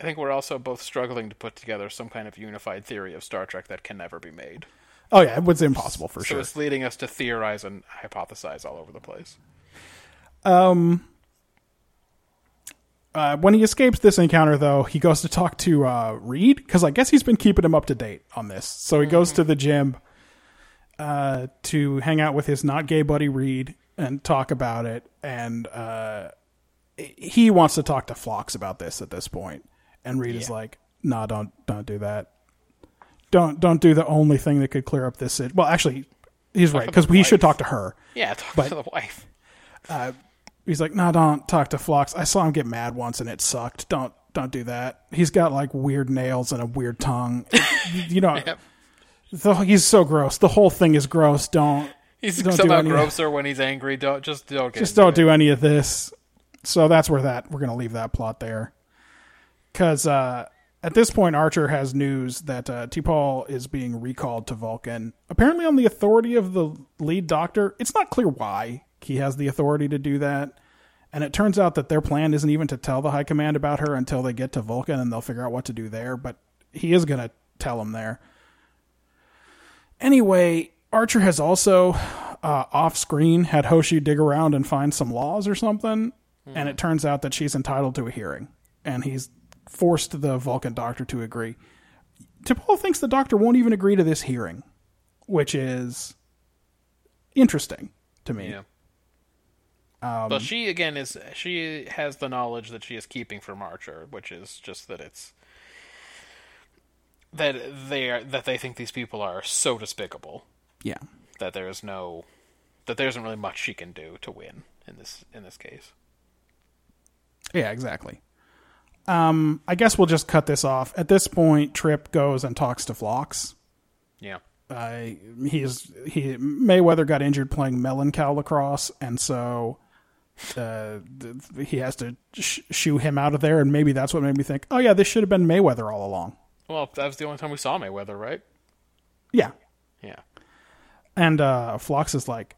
Speaker 2: I think we're also both struggling to put together some kind of unified theory of Star Trek that can never be made.
Speaker 3: Oh yeah, it was impossible for
Speaker 2: So
Speaker 3: sure.
Speaker 2: it's leading us to theorize and hypothesize all over the place.
Speaker 3: Uh, when he escapes this encounter, though, he goes to talk to uh, Reed because I guess he's been keeping him up to date on this. So he goes to the gym uh, to hang out with his not gay buddy Reed and talk about it. And uh, he wants to talk to Phlox about this at this point. And Reed is like, "Nah, don't don't do that. Don't don't do the only thing that could clear up this." sit- Well, actually, he's right because we should talk to her.
Speaker 2: Yeah, talk
Speaker 3: But-
Speaker 2: to the wife.
Speaker 3: He's like, no, don't talk to Flox. I saw him get mad once and it sucked. Don't don't do that. He's got like weird nails and a weird tongue. you know, the, he's so gross. The whole thing is gross. Don't
Speaker 2: He's
Speaker 3: don't do
Speaker 2: somehow
Speaker 3: any,
Speaker 2: grosser when he's angry. Don't just don't get
Speaker 3: Just
Speaker 2: into
Speaker 3: don't
Speaker 2: it.
Speaker 3: do any of this. So that's where that we're gonna leave that plot there. Because uh, at this point, Archer has news that uh, T-Paul is being recalled to Vulcan. Apparently, on the authority of the lead doctor. It's not clear why he has the authority to do that. And it turns out that their plan isn't even to tell the High Command about her until they get to Vulcan and they'll figure out what to do there, but he is going to tell them there. Anyway, Archer has also, uh, off screen, had Hoshi dig around and find some laws or something, and it turns out that she's entitled to a hearing, and he's forced the Vulcan doctor to agree. T'Pol thinks the doctor won't even agree to this hearing, which is interesting to me.
Speaker 2: Yeah.
Speaker 3: Um,
Speaker 2: but she again is she has the knowledge that she is keeping from Archer, which is just that it's that they are that they think these people are so despicable
Speaker 3: yeah.
Speaker 2: that there is no that there isn't really much she can do to win in this in this case.
Speaker 3: Yeah, exactly. Um, I guess we'll just cut this off. At this point, Trip goes and talks to Phlox.
Speaker 2: Yeah.
Speaker 3: Uh, he's he Mayweather got injured playing melon cow lacrosse, and so uh, th- he has to sh- shoo him out of there. And maybe that's what made me think, oh yeah, this should have been Mayweather all along.
Speaker 2: Well, that was the only time we saw Mayweather, right?
Speaker 3: Yeah,
Speaker 2: Yeah.
Speaker 3: and uh, Phlox is like,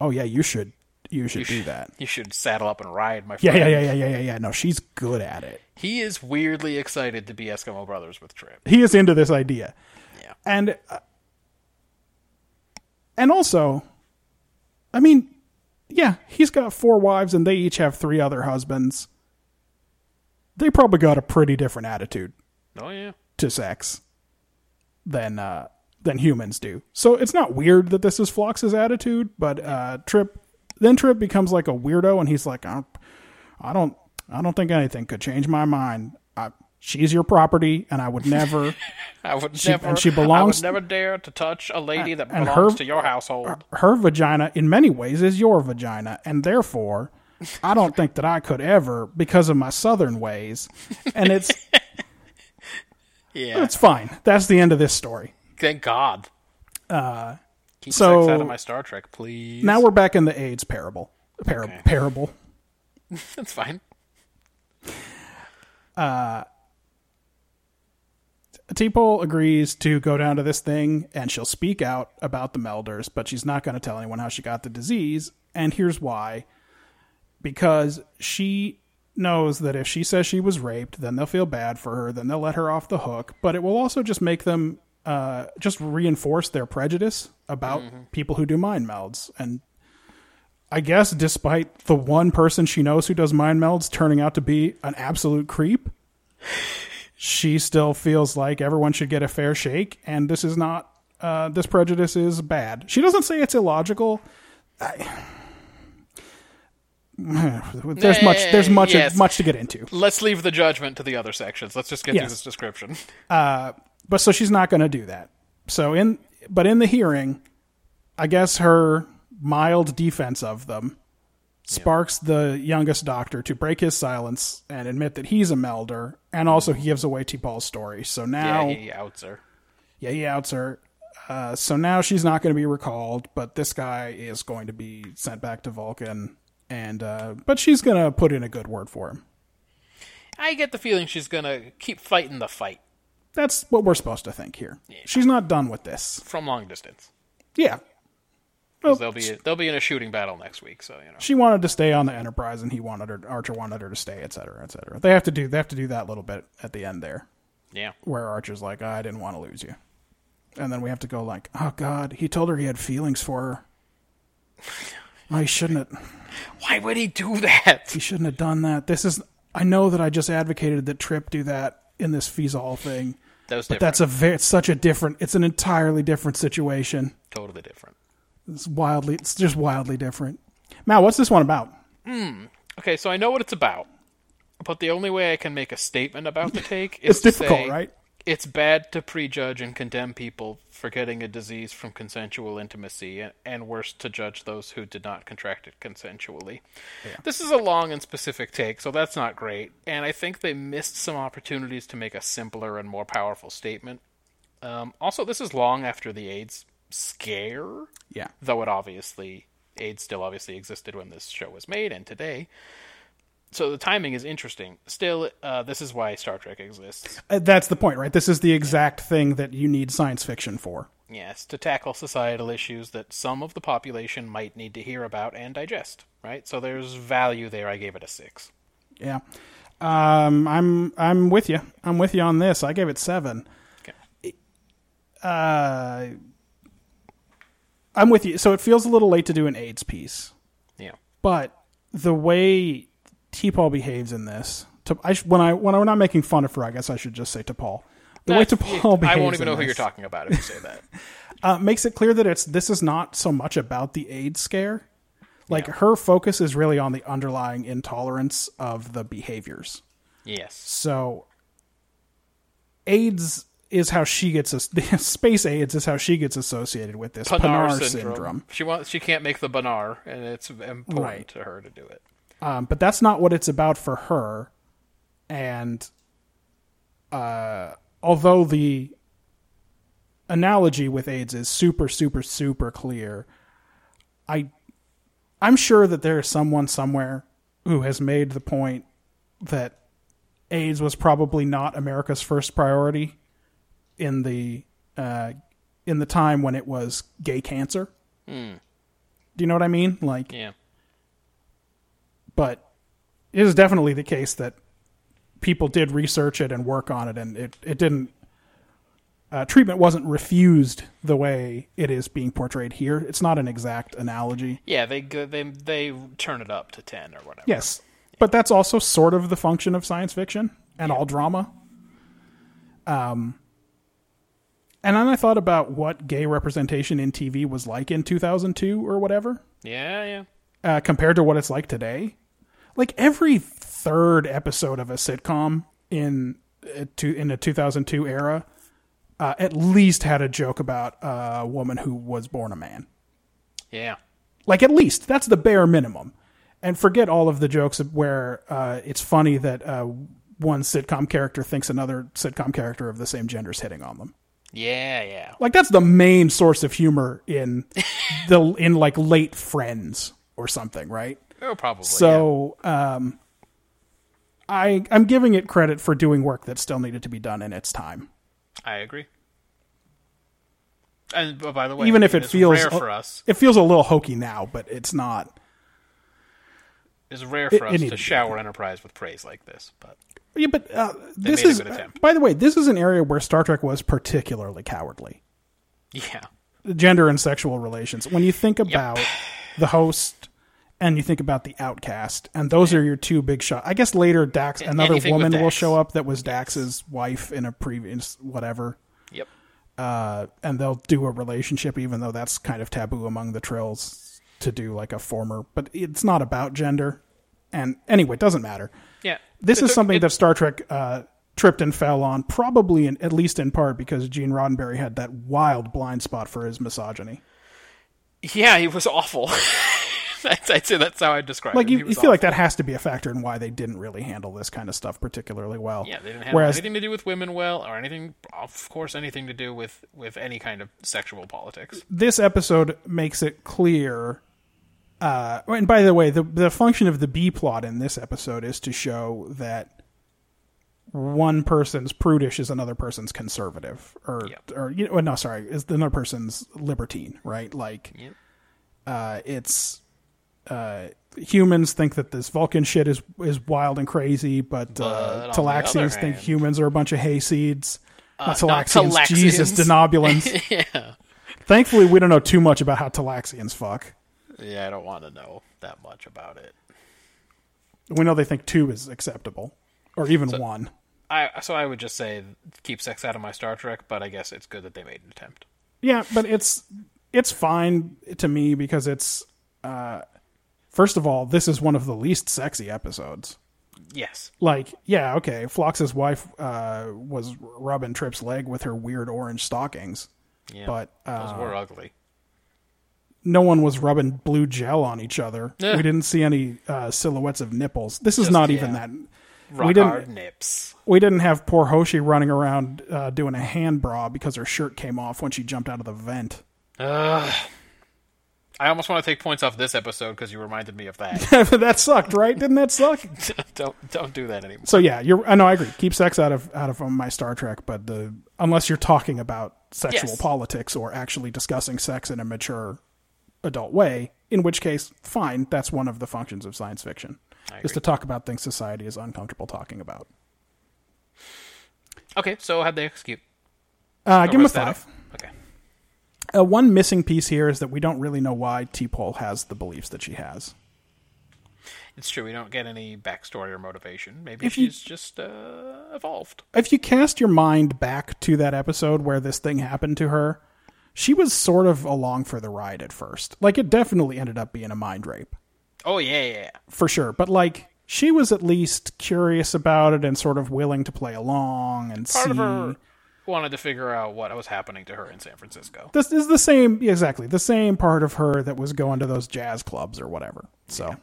Speaker 3: oh yeah, you should you should do that.
Speaker 2: You should saddle up and ride, my
Speaker 3: Yeah,
Speaker 2: friend.
Speaker 3: yeah, yeah, yeah, yeah, yeah, yeah. No, she's good at it.
Speaker 2: He is weirdly excited to be Eskimo Brothers with Trip.
Speaker 3: he is into this idea.
Speaker 2: Yeah.
Speaker 3: And uh, and also, I mean, yeah, he's got four wives and they each have three other husbands. They probably got a pretty different attitude
Speaker 2: Oh yeah.
Speaker 3: to sex than uh, than humans do. So it's not weird that this is Phlox's attitude, but uh, Trip then Trip becomes like a weirdo, and he's like, I don't, I don't, I don't think anything could change my mind. I, she's your property, and I would never.
Speaker 2: I would
Speaker 3: She-
Speaker 2: never
Speaker 3: and she
Speaker 2: I
Speaker 3: belongs-
Speaker 2: would never dare to touch a lady that
Speaker 3: and
Speaker 2: belongs
Speaker 3: her-
Speaker 2: to your household.
Speaker 3: her vagina in many ways is your vagina and therefore i don't think that i could ever because of my southern ways and it's
Speaker 2: Yeah.
Speaker 3: it's fine that's the end of this story
Speaker 2: Thank God. Uh Keep
Speaker 3: so-
Speaker 2: sex out of my Star Trek, please.
Speaker 3: now we're back in the aids parable Par- parable
Speaker 2: That's fine.
Speaker 3: T-Pole agrees to go down to this thing and she'll speak out about the melders, but she's not going to tell anyone how she got the disease. And here's why because she knows that if she says she was raped, then they'll feel bad for her, then they'll let her off the hook, but it will also just make them uh, just reinforce their prejudice about people who do mind melds. And I guess despite the one person she knows who does mind melds turning out to be an absolute creep she still feels like everyone should get a fair shake, and this is not uh, this prejudice is bad. She doesn't say it's illogical. I, there's much there's much
Speaker 2: Yes.
Speaker 3: much to get into,
Speaker 2: Let's leave the judgment to the other sections. Let's just get
Speaker 3: Yes.
Speaker 2: through this description.
Speaker 3: but so she's not going to do that. So in but in the hearing, I guess her mild defense of them sparks the youngest doctor to break his silence and admit that he's a melder, and also he gives away T. Paul's story. So now
Speaker 2: Yeah, he outs her.
Speaker 3: Yeah, he outs her. Uh, so now she's not going to be recalled, but this guy is going to be sent back to Vulcan, and uh, but she's going to put in a good word for him.
Speaker 2: I get the feeling she's gonna keep fighting the fight
Speaker 3: That's what we're supposed to think here. She's not done with this.
Speaker 2: from long distance.
Speaker 3: Yeah,
Speaker 2: 'Cause they'll be they'll be in a shooting battle next week, so you know.
Speaker 3: she wanted to stay on the Enterprise, and he wanted her. Archer wanted her to stay, et cetera, et cetera. They have to do. They have to do that little bit at the end there,
Speaker 2: Yeah.
Speaker 3: where Archer's like, "I didn't want to lose you," and then we have to go like, "Oh God, he told her he had feelings for her." I shouldn't have.
Speaker 2: Why would he do that?
Speaker 3: He shouldn't have done that. This is. I know that I just advocated that Trip do that in this Feazol thing,
Speaker 2: That was
Speaker 3: but
Speaker 2: different.
Speaker 3: that's a very. It's such a different. It's an entirely different situation.
Speaker 2: totally different.
Speaker 3: It's wildly. It's just wildly different. Mal, what's this one about?
Speaker 2: Okay, so I know what it's about, but the only way I can make a statement about the take is
Speaker 3: It's
Speaker 2: to
Speaker 3: difficult,
Speaker 2: say
Speaker 3: right?
Speaker 2: It's bad to prejudge and condemn people for getting a disease from consensual intimacy, and, and worse to judge those who did not contract it consensually. This is a long and specific take, so that's not great. And I think they missed some opportunities to make a simpler and more powerful statement. Um, also, this is long after the AIDS scare
Speaker 3: Yeah.
Speaker 2: though it obviously AIDS still obviously existed when this show was made and today. So the timing is interesting. Still, uh, this is why Star Trek exists.
Speaker 3: Uh, That's the point, right? This is the exact thing that you need science fiction for.
Speaker 2: Yes, to tackle societal issues that some of the population might need to hear about and digest. Right. So there's value there. I gave it a six.
Speaker 3: Yeah. Um, I'm I'm with you. I'm with you on this. I gave it seven.
Speaker 2: Okay.
Speaker 3: Uh, I'm with you. So it feels a little late to do an AIDS piece,
Speaker 2: Yeah.
Speaker 3: but the way T Paul behaves in this, to, I sh- when I when I'm not making fun of her, I guess I should just say to Paul. The way to Paul
Speaker 2: I
Speaker 3: behaves.
Speaker 2: won't even
Speaker 3: in
Speaker 2: know who
Speaker 3: this,
Speaker 2: you're talking about if you say that.
Speaker 3: uh, makes it clear that it's this is not so much about the AIDS scare. Like her focus is really on the underlying intolerance of the behaviors.
Speaker 2: yes.
Speaker 3: So AIDS is how she gets as- space AIDS is how she gets associated with this Panar, syndrome.
Speaker 2: She wants. She can't make the Banar, and it's important
Speaker 3: Right.
Speaker 2: to her to do it.
Speaker 3: Um, but that's not what it's about for her. And uh, although the analogy with AIDS is super, super, super clear, I I'm sure that there is someone somewhere who has made the point that AIDS was probably not America's first priority in the uh, in the time when it was gay cancer. Do you know what I mean? Like
Speaker 2: Yeah.
Speaker 3: but it is definitely the case that people did research it and work on it, and it, it didn't. Uh, treatment wasn't refused the way it is being portrayed here. It's not an exact analogy.
Speaker 2: Yeah. They go- they they turn it up to ten or whatever.
Speaker 3: Yes, but that's also sort of the function of science fiction and all drama. Um, and then I thought about what gay representation in TV was like in 2002 or whatever.
Speaker 2: Yeah. Yeah.
Speaker 3: uh, compared to what it's like today. Like every third episode of a sitcom in uh, to, in the 2002 era, uh, at least had a joke about a woman who was born a man.
Speaker 2: Yeah.
Speaker 3: Like at least that's the bare minimum. And forget all of the jokes of where uh, it's funny that uh, one sitcom character thinks another sitcom character of the same gender is hitting on them.
Speaker 2: Yeah, yeah.
Speaker 3: Like that's the main source of humor in the in like late Friends or something, right?
Speaker 2: Oh, probably. yeah.
Speaker 3: So um, I I'm giving it credit for doing work that still needed to be done in its time,
Speaker 2: I agree. And but by the way,
Speaker 3: even if it
Speaker 2: it's
Speaker 3: feels
Speaker 2: rare for us,
Speaker 3: It feels a little hokey now, but it's not.
Speaker 2: it's rare
Speaker 3: it-
Speaker 2: for us
Speaker 3: it needed
Speaker 2: to
Speaker 3: to be
Speaker 2: shower Enterprise with praise like this. But
Speaker 3: Yeah, but uh, this
Speaker 2: made a
Speaker 3: is
Speaker 2: good attempt.
Speaker 3: by the way, this is an area where Star Trek was particularly cowardly.
Speaker 2: yeah,
Speaker 3: Gender and sexual relations. When you think about the host and you think about the outcast, and those are your two big shots. I guess later Dax, another
Speaker 2: anything with
Speaker 3: woman will
Speaker 2: Dax.
Speaker 3: show up that was Dax's wife in a previous whatever.
Speaker 2: yep,
Speaker 3: uh, and they'll do a relationship, even though that's kind of taboo among the trills to do like a former. But it's not about gender, and anyway, it doesn't matter.
Speaker 2: yeah.
Speaker 3: This
Speaker 2: It
Speaker 3: is
Speaker 2: took-
Speaker 3: something
Speaker 2: it-
Speaker 3: that Star Trek uh, tripped and fell on, probably in, at least in part because Gene Roddenberry had that wild blind spot for his misogyny.
Speaker 2: yeah, he was awful. That's, I'd say that's how I describe
Speaker 3: Like
Speaker 2: it.
Speaker 3: you,
Speaker 2: He
Speaker 3: you
Speaker 2: was
Speaker 3: feel like
Speaker 2: awful.
Speaker 3: that has to be a factor in why they didn't really handle this kind of stuff particularly well.
Speaker 2: Yeah, they didn't have
Speaker 3: Whereas
Speaker 2: anything to do with women well, or anything, of course, anything to do with with any kind of sexual politics.
Speaker 3: this episode makes it clear. Uh, and by the way, the the function of the B plot in this episode is to show that one person's prudish is another person's conservative, or
Speaker 2: Yep.
Speaker 3: or you know, well, no, sorry, is another person's libertine, right? Like, uh, it's uh, humans think that this Vulcan shit is is wild and crazy, but, uh,
Speaker 2: on the other
Speaker 3: Talaxians think
Speaker 2: hand-
Speaker 3: humans are a bunch of hayseeds. not
Speaker 2: not
Speaker 3: Talaxians, Jesus,
Speaker 2: Uh, Talaxians.
Speaker 3: denobulans. Thankfully, we don't know too much about how Talaxians fuck.
Speaker 2: Yeah, I don't want to know that much about it.
Speaker 3: We know they think two is acceptable, or even one.
Speaker 2: I so I would just say keep sex out of my Star Trek, but I guess it's good that they made an attempt.
Speaker 3: Yeah, but it's it's fine to me because it's uh, first of all, this is one of the least sexy episodes.
Speaker 2: Yes,
Speaker 3: Like, yeah, okay, Flox's wife uh, was rubbing Trip's leg with her weird orange stockings,
Speaker 2: yeah,
Speaker 3: but uh,
Speaker 2: those were ugly.
Speaker 3: no one was rubbing blue gel on each other.
Speaker 2: Yeah.
Speaker 3: We didn't see any uh, silhouettes of nipples. This is
Speaker 2: Just-
Speaker 3: not even
Speaker 2: yeah.
Speaker 3: that.
Speaker 2: Rock
Speaker 3: we didn't.
Speaker 2: hard nips.
Speaker 3: we didn't have poor Hoshi running around uh, doing a hand bra because her shirt came off when she jumped out of the vent.
Speaker 2: I almost want to take points off this episode because you reminded me of that.
Speaker 3: that sucked, right? Didn't that suck?
Speaker 2: don't don't do that anymore.
Speaker 3: So yeah, you're. I know I agree. Keep sex out of out of um, my Star Trek, but the unless you're talking about sexual
Speaker 2: Yes.
Speaker 3: politics or actually discussing sex in a mature adult way, in which case, fine. That's one of the functions of science fiction, is to talk about things society is uncomfortable talking about.
Speaker 2: Okay, so how'd they execute?
Speaker 3: Uh,
Speaker 2: Or
Speaker 3: give him a
Speaker 2: was that
Speaker 3: five.
Speaker 2: Okay.
Speaker 3: Uh, one missing piece here is that we don't really know why T-Pole has the beliefs that she has.
Speaker 2: It's true. We don't get any backstory or motivation. Maybe
Speaker 3: If you-
Speaker 2: she's just uh, evolved.
Speaker 3: if you cast your mind back to that episode where this thing happened to her, she was sort of along for the ride at first. Like it definitely ended up being a mind rape
Speaker 2: Oh yeah, yeah, yeah.
Speaker 3: for sure, but like she was at least curious about it and sort of willing to play along and
Speaker 2: Part
Speaker 3: see.
Speaker 2: of her wanted to figure out what was happening to her in San Francisco.
Speaker 3: This is the same, exactly the same part of her that was going to those jazz clubs or whatever. So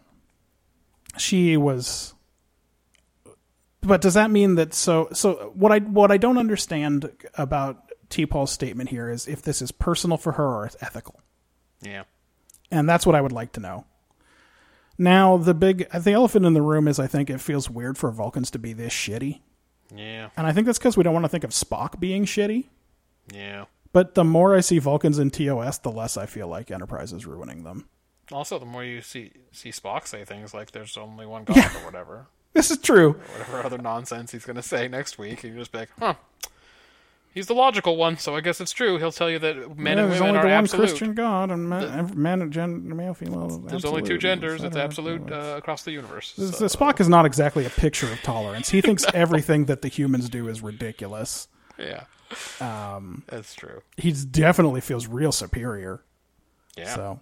Speaker 3: she was. But does that mean that so so what I what I don't understand about T Paul's statement here is if this is personal for her or it's ethical,
Speaker 2: Yeah.
Speaker 3: and that's what I would like to know. Now the big the elephant in the room is I think it feels weird for Vulcans to be this shitty,
Speaker 2: Yeah.
Speaker 3: and I think that's because we don't want to think of Spock being shitty.
Speaker 2: Yeah.
Speaker 3: But the more I see Vulcans in TOS, the less I feel like Enterprise is ruining them.
Speaker 2: Also, the more you see see Spock say things like "There's only one God" or whatever,
Speaker 3: This is true.
Speaker 2: whatever other nonsense he's going to say next week, and you're just be like, "Huh." He's the logical one, so I guess it's true. He'll tell you that men
Speaker 3: Yeah,
Speaker 2: and
Speaker 3: there's
Speaker 2: women
Speaker 3: only
Speaker 2: are
Speaker 3: the one
Speaker 2: absolute.
Speaker 3: Christian God, and man, man and gen, male, female.
Speaker 2: There's only two genders. It's absolute uh, across the universe.
Speaker 3: This-
Speaker 2: so-
Speaker 3: this Spock is not exactly a picture of tolerance. He thinks everything that the humans do is ridiculous.
Speaker 2: yeah,
Speaker 3: Um,
Speaker 2: that's true.
Speaker 3: He definitely feels real superior.
Speaker 2: Yeah,
Speaker 3: So,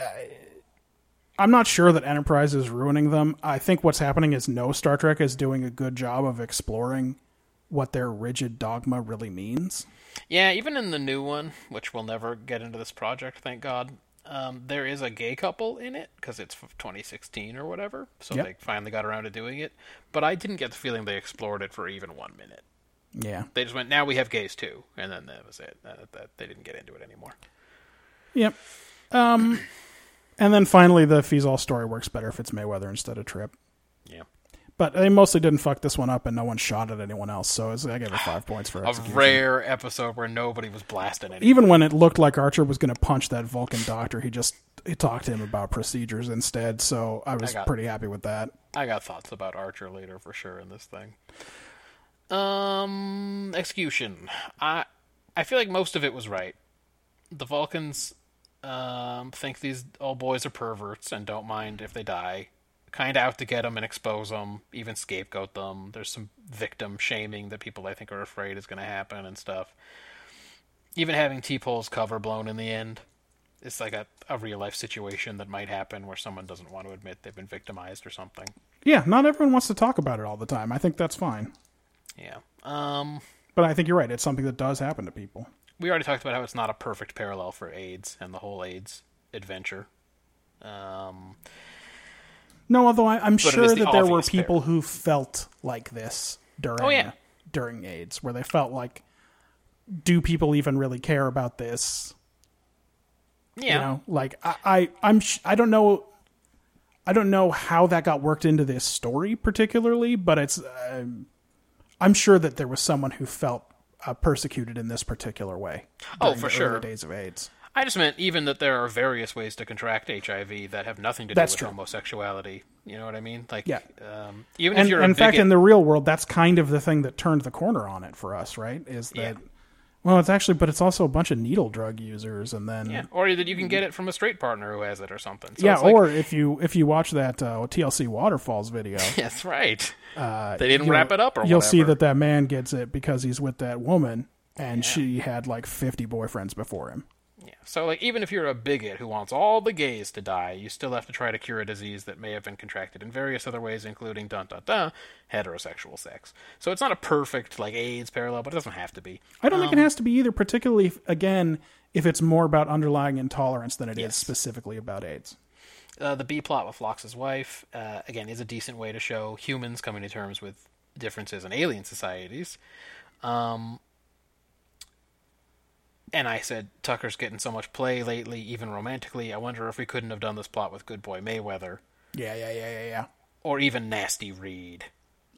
Speaker 3: I, I'm not sure that Enterprise is ruining them. I think what's happening is no Star Trek is doing a good job of exploring what their rigid dogma really means.
Speaker 2: yeah. Even in the new one, which we'll never get into this project, thank God. Um, there is a gay couple in it because it's f- 2016 or whatever, so
Speaker 3: Yep.
Speaker 2: they finally got around to doing it. But I didn't get the feeling they explored it for even one minute.
Speaker 3: Yeah.
Speaker 2: They just went, "Now we have gays too," and then that was it. That, that, they didn't get into it anymore.
Speaker 3: Yep. Um, and then finally, the Feasal story works better if it's Mayweather instead of Trip.
Speaker 2: Yeah,
Speaker 3: But they mostly didn't fuck this one up, and no one shot at anyone else. So it's- I gave it five points for
Speaker 2: a
Speaker 3: execution.
Speaker 2: rare episode where nobody was blasting anything.
Speaker 3: Even when it looked like Archer was going to punch that Vulcan doctor, he just he talked to him about procedures instead. So I was
Speaker 2: got it.
Speaker 3: pretty happy with that.
Speaker 2: I got thoughts about Archer later for sure in this thing. Um, execution. I I feel like most of it was right. The Vulcans um, think these old boys are perverts and don't mind if they die. Kind of out to get them and expose them, even scapegoat them. There's some victim shaming that people I think are afraid is going to happen and stuff. Even having T-Pole's cover blown in the end it's like a, a real life situation that might happen where someone doesn't want to admit they've been victimized or something.
Speaker 3: Yeah, not everyone wants to talk about it all the time. I think that's fine.
Speaker 2: Yeah. Um,
Speaker 3: But I think you're right. It's something that does happen to people.
Speaker 2: we already talked about how it's not a perfect parallel for AIDS and the whole AIDS adventure. Um,
Speaker 3: No, although I, I'm
Speaker 2: it
Speaker 3: sure
Speaker 2: is
Speaker 3: that
Speaker 2: the
Speaker 3: there were
Speaker 2: obvious pair.
Speaker 3: people who felt like this during
Speaker 2: Oh, yeah.
Speaker 3: during AIDS, where they felt like, do people even really care about this?
Speaker 2: yeah.
Speaker 3: You know, like I, I I'm sh- I don't know, I don't know how that got worked into this story particularly, but it's um, I'm sure that there was someone who felt uh, persecuted in this particular way.
Speaker 2: Oh,
Speaker 3: during
Speaker 2: for
Speaker 3: the
Speaker 2: sure.
Speaker 3: Early days of AIDS.
Speaker 2: I just meant even that there are various ways to contract HIV that have nothing to do
Speaker 3: That's
Speaker 2: with
Speaker 3: true.
Speaker 2: homosexuality. You know what I mean? Like,
Speaker 3: Yeah.
Speaker 2: um, even
Speaker 3: and
Speaker 2: if you're
Speaker 3: in
Speaker 2: a
Speaker 3: fact,
Speaker 2: bigot-
Speaker 3: in the real world, that's kind of the thing that turned the corner on it for us, right? Is that
Speaker 2: Yeah.
Speaker 3: well, it's actually, but it's also a bunch of needle drug users, and then
Speaker 2: yeah,
Speaker 3: yeah,
Speaker 2: or that you can get it from a straight partner who has it or something. So it's like-
Speaker 3: Mm-hmm. or if you if you watch that uh, TLC waterfalls video,
Speaker 2: that's right. they didn't wrap it up, or
Speaker 3: Uh, you'll see
Speaker 2: whatever.
Speaker 3: that that man gets it because he's with that woman, and she had like fifty boyfriends before him.
Speaker 2: Yeah. So, like, even if you're a bigot who wants all the gays to die, you still have to try to cure a disease that may have been contracted in various other ways, including dun dun dun heterosexual sex. So it's not a perfect like AIDS parallel, but it doesn't have to be.
Speaker 3: I don't think
Speaker 2: Um,
Speaker 3: it has to be either, particularly if, again if it's more about underlying intolerance than it is specifically about AIDS.
Speaker 2: uh, the B plot with Locke's wife uh, again is a decent way to show humans coming to terms with differences in alien societies. Um, and I said Tucker's getting so much play lately, even romantically. I wonder if we couldn't have done this plot with Good Boy Mayweather
Speaker 3: Yeah, yeah, yeah, yeah, yeah.
Speaker 2: or even Nasty Reed.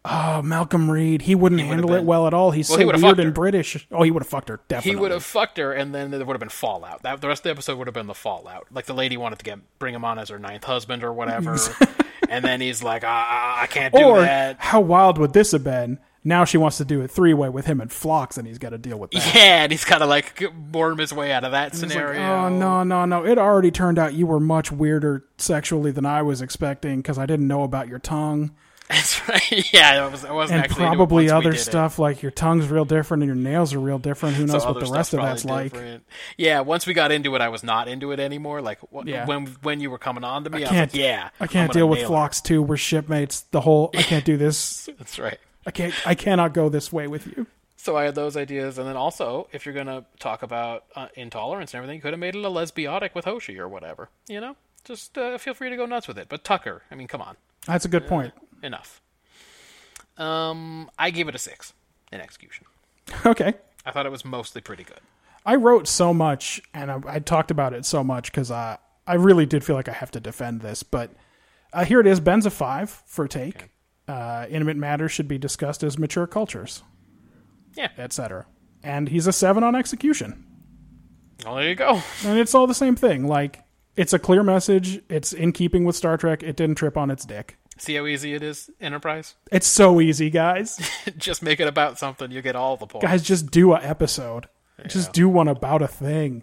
Speaker 3: Oh, Malcolm Reed. He wouldn't
Speaker 2: would've
Speaker 3: handle it
Speaker 2: been-
Speaker 3: well at all. He's
Speaker 2: Well, he
Speaker 3: so
Speaker 2: would've
Speaker 3: weird
Speaker 2: fucked her.
Speaker 3: and British. Oh, he would have fucked her. Definitely.
Speaker 2: He would have fucked her, and then there would have been fallout. That the rest of the episode would have been the fallout. Like the lady wanted to get bring him on as her ninth husband or whatever, and then he's like, "Ah, I can't do
Speaker 3: Or
Speaker 2: that."
Speaker 3: how wild would this have been? Now she wants to do it three way with him and Flocks, and he's got to deal with that.
Speaker 2: Yeah, and he's got to like worm his way out of that
Speaker 3: It's like,
Speaker 2: scenario.
Speaker 3: oh no, no, no! It already turned out you were much weirder sexually than I was expecting because I didn't know about your tongue
Speaker 2: That's right. Yeah, it, was, it wasn't
Speaker 3: and
Speaker 2: actually into it
Speaker 3: probably
Speaker 2: once we
Speaker 3: other
Speaker 2: did it.
Speaker 3: stuff like your tongue's real different and your nails are real different. Who
Speaker 2: So
Speaker 3: knows
Speaker 2: other
Speaker 3: what the rest of
Speaker 2: stuff's
Speaker 3: that's
Speaker 2: probably
Speaker 3: like?
Speaker 2: different. Yeah, once we got into it, I was not into it anymore. Like wh-
Speaker 3: Yeah.
Speaker 2: when when you were coming on to me, I,
Speaker 3: Can't
Speaker 2: was like, yeah,
Speaker 3: I
Speaker 2: I'm
Speaker 3: can't
Speaker 2: gonna
Speaker 3: deal with
Speaker 2: nail it.
Speaker 3: Flocks too. We're shipmates. The whole I can't do this.
Speaker 2: That's right.
Speaker 3: I can't. I cannot go this way with you.
Speaker 2: So I had those ideas, and then also, if you're gonna talk about uh, intolerance and everything, you could have made it a lesbiotic with Hoshi or whatever. You know, just uh, feel free to go nuts with it. But Tucker, I mean, come on.
Speaker 3: That's a good point.
Speaker 2: enough. Um, I gave it a six in execution.
Speaker 3: Okay.
Speaker 2: I thought it was mostly pretty good.
Speaker 3: I wrote so much and I, I talked about it so much because I, I really did feel like I have to defend this. But uh, here it is Ben's a five for take. Uh, intimate matters should be discussed as mature cultures,
Speaker 2: Yeah.
Speaker 3: etc. And he's a seven on execution.
Speaker 2: Well, there you go.
Speaker 3: And it's all the same thing. Like, it's a clear message. It's in keeping with Star Trek. It didn't trip on its dick.
Speaker 2: See how easy it is, Enterprise?
Speaker 3: It's so easy, guys.
Speaker 2: Just make it about something, you get all the points.
Speaker 3: guys, just do a episode. Just do one about a thing.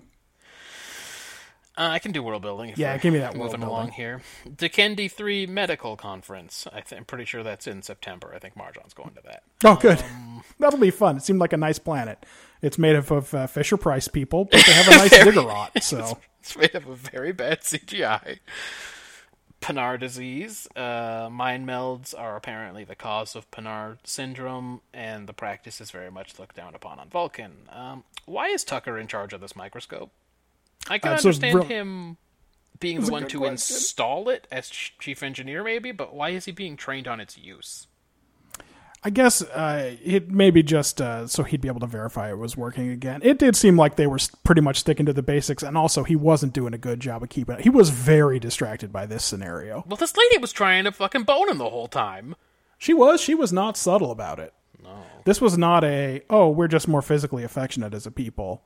Speaker 2: Uh, I can do world building. If
Speaker 3: Yeah,
Speaker 2: we're
Speaker 3: give me that world
Speaker 2: Moving
Speaker 3: building.
Speaker 2: along here, Dikendi Three Medical Conference. I th- I'm pretty sure that's in September. I think Marjan's going to that.
Speaker 3: Oh, good.
Speaker 2: Um,
Speaker 3: That'll be fun. It seemed like a nice planet. It's made up of uh, Fisher Price people, but they have a nice ziggurat. So
Speaker 2: It's made up of very bad CGI. Pinar disease. Uh, mind melds are apparently the cause of Pinar syndrome, and the practice is very much looked down upon on Vulcan. Um, why is Tucker in charge of this microscope? I can
Speaker 3: Uh, so it's
Speaker 2: understand
Speaker 3: real-
Speaker 2: him being the one to install it as ch- chief engineer, maybe, but why is he being trained on its use?
Speaker 3: I guess uh, it maybe just uh, so he'd be able to verify it was working again. It did seem like they were s- pretty much sticking to the basics, and also he wasn't doing a good job of keeping it. He was very distracted by this scenario.
Speaker 2: Well, this lady was trying to fucking bone him the whole time.
Speaker 3: She was. She was not subtle about it. No. This was not a, oh, we're just more physically affectionate as a people.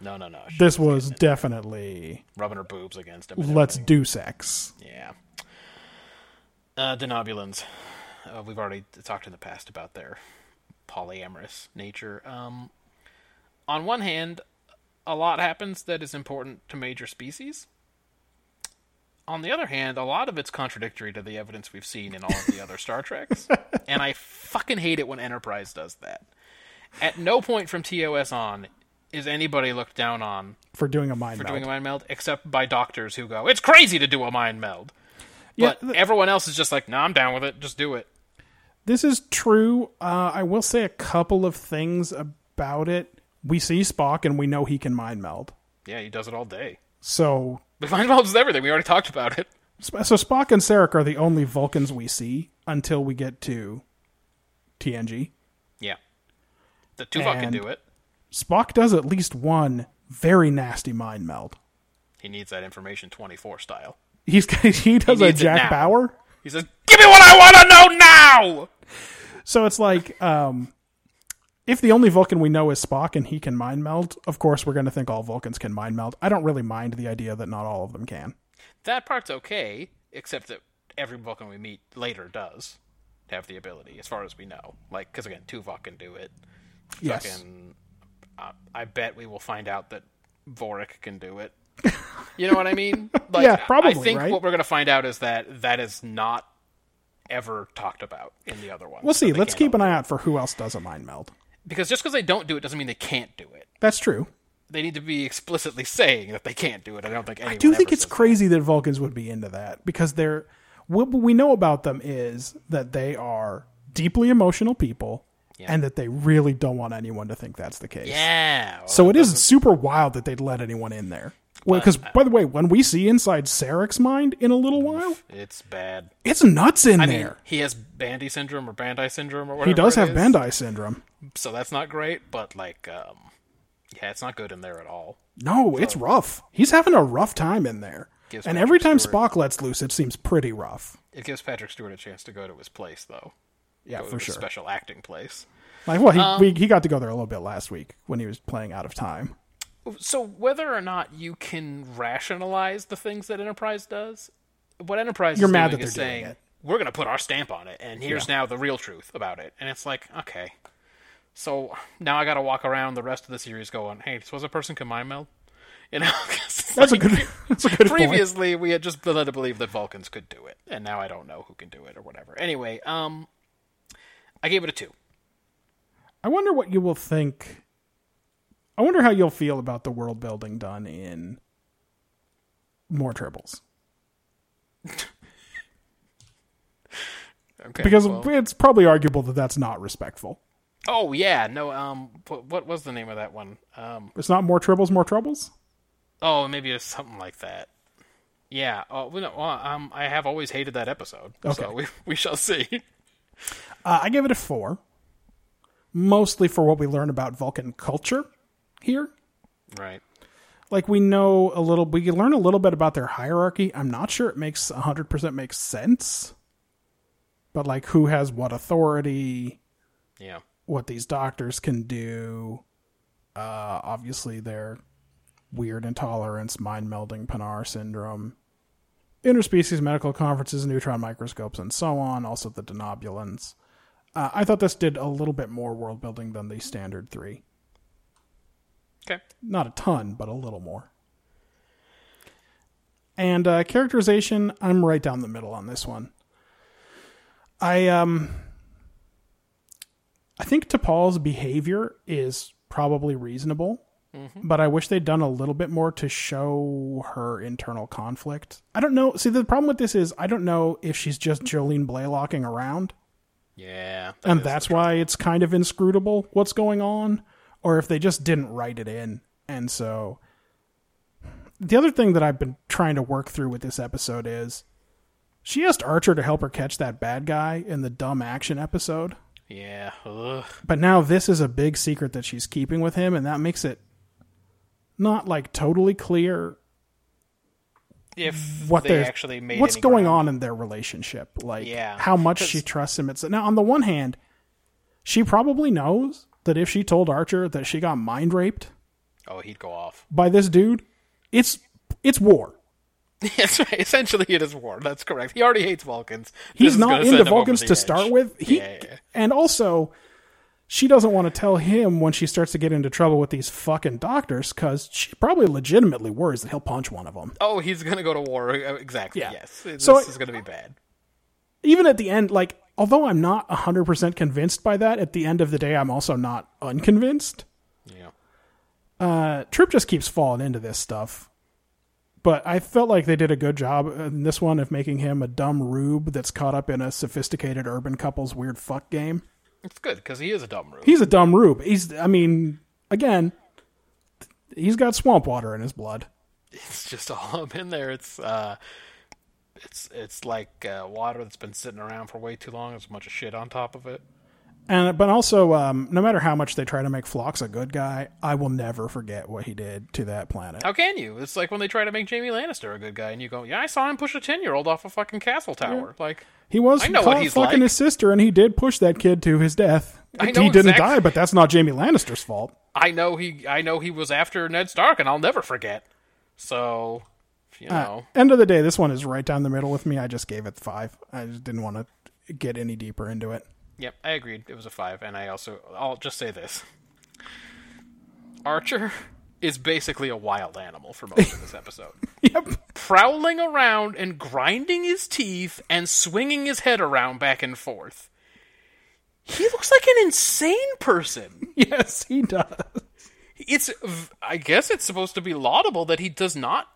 Speaker 2: No, no, no. She's
Speaker 3: This was definitely,
Speaker 2: rubbing her boobs against him. and
Speaker 3: let's do sex.
Speaker 2: Yeah. Uh, denobulins. Uh, we've already talked in the past about their polyamorous nature. Um, on one hand, a lot happens that is important to major species. On the other hand, a lot of it's contradictory to the evidence we've seen in all of the other Star Treks. And I fucking hate it when Enterprise does that. At no point from TOS on is anybody looked down on
Speaker 3: For doing a mind
Speaker 2: for
Speaker 3: meld.
Speaker 2: doing a mind meld, except by doctors who go, "It's crazy to do a mind meld."
Speaker 3: Yeah,
Speaker 2: But everyone else is just like, "No, I'm down with it. Just do it."
Speaker 3: This is true. Uh, I will say a couple of things about it. We see Spock and we know he can mind meld.
Speaker 2: Yeah, he does it all day.
Speaker 3: So
Speaker 2: Mind Vaults is everything. We already talked about it.
Speaker 3: Sp- So Spock and Sarek are the only Vulcans we see until we get to TNG.
Speaker 2: Yeah. The Tuvok can
Speaker 3: And-
Speaker 2: do it.
Speaker 3: Spock does at least one very nasty mind meld.
Speaker 2: He needs that information 24 style.
Speaker 3: He's he does a
Speaker 2: needs it now.
Speaker 3: Jack Bauer.
Speaker 2: He says, Give me what I want to know now!
Speaker 3: So it's like um if the only Vulcan we know is Spock and he can mind meld, of course we're going to think all Vulcans can mind meld. I don't really mind the idea that not all of them can.
Speaker 2: That part's okay, except that every Vulcan we meet later does have the ability, as far as we know. Like, because again, Tuvok can do it.
Speaker 3: Yes.
Speaker 2: Fucking, uh, I bet we will find out that Vorik can do it. You know what I mean? Like,
Speaker 3: Yeah,
Speaker 2: I-
Speaker 3: probably,
Speaker 2: I think
Speaker 3: right?
Speaker 2: what we're going to find out is that that is not ever talked about in the other ones.
Speaker 3: We'll see.
Speaker 2: That they
Speaker 3: Let's
Speaker 2: can't
Speaker 3: keep
Speaker 2: all-
Speaker 3: an eye out for who else does a mind meld.
Speaker 2: because just because they don't do it doesn't mean they can't do it.
Speaker 3: That's true.
Speaker 2: They need to be explicitly saying that they can't do it. I don't think anyone.
Speaker 3: I do think
Speaker 2: ever
Speaker 3: it's
Speaker 2: says that.
Speaker 3: crazy that Vulcans would be into that because they're what we know about them is that they are deeply emotional people and that they really don't want anyone to think that's the case.
Speaker 2: Yeah. well,
Speaker 3: So it is super wild that they'd let anyone in there. Well, because by the way, when we see inside Sarek's mind in a little while,
Speaker 2: It's bad.
Speaker 3: it's nuts in
Speaker 2: I
Speaker 3: there.
Speaker 2: mean, he has Bandy syndrome or Bandai syndrome or whatever.
Speaker 3: he does
Speaker 2: it is,
Speaker 3: have Bandai syndrome.
Speaker 2: so that's not great. But like, um, yeah, it's not good in there at all.
Speaker 3: No, it's rough. He's having a rough time in there.
Speaker 2: Gives
Speaker 3: And every
Speaker 2: Patrick
Speaker 3: time
Speaker 2: Stewart-
Speaker 3: Spock lets loose, it seems pretty rough.
Speaker 2: It gives Patrick Stewart a chance to go to his place, though.
Speaker 3: Yeah,
Speaker 2: Go to
Speaker 3: for
Speaker 2: his
Speaker 3: sure.
Speaker 2: Special acting place.
Speaker 3: Like, well, he, we, he got to go there a little bit last week when he was playing Out of Time.
Speaker 2: So whether or not you can rationalize the things that Enterprise does, what Enterprise
Speaker 3: You're
Speaker 2: is
Speaker 3: mad
Speaker 2: doing
Speaker 3: that
Speaker 2: is
Speaker 3: they're
Speaker 2: saying
Speaker 3: doing it.
Speaker 2: we're going to put our stamp on it, and here's now the real truth about it. And it's like, okay, so now I got to walk around the rest of the series going, hey, this was a person can mind meld, you know? 'Cause it's
Speaker 3: That's a
Speaker 2: like-
Speaker 3: good. That's a good point.
Speaker 2: previously we had just been led to believe that Vulcans could do it, and now I don't know who can do it or whatever. Anyway, um, I gave it a two.
Speaker 3: I wonder what you will think. I wonder how you'll feel about the world building done in more tribbles
Speaker 2: Okay,
Speaker 3: because
Speaker 2: well-
Speaker 3: it's probably arguable that that's not respectful.
Speaker 2: oh yeah, no, um, what, what was the name of that one? Um,
Speaker 3: It's not more tribbles, more troubles.
Speaker 2: oh maybe it's something like that. Yeah, oh well, no, well, um, I have always hated that episode,
Speaker 3: Okay.
Speaker 2: so we we shall see.
Speaker 3: Uh, I give it a four, mostly for what we learn about Vulcan culture here.
Speaker 2: right.
Speaker 3: Like we know a little, we learn a little bit about their hierarchy. I'm not sure it makes 100 percent makes sense, but like who has what authority,
Speaker 2: Yeah.
Speaker 3: what these doctors can do. Uh, obviously, their weird intolerance, mind melding, Panar syndrome, interspecies medical conferences, neutron microscopes, and so on. Also, the denobulins. Uh, I thought this did a little bit more world building than the standard three.
Speaker 2: Okay.
Speaker 3: Not a ton, but a little more. And uh, characterization, I'm right down the middle on this one. I um, I think T'Pol's behavior is probably reasonable, but I wish they'd done a little bit more to show her internal conflict. I don't know. See, the problem with this is I don't know if she's just Jolene Blaylocking around
Speaker 2: Yeah. that
Speaker 3: and
Speaker 2: is-
Speaker 3: that's why it's kind of inscrutable what's going on, or if they just didn't write it in. And so, the other thing that I've been trying to work through with this episode is she asked Archer to help her catch that bad guy in the dumb action episode,
Speaker 2: yeah. Ugh.
Speaker 3: but now this is a big secret that she's keeping with him, and that makes it not like totally clear
Speaker 2: If
Speaker 3: what
Speaker 2: they
Speaker 3: there's-
Speaker 2: actually made
Speaker 3: what's
Speaker 2: any
Speaker 3: going
Speaker 2: ground-
Speaker 3: on in their relationship like
Speaker 2: Yeah,
Speaker 3: how much
Speaker 2: 'cause-
Speaker 3: she trusts him it's now on the one hand she probably knows that if she told archer that she got mind raped
Speaker 2: Oh, he'd go off.
Speaker 3: by this dude it's it's war
Speaker 2: That's right. Essentially, it is war. That's correct. He already hates Vulcans.
Speaker 3: he's not into vulcans to start with he
Speaker 2: Yeah, yeah, yeah.
Speaker 3: and also she doesn't want to tell him when she starts to get into trouble with these fucking doctors because she probably legitimately worries that he'll punch one of them
Speaker 2: Oh, he's gonna go to war. Uh, Exactly.
Speaker 3: Yeah.
Speaker 2: Yes. This
Speaker 3: So I-
Speaker 2: is gonna be bad.
Speaker 3: even at the end like although i'm not 100% convinced by that at the end of the day i'm also not unconvinced
Speaker 2: Yeah.
Speaker 3: Trip just keeps falling into this stuff. But I felt like they did a good job in this one of making him a dumb rube that's caught up in a sophisticated urban couple's weird fuck game.
Speaker 2: It's good because he is a dumb rube.
Speaker 3: He's a dumb rube. He's, I mean, again, he's got swamp water in his blood.
Speaker 2: it's just all up in there. It's uh, it's it's like uh, water that's been sitting around for way too long. There's a bunch of shit on top of it.
Speaker 3: And but also, um, no matter how much they try to make Phlox a good guy, I will never forget what he did to that planet.
Speaker 2: How can you? It's like when they try to make Jamie Lannister a good guy, and you go, "Yeah, I saw him push a ten-year-old off a fucking castle tower." Like
Speaker 3: He was
Speaker 2: I know
Speaker 3: caught
Speaker 2: what he's
Speaker 3: fucking
Speaker 2: like.
Speaker 3: his sister, and he did push that kid to his death.
Speaker 2: I
Speaker 3: he
Speaker 2: know
Speaker 3: didn't
Speaker 2: exact-
Speaker 3: die, but that's not Jamie Lannister's fault.
Speaker 2: I know he, I know he was after Ned Stark, and I'll never forget. So, you
Speaker 3: Uh,
Speaker 2: know,
Speaker 3: End of the day, this one is right down the middle with me. I just gave it five. I just didn't want to get any deeper into it.
Speaker 2: yep, I agreed. It was a five, and I also, I'll just say this: Archer is basically a wild animal for most of this episode.
Speaker 3: Yep.
Speaker 2: prowling around and grinding his teeth and swinging his head around back and forth. He looks like an insane person.
Speaker 3: Yes, he does.
Speaker 2: It's, v- I guess, it's supposed to be laudable that he does not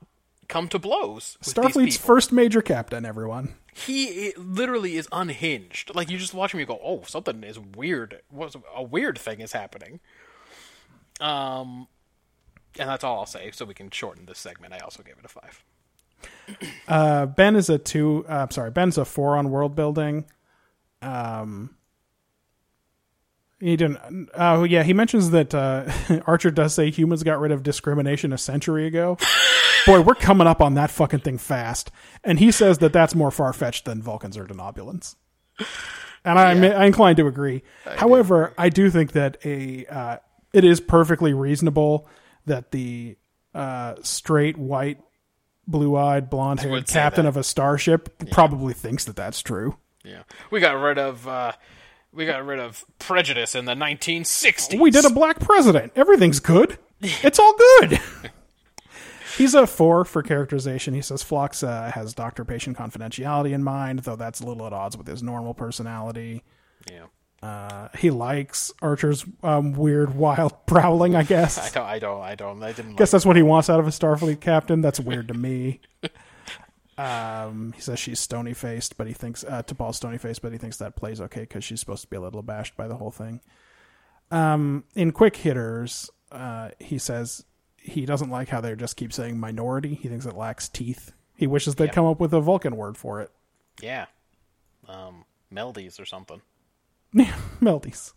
Speaker 2: come to blows. With
Speaker 3: Starfleet's
Speaker 2: these people.
Speaker 3: first major captain. Everyone.
Speaker 2: He i- literally is unhinged. Like you just watch him, you go, "Oh, something is weird. What's a weird thing is happening." Um, and that's all I'll say. So we can shorten this segment. I also gave it a five.
Speaker 3: Ben is a two. Uh, I'm sorry, Ben's a four on world building. Um, he didn't. Oh yeah, he mentions that uh, Archer does say humans got rid of discrimination a century ago. Boy, we're coming up on that fucking thing fast. And he says that that's more far fetched than Vulcans or Denobulans. And I'm I'm inclined to agree. However, I do think that a uh, it is perfectly reasonable that the uh, straight white blue-eyed, blonde-haired
Speaker 2: would say
Speaker 3: captain
Speaker 2: that.
Speaker 3: of a starship probably thinks that that's true.
Speaker 2: Yeah, we got rid of uh, we got rid of prejudice in the 1960s.
Speaker 3: We did a black president. Everything's good. It's all good. He's a four for characterization. He says Phlox uh, has doctor-patient confidentiality in mind, though that's a little at odds with his normal personality. Uh,
Speaker 2: yeah.
Speaker 3: He likes Archer's um, weird, wild prowling. I guess.
Speaker 2: I don't, I don't, I don't. I didn't.
Speaker 3: guess that's what he wants out of a Starfleet captain. That's weird to me. Um, he says she's stony faced, but he thinks uh, T'Pol's stony faced, but he thinks that plays okay because she's supposed to be a little abashed by the whole thing. Um, in quick hitters, uh, he says he doesn't like how they just keep saying minority. He thinks it lacks teeth. He wishes they'd come up with a Vulcan word for it.
Speaker 2: like- yeah, um, Meldies or something.
Speaker 3: Meldies.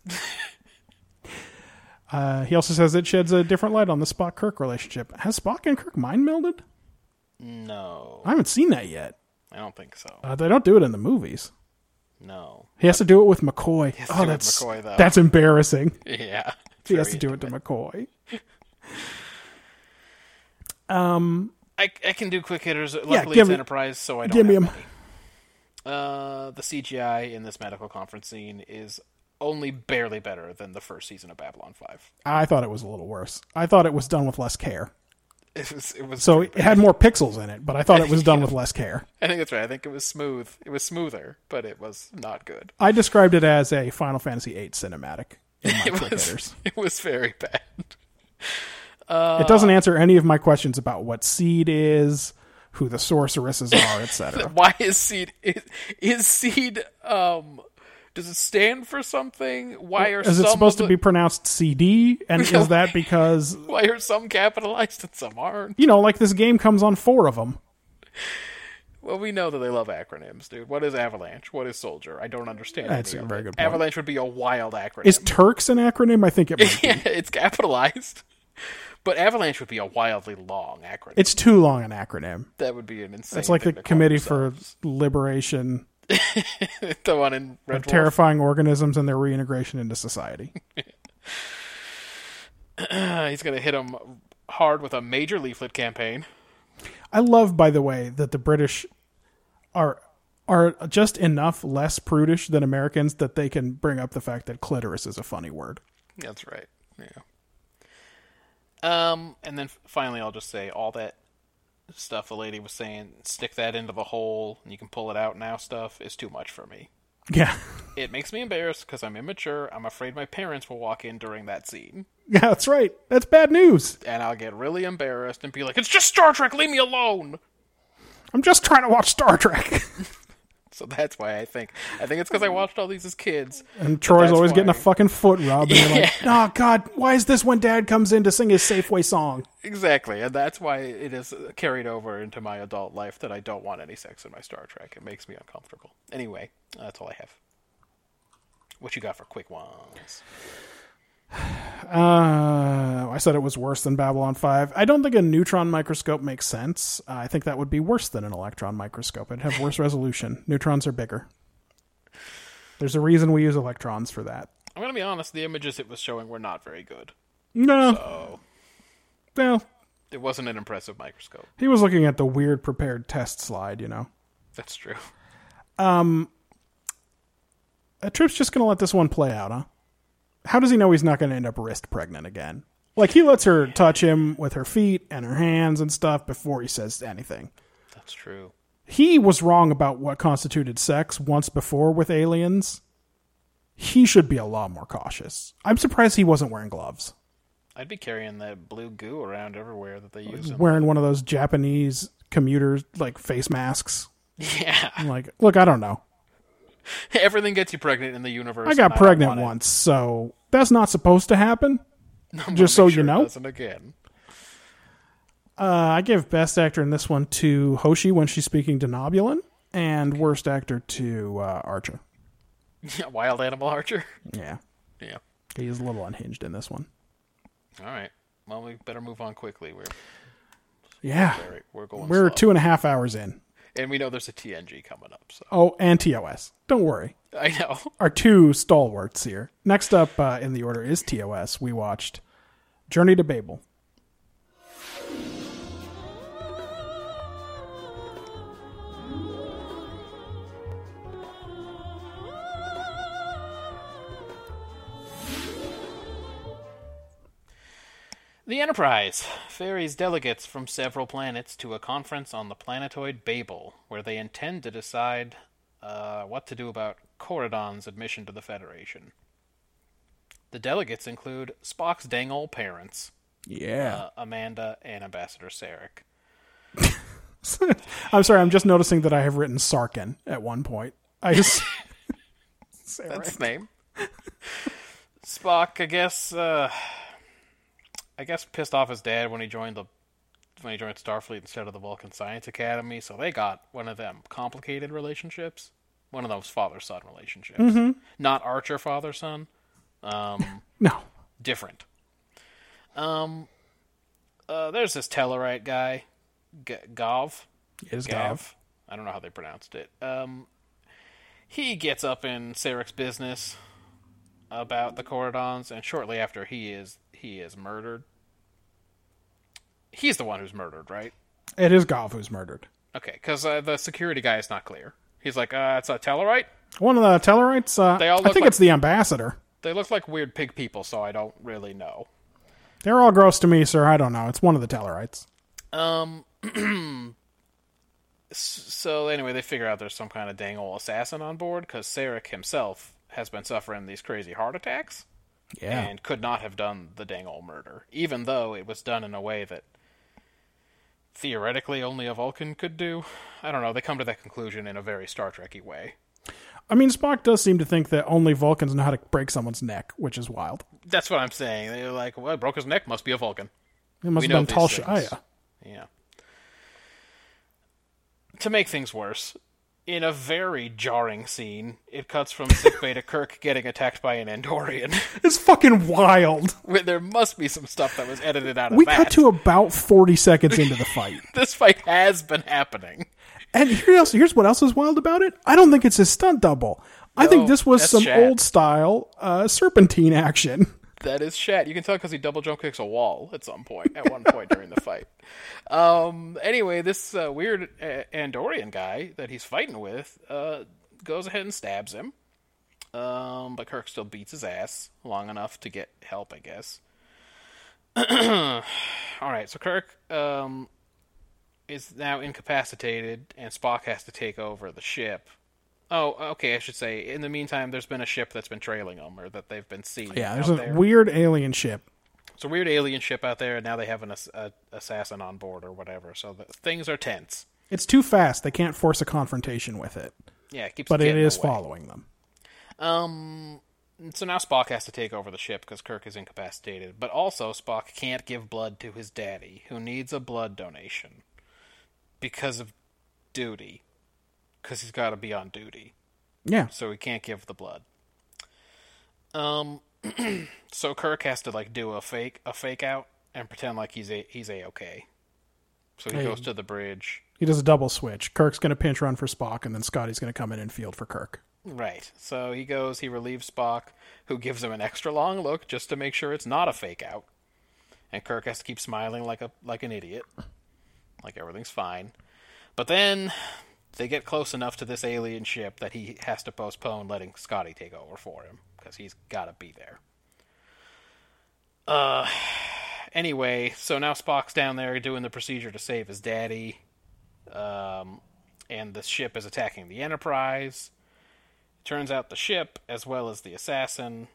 Speaker 3: uh, he also says it sheds a different light on the Spock Kirk relationship. Has Spock and Kirk mind melded?
Speaker 2: No,
Speaker 3: I haven't seen that yet.
Speaker 2: I don't think so.
Speaker 3: Uh, they don't do it in the movies.
Speaker 2: No.
Speaker 3: He has to do it with McCoy.
Speaker 2: has to do
Speaker 3: Oh,
Speaker 2: it with
Speaker 3: that's
Speaker 2: McCoy, though.
Speaker 3: that's embarrassing.
Speaker 2: Yeah.
Speaker 3: He has to do it to McCoy. Um,
Speaker 2: I, I can do quick hitters. Luckily,
Speaker 3: give
Speaker 2: it's
Speaker 3: me-
Speaker 2: Enterprise, so I don't.
Speaker 3: Give me
Speaker 2: have
Speaker 3: him.
Speaker 2: many. Uh, the CGI in this medical conference scene is only barely better than the first season of Babylon Five.
Speaker 3: I thought it was a little worse. I thought it was done with less care.
Speaker 2: It was. It was
Speaker 3: So it had more pixels in it, but I thought it was done with less care.
Speaker 2: I think that's right. I think it was smooth. It was smoother, but it was not good.
Speaker 3: I described it as a Final Fantasy VIII cinematic. In my
Speaker 2: It
Speaker 3: quick
Speaker 2: was,
Speaker 3: hitters.
Speaker 2: it was very bad. uh,
Speaker 3: it doesn't answer any of my questions about what seed is, who the sorceresses are, etc.
Speaker 2: Why is seed is, is seed um does it stand for something? Why are
Speaker 3: Is
Speaker 2: some
Speaker 3: it supposed
Speaker 2: of
Speaker 3: to
Speaker 2: the-
Speaker 3: be pronounced CD? And is that because
Speaker 2: why are some capitalized and some aren't?
Speaker 3: you know, like this game comes on four of them?
Speaker 2: Well, we know that they love acronyms, dude. What is Avalanche? What is Soldier? I don't understand.
Speaker 3: That's
Speaker 2: any
Speaker 3: a
Speaker 2: of
Speaker 3: very
Speaker 2: it.
Speaker 3: good point.
Speaker 2: Avalanche would be a wild acronym.
Speaker 3: Is Turks an acronym? I think it might be.
Speaker 2: yeah, it's capitalized. But Avalanche would be a wildly long acronym.
Speaker 3: It's too long an acronym.
Speaker 2: that would be an insane.
Speaker 3: It's like the
Speaker 2: thing to call
Speaker 3: Committee
Speaker 2: themselves.
Speaker 3: for Liberation
Speaker 2: the one in Red
Speaker 3: of
Speaker 2: Dwarf.
Speaker 3: Terrifying Organisms and Their Reintegration into Society.
Speaker 2: Uh, he's gonna hit him hard with a major leaflet campaign.
Speaker 3: I love, by the way, that the British are are just enough less prudish than Americans that they can bring up the fact that clitoris is a funny word.
Speaker 2: That's right. Yeah. Um, and then f- finally, I'll just say all that stuff the lady was saying, stick that into the hole, and you can pull it out now. Stuff is too much for me.
Speaker 3: Yeah.
Speaker 2: It makes me embarrassed because I'm immature. I'm afraid my parents will walk in during that scene,
Speaker 3: Yeah, that's right. That's bad news.
Speaker 2: and I'll get really embarrassed and be like, "It's just Star Trek. Leave me alone."
Speaker 3: I'm just trying to watch Star Trek.
Speaker 2: So that's why I think I think it's because I watched all these as kids.
Speaker 3: And Troy's
Speaker 2: that's
Speaker 3: always getting a
Speaker 2: why-
Speaker 3: fucking foot rub. And you're like, oh, God, why is this when dad comes in to sing his Safeway song?
Speaker 2: Exactly, and that's why it is carried over into my adult life that I don't want any sex in my Star Trek. It makes me uncomfortable. Anyway, that's all I have. What you got for quick ones?
Speaker 3: Uh, I said it was worse than Babylon 5. I don't think a neutron microscope makes sense. I think that would be worse than an electron microscope. It'd have worse resolution. Neutrons are bigger. There's a reason we use electrons for that.
Speaker 2: I'm gonna be honest. The images it was showing were not very good.
Speaker 3: No. Well,
Speaker 2: It wasn't an impressive microscope.
Speaker 3: he was looking at the weird prepared test slide, you know.
Speaker 2: That's true.
Speaker 3: A trip's just going to let this one play out, huh? How does he know he's not going to end up wrist pregnant again? Like, he lets her touch him with her feet and her hands and stuff before he says anything.
Speaker 2: That's true.
Speaker 3: he was wrong about what constituted sex once before with aliens. He should be a lot more cautious. I'm surprised he wasn't wearing gloves,
Speaker 2: I'd be carrying that blue goo around everywhere that they use. In-
Speaker 3: wearing one of those Japanese commuter like face masks.
Speaker 2: yeah,
Speaker 3: I'm like, look, I don't know.
Speaker 2: everything gets you pregnant in the universe.
Speaker 3: I got
Speaker 2: and don't
Speaker 3: pregnant
Speaker 2: want it.
Speaker 3: once, so that's not supposed to happen.
Speaker 2: I'm
Speaker 3: just
Speaker 2: gonna
Speaker 3: so
Speaker 2: make
Speaker 3: you
Speaker 2: sure it
Speaker 3: know.
Speaker 2: doesn't again.
Speaker 3: Uh, I give best actor in this one to Hoshi when she's speaking to Nobulin, and worst actor to uh, Archer.
Speaker 2: Wild animal archer.
Speaker 3: Yeah,
Speaker 2: Yeah.
Speaker 3: he is a little unhinged in this one.
Speaker 2: All right. Well, we better move on quickly. We're
Speaker 3: Yeah,
Speaker 2: we're, we're going.
Speaker 3: we're
Speaker 2: slow.
Speaker 3: two and a half hours in.
Speaker 2: and we know there's a TNG coming up. So
Speaker 3: Oh, and TOS. Don't worry.
Speaker 2: I know.
Speaker 3: Our two stalwarts here. Next up uh, in the order is TOS. We watched Journey to Babel.
Speaker 2: The Enterprise ferries delegates from several planets to a conference on the planetoid Babel, where they intend to decide uh, what to do about Corridon's admission to the Federation. The delegates include Spock's dang old parents,
Speaker 3: Yeah.
Speaker 2: uh, Amanda and Ambassador Sarek.
Speaker 3: I'm sorry, I'm just noticing that I have written Sarkin at one point. I just
Speaker 2: That's his name. Spock, I guess, uh, I guess, pissed off his dad when he joined the when he joined Starfleet instead of the Vulcan Science Academy. So they got one of them complicated relationships, one of those father son relationships, not Archer father son, um,
Speaker 3: No.
Speaker 2: different. Um, uh, there's this Tellarite guy, G- Gov.
Speaker 3: It is Gav.
Speaker 2: Gav. I don't know how they pronounced it. Um, he gets up in Sarek's business about the Corridons, and shortly after he is he is murdered. He's the one who's murdered, right?
Speaker 3: It is Gav who's murdered.
Speaker 2: Okay, because uh, the security guy is not clear. He's like, uh, it's a Tellarite.
Speaker 3: One of the Tellarites, uh,
Speaker 2: They all
Speaker 3: I
Speaker 2: look
Speaker 3: think
Speaker 2: like-
Speaker 3: it's the ambassador.
Speaker 2: They look like weird pig people, so I don't really know.
Speaker 3: They're all gross to me, sir. I don't know. It's one of the Tellarites.
Speaker 2: Um. s- so anyway, they figure out there's some kind of dang old assassin on board because Sarek himself has been suffering these crazy heart attacks. and could not have done the dang old murder, even though it was done in a way that theoretically only a Vulcan could do. I don't know. They come to that conclusion in a very Star Trekky way.
Speaker 3: I mean, Spock does seem to think that only Vulcans know how to break someone's neck, which is wild.
Speaker 2: That's what I'm saying. They're like, well, broke his neck, must be a Vulcan.
Speaker 3: It must
Speaker 2: We know
Speaker 3: have been Oh,
Speaker 2: these
Speaker 3: Tal
Speaker 2: things.
Speaker 3: Shiaya.
Speaker 2: Yeah. To make things worse, in a very jarring scene, it cuts from sickbay to Kirk getting attacked by an Andorian.
Speaker 3: It's fucking wild.
Speaker 2: Where there must be some stuff that was edited out of
Speaker 3: We
Speaker 2: that.
Speaker 3: cut to about 40 seconds into the fight.
Speaker 2: this fight has been happening.
Speaker 3: And here else, here's what else is wild about it. I don't think it's his stunt double. I think this was
Speaker 2: that's
Speaker 3: some
Speaker 2: Shat.
Speaker 3: old style uh, serpentine action.
Speaker 2: That is Shat. You can tell because he double jump kicks a wall at some point, at one point during the fight. Um, anyway, this uh, weird uh, Andorian guy that he's fighting with uh, goes ahead and stabs him. Um, but Kirk still beats his ass long enough to get help, I guess. All right, so Kirk um, is now incapacitated, and Spock has to take over the ship. Oh, okay, I should say. In the meantime, there's been a ship that's been trailing them, or that they've been seeing.
Speaker 3: Yeah, there's
Speaker 2: out
Speaker 3: a
Speaker 2: there.
Speaker 3: weird alien ship.
Speaker 2: It's a weird alien ship out there, and now they have an ass- a, assassin on board or whatever. So the, things are tense.
Speaker 3: It's too fast. They can't force a confrontation with it.
Speaker 2: Yeah, it keeps
Speaker 3: but
Speaker 2: the
Speaker 3: it
Speaker 2: kid in the
Speaker 3: is
Speaker 2: way.
Speaker 3: following them.
Speaker 2: Um, so now Spock has to take over the ship because Kirk is incapacitated. But also, Spock can't give blood to his daddy, who needs a blood donation because of duty. Because he's got to be on duty,
Speaker 3: Yeah.
Speaker 2: so he can't give the blood. Um, so Kirk has to like do a fake a fake out and pretend like he's a he's a okay. So he
Speaker 3: Hey.
Speaker 2: goes to the bridge.
Speaker 3: He does a double switch. Kirk's going to pinch run for Spock, and then Scotty's going to come in and field for Kirk.
Speaker 2: Right. So he goes, he relieves Spock, who gives him an extra long look just to make sure it's not a fake out. And Kirk has to keep smiling like a like an idiot. Like everything's fine. But then they get close enough to this alien ship that he has to postpone letting Scotty take over for him because he's got to be there. Uh anyway, so now Spock's down there doing the procedure to save his daddy. Um and the ship is attacking the Enterprise. Turns out the ship, as well as the assassin,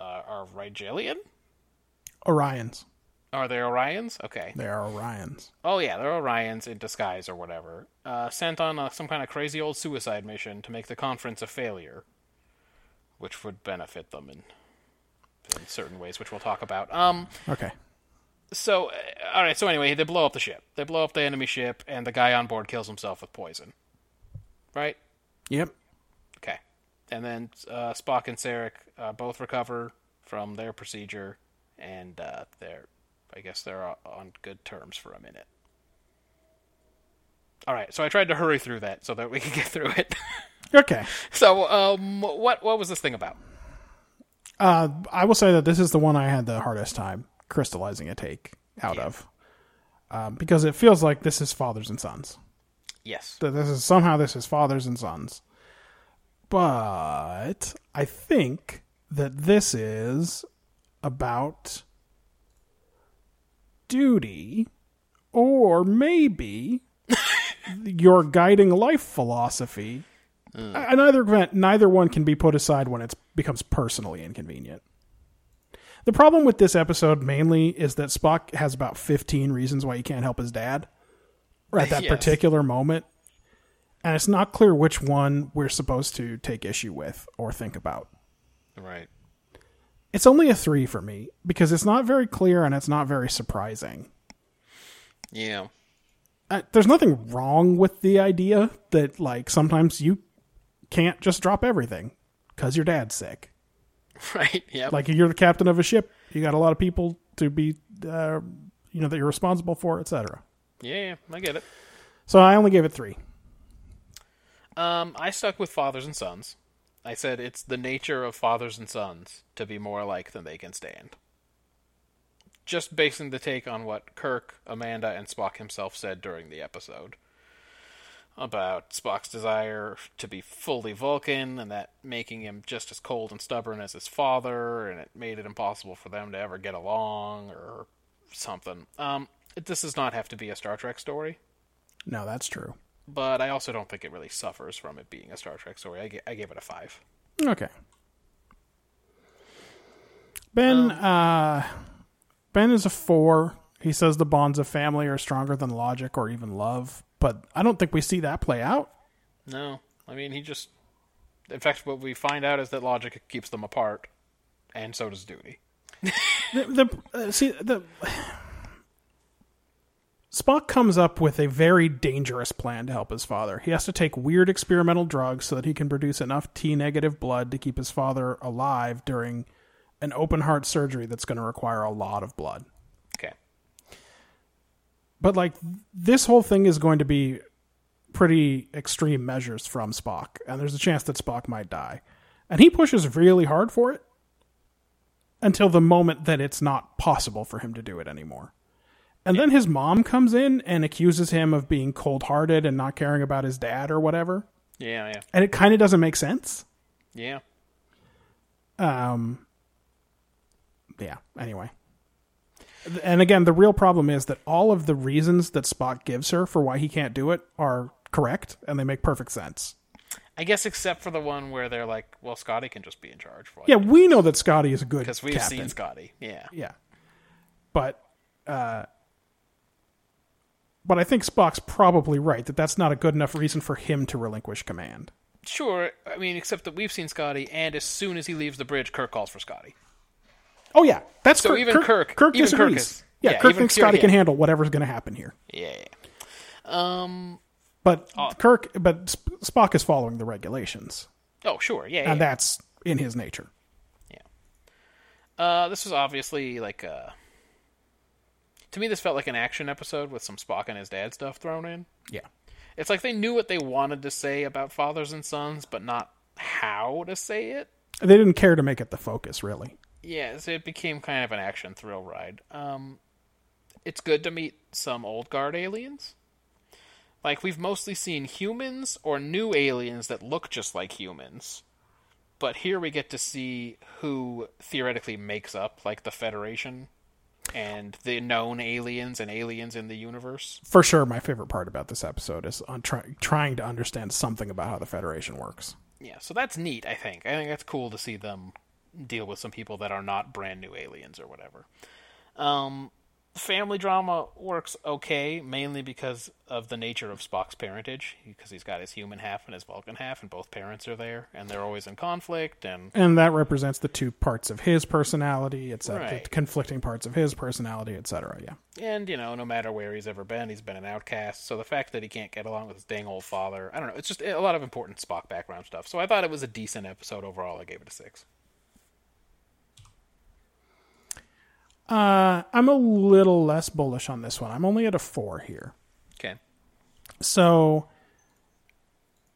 Speaker 2: uh, are Rigelian?
Speaker 3: Orions.
Speaker 2: Are they Orions? Okay.
Speaker 3: They are Orions.
Speaker 2: Oh, yeah, they're Orions in disguise or whatever. Uh, sent on a, some kind of crazy old suicide mission to make the conference a failure, which would benefit them in, in certain ways, which we'll talk about. Um,
Speaker 3: Okay.
Speaker 2: so, uh, all right, so anyway, they blow up the ship. They blow up the enemy ship, and the guy on board kills himself with poison. Right?
Speaker 3: Yep.
Speaker 2: Okay. And then uh, Spock and Sarek uh, both recover from their procedure, and uh, they're, I guess, they're o- on good terms for a minute. All right. So I tried to hurry through that so that we could get through it.
Speaker 3: Okay.
Speaker 2: so, um, what what was this thing about?
Speaker 3: Uh, I will say that this is the one I had the hardest time crystallizing a take out of, um, because it feels like this is fathers and sons.
Speaker 2: Yes.
Speaker 3: That this is somehow this is fathers and sons, but I think that this is about duty, or maybe your guiding life philosophy. And either event, neither one can be put aside when it becomes personally inconvenient. The problem with this episode mainly is that Spock has about 15 reasons why he can't help his dad at that
Speaker 2: Yes.
Speaker 3: particular moment. And it's not clear which one we're supposed to take issue with or think about.
Speaker 2: Right.
Speaker 3: It's only a three for me because it's not very clear and it's not very surprising.
Speaker 2: Yeah.
Speaker 3: uh, there's nothing wrong with the idea that like sometimes you can't just drop everything because your dad's sick.
Speaker 2: Right. Yeah.
Speaker 3: Like you're the captain of a ship, you got a lot of people to be, uh, you know, that you're responsible for, etc.
Speaker 2: yeah. I get it.
Speaker 3: So I only gave it three.
Speaker 2: Um, I stuck with fathers and sons. I said it's the nature of fathers and sons to be more alike than they can stand. Just basing the take on what Kirk, Amanda, and Spock himself said during the episode about Spock's desire to be fully Vulcan and that making him just as cold and stubborn as his father, and it made it impossible for them to ever get along or something. Um, it- this does not have to be a Star Trek story
Speaker 3: No, that's true.
Speaker 2: but I also don't think it really suffers from it being a Star Trek story. I, ga- I gave it a five.
Speaker 3: Okay. Ben, uh, Ben is a four. He says the bonds of family are stronger than logic or even love, but I don't think we see that play out.
Speaker 2: No, I mean he just. In fact, what we find out is that logic keeps them apart, and so does duty.
Speaker 3: the uh, see the Spock comes up with a very dangerous plan to help his father. He has to take weird experimental drugs so that he can produce enough T negative blood to keep his father alive during an open heart surgery that's going to require a lot of blood.
Speaker 2: Okay.
Speaker 3: But like this whole thing is going to be pretty extreme measures from Spock, and there's a chance that Spock might die. And he pushes really hard for it until the moment that it's not possible for him to do it anymore. And then his mom comes in and accuses him of being cold hearted and not caring about his dad or whatever.
Speaker 2: Yeah, yeah,
Speaker 3: And it kind of doesn't make sense.
Speaker 2: yeah.
Speaker 3: Um, yeah, anyway. And again, the real problem is that all of the reasons that Spock gives her for why he can't do it are correct and they make perfect sense.
Speaker 2: I guess except for the one where they're like, "Well, Scotty can just be in charge." For
Speaker 3: Yeah, we know that Scotty is a good
Speaker 2: because we've
Speaker 3: captain.
Speaker 2: seen Scotty. Yeah,
Speaker 3: Yeah, but uh, but I think Spock's probably right that that's not a good enough reason for him to relinquish command.
Speaker 2: Sure, I mean, except that we've seen Scotty, and as soon as he leaves the bridge, Kirk calls for Scotty.
Speaker 3: Oh yeah, that's
Speaker 2: So
Speaker 3: Kirk,
Speaker 2: even
Speaker 3: Kirk.
Speaker 2: Kirk-
Speaker 3: Kirk
Speaker 2: even Kirk
Speaker 3: disagrees.
Speaker 2: is-
Speaker 3: yeah,
Speaker 2: yeah,
Speaker 3: Kirk
Speaker 2: even
Speaker 3: thinks
Speaker 2: Kirk-
Speaker 3: Scotty can
Speaker 2: yeah.
Speaker 3: handle whatever's going to happen here.
Speaker 2: Yeah.
Speaker 3: But
Speaker 2: Uh,
Speaker 3: Kirk, but Sp- Spock is following the regulations,
Speaker 2: Oh, sure. Yeah. yeah.
Speaker 3: and that's in his nature.
Speaker 2: Uh, this was obviously like a. To me, this felt like an action episode with some Spock and his dad stuff thrown in.
Speaker 3: Yeah,
Speaker 2: It's like they knew what they wanted to say about fathers and sons, but not how to say it.
Speaker 3: they didn't care to make it the focus, really.
Speaker 2: Yeah, so it became kind of an action thrill ride. Um, it's good to meet some old guard aliens. Like we've mostly seen humans or new aliens that look just like humans, but here we get to see who theoretically makes up like the Federation and the known aliens and aliens in the universe.
Speaker 3: For sure, my favorite part about this episode is on try- trying to understand something about how the Federation works.
Speaker 2: Yeah, so that's neat. I think I think that's cool to see them deal with some people that are not brand new aliens or whatever. Um, family drama works okay, mainly because of the nature of Spock's parentage, because he's got his human half and his Vulcan half, and both parents are there, and they're always in conflict. And
Speaker 3: and that represents the two parts of his personality it's the
Speaker 2: Right. conflicting
Speaker 3: conflicting parts of his personality etc yeah
Speaker 2: and you know, no matter where he's ever been, he's been an outcast. So the fact that he can't get along with his dang old father, I don't know. It's just a lot of important Spock background stuff. So I thought it was a decent episode overall. I gave it a six.
Speaker 3: uh, i'm a little less bullish on this one i'm only at a four here
Speaker 2: Okay.
Speaker 3: so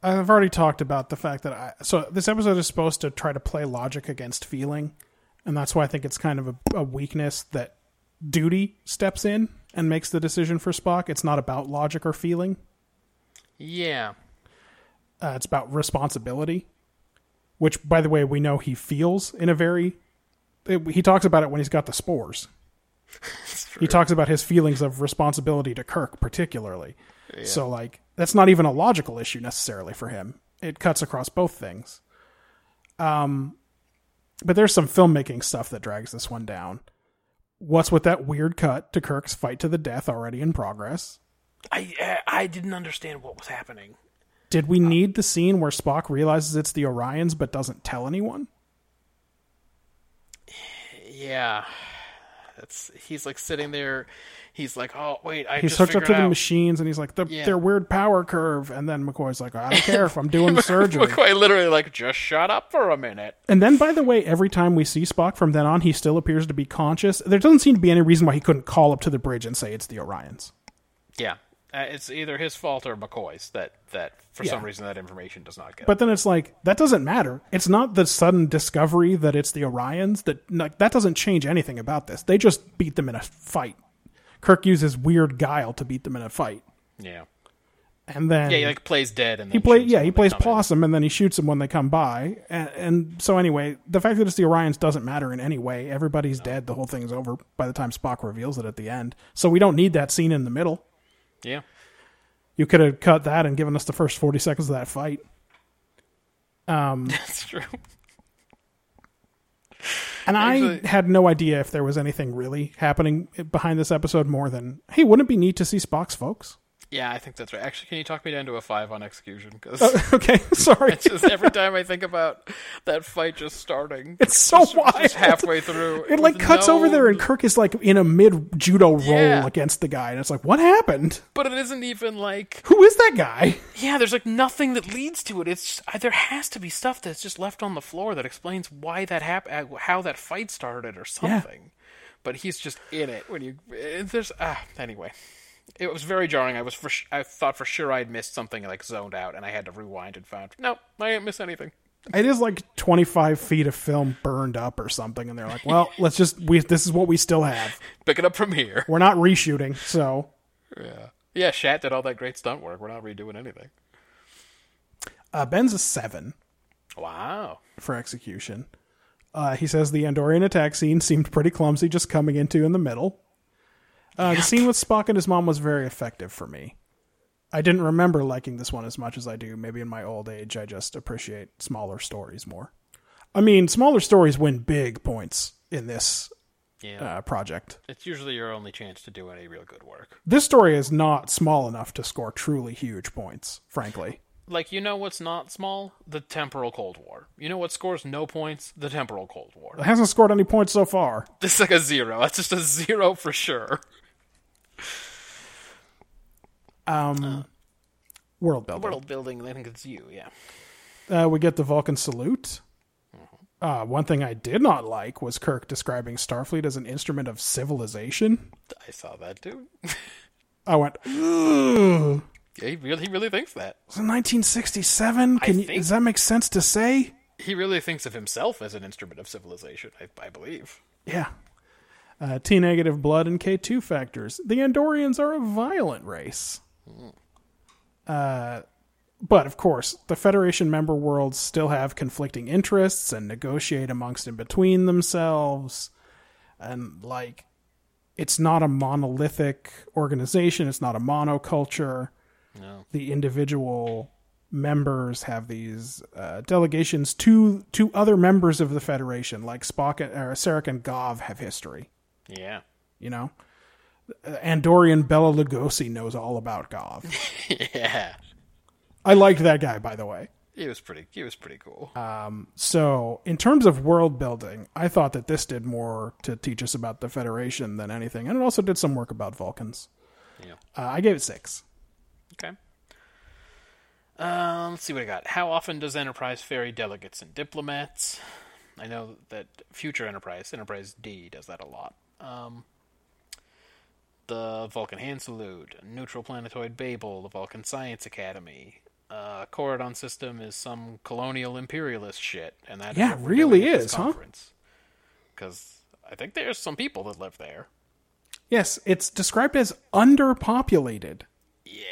Speaker 3: i've already talked about the fact that i so this episode is supposed to try to play logic against feeling and that's why i think it's kind of a, a weakness that duty steps in and makes the decision for spock it's not about logic or feeling
Speaker 2: Yeah.
Speaker 3: Uh, it's about responsibility, which, by the way, we know he feels in a very. it- he talks about it when he's got the spores. He talks about his feelings of responsibility to Kirk, particularly. So, like, that's not even a logical issue necessarily for him. It cuts across both things. Um, but there's some filmmaking stuff that drags this one down. What's with that weird cut to Kirk's fight to the death already in progress?
Speaker 2: I I didn't understand what was happening.
Speaker 3: Did we need the scene where Spock realizes it's the Orions but doesn't tell anyone?
Speaker 2: Yeah, that's he's like sitting there. He's like, oh wait, I
Speaker 3: He's
Speaker 2: just
Speaker 3: hooked up
Speaker 2: figured
Speaker 3: to the
Speaker 2: out.
Speaker 3: machines and he's like, the,
Speaker 2: Yeah.
Speaker 3: their weird power curve. And then McCoy's like, I don't care if I'm doing surgery.
Speaker 2: Quite literally, like just shut up for a minute.
Speaker 3: And then, by the way, every time we see Spock from then on, he still appears to be conscious. There doesn't seem to be any reason why he couldn't call up to the bridge and say it's the Orions.
Speaker 2: Yeah, uh, it's either his fault or McCoy's that that for some
Speaker 3: Yeah.
Speaker 2: reason that information does not get.
Speaker 3: But then it's like, that doesn't matter. It's not the sudden discovery that it's the Orions. That, like, that doesn't change anything about this. They just beat them in a fight. Kirk uses weird guile to beat them in a fight.
Speaker 2: yeah,
Speaker 3: And then
Speaker 2: yeah, he like plays dead and
Speaker 3: he
Speaker 2: then
Speaker 3: play
Speaker 2: shoots
Speaker 3: yeah
Speaker 2: him
Speaker 3: he
Speaker 2: when they
Speaker 3: plays
Speaker 2: come in.
Speaker 3: possum and then he shoots them when they come by and, and so anyway the fact that it's the orions doesn't matter in any way everybody's dead the whole thing's over by the time spock reveals it at the end so we don't need that scene in the middle
Speaker 2: Yeah,
Speaker 3: you could have cut that and given us the first 40 seconds of that fight
Speaker 2: that's true.
Speaker 3: and
Speaker 2: Actually-
Speaker 3: i had no idea if there was anything really happening behind this episode more than hey wouldn't it be neat to see spock's folks
Speaker 2: Yeah, I think that's right. Actually, can you talk me down to a five on execution? Because
Speaker 3: okay sorry
Speaker 2: just every time I think about that fight just starting,
Speaker 3: it's so wild
Speaker 2: just halfway through,
Speaker 3: it like
Speaker 2: with
Speaker 3: cuts over
Speaker 2: no-
Speaker 3: there and kirk is like in a mid judo
Speaker 2: Yeah.
Speaker 3: roll against the guy and it's like what happened
Speaker 2: but it isn't even like
Speaker 3: who is that guy
Speaker 2: Yeah, there's like nothing that leads to it. It's just, there has to be stuff that's just left on the floor that explains why that happened, how that fight started, or something. But he's just in it when you. it- There's ah anyway. It was very jarring. I was for sh- I thought for sure I'd missed something, like zoned out, and I had to rewind and found no, I didn't miss anything.
Speaker 3: It is like 25 feet of film burned up or something, and they're like, "Well, let's just we this is what we still have.
Speaker 2: Pick it up from here.
Speaker 3: We're not reshooting." So
Speaker 2: Yeah, yeah. Shat did all that great stunt work. We're not redoing anything.
Speaker 3: uh, Ben's a seven
Speaker 2: Wow.
Speaker 3: for execution. Uh, he says the Andorian attack scene seemed pretty clumsy, just coming into in the middle. Uh, The scene with Spock and his mom was very effective for me. I didn't remember liking this one as much as I do. Maybe in my old age, I just appreciate smaller stories more. I mean, smaller stories win big points in this
Speaker 2: Yeah,
Speaker 3: uh, project.
Speaker 2: it's usually your only chance to do any real good work.
Speaker 3: this story is not small enough to score truly huge points, frankly.
Speaker 2: like you know what's not small? The temporal Cold War. You know what scores no points? The temporal Cold War.
Speaker 3: It hasn't scored any points so far.
Speaker 2: This is like a zero. That's just a zero for sure.
Speaker 3: Um, World building.
Speaker 2: World building. I think it's you. Yeah.
Speaker 3: Uh, we get the Vulcan salute. Uh, one thing I did not like was Kirk describing Starfleet as an instrument of civilization.
Speaker 2: I saw that too.
Speaker 3: I went, "Ugh."
Speaker 2: Yeah, he really, he really thinks that.
Speaker 3: It's 1967. Can you,
Speaker 2: think-
Speaker 3: does that make sense to say?
Speaker 2: He really thinks of himself as an instrument of civilization. I, I believe.
Speaker 3: Yeah. Uh, T negative blood and K2 factors. The Andorians are a violent race. Uh, but of course, the Federation member worlds still have conflicting interests and negotiate amongst and between themselves. And like, it's not a monolithic organization, it's not a monoculture. No. The individual members have these uh, delegations to to other members of the Federation, like Spock and or Sarek and Gov have history.
Speaker 2: Yeah.
Speaker 3: You know, Uh, Andorian Bella Lugosi knows all about Gov.
Speaker 2: Yeah.
Speaker 3: I liked that guy, by the way.
Speaker 2: He was pretty. He was pretty cool.
Speaker 3: So, in terms of world building, I thought that this did more to teach us about the Federation than anything, and it also did some work about Vulcans.
Speaker 2: Yeah.
Speaker 3: Uh, I gave it six.
Speaker 2: Okay. Uh, let's see what I got. How often does Enterprise ferry delegates and diplomats? I know that future Enterprise, Enterprise D, does that a lot. Um, the Vulcan Hand Salute, Neutral Planetoid Babel, the Vulcan Science Academy. Uh, Corridon system is some colonial imperialist shit, and that
Speaker 3: Yeah,
Speaker 2: what
Speaker 3: it
Speaker 2: we're doing
Speaker 3: really
Speaker 2: at this
Speaker 3: is, huh?
Speaker 2: conference. Because I think there's some people that live there.
Speaker 3: Yes, it's described as underpopulated.
Speaker 2: Yeah,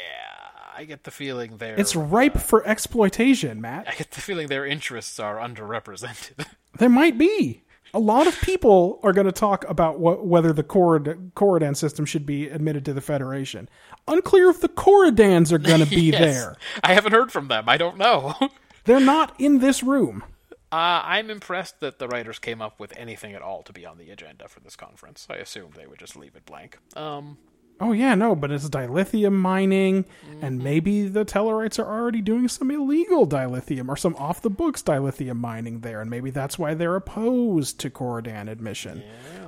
Speaker 2: I get the feeling they're.
Speaker 3: It's ripe for exploitation, Matt.
Speaker 2: I get the feeling their interests are underrepresented.
Speaker 3: There might be. A lot of people are going to talk about what, whether the Corrid- Corridan system should be admitted to the Federation. Unclear if the Corridans are going to be there.
Speaker 2: I haven't heard from them. I don't know. uh,
Speaker 3: They're not in this room.
Speaker 2: I'm impressed that the writers came up with anything at all to be on the agenda for this conference. I assumed they would just leave it blank. Um,
Speaker 3: Oh, yeah, no, but it's dilithium mining, and
Speaker 2: Mm-hmm.
Speaker 3: maybe the Tellarites are already doing some illegal dilithium or some off the books dilithium mining there, and maybe that's why they're opposed to Corridan admission.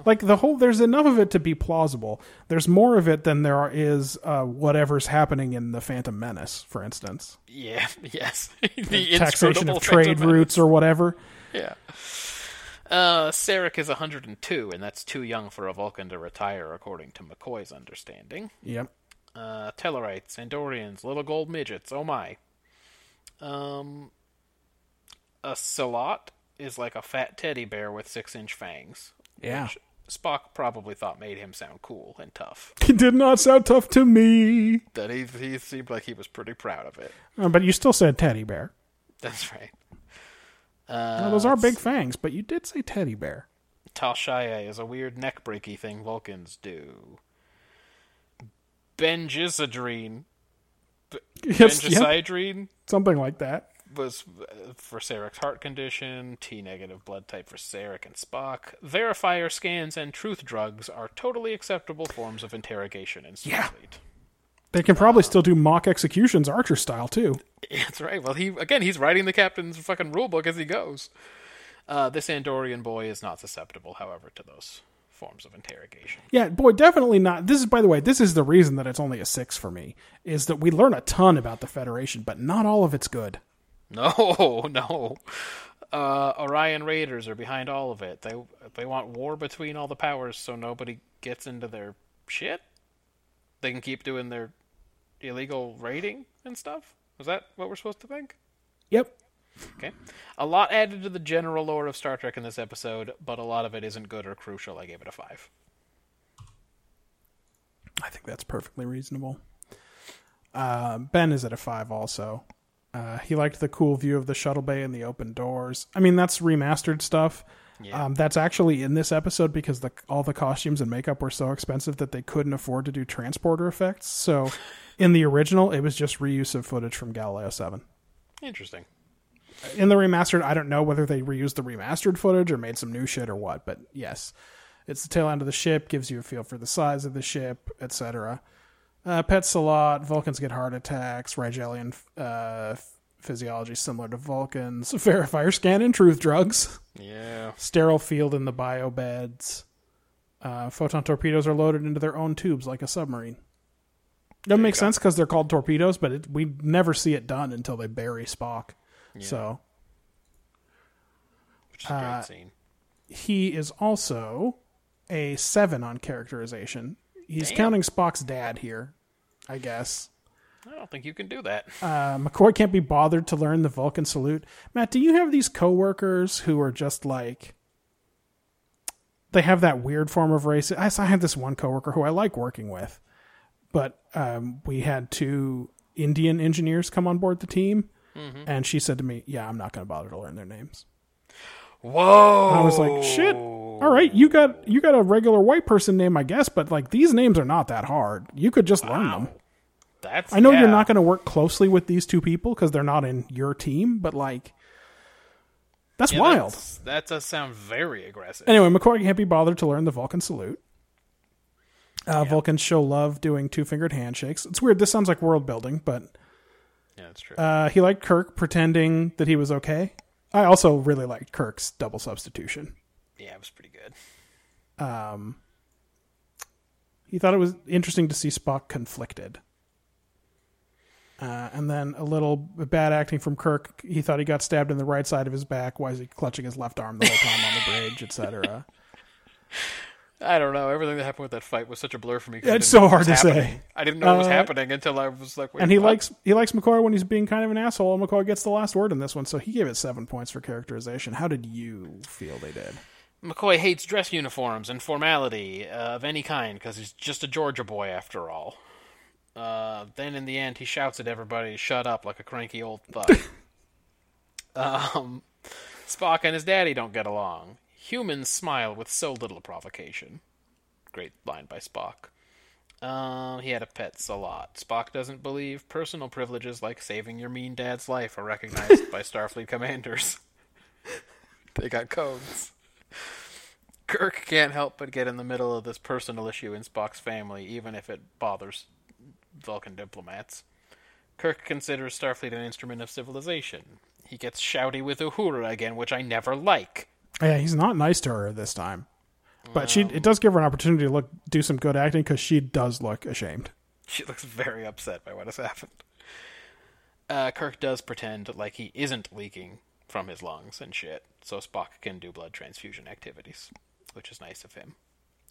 Speaker 3: Like, the whole, there's enough of it to be plausible. There's more of it than there are, is uh, whatever's happening in the Phantom Menace, for instance.
Speaker 2: yeah, yes. the
Speaker 3: Taxation
Speaker 2: inscrutable
Speaker 3: of trade
Speaker 2: Phantom
Speaker 3: routes or whatever.
Speaker 2: Menace. Yeah. Uh, Sarek is 102, and that's too young for a Vulcan to retire, according to McCoy's understanding.
Speaker 3: Yep.
Speaker 2: uh, Tellarites, Andorians, little gold midgets. Oh my. Um, a Salot is like a fat teddy bear with six-inch fangs.
Speaker 3: Yeah.
Speaker 2: Spock probably thought made him sound cool and tough.
Speaker 3: He did not sound tough to me.
Speaker 2: That he he seemed like he was pretty proud of it.
Speaker 3: Uh, but you still said teddy bear.
Speaker 2: That's right. Uh,
Speaker 3: Now, those are big fangs, but you did say teddy bear.
Speaker 2: Tal Shaya is a weird neck breaky thing Vulcans do. Benjizidrine,
Speaker 3: Yes, yeah.
Speaker 2: Benjisidrine
Speaker 3: something like that.
Speaker 2: was uh, for Sarek's heart condition, T negative blood type for Sarek and Spock. Verifier scans and truth drugs are totally acceptable forms of interrogation in Starfleet.
Speaker 3: Yeah. They can probably still do mock executions Archer style too.
Speaker 2: That's right. Well, he again, he's writing the captain's fucking rule book as he goes. Uh, this Andorian boy is not susceptible, however, to those forms of interrogation.
Speaker 3: Yeah, boy, definitely not. This is by the way, this is the reason that it's only a 6 for me is that we learn a ton about the Federation, but not all of it's good.
Speaker 2: No, no. Uh, Orion Raiders are behind all of it. They they want war between all the powers so nobody gets into their shit. They can keep doing their illegal raiding and stuff. Is that what we're supposed to think?
Speaker 3: Yep.
Speaker 2: Okay. A lot added to the general lore of Star Trek in this episode, but a lot of it isn't good or crucial. I gave it a five.
Speaker 3: I think that's perfectly reasonable. Uh, ben is at a 5 also. Uh, he liked the cool view of the shuttle bay and the open doors. I mean, that's remastered stuff. Um, that's actually in this episode because the all the costumes and makeup were so expensive that they couldn't afford to do transporter effects. So, in the original, it was just reuse of footage from Galileo Seven.
Speaker 2: Interesting.
Speaker 3: In the remastered, I don't know whether they reused the remastered footage or made some new shit or what, but yes, it's the tail end of the ship, gives you a feel for the size of the ship, etc. Uh, pets a lot. Vulcans get heart attacks. Rigelian uh, physiology similar to Vulcan's. Verifier scan and truth drugs.
Speaker 2: Yeah.
Speaker 3: Sterile field in the bio beds. Uh, photon torpedoes are loaded into their own tubes like a submarine. That makes sense because they're called torpedoes, but it, we never see it done until they bury Spock. So
Speaker 2: Which is a
Speaker 3: Uh,
Speaker 2: great scene.
Speaker 3: he is also a seven on characterization. He's counting Spock's dad here, I guess.
Speaker 2: I don't think you can do that.
Speaker 3: Uh, McCoy can't be bothered to learn the Vulcan salute. Matt, do you have these coworkers who are just like they have that weird form of racism? I, I had this one coworker who I like working with, but um, we had two Indian engineers come on board the team, and she said to me, "Yeah, I'm not going to bother to learn their names."
Speaker 2: Whoa.
Speaker 3: And I was like, "Shit." All right, you got you got a regular white person name, I guess, but like these names are not that hard. You could just learn them.
Speaker 2: That's
Speaker 3: I know
Speaker 2: yeah.
Speaker 3: you're not going to work closely with these two people because they're not in your team, but like, that's
Speaker 2: Yeah,
Speaker 3: wild.
Speaker 2: that's- That does sound very aggressive.
Speaker 3: Anyway, McCoy can't be bothered to learn the Vulcan salute. Uh, Vulcans show love doing two fingered handshakes. It's weird. This sounds like world building, but
Speaker 2: yeah, that's true.
Speaker 3: uh, he liked Kirk pretending that he was okay. I also really liked Kirk's double substitution.
Speaker 2: yeah, it was pretty good.
Speaker 3: He thought it was interesting to see Spock conflicted. Uh, and then a little bad acting from Kirk. He thought he got stabbed in the right side of his back. Why is he clutching his left arm the whole time on the bridge, etc.?
Speaker 2: I don't know. Everything that happened with that fight was such a blur for me. 'cause I
Speaker 3: Yeah,
Speaker 2: didn't
Speaker 3: it's
Speaker 2: know
Speaker 3: so
Speaker 2: what
Speaker 3: hard
Speaker 2: was
Speaker 3: to
Speaker 2: happening.
Speaker 3: say.
Speaker 2: I didn't know what was
Speaker 3: Uh,
Speaker 2: happening until I was like, Wait,
Speaker 3: And he
Speaker 2: what?
Speaker 3: likes he likes McCoy when he's being kind of an asshole, and McCoy gets the last word in this one, so he gave it seven points for characterization. How did you feel they did?
Speaker 2: McCoy hates dress uniforms and formality uh, of any kind because he's just a Georgia boy after all. Uh, then in the end, he shouts at everybody to shut up like a cranky old thug. um, Spock and his daddy don't get along. Humans smile with so little provocation. Great line by Spock. Um, he had a pets a lot. Spock doesn't believe personal privileges like saving your mean dad's life are recognized by Starfleet commanders. they got codes. Kirk can't help but get in the middle of this personal issue in Spock's family, even if it bothers Vulcan diplomats. Kirk considers Starfleet an instrument of civilization. He gets shouty with Uhura again, which I never like.
Speaker 3: Yeah, he's not nice to her this time, but she it does give her an opportunity to look do some good acting because she does look ashamed.
Speaker 2: She looks very upset by what has happened. Uh, Kirk does pretend like he isn't leaking from his lungs and shit, so Spock can do blood transfusion activities, which is nice of him.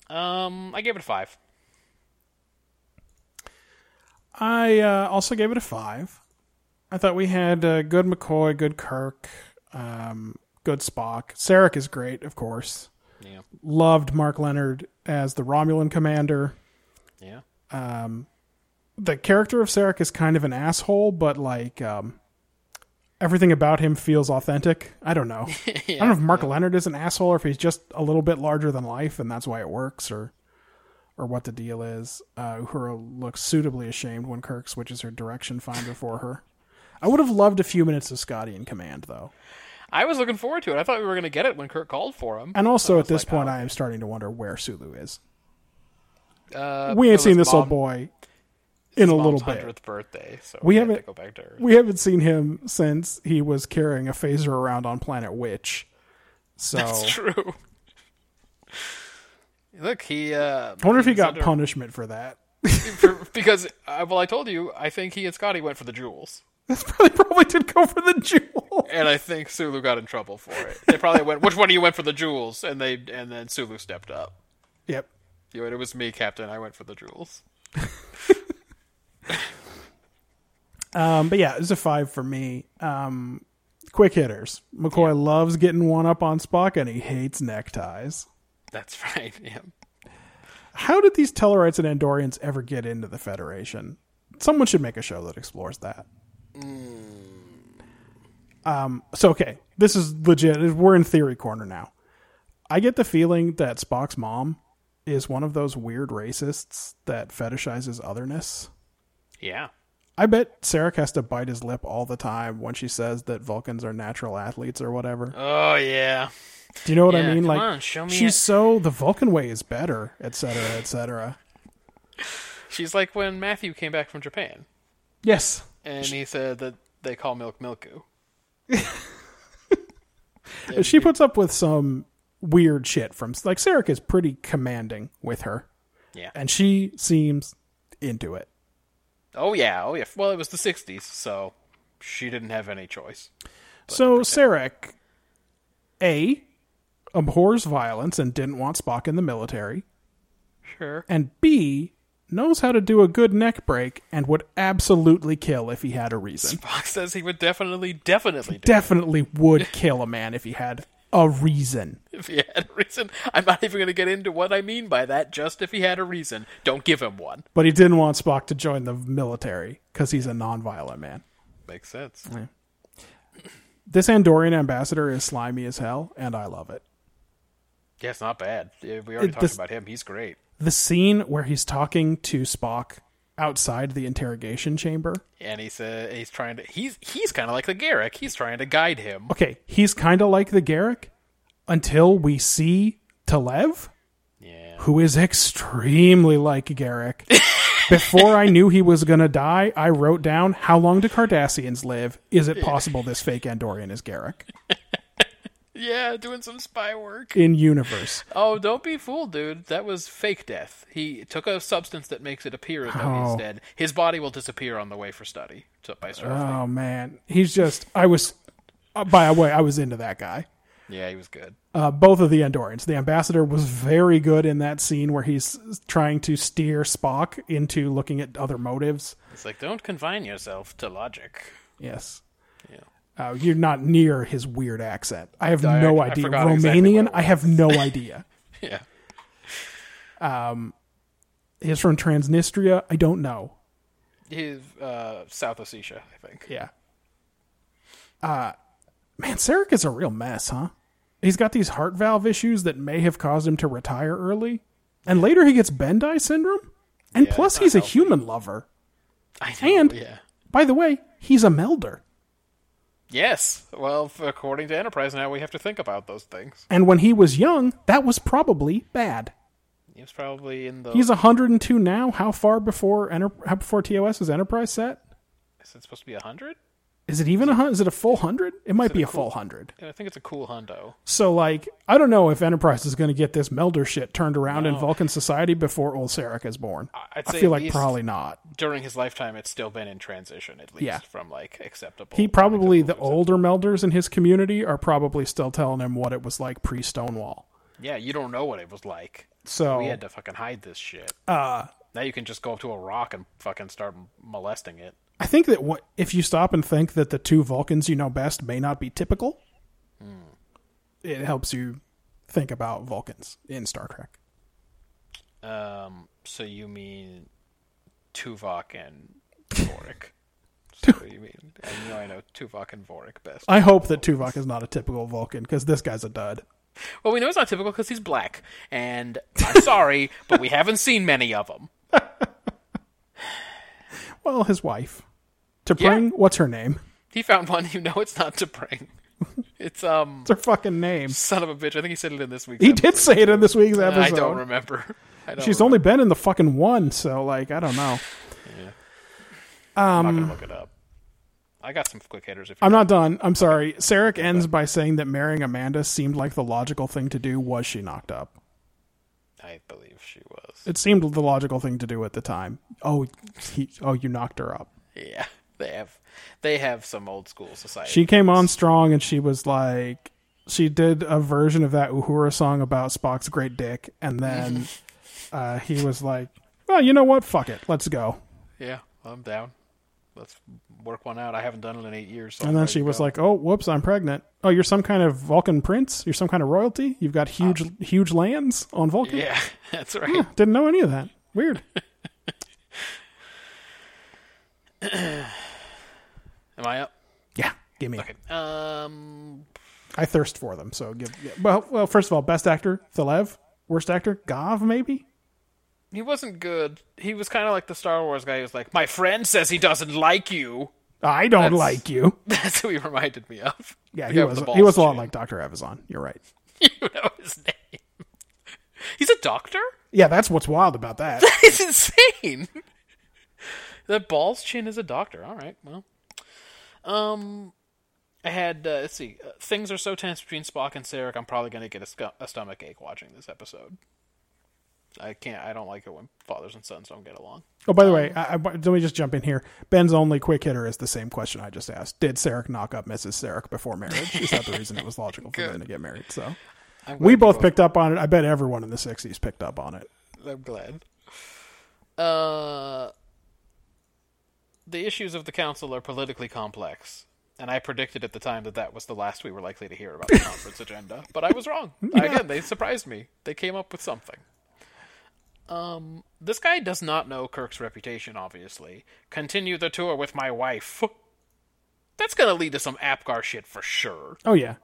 Speaker 2: Um, I gave it a five.
Speaker 3: I uh, also gave it a five. I thought we had uh, good McCoy, good Kirk, um, good Spock. Sarek is great, of course.
Speaker 2: Yeah,
Speaker 3: Loved Mark Leonard as the Romulan commander. Um,
Speaker 2: yeah.
Speaker 3: the character of Sarek is kind of an asshole, but like um, everything about him feels authentic. I don't know. I don't know if Mark Leonard is an asshole or if he's just a little bit larger than life and that's why it works or or what the deal is. Uh, Uhura looks suitably ashamed when Kirk switches her direction finder for her. I would have loved a few minutes of Scotty in command though.
Speaker 2: I was looking forward to it. I thought we were going to get it when Kirk called for him.
Speaker 3: And also at this point I am starting to wonder where Sulu is.
Speaker 2: Uh,
Speaker 3: We ain't
Speaker 2: so
Speaker 3: seen
Speaker 2: his
Speaker 3: this old
Speaker 2: mom-
Speaker 3: boy in a
Speaker 2: mom's
Speaker 3: little bit.
Speaker 2: 100th birthday, so
Speaker 3: We
Speaker 2: we, have to
Speaker 3: haven't-
Speaker 2: go back to Earth.
Speaker 3: we haven't seen him since he was carrying a phaser around on planet witch so
Speaker 2: That's true. Look, he. Uh,
Speaker 3: i wonder if he
Speaker 2: was
Speaker 3: got
Speaker 2: under-
Speaker 3: punishment for that
Speaker 2: for- because uh, well, I told you, I think he and Scotty went for the jewels,
Speaker 3: that's probably probably did go for the jewel
Speaker 2: and I think Sulu got in trouble for it. They probably went, "Which one of you went for the jewels?" And they and then Sulu stepped up.
Speaker 3: yep
Speaker 2: You know, it was me, Captain. I went for the jewels.
Speaker 3: um but yeah it's a five for me um quick hitters mccoy loves getting one up on spock and he hates neckties
Speaker 2: That's right. Yeah.
Speaker 3: how did these tellarites and andorians ever get into the federation someone should make a show that explores that um so okay this is legit we're in theory corner now i get the feeling that spock's mom is one of those weird racists that fetishizes otherness
Speaker 2: Yeah.
Speaker 3: i bet sarah has to bite his lip all the time when she says that vulcans are natural athletes or whatever
Speaker 2: Oh yeah.
Speaker 3: do you know what
Speaker 2: Yeah,
Speaker 3: I mean?
Speaker 2: come
Speaker 3: like,
Speaker 2: on, show me
Speaker 3: she's
Speaker 2: it.
Speaker 3: so the Vulcan way is better, etc., cetera, etc. Cetera.
Speaker 2: She's like when Matthew came back from Japan.
Speaker 3: Yes,
Speaker 2: and he said that they call Milk Milku.
Speaker 3: she puts up with some weird shit from like Sarek is pretty commanding with her,
Speaker 2: Yeah.
Speaker 3: and she seems into it.
Speaker 2: Oh yeah, oh yeah. Well, it was the '60s, so she didn't have any choice.
Speaker 3: so Sarek, a, abhors violence and didn't want Spock in the military,
Speaker 2: Sure.
Speaker 3: and b knows how to do a good neck break and would absolutely kill if he had a reason.
Speaker 2: Spock says he would definitely, definitely do
Speaker 3: Definitely would kill a man if he had a reason.
Speaker 2: it if he had a reason. I'm not even going to get into what I mean by that. Just if he had a reason, don't give him one.
Speaker 3: But he didn't want Spock to join the military because he's a nonviolent man.
Speaker 2: Makes sense.
Speaker 3: This Andorian ambassador is slimy as hell, and I love it.
Speaker 2: Yeah, it's not bad. Yeah, We already
Speaker 3: It-
Speaker 2: talked
Speaker 3: this-
Speaker 2: about him. He's great.
Speaker 3: The scene where he's talking to Spock outside the interrogation chamber.
Speaker 2: And he's uh, he's trying to he's he's kind of like the Garrick. He's trying to guide him.
Speaker 3: Okay, he's kind of like the Garrick until we see Telev,
Speaker 2: Yeah.
Speaker 3: who is extremely like Garrick. Before I knew he was going to die, I wrote down how long do Cardassians live? Is it possible this fake Andorian is Garrick?
Speaker 2: Yeah, doing some spy work.
Speaker 3: In universe.
Speaker 2: Oh, don't be fooled, dude. That was fake death. He took a substance that makes it appear as though
Speaker 3: Oh.
Speaker 2: he's dead. His body will disappear on the way for study to, by Starfleet.
Speaker 3: Oh man, he's just. I was. Uh, by the way, I was into that guy.
Speaker 2: yeah, he was good.
Speaker 3: Uh, both of the Andorians. The ambassador was very good in that scene where he's trying to steer Spock into looking at other motives.
Speaker 2: It's like don't confine yourself to logic.
Speaker 3: Yes. Uh, you're not near his weird accent. I have no
Speaker 2: I
Speaker 3: idea.
Speaker 2: forgot
Speaker 3: Romanian.
Speaker 2: exactly what it
Speaker 3: I have no idea.
Speaker 2: Yeah.
Speaker 3: he's from Transnistria. I don't know.
Speaker 2: He's uh, South Ossetia, I think.
Speaker 3: Yeah. Uh, man, Sarek is a real mess, huh? He's got these heart valve issues that may have caused him to retire early, and later he gets Bendai syndrome. And plus, he's a human lover.
Speaker 2: I
Speaker 3: And-
Speaker 2: yeah.
Speaker 3: By the way, he's a melder.
Speaker 2: Yes. Well, f- according to Enterprise, now we have to think about those things.
Speaker 3: And when he was young, that was probably bad.
Speaker 2: He was probably in the.
Speaker 3: He's 102 now. How far before Enter- how before TOS was Enterprise set?
Speaker 2: is it supposed to be a hundred?
Speaker 3: Is it even a hun- is it a full hundred? It might be a full hundred.
Speaker 2: I think it's a cool hundo.
Speaker 3: So like, I don't know if Enterprise is going to get this Melder shit turned around in Vulcan society before old Sarek is born.
Speaker 2: I'd
Speaker 3: I
Speaker 2: say
Speaker 3: feel
Speaker 2: at
Speaker 3: like
Speaker 2: least-
Speaker 3: probably not.
Speaker 2: During his lifetime, it's still been in transition, at least
Speaker 3: Yeah.
Speaker 2: from like acceptable.
Speaker 3: He probably the
Speaker 2: unacceptable to
Speaker 3: older Melders in his community are probably still telling him what it was like pre Stonewall.
Speaker 2: acceptable. Yeah, you don't know what it was like.
Speaker 3: So
Speaker 2: We had to fucking hide this shit. Uh. Now you can just go up to a rock and fucking start molesting it.
Speaker 3: I think that what if you stop and think that the two Vulcans you know best may not be typical,
Speaker 2: Hmm.
Speaker 3: it helps you think about Vulcans in Star Trek.
Speaker 2: Um, so you mean Tuvok and Vorik? so you mean? I know I know Tuvok and Vorik best.
Speaker 3: I hope that Tuvok is not a typical Vulcan because this guy's a dud.
Speaker 2: well, we know it's not typical because he's black, and I'm sorry, but we haven't seen many of them.
Speaker 3: Well, his wife, to
Speaker 2: Yeah.
Speaker 3: bring what's her name?
Speaker 2: He found one. You know, it's not to bring. It's um,
Speaker 3: It's her fucking name.
Speaker 2: son of a bitch. I think he said it in this week's.
Speaker 3: He
Speaker 2: episode.
Speaker 3: did say it in this week's episode.
Speaker 2: I don't remember. I don't
Speaker 3: She's only been in the fucking one, so like I don't know.
Speaker 2: I'm not gonna look it up. I got some quick hitters. If you
Speaker 3: Mm. I'm not done. I'm sorry. Sarek ends by saying that marrying Amanda seemed like the logical thing to do. Was she knocked up?
Speaker 2: I believe she was.
Speaker 3: It seemed the logical thing to do at the time. Oh, he, oh, you knocked her up.
Speaker 2: Yeah, they have, they have some old school society.
Speaker 3: She came on strong, and she was like, she did a version of that Uhura song about Spock's great dick, and then uh, he was like, well, you know what? Fuck it, let's go.
Speaker 2: Yeah, I'm down. Let's work one out. I haven't done it in eight years. So
Speaker 3: And then she was like, "Oh, whoops, I'm pregnant. Oh, you're some kind of Vulcan prince. You're some kind of royalty. You've got huge, huge lands on Vulcan.
Speaker 2: "Yeah, that's right."
Speaker 3: Didn't know any of that. Weird.
Speaker 2: Am I up?
Speaker 3: yeah, give me.
Speaker 2: Okay. Um,
Speaker 3: I thirst for them. So give. yeah. Well, well, first of all, best actor Thalev. Worst actor Gov maybe.
Speaker 2: he wasn't good. He was kind of like the Star Wars guy. He was like, "My friend says he doesn't like you."
Speaker 3: I don't
Speaker 2: That's-
Speaker 3: like you.
Speaker 2: That's who he reminded me of.
Speaker 3: Yeah,
Speaker 2: The
Speaker 3: he
Speaker 2: guy with
Speaker 3: was.
Speaker 2: the
Speaker 3: He was a
Speaker 2: balls
Speaker 3: lot
Speaker 2: chin.
Speaker 3: like Doctor Avazon. You're right.
Speaker 2: you know his name. He's a doctor.
Speaker 3: Yeah, that's what's wild about that.
Speaker 2: He's insane. That balls chin is a doctor. All right. Well, Um, I had, uh, let's see, uh, things are so tense between Spock and Sarek, I'm probably going to get a, sco- a stomach ache watching this episode. I can't, I don't like it when fathers and sons don't get along.
Speaker 3: Oh, by the way, I, I, let me just jump in here. Ben's only quick hitter is the same question I just asked. Did Sarek knock up Mrs. Sarek before marriage? Is that the reason it was logical for them to get married? So we both picked up on it. I bet everyone in the 60s picked up on it.
Speaker 2: I'm glad. Uh, the issues of the council are politically complex, and I predicted at the time that that was the last we were likely to hear about the conference agenda. But I was wrong. Again, they surprised me. They came up with something. Um, this guy does not know Kirk's reputation. Obviously, continue the tour with my wife. That's gonna lead to some Apgar shit for sure.
Speaker 3: Oh, yeah.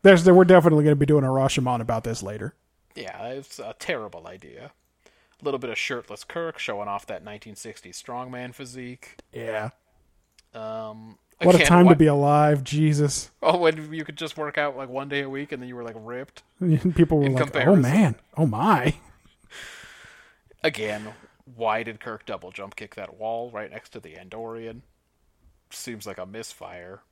Speaker 3: There's, we're definitely going to be doing a Rashomon about this later.
Speaker 2: Yeah, it's a terrible idea. A little bit of shirtless Kirk showing off that 1960s strongman physique.
Speaker 3: Yeah.
Speaker 2: Um,
Speaker 3: What a
Speaker 2: again,
Speaker 3: time
Speaker 2: why-
Speaker 3: to be alive. Jesus.
Speaker 2: Oh, when you could just work out like one day a week and then you were like ripped.
Speaker 3: People were
Speaker 2: In
Speaker 3: like, oh,
Speaker 2: comparison.
Speaker 3: man. Oh, my.
Speaker 2: Again, why did Kirk double jump kick that wall right next to the Andorian? Seems like a misfire.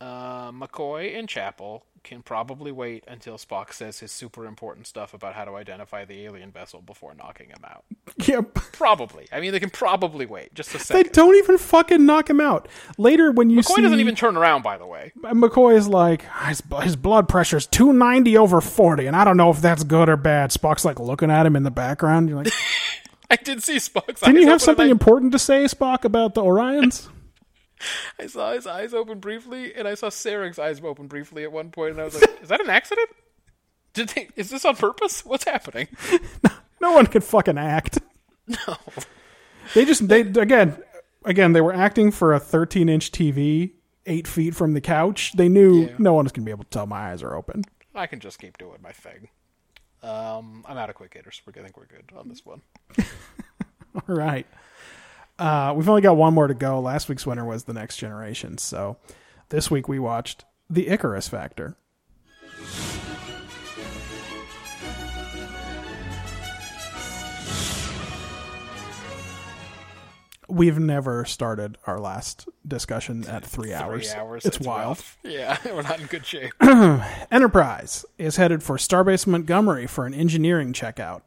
Speaker 2: Uh, McCoy and Chapel can probably wait until Spock says his super important stuff about how to identify the alien vessel before knocking him out.
Speaker 3: Yep.
Speaker 2: Probably. I mean, they can probably wait just a
Speaker 3: They
Speaker 2: second.
Speaker 3: don't even fucking knock him out. Later, when you
Speaker 2: McCoy
Speaker 3: see
Speaker 2: doesn't even turn around, by the way.
Speaker 3: McCoy is like his, his blood pressure's 290 over 40, and I don't know if that's good or bad. Spock's like looking at him in the background. You're like,
Speaker 2: I did see Spock's
Speaker 3: didn't
Speaker 2: eyes
Speaker 3: you
Speaker 2: open,
Speaker 3: have something
Speaker 2: and
Speaker 3: important to say, Spock, about the Orions?
Speaker 2: I, I saw his eyes open briefly, and I saw Sarek's eyes open briefly at one point, and I was like, "Is that an accident? Did they, is this on purpose? What's happening?"
Speaker 3: no one can fucking act.
Speaker 2: No.
Speaker 3: They just they again, again they were acting for a 13 inch TV, eight feet from the couch. They knew no one's gonna be able to tell my eyes are open.
Speaker 2: I can just keep doing my thing. Um, I'm out of quick hitters. We're- I think we're good on this one.
Speaker 3: All right. Uh, we've only got one more to go. Last week's winner was The Next Generation. So this week we watched The Icarus Factor. We've never started our last discussion at three, hours.
Speaker 2: Three hours.
Speaker 3: It's, wild.
Speaker 2: rough. Yeah, we're not in good shape.
Speaker 3: Enterprise is headed for Starbase Montgomery for an engineering checkout,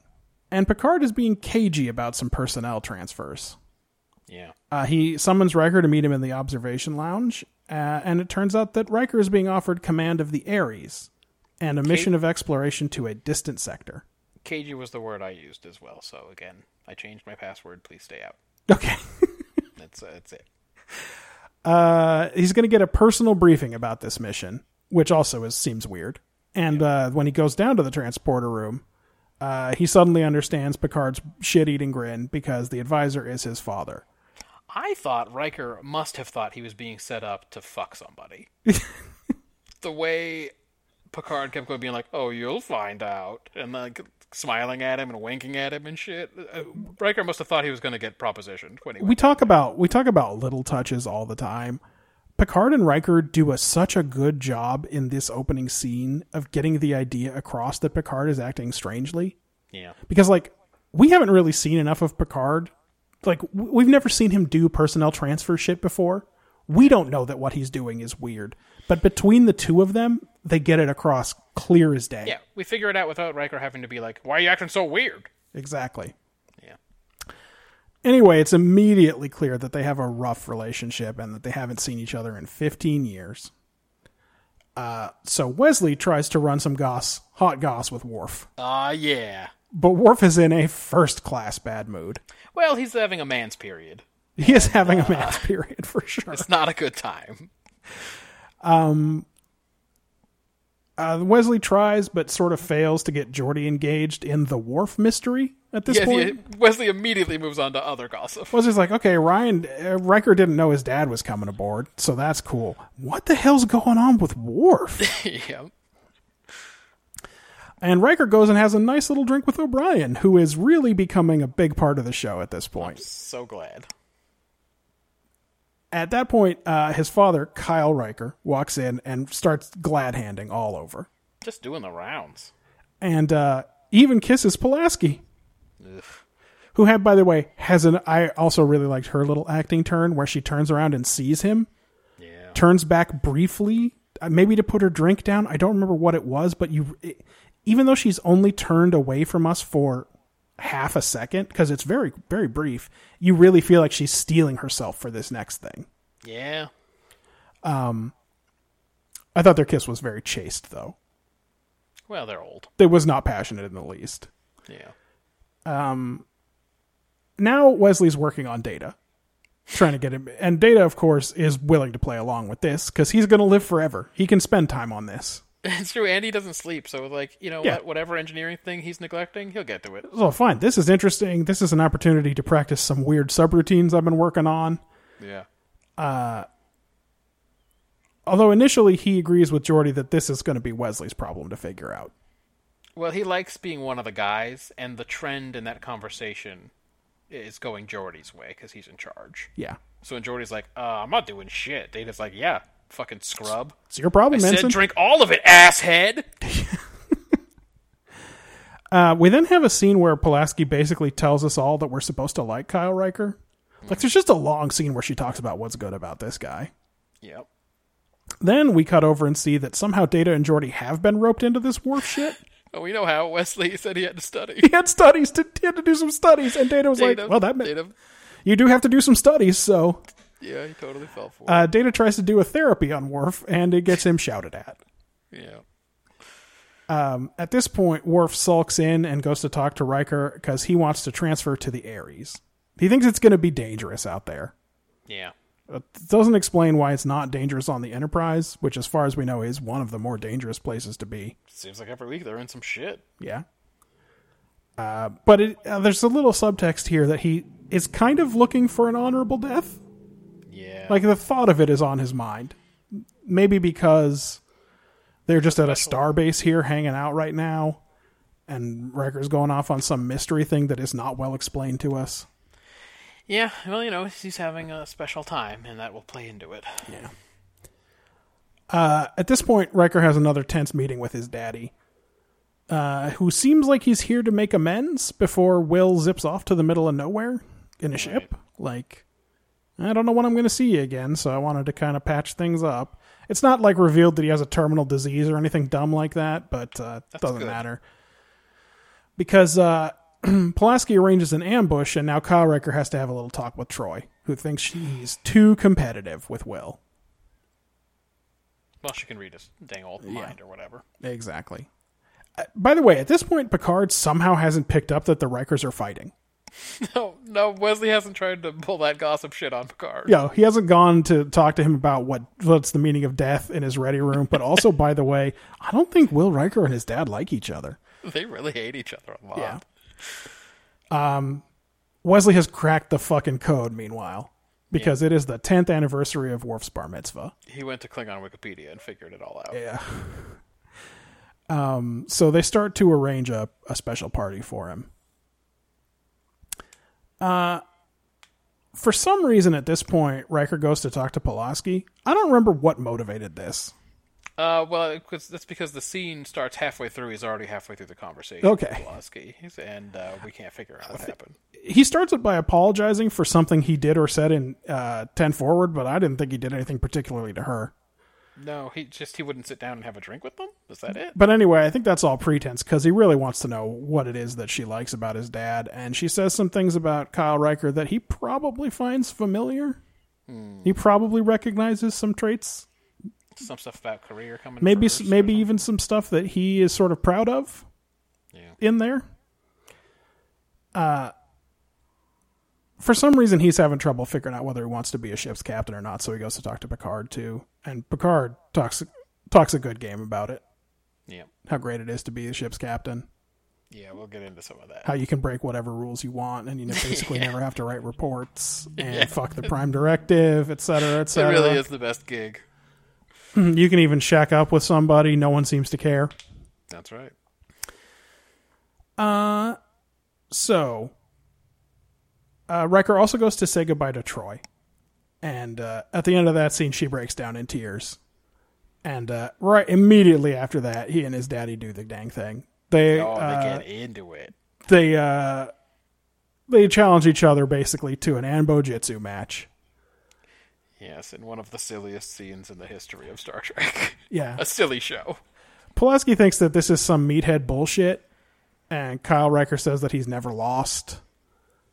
Speaker 3: and Picard is being cagey about some personnel transfers.
Speaker 2: yeah.
Speaker 3: Uh, he summons Riker to meet him in the observation lounge, uh, and it turns out that Riker is being offered command of the Ares and a mission of exploration to a distant sector.
Speaker 2: Cagey was the word I used as well. So again, I changed my password. Please stay out.
Speaker 3: Okay.
Speaker 2: That's uh, that's it.
Speaker 3: Uh, he's going to get a personal briefing about this mission, which also is, seems weird. And uh, when he goes down to the transporter room, uh, he suddenly understands Picard's shit eating grin because the advisor is his father.
Speaker 2: I thought Riker must have thought he was being set up to fuck somebody. the way Picard kept going, being like, "Oh, you'll find out," and like smiling at him and winking at him and shit. Uh, Riker must have thought he was going to get propositioned when he
Speaker 3: we
Speaker 2: went.
Speaker 3: talk about we talk about little touches all the time. Picard and Riker do a, such a good job in this opening scene of getting the idea across that Picard is acting strangely
Speaker 2: Yeah,
Speaker 3: because like we haven't really seen enough of Picard. Like w- we've never seen him do personnel transfer shit before. We don't know that what he's doing is weird, but between the two of them, they get it across clear as day.
Speaker 2: yeah. We figure it out without Riker having to be like, "Why are you acting so weird?"
Speaker 3: Exactly.
Speaker 2: Yeah.
Speaker 3: Anyway, it's immediately clear that they have a rough relationship and that they haven't seen each other in 15 years. Uh, so Wesley tries to run some goss, hot goss with Worf,
Speaker 2: Ah, yeah.
Speaker 3: but Worf is in a first class bad mood.
Speaker 2: Well, he's having a man's period.
Speaker 3: He is having a man's period for sure.
Speaker 2: It's not a good time.
Speaker 3: Uh, Wesley tries, but sort of fails to get Geordi engaged in the Worf mystery at this
Speaker 2: Yeah,
Speaker 3: point.
Speaker 2: yeah, Wesley immediately moves on to other gossip.
Speaker 3: Wesley's like, okay, Ryan uh, Riker didn't know his dad was coming aboard, so that's cool. What the hell's going on with Worf?
Speaker 2: yeah.
Speaker 3: And Riker goes and has a nice little drink with O'Brien, who is really becoming a big part of the show at this point.
Speaker 2: So glad.
Speaker 3: At that point, uh, his father, Kyle Riker, walks in and starts glad handing all over
Speaker 2: Just doing the rounds.
Speaker 3: and uh, even kisses Pulaski,
Speaker 2: Ugh.
Speaker 3: who had, by the way, has an. I also really liked her little acting turn where she turns around and sees him. turns back briefly, uh, maybe to put her drink down. I don't remember what it was, but you, it, even though she's only turned away from us for half a second because it's very very brief, you really feel like she's stealing herself for this next thing.
Speaker 2: Yeah.
Speaker 3: I thought their kiss was very chaste, though.
Speaker 2: Well, they're old.
Speaker 3: It was not passionate in the least.
Speaker 2: Yeah.
Speaker 3: now Wesley's working on Data, trying to get him. And Data, of course, is willing to play along with this because he's going to live forever. He can spend time on this.
Speaker 2: It's true. Andy doesn't sleep, so like you know
Speaker 3: Yeah.
Speaker 2: what, whatever engineering thing he's neglecting, he'll get to it.
Speaker 3: So fine, this is interesting. This is an opportunity to practice some weird subroutines I've been working on.
Speaker 2: Yeah.
Speaker 3: Although initially he agrees with Jordy that this is going to be Wesley's problem to figure out.
Speaker 2: Well, he likes being one of the guys, and the trend in that conversation is going Jordy's way because he's in charge.
Speaker 3: Yeah,
Speaker 2: So when Jordy's like, uh, "I'm not doing shit," Data's like, "Yeah, fucking scrub."
Speaker 3: it's your problem,
Speaker 2: Said
Speaker 3: Ensign.
Speaker 2: drink all of it, asshead.
Speaker 3: Uh, we then have a scene where Pulaski basically tells us all that we're supposed to like Kyle Riker. Like, there's just a long scene where she talks about what's good about this guy.
Speaker 2: Yep.
Speaker 3: Then we cut over and see that somehow Data and Geordi have been roped into this wharf shit.
Speaker 2: Well, Oh, we know how Wesley said he had to study.
Speaker 3: He had studies to he had to do some studies, and Data was
Speaker 2: Data-
Speaker 3: like, "Well, that meant
Speaker 2: Data-
Speaker 3: you do have to do some studies." So
Speaker 2: yeah, he totally fell for it.
Speaker 3: uh, Data tries to do a therapy on Worf, and it gets him shouted at.
Speaker 2: Yeah.
Speaker 3: At this point, Worf sulks in and goes to talk to Riker because he wants to transfer to the Ares. He thinks it's going to be dangerous out there.
Speaker 2: Yeah.
Speaker 3: It doesn't explain why it's not dangerous on the Enterprise, which, as far as we know, is one of the more dangerous places to be.
Speaker 2: Seems like every week they're in some shit.
Speaker 3: Yeah. Uh, but it, uh, there's a little subtext here that he is kind of looking for an honorable death.
Speaker 2: Yeah.
Speaker 3: Like the thought of it is on his mind. Maybe because they're just at a starbase here hanging out right now, and Riker's going off on some mystery thing that is not well explained to us.
Speaker 2: Yeah, well, you know, he's having a special time, and that will play into it.
Speaker 3: Yeah. Uh, at this point, Riker has another tense meeting with his daddy, uh, who seems like he's here to make amends before Will zips off to the middle of nowhere in a ship. Like, I don't know when I'm going to see you again, so I wanted to kind of patch things up. It's not like revealed that he has a terminal disease or anything dumb like that, but uh, doesn't
Speaker 2: good.
Speaker 3: matter because uh, Pulaski arranges an ambush, and now Kyle Riker has to have a little talk with Troy, who thinks she's too competitive with Will.
Speaker 2: Well, she can read his dang old mind or whatever.
Speaker 3: Exactly. Uh, by the way, at this point, Picard somehow hasn't picked up that the Rikers are fighting.
Speaker 2: No, no, Wesley hasn't tried to pull that gossip shit on Picard.
Speaker 3: Yeah, he hasn't gone to talk to him about what what's the meaning of death in his ready room. But also, by the way, I don't think Will Riker and his dad like each other.
Speaker 2: They really hate each other a lot.
Speaker 3: Yeah. Um, Wesley has cracked the fucking code. Meanwhile, because it is the tenth anniversary of Worf's bar mitzvah.
Speaker 2: He went to Klingon Wikipedia and figured it all out.
Speaker 3: Yeah. Um, so they start to arrange a, a special party for him. Uh, for some reason, at this point, Riker goes to talk to Pulaski. I don't remember what motivated this.
Speaker 2: Uh, well, it was- that's because the scene starts halfway through. He's already halfway through the conversation.
Speaker 3: Okay.
Speaker 2: with Pulaski, He's- and uh, we can't figure out what happened.
Speaker 3: He starts it by apologizing for something he did or said in uh, 10 Forward, but I didn't think he did anything particularly to her.
Speaker 2: No, he just he wouldn't sit down and have a drink with them. Is that it?
Speaker 3: But anyway, I think that's all pretense because he really wants to know what it is that she likes about his dad. And she says some things about Kyle Riker that he probably finds familiar. He probably recognizes some traits,
Speaker 2: Some stuff about career coming.
Speaker 3: maybe
Speaker 2: first or
Speaker 3: maybe
Speaker 2: something.
Speaker 3: even some stuff that he is sort of proud of
Speaker 2: Yeah.
Speaker 3: in there. Uh, for some reason, he's having trouble figuring out whether he wants to be a ship's captain or not. So he goes to talk to Picard too, and Picard talks talks a good game about it,
Speaker 2: Yeah,
Speaker 3: how great it is to be a ship's captain.
Speaker 2: yeah. We'll get into some of that.
Speaker 3: how you can break whatever rules you want and you basically never have to write reports and fuck the prime directive, et cetera, et
Speaker 2: It
Speaker 3: cetera.
Speaker 2: really is the best gig.
Speaker 3: You can even shack up with somebody. No one seems to care.
Speaker 2: That's right.
Speaker 3: So, uh, Riker also goes to say goodbye to Troy. And uh, at the end of that scene, she breaks down in tears. And uh, right immediately after that, he and his daddy do the dang thing. They,
Speaker 2: Oh, they
Speaker 3: uh,
Speaker 2: get into it.
Speaker 3: they uh they challenge each other basically to an anbo jitsu match
Speaker 2: Yes, in one of the silliest scenes in the history of Star Trek.
Speaker 3: Yeah.
Speaker 2: a silly show.
Speaker 3: Pulaski thinks that this is some meathead bullshit, and Kyle Riker says that he's never lost.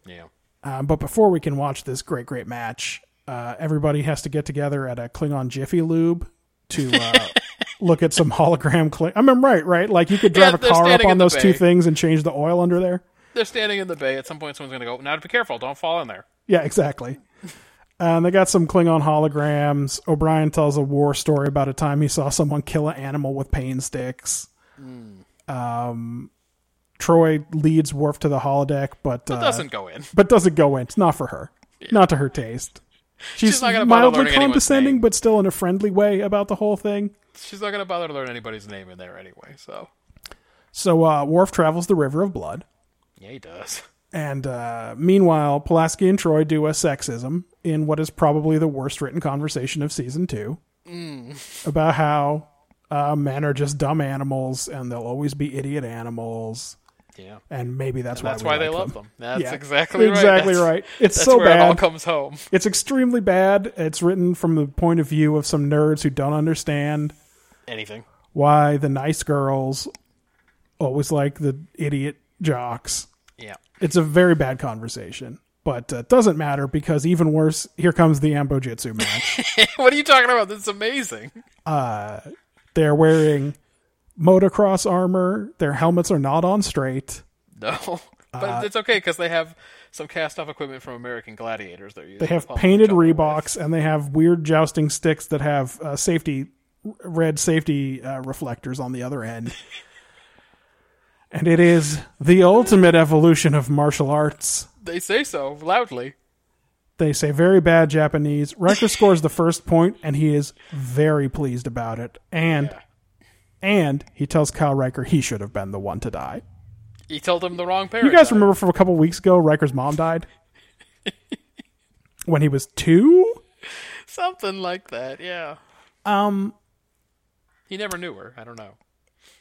Speaker 2: Yeah.
Speaker 3: Um, but before we can watch this great, great match, uh, everybody has to get together at a Klingon Jiffy Lube to uh, look at some hologram. Kling- I mean, right, right. Like you could drive
Speaker 2: Yeah,
Speaker 3: a
Speaker 2: they're
Speaker 3: car up
Speaker 2: standing
Speaker 3: on
Speaker 2: in the
Speaker 3: those two
Speaker 2: bay.
Speaker 3: things and change the oil under there.
Speaker 2: They're standing in the bay. At some point, someone's going to go, now be careful, don't fall in there.
Speaker 3: Yeah, exactly. And they got some Klingon holograms. O'Brien tells a war story about a time he saw someone kill an animal with pain sticks. Um,
Speaker 2: Hmm.
Speaker 3: Troy leads Worf to the holodeck, but uh,
Speaker 2: Doesn't go in.
Speaker 3: but doesn't go in. It's not for her. Not to her taste. She's,
Speaker 2: not gonna bother
Speaker 3: mildly
Speaker 2: learning anyone's
Speaker 3: condescending,
Speaker 2: name.
Speaker 3: but still in a friendly way about the whole thing.
Speaker 2: She's not going to bother to learn anybody's name in there anyway, so.
Speaker 3: So uh, Worf travels the River of Blood.
Speaker 2: Yeah, he does.
Speaker 3: And uh, meanwhile, Pulaski and Troy do a sexism in what is probably the worst written conversation of season two
Speaker 2: Mm.
Speaker 3: about how uh, men are just dumb animals and they'll always be idiot animals.
Speaker 2: Yeah.
Speaker 3: And maybe that's why
Speaker 2: That's
Speaker 3: we
Speaker 2: why they
Speaker 3: like
Speaker 2: love them. That's
Speaker 3: Yeah.
Speaker 2: exactly right.
Speaker 3: Exactly
Speaker 2: That's-
Speaker 3: right. It's
Speaker 2: that's
Speaker 3: so
Speaker 2: where it all
Speaker 3: bad.
Speaker 2: comes home.
Speaker 3: It's extremely bad. It's written from the point of view of some nerds who don't understand
Speaker 2: Anything.
Speaker 3: why the nice girls always like the idiot jocks.
Speaker 2: Yeah.
Speaker 3: It's a very bad conversation, but uh, doesn't matter because even worse, here comes the Ambo Jitsu match.
Speaker 2: what are you talking about? This is amazing.
Speaker 3: They're wearing motocross armor. Their helmets are not on straight.
Speaker 2: No. But
Speaker 3: Uh,
Speaker 2: it's okay because they have some cast off equipment from American Gladiators they're using.
Speaker 3: They have
Speaker 2: to pummel
Speaker 3: painted
Speaker 2: each other with.
Speaker 3: Reeboks and they have weird jousting sticks that have uh, safety red safety uh, reflectors on the other end. and it is the ultimate evolution of martial arts.
Speaker 2: They say so loudly.
Speaker 3: They say very bad Japanese. Riker scores the first point, and he is very pleased about it. And and he tells Kyle Riker he should have been the one to die.
Speaker 2: He told them the wrong
Speaker 3: You
Speaker 2: paradigm.
Speaker 3: guys remember from a couple weeks ago, Riker's mom died when he was two.
Speaker 2: Something like that, yeah. Um He never knew her, I don't know.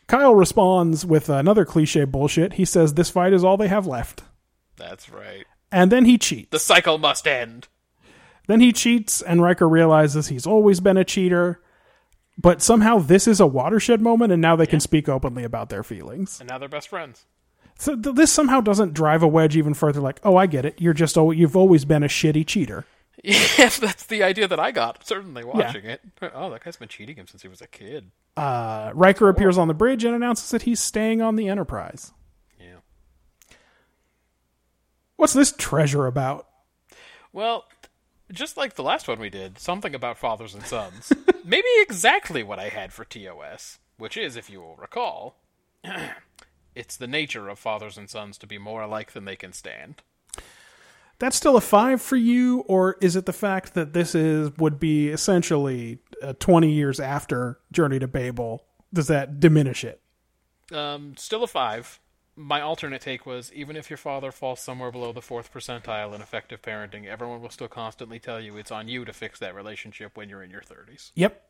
Speaker 3: Kyle responds with another cliche bullshit. He says this fight is all they have left,
Speaker 2: That's right.
Speaker 3: and then he cheats.
Speaker 2: The cycle must end.
Speaker 3: Then he cheats, and Riker realizes he's always been a cheater. But somehow this is a watershed moment, and now they can speak openly about their feelings.
Speaker 2: And now they're best friends.
Speaker 3: So th- this somehow doesn't drive a wedge even further. Like, oh, I get it. You're just al- you've always been a shitty cheater.
Speaker 2: Yeah, that's the idea that I got, certainly watching it. Oh, that guy's been cheating him since he was a kid.
Speaker 3: Uh, Riker appears on the bridge and announces that he's staying on the Enterprise.
Speaker 2: Yeah.
Speaker 3: What's this treasure about?
Speaker 2: Well, just like the last one we did, something about fathers and sons. Maybe exactly what I had for TOS, which is, if you will recall, it's the nature of fathers and sons to be more alike than they can stand.
Speaker 3: That's still a five for you, or is it the fact that this is would be essentially uh, twenty years after Journey to Babel? Does that diminish it?
Speaker 2: Um, still a five. My alternate take was even if your father falls somewhere below the fourth percentile in effective parenting, everyone will still constantly tell you it's on you to fix that relationship when you're in your 30s.
Speaker 3: Yep.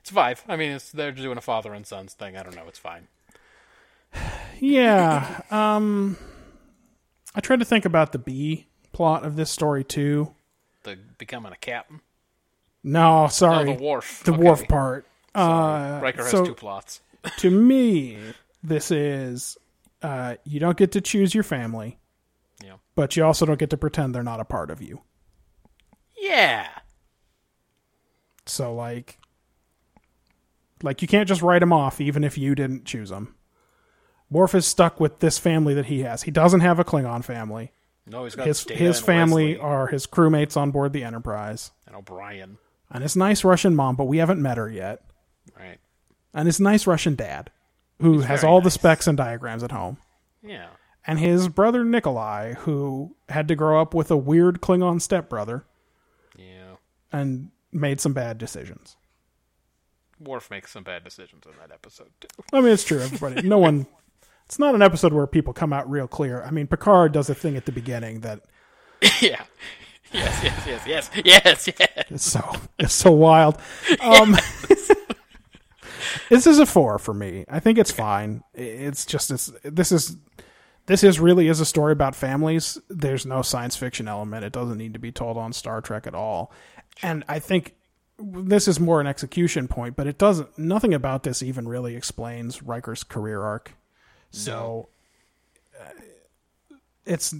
Speaker 2: It's five. I mean, it's, they're doing a father and sons thing. I don't know. It's fine.
Speaker 3: Yeah. um, I tried to think about the B plot of this story too.
Speaker 2: The becoming a captain.
Speaker 3: No,
Speaker 2: Oh,
Speaker 3: sorry,
Speaker 2: the wharf.
Speaker 3: the
Speaker 2: Okay.
Speaker 3: wharf part. Uh,
Speaker 2: Riker has
Speaker 3: so-
Speaker 2: two plots.
Speaker 3: to me, this is uh, you don't get to choose your family,
Speaker 2: Yeah.
Speaker 3: but you also don't get to pretend they're not a part of you.
Speaker 2: Yeah.
Speaker 3: So like, like you can't just write them off, even if you didn't choose them. Worf is stuck with this family that he has. He doesn't have a Klingon family.
Speaker 2: No, he's got
Speaker 3: His
Speaker 2: Data
Speaker 3: his
Speaker 2: and
Speaker 3: family
Speaker 2: Wesley
Speaker 3: are his crewmates on board the Enterprise,
Speaker 2: and O'Brien.
Speaker 3: and his nice Russian mom, but we haven't met her yet,
Speaker 2: Right.
Speaker 3: and his nice Russian dad, who has
Speaker 2: very
Speaker 3: all the
Speaker 2: nice.
Speaker 3: specs and diagrams at home.
Speaker 2: Yeah.
Speaker 3: and his brother Nikolai, who had to grow up with a weird Klingon stepbrother
Speaker 2: Yeah.
Speaker 3: and made some bad decisions.
Speaker 2: Worf makes some bad decisions in that episode too.
Speaker 3: I mean, it's true. Everybody, no one. It's not an episode where people come out real clear. I mean, Picard does a thing at the beginning that
Speaker 2: yeah. Yes, yes, yes, yes, yes, yes.
Speaker 3: is so is so wild. Um, this is a four for me. I think it's fine. It's just it's this is this is really is a story about families. There's no science fiction element. It doesn't need to be told on Star Trek at all. And I think this is more an execution point, but it doesn't. Nothing about this even really explains Riker's career arc. So uh, it's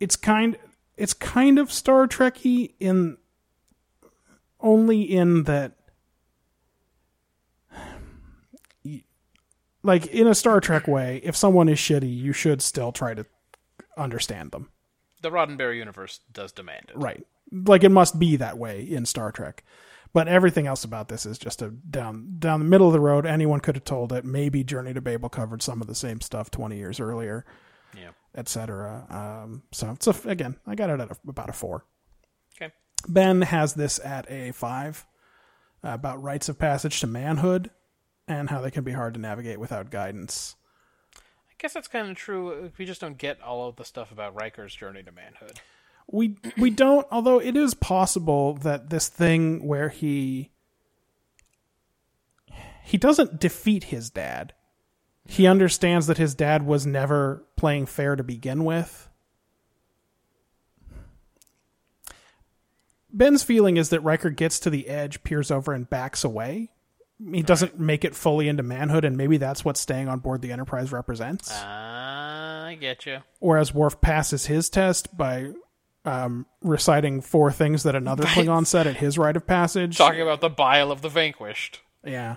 Speaker 3: it's kind it's kind of Star Trekky in only in that like in a Star Trek way, if someone is shitty, you should still try to understand them.
Speaker 2: The Roddenberry universe does demand it.
Speaker 3: Right. Like it must be that way in Star Trek. But everything else about this is just a down down the middle of the road. Anyone could have told it. Maybe Journey to Babel covered some of the same stuff twenty years earlier,
Speaker 2: Yeah.
Speaker 3: etc. Um, so it's a, again, I got it at a, about a four.
Speaker 2: Okay.
Speaker 3: Ben has this at a five uh, about rites of passage to manhood and how they can be hard to navigate without guidance.
Speaker 2: I guess that's kind of true. We just don't get all of the stuff about Riker's journey to manhood.
Speaker 3: we we don't although it is possible that this thing where he he doesn't defeat his dad he understands that his dad was never playing fair to begin with ben's feeling is that riker gets to the edge peers over and backs away he doesn't make it fully into manhood and maybe that's what staying on board the enterprise represents
Speaker 2: Ah, I get you.
Speaker 3: whereas Worf passes his test by um, reciting four things that another Klingon said at his rite of passage.
Speaker 2: Talking about the bile of the vanquished.
Speaker 3: Yeah.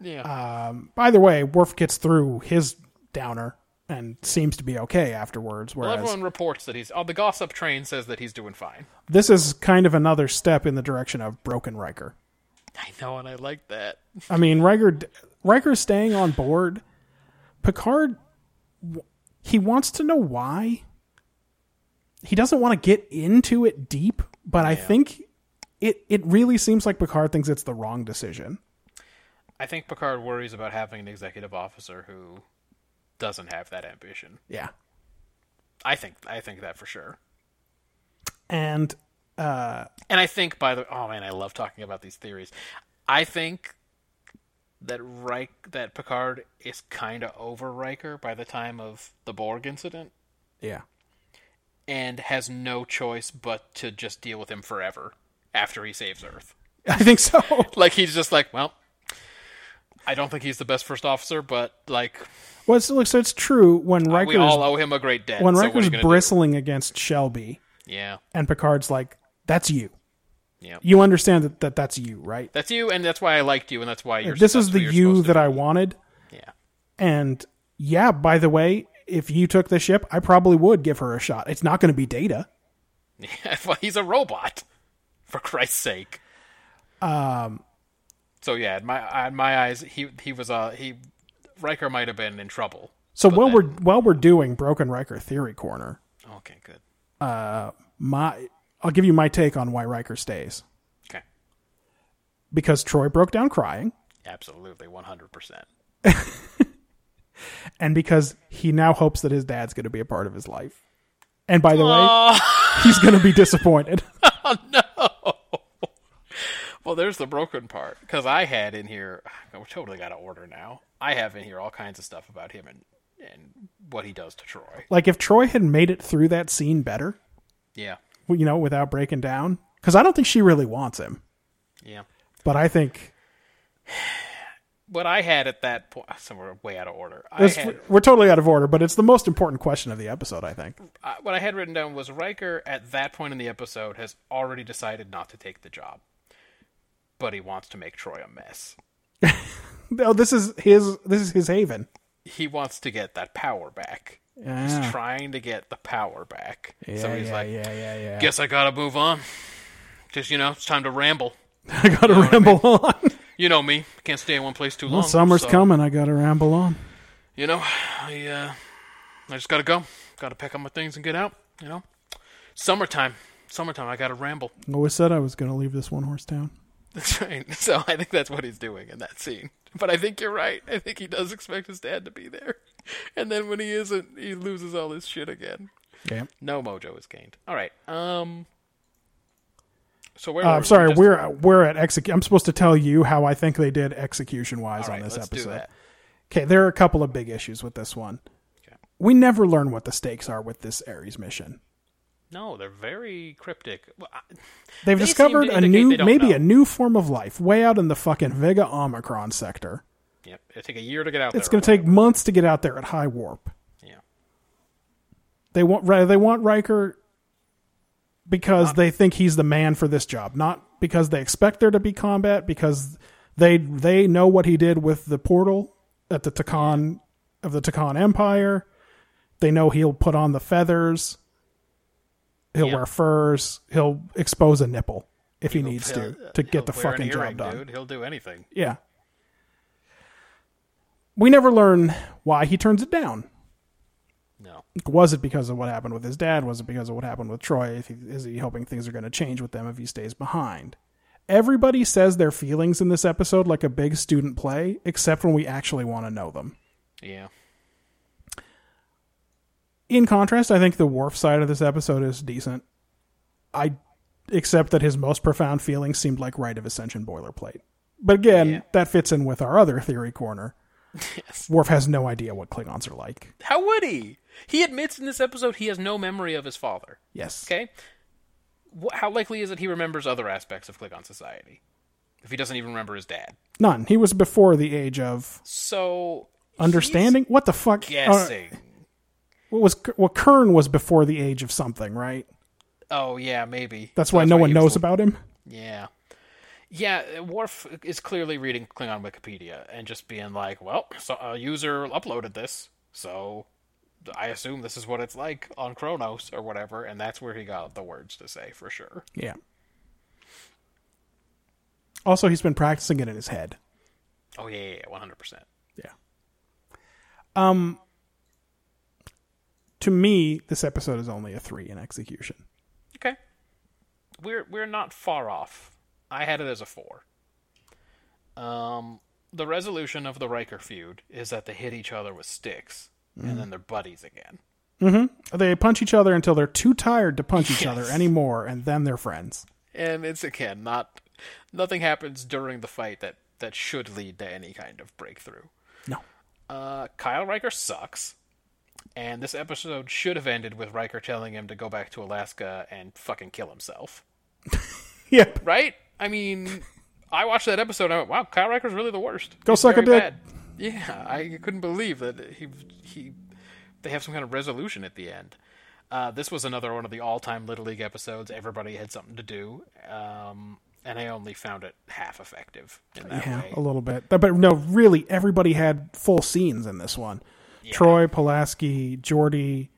Speaker 2: Yeah.
Speaker 3: Either way, Worf gets through his downer and seems to be okay afterwards.
Speaker 2: well,
Speaker 3: Whereas
Speaker 2: everyone reports that he's. Oh, the gossip train says that he's doing fine.
Speaker 3: this is kind of another step in the direction of broken Riker.
Speaker 2: I know, and I like that.
Speaker 3: I mean, Riker Riker's staying on board. Picard w- he wants to know why. He doesn't want to get into it deep, but I think it it really seems like Picard thinks it's the wrong decision.
Speaker 2: I think Picard worries about having an executive officer who doesn't have that ambition.
Speaker 3: Yeah.
Speaker 2: I think I think that for sure.
Speaker 3: And
Speaker 2: And I think by the oh man, I love talking about these theories. I think that Reich, that Picard is kind of over Riker by the time of the Borg incident
Speaker 3: yeah.
Speaker 2: and has no choice but to just deal with him forever after he saves Earth.
Speaker 3: I think so.
Speaker 2: Like he's just like, well, I don't think he's the best first officer, but like
Speaker 3: well, it's, look, so it's true when
Speaker 2: Uh, we all
Speaker 3: Riker's
Speaker 2: owe him a great debt.
Speaker 3: when
Speaker 2: so what are you
Speaker 3: Riker's
Speaker 2: gonna do?
Speaker 3: bristling against Shelby
Speaker 2: yeah,
Speaker 3: and Picard's like, "That's you.
Speaker 2: yeah,
Speaker 3: You understand that, that that's you, right?
Speaker 2: that's you, and that's why I liked you, and that's why you're.
Speaker 3: this is
Speaker 2: that's
Speaker 3: the
Speaker 2: who you're
Speaker 3: you
Speaker 2: supposed to
Speaker 3: that I wanted."
Speaker 2: be. Yeah,
Speaker 3: And yeah, by the way, if you took the ship, I probably would give her a shot. It's not going to be data.
Speaker 2: Yeah, well, he's a robot, for Christ's sake. Um. So yeah, in my in my eyes, he he was uh he Riker might have been in trouble.
Speaker 3: So while we're while we're doing Broken Riker theory corner,
Speaker 2: Okay, good.
Speaker 3: my I'll give you my take on why Riker stays
Speaker 2: Okay,
Speaker 3: because Troy broke down crying
Speaker 2: absolutely, one hundred percent.
Speaker 3: and because he now hopes that his dad's going to be a part of his life. And by the way, he's going to be disappointed.
Speaker 2: Well, there's the broken part because I had in here. We're totally got to order now. I have in here all kinds of stuff about him and and what he does to Troy.
Speaker 3: like if Troy had made it through that scene better,
Speaker 2: Yeah,
Speaker 3: you know, without breaking down, cuz I don't think she really wants him,
Speaker 2: yeah.
Speaker 3: but I think
Speaker 2: What I had at that point, so we're way out of order. I
Speaker 3: It's,
Speaker 2: had,
Speaker 3: we're totally out of order, but it's the most important question of the episode, I think.
Speaker 2: I, what I had written down was Riker at that point in the episode has already decided not to take the job, but he wants to make Troy a mess.
Speaker 3: No, Oh, this is his. This is his haven.
Speaker 2: He wants to get that power back. He's
Speaker 3: Yeah.
Speaker 2: trying to get the power back. so
Speaker 3: Yeah,
Speaker 2: he's
Speaker 3: yeah,
Speaker 2: like,
Speaker 3: yeah, yeah, yeah.
Speaker 2: "Guess I gotta move on. Just you know, it's time to ramble.
Speaker 3: I gotta ramble on.
Speaker 2: You know me, can't stay in one place too
Speaker 3: Well,
Speaker 2: long.
Speaker 3: summer's
Speaker 2: so,
Speaker 3: coming. I gotta ramble on.
Speaker 2: You know, I uh, I just gotta go. Gotta pack up my things and get out. You know, summertime, summertime. I gotta ramble.
Speaker 3: I always said I was gonna leave this one horse town.
Speaker 2: That's right. So I think that's what he's doing in that scene. But I think you're right. I think he does expect his dad to be there. And then when he isn't, he loses all his shit again.
Speaker 3: Yeah.
Speaker 2: No mojo is gained. All right. Um. So where?
Speaker 3: Uh,
Speaker 2: were
Speaker 3: I'm
Speaker 2: we?
Speaker 3: sorry.
Speaker 2: Just-
Speaker 3: We're we're at exec. I'm supposed to tell you how I think they did execution wise
Speaker 2: all
Speaker 3: on
Speaker 2: right.
Speaker 3: this
Speaker 2: Let's
Speaker 3: episode.
Speaker 2: do that.
Speaker 3: Okay, there are a couple of big issues with this one. We never learn what the stakes are with this Ares mission.
Speaker 2: No, they're very cryptic. Well, I,
Speaker 3: They've
Speaker 2: They
Speaker 3: discovered
Speaker 2: seem to
Speaker 3: a
Speaker 2: indicate
Speaker 3: new,
Speaker 2: they don't
Speaker 3: maybe
Speaker 2: know.
Speaker 3: a new form of life way out in the fucking Vega Omicron sector.
Speaker 2: yep, it'll take a year to get out
Speaker 3: It's
Speaker 2: there.
Speaker 3: going to take months to get out there at high warp.
Speaker 2: take. Yeah.
Speaker 3: They want Ri- they want Riker because they think he's the man for this job, not because they expect there to be combat. Because they they know what he did with the portal at the Takan of the Takan Empire. They know he'll put on the feathers. He'll
Speaker 2: Yeah.
Speaker 3: wear furs. He'll expose a nipple if he needs to to
Speaker 2: He'll
Speaker 3: get the
Speaker 2: wear an
Speaker 3: fucking job
Speaker 2: earring,
Speaker 3: done.
Speaker 2: Dude. He'll do anything.
Speaker 3: Yeah. We never learn why he turns it down.
Speaker 2: No.
Speaker 3: Was it because of what happened with his dad? Was it because of what happened with Troy? If he, is he hoping things are going to change with them if he stays behind? Everybody says their feelings in this episode like a big student play, except when we actually want to know them.
Speaker 2: Yeah.
Speaker 3: In contrast, I think the Worf side of this episode is decent. I except that his most profound feelings seemed like Rite of Ascension boilerplate. But again,
Speaker 2: Yeah.
Speaker 3: that fits in with our other theory corner. Worf has no idea what Klingons are like.
Speaker 2: How would he? He admits in this episode he has no memory of his father.
Speaker 3: Yes.
Speaker 2: Okay. Wh- How likely is it he remembers other aspects of Klingon society if he doesn't even remember his dad?
Speaker 3: None. He was before the age of
Speaker 2: So
Speaker 3: understanding. What the fuck?
Speaker 2: he's guessing.
Speaker 3: Uh, what was well, Kern was before the age of something, right?
Speaker 2: oh yeah, maybe.
Speaker 3: That's why no one
Speaker 2: he was
Speaker 3: knows
Speaker 2: the-
Speaker 3: about him.
Speaker 2: Yeah. Yeah, Worf is clearly reading Klingon Wikipedia and just being like, "Well, so a user uploaded this, so I assume this is what it's like on Kronos or whatever," and that's where he got the words to say for sure.
Speaker 3: Yeah. Also, he's been practicing it in his head.
Speaker 2: Oh yeah, yeah, one hundred percent.
Speaker 3: Yeah. Um to me, this episode is only a 3 in execution.
Speaker 2: Okay. We're we're not far off. I had it as a four. Um, the resolution of the Riker feud is that they hit each other with sticks, and then they're buddies again.
Speaker 3: They punch each other until they're too tired to punch each other anymore and then they're friends.
Speaker 2: And it's again not nothing happens during the fight that that should lead to any kind of breakthrough.
Speaker 3: No.
Speaker 2: Uh, Kyle Riker sucks, and this episode should have ended with Riker telling him to go back to Alaska and fucking kill himself.
Speaker 3: Yep.
Speaker 2: right? I mean, I watched that episode. And I went, "Wow, Kyle Riker's really the worst."
Speaker 3: Go suck a
Speaker 2: very
Speaker 3: dick.
Speaker 2: Yeah, I couldn't believe that he he they have some kind of resolution at the end. Uh, this was another one of the all-time Little League episodes. Everybody had something to do, um, and I only found it half effective in that
Speaker 3: Yeah,
Speaker 2: way.
Speaker 3: a little bit. But no, really everybody had full scenes in this one. Troy, Pulaski, Jordy,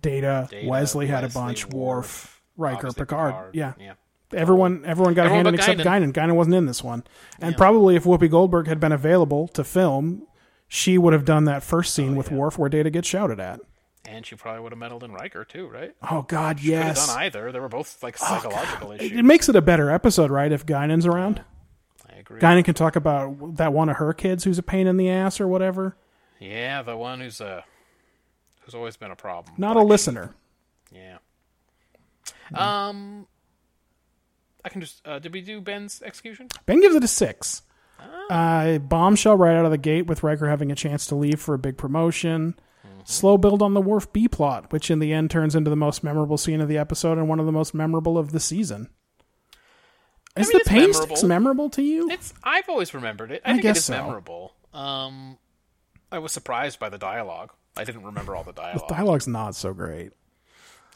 Speaker 3: Data,
Speaker 2: Data,
Speaker 3: Wesley had a
Speaker 2: Wesley,
Speaker 3: bunch, Worf,
Speaker 2: Worf,
Speaker 3: Riker,
Speaker 2: obviously
Speaker 3: Picard.
Speaker 2: Picard,
Speaker 3: Yeah.
Speaker 2: yeah.
Speaker 3: Everyone everyone got
Speaker 2: Everyone
Speaker 3: a hand in
Speaker 2: but
Speaker 3: except
Speaker 2: Guinan.
Speaker 3: Guinan. Guinan wasn't in this one. And probably if Whoopi Goldberg had been available to film, she would have done that first scene
Speaker 2: Oh,
Speaker 3: with Worf where Data gets shouted at.
Speaker 2: And she probably would have meddled in Riker too, right?
Speaker 3: Oh God,
Speaker 2: Could have
Speaker 3: yes. Oh,
Speaker 2: done either. They were both like psychological
Speaker 3: It
Speaker 2: issues.
Speaker 3: it makes it a better episode, right? If Guinan's around,
Speaker 2: I agree.
Speaker 3: Guinan can talk about that one of her kids who's a pain in the ass or whatever.
Speaker 2: Yeah, the one who's uh who's always been a problem.
Speaker 3: Not
Speaker 2: but
Speaker 3: a
Speaker 2: I can't-
Speaker 3: listener.
Speaker 2: Yeah. Um, I can just. Uh, did we do Ben's execution?
Speaker 3: Ben gives it a six. Uh, bombshell right out of the gate with Riker having a chance to leave for a big promotion. Slow build on the Worf B plot, which in the end turns into the most memorable scene of the episode and one of the most memorable of the season. Is
Speaker 2: mean,
Speaker 3: the
Speaker 2: it's
Speaker 3: pain
Speaker 2: memorable.
Speaker 3: sticks memorable to you?
Speaker 2: It's. I've always remembered it. I,
Speaker 3: I
Speaker 2: think
Speaker 3: guess
Speaker 2: it is
Speaker 3: so.
Speaker 2: memorable. Um, I was surprised by the dialogue. I didn't remember all the dialogue.
Speaker 3: Dialogue's not so great.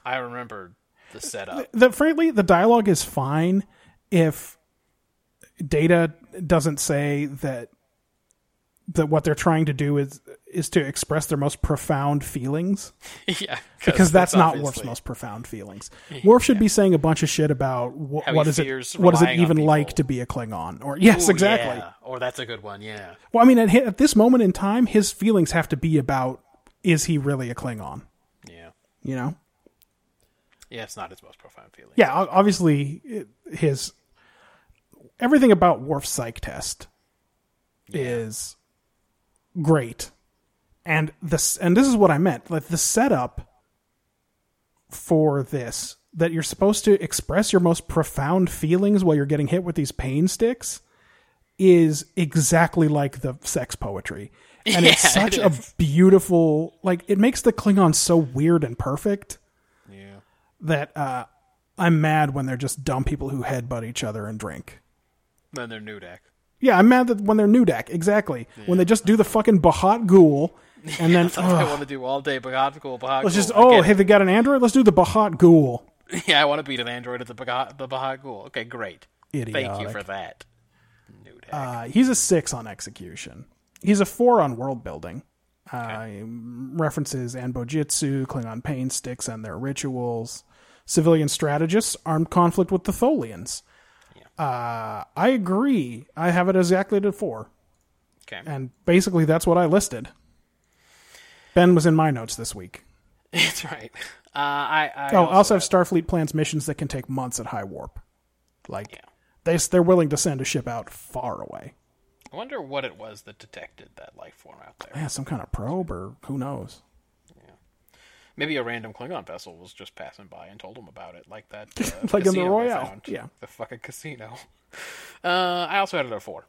Speaker 2: I remembered the setup.
Speaker 3: The, frankly, the dialogue is fine if Data doesn't say that that what they're trying to do is is to express their most profound feelings.
Speaker 2: yeah,
Speaker 3: because that's, not Worf's
Speaker 2: obviously-
Speaker 3: most profound feelings. Worf should be saying a bunch of shit about wh-
Speaker 2: How he
Speaker 3: what is
Speaker 2: fears
Speaker 3: it, what is it
Speaker 2: relying on
Speaker 3: even like
Speaker 2: people.
Speaker 3: to be a Klingon, or yes,
Speaker 2: Ooh,
Speaker 3: exactly.
Speaker 2: yeah. Or that's a good one. Yeah.
Speaker 3: Well, I mean, at, hi- at this moment in time, his feelings have to be about is he really a Klingon?
Speaker 2: Yeah.
Speaker 3: You know,
Speaker 2: Yeah. It's not his most profound feeling.
Speaker 3: yeah. o- Obviously, it- his everything about Worf's psych test is great, and this and this is what I meant. Like the setup for this that you're supposed to express your most profound feelings while you're getting hit with these pain sticks is exactly like the sex poetry. And it's
Speaker 2: Yeah, it
Speaker 3: such a beautiful like it makes the Klingon so weird and perfect
Speaker 2: Yeah.
Speaker 3: that uh, I'm mad when they're just dumb people who headbutt each other and drink.
Speaker 2: Then they're new deck.
Speaker 3: Yeah, I'm mad that when they're new deck, exactly. When they just do the fucking Bahat Ghoul, and then
Speaker 2: That's what I
Speaker 3: ugh,
Speaker 2: want to do all day. Bagat cool, Bagat
Speaker 3: let's
Speaker 2: cool.
Speaker 3: just
Speaker 2: I
Speaker 3: oh
Speaker 2: get
Speaker 3: hey
Speaker 2: it.
Speaker 3: they got an android, let's do the Bahat Ghoul.
Speaker 2: yeah, I want to beat an android at the Bagat the Bahat cool. Okay, great. Thank you
Speaker 3: Idiotic.
Speaker 2: for that. New deck.
Speaker 3: Uh, he's a six on execution. He's a four on world building. Uh, references Anbojitsu, Klingon pain sticks, and their rituals. Civilian strategists, armed conflict with the Tholians. Uh, I agree. I have it exactly to four,
Speaker 2: okay.
Speaker 3: and basically that's what I listed. Ben was in my notes this week.
Speaker 2: That's right. Uh, I, I
Speaker 3: oh, I
Speaker 2: also
Speaker 3: also have Starfleet plans missions that can take months at high warp. Like
Speaker 2: Yeah.
Speaker 3: they they, they're willing to send a ship out far away.
Speaker 2: I wonder what it was that detected that life form out there.
Speaker 3: Yeah, some kind of probe or who knows.
Speaker 2: Maybe a random Klingon vessel was just passing by and told him about it, like that. Uh,
Speaker 3: Like in the
Speaker 2: casino I
Speaker 3: Royale,
Speaker 2: found.
Speaker 3: yeah.
Speaker 2: the fucking casino. Uh, I also had it at four.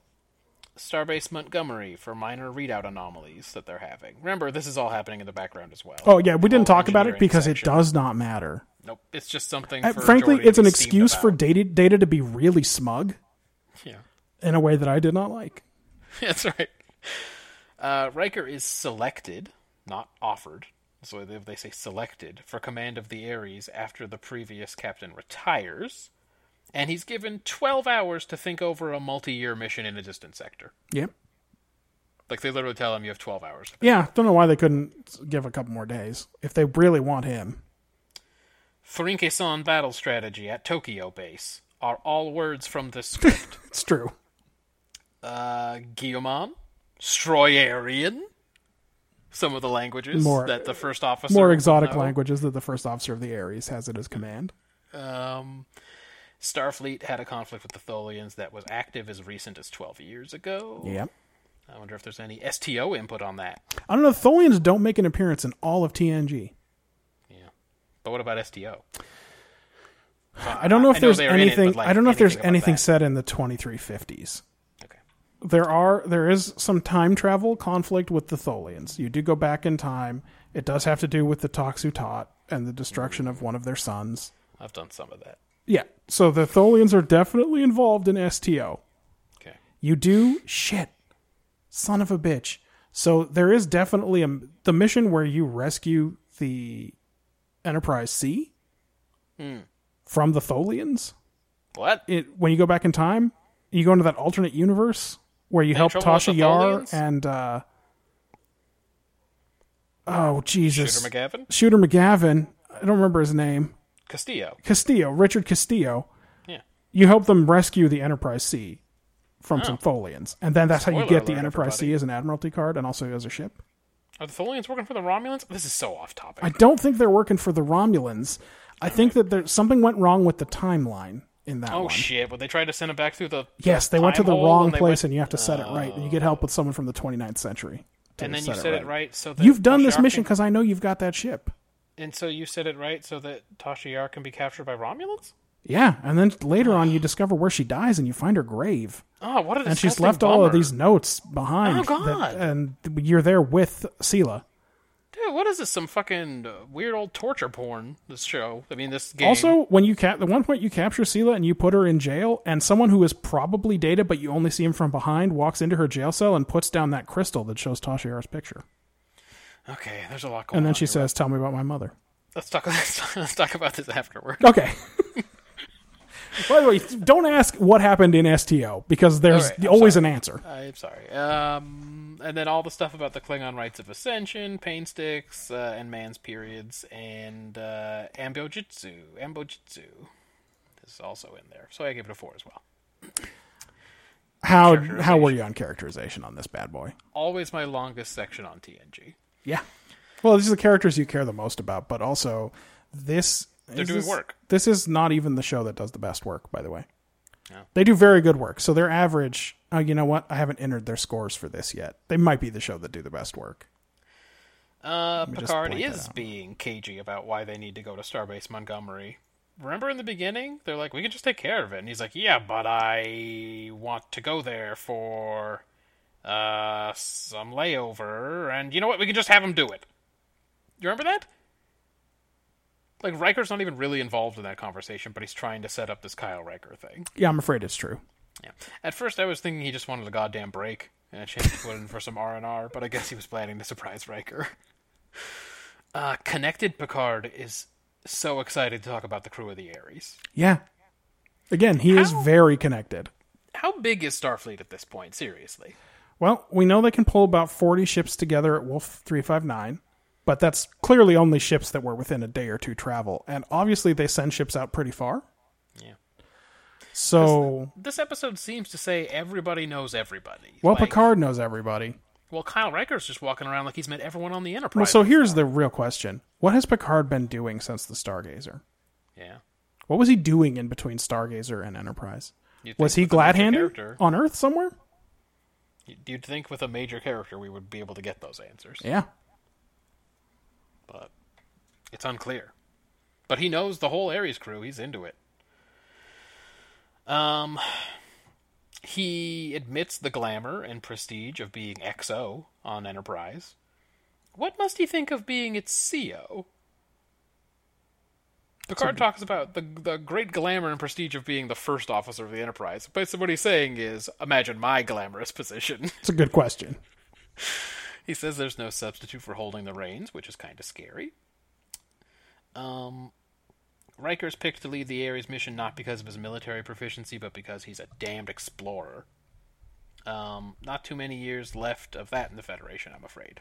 Speaker 2: Starbase Montgomery for minor readout anomalies that they're having. Remember, this is all happening in the background as well.
Speaker 3: Oh yeah, we didn't
Speaker 2: Whole
Speaker 3: talk about it
Speaker 2: engineering
Speaker 3: because it
Speaker 2: section.
Speaker 3: does not matter.
Speaker 2: Nope, it's just something.
Speaker 3: And
Speaker 2: for
Speaker 3: frankly,
Speaker 2: Geordi
Speaker 3: it's an
Speaker 2: to steam
Speaker 3: excuse for
Speaker 2: about.
Speaker 3: data, data to be really smug
Speaker 2: yeah.
Speaker 3: in a way that I did not like.
Speaker 2: That's right. Uh, Riker is selected, not offered. So they, they say selected for command of the Ares after the previous captain retires, and he's given twelve hours to think over a multi-year mission in a distant sector.
Speaker 3: Yep.
Speaker 2: Like they literally tell him, you have twelve hours.
Speaker 3: Yeah, don't know why they couldn't give a couple more days if they really want him.
Speaker 2: Furinke-san battle strategy at Tokyo base are all words from this script.
Speaker 3: It's true.
Speaker 2: uh, Guillemon, Stroyarian, some of the languages
Speaker 3: More-
Speaker 2: that the first officer
Speaker 3: More
Speaker 2: will
Speaker 3: exotic
Speaker 2: know.
Speaker 3: languages that the first officer of the Ares has at his command.
Speaker 2: Um, Starfleet had a conflict with the Tholians that was active as recent as 12 years ago. I wonder if there's any STO input on that.
Speaker 3: I don't know. Tholians don't make an appearance in all of TNG.
Speaker 2: Yeah. But what about STO?
Speaker 3: I don't know if
Speaker 2: I know
Speaker 3: there's
Speaker 2: they're in it,
Speaker 3: anything.
Speaker 2: but, like,
Speaker 3: I don't know if there's
Speaker 2: anything about
Speaker 3: anything
Speaker 2: that.
Speaker 3: said in the 2350s.
Speaker 2: Okay.
Speaker 3: there are there is some time travel conflict with the Tholians. You do go back in time. It does have to do with the Toxutat and the destruction of one of their sons.
Speaker 2: I've done some of that.
Speaker 3: Yeah. So the Tholians are definitely involved in STO.
Speaker 2: Okay.
Speaker 3: You do shit. Son of a bitch. So there is definitely a the mission where you rescue the Enterprise C
Speaker 2: Hmm.
Speaker 3: from the Tholians.
Speaker 2: What?
Speaker 3: It when you go back in time, you go into that alternate universe where you help
Speaker 2: Trouble with
Speaker 3: Tasha
Speaker 2: the
Speaker 3: Yar
Speaker 2: Tholians?
Speaker 3: and uh Oh Jesus.
Speaker 2: Shooter McGavin?
Speaker 3: Shooter McGavin. I don't remember his name.
Speaker 2: Castillo.
Speaker 3: Castillo, Richard Castillo.
Speaker 2: Yeah.
Speaker 3: You help them rescue the Enterprise C from some Tholians. And then that's how you
Speaker 2: Oh. Spoiler
Speaker 3: get the
Speaker 2: alert,
Speaker 3: Enterprise C
Speaker 2: everybody.
Speaker 3: as an admiralty card and also as a ship.
Speaker 2: Are the Tholians working for the Romulans? This is so off topic.
Speaker 3: I don't think they're working for the Romulans. I think that there something went wrong with the timeline in that
Speaker 2: Oh
Speaker 3: one.
Speaker 2: shit, but they tried to send him back through the
Speaker 3: Yes, they went to
Speaker 2: time
Speaker 3: the
Speaker 2: hole
Speaker 3: wrong
Speaker 2: they went-
Speaker 3: place,
Speaker 2: Oh.
Speaker 3: and you have to set it right. And you get help with someone from the 29th century. to
Speaker 2: and then you
Speaker 3: set
Speaker 2: said it right so that
Speaker 3: You've done this
Speaker 2: Tashiar
Speaker 3: mission
Speaker 2: can-
Speaker 3: because I know you've got that ship.
Speaker 2: And so you said it right so that Tasha Yar can be captured by Romulans?
Speaker 3: Yeah, and then later on, you discover where she dies, and you find her grave,
Speaker 2: Oh, what a
Speaker 3: and she's
Speaker 2: disgusting
Speaker 3: left all of
Speaker 2: bummer.
Speaker 3: these notes behind.
Speaker 2: Oh, God.
Speaker 3: and you're there with Sela.
Speaker 2: Dude, what is this? Some fucking uh, weird old torture porn. This show. I mean, this game.
Speaker 3: Also, when you cap, the one point you capture Sela and you put her in jail, and someone who is probably Data, but you only see him from behind, walks into her jail cell and puts down that crystal that shows Tasha Yar's picture,
Speaker 2: okay, there's a lot going on.
Speaker 3: and then she
Speaker 2: here.
Speaker 3: says, "Tell me about my mother."
Speaker 2: "Let's talk. Let's talk, let's talk about this afterward."
Speaker 3: Okay. By the way, don't ask what happened in STO because there's
Speaker 2: All right, I'm
Speaker 3: always an answer.
Speaker 2: I'm sorry. Um, and then all the stuff about the Klingon rites of ascension, pain sticks, uh, and man's periods, and uh, ambojitsu. Ambojitsu is also in there, so I give it a four as well.
Speaker 3: How how were you on characterization on this bad boy?
Speaker 2: Always my longest section on TNG.
Speaker 3: Yeah. Well, these are the characters you care the most about, but also this they're
Speaker 2: doing work.
Speaker 3: This is not even the show that does the best work, by the way. They do very good work. So their average. Oh, you know what? I haven't entered their scores for this yet. They might be the show that do the best work.
Speaker 2: Uh,
Speaker 3: me just
Speaker 2: Picard
Speaker 3: blank that
Speaker 2: is
Speaker 3: out.
Speaker 2: being cagey about why they need to go to Starbase Montgomery. Remember in the beginning, they're like, "We can just take care of it," and he's like, "Yeah, but I want to go there for uh some layover, and you know what? We can just have him do it." You remember that? Like Riker's not even really involved in that conversation, but he's trying to set up this Kyle Riker thing.
Speaker 3: Yeah, I'm afraid it's true.
Speaker 2: Yeah. At first, I was thinking he just wanted a goddamn break and a chance to put in for some R and R, but I guess he was planning to surprise Riker. Uh, connected Picard is so excited to talk about the crew of the Ares.
Speaker 3: Yeah. Again, he is
Speaker 2: How-
Speaker 3: very connected.
Speaker 2: How big is Starfleet at this point? Seriously,
Speaker 3: Well, we know they can pull about 40 ships together at Wolf 359, but that's clearly only ships that were within a day or two travel. And obviously, they send ships out pretty far.
Speaker 2: Yeah.
Speaker 3: So,
Speaker 2: this episode seems to say everybody knows everybody.
Speaker 3: well,
Speaker 2: Like,
Speaker 3: Picard knows everybody.
Speaker 2: Well, Kyle Riker's just walking around like he's met everyone on the Enterprise.
Speaker 3: Well, so here's the real question What has Picard been doing since the Stargazer?
Speaker 2: yeah.
Speaker 3: What was he doing in between Stargazer and Enterprise?
Speaker 2: You'd
Speaker 3: Was he
Speaker 2: think with a major
Speaker 3: glad handed
Speaker 2: character-
Speaker 3: on Earth somewhere?
Speaker 2: You'd think with a major character we would be able to get those answers,
Speaker 3: Yeah.
Speaker 2: but it's unclear. But he knows the whole Ares crew. He's into it. Um, he admits the glamour and prestige of being XO on Enterprise. What must he think of being its CO? Picard talks about the the great glamour and prestige of being the first officer of the Enterprise. Basically, what he's saying is, imagine my glamorous position.
Speaker 3: It's a good question.
Speaker 2: He says there's no substitute for holding the reins, which is kind of scary. Um, Riker's picked to lead the Ares mission not because of his military proficiency, but because he's a damned explorer. Um, not too many years left of that in the Federation, I'm afraid.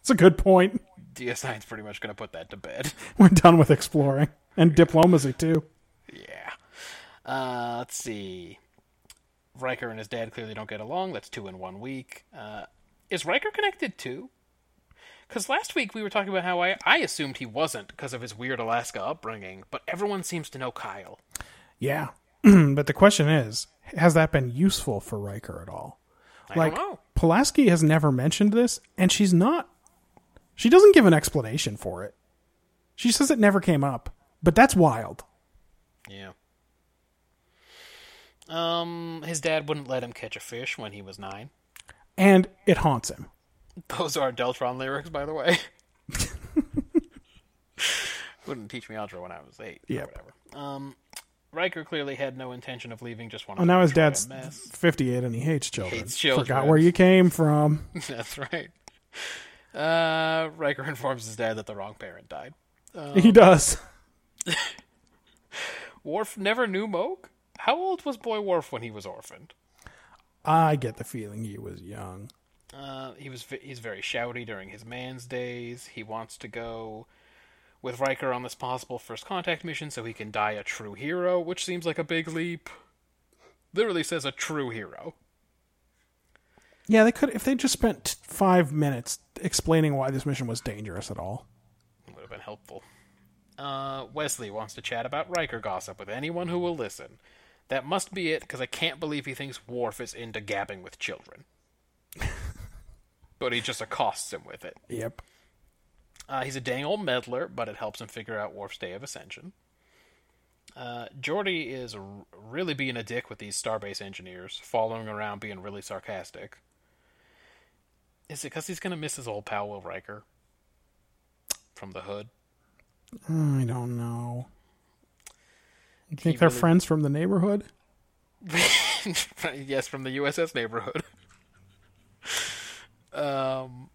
Speaker 3: It's a good point.
Speaker 2: DS9's pretty much going to put that to bed.
Speaker 3: We're done with exploring and diplomacy too.
Speaker 2: yeah. Uh, let's see. Riker and his dad clearly don't get along. That's two in one week. Uh, is Riker connected too? Because last week we were talking about how I, I assumed he wasn't because of his weird Alaska upbringing, but everyone seems to know Kyle.
Speaker 3: Yeah. but the question is, has that been useful for Riker at all?
Speaker 2: I
Speaker 3: Like
Speaker 2: don't know.
Speaker 3: Pulaski has never mentioned this and she's not she doesn't give an explanation for it. She says it never came up. But that's wild.
Speaker 2: Yeah. Um, his dad wouldn't let him catch a fish when he was nine.
Speaker 3: And it haunts him.
Speaker 2: Those are Deltron lyrics, by the way. Wouldn't teach me algebra when I was eight. Yeah.
Speaker 3: Yep.
Speaker 2: Whatever. Um, Riker clearly had no intention of leaving. Just wanted.
Speaker 3: Well Oh, now
Speaker 2: to
Speaker 3: his
Speaker 2: enjoy a
Speaker 3: dad's
Speaker 2: mess.
Speaker 3: 58 and he hates children.
Speaker 2: Hates children.
Speaker 3: Forgot where you came from.
Speaker 2: That's right. Uh, Riker informs his dad that the wrong parent died. Oh.
Speaker 3: he does.
Speaker 2: Worf never knew Moog. How old was Boy Worf when he was orphaned?
Speaker 3: I get the feeling he was young.
Speaker 2: Uh, he was v- he's very shouty during his man's days. He wants to go with Riker on this possible first contact mission so he can die a true hero, which seems like a big leap. Literally says a true hero.
Speaker 3: Yeah, they could if they just spent five minutes explaining why this mission was dangerous at all.
Speaker 2: Would have been helpful. Uh, Wesley wants to chat about Riker gossip with anyone who will listen. That must be it, because I can't believe he thinks Worf is into gabbing with children. but he just accosts him with it.
Speaker 3: Yep.
Speaker 2: Uh, he's a dang old meddler, but it helps him figure out Worf's day of ascension. Uh, Geordi is r- really being a dick with these starbase engineers, following around being really sarcastic. Is it because he's going to miss his old pal Will Riker from the hood?
Speaker 3: I don't know. You think
Speaker 2: He
Speaker 3: they're
Speaker 2: really-
Speaker 3: friends from the neighborhood?
Speaker 2: yes, from the USS neighborhood. um,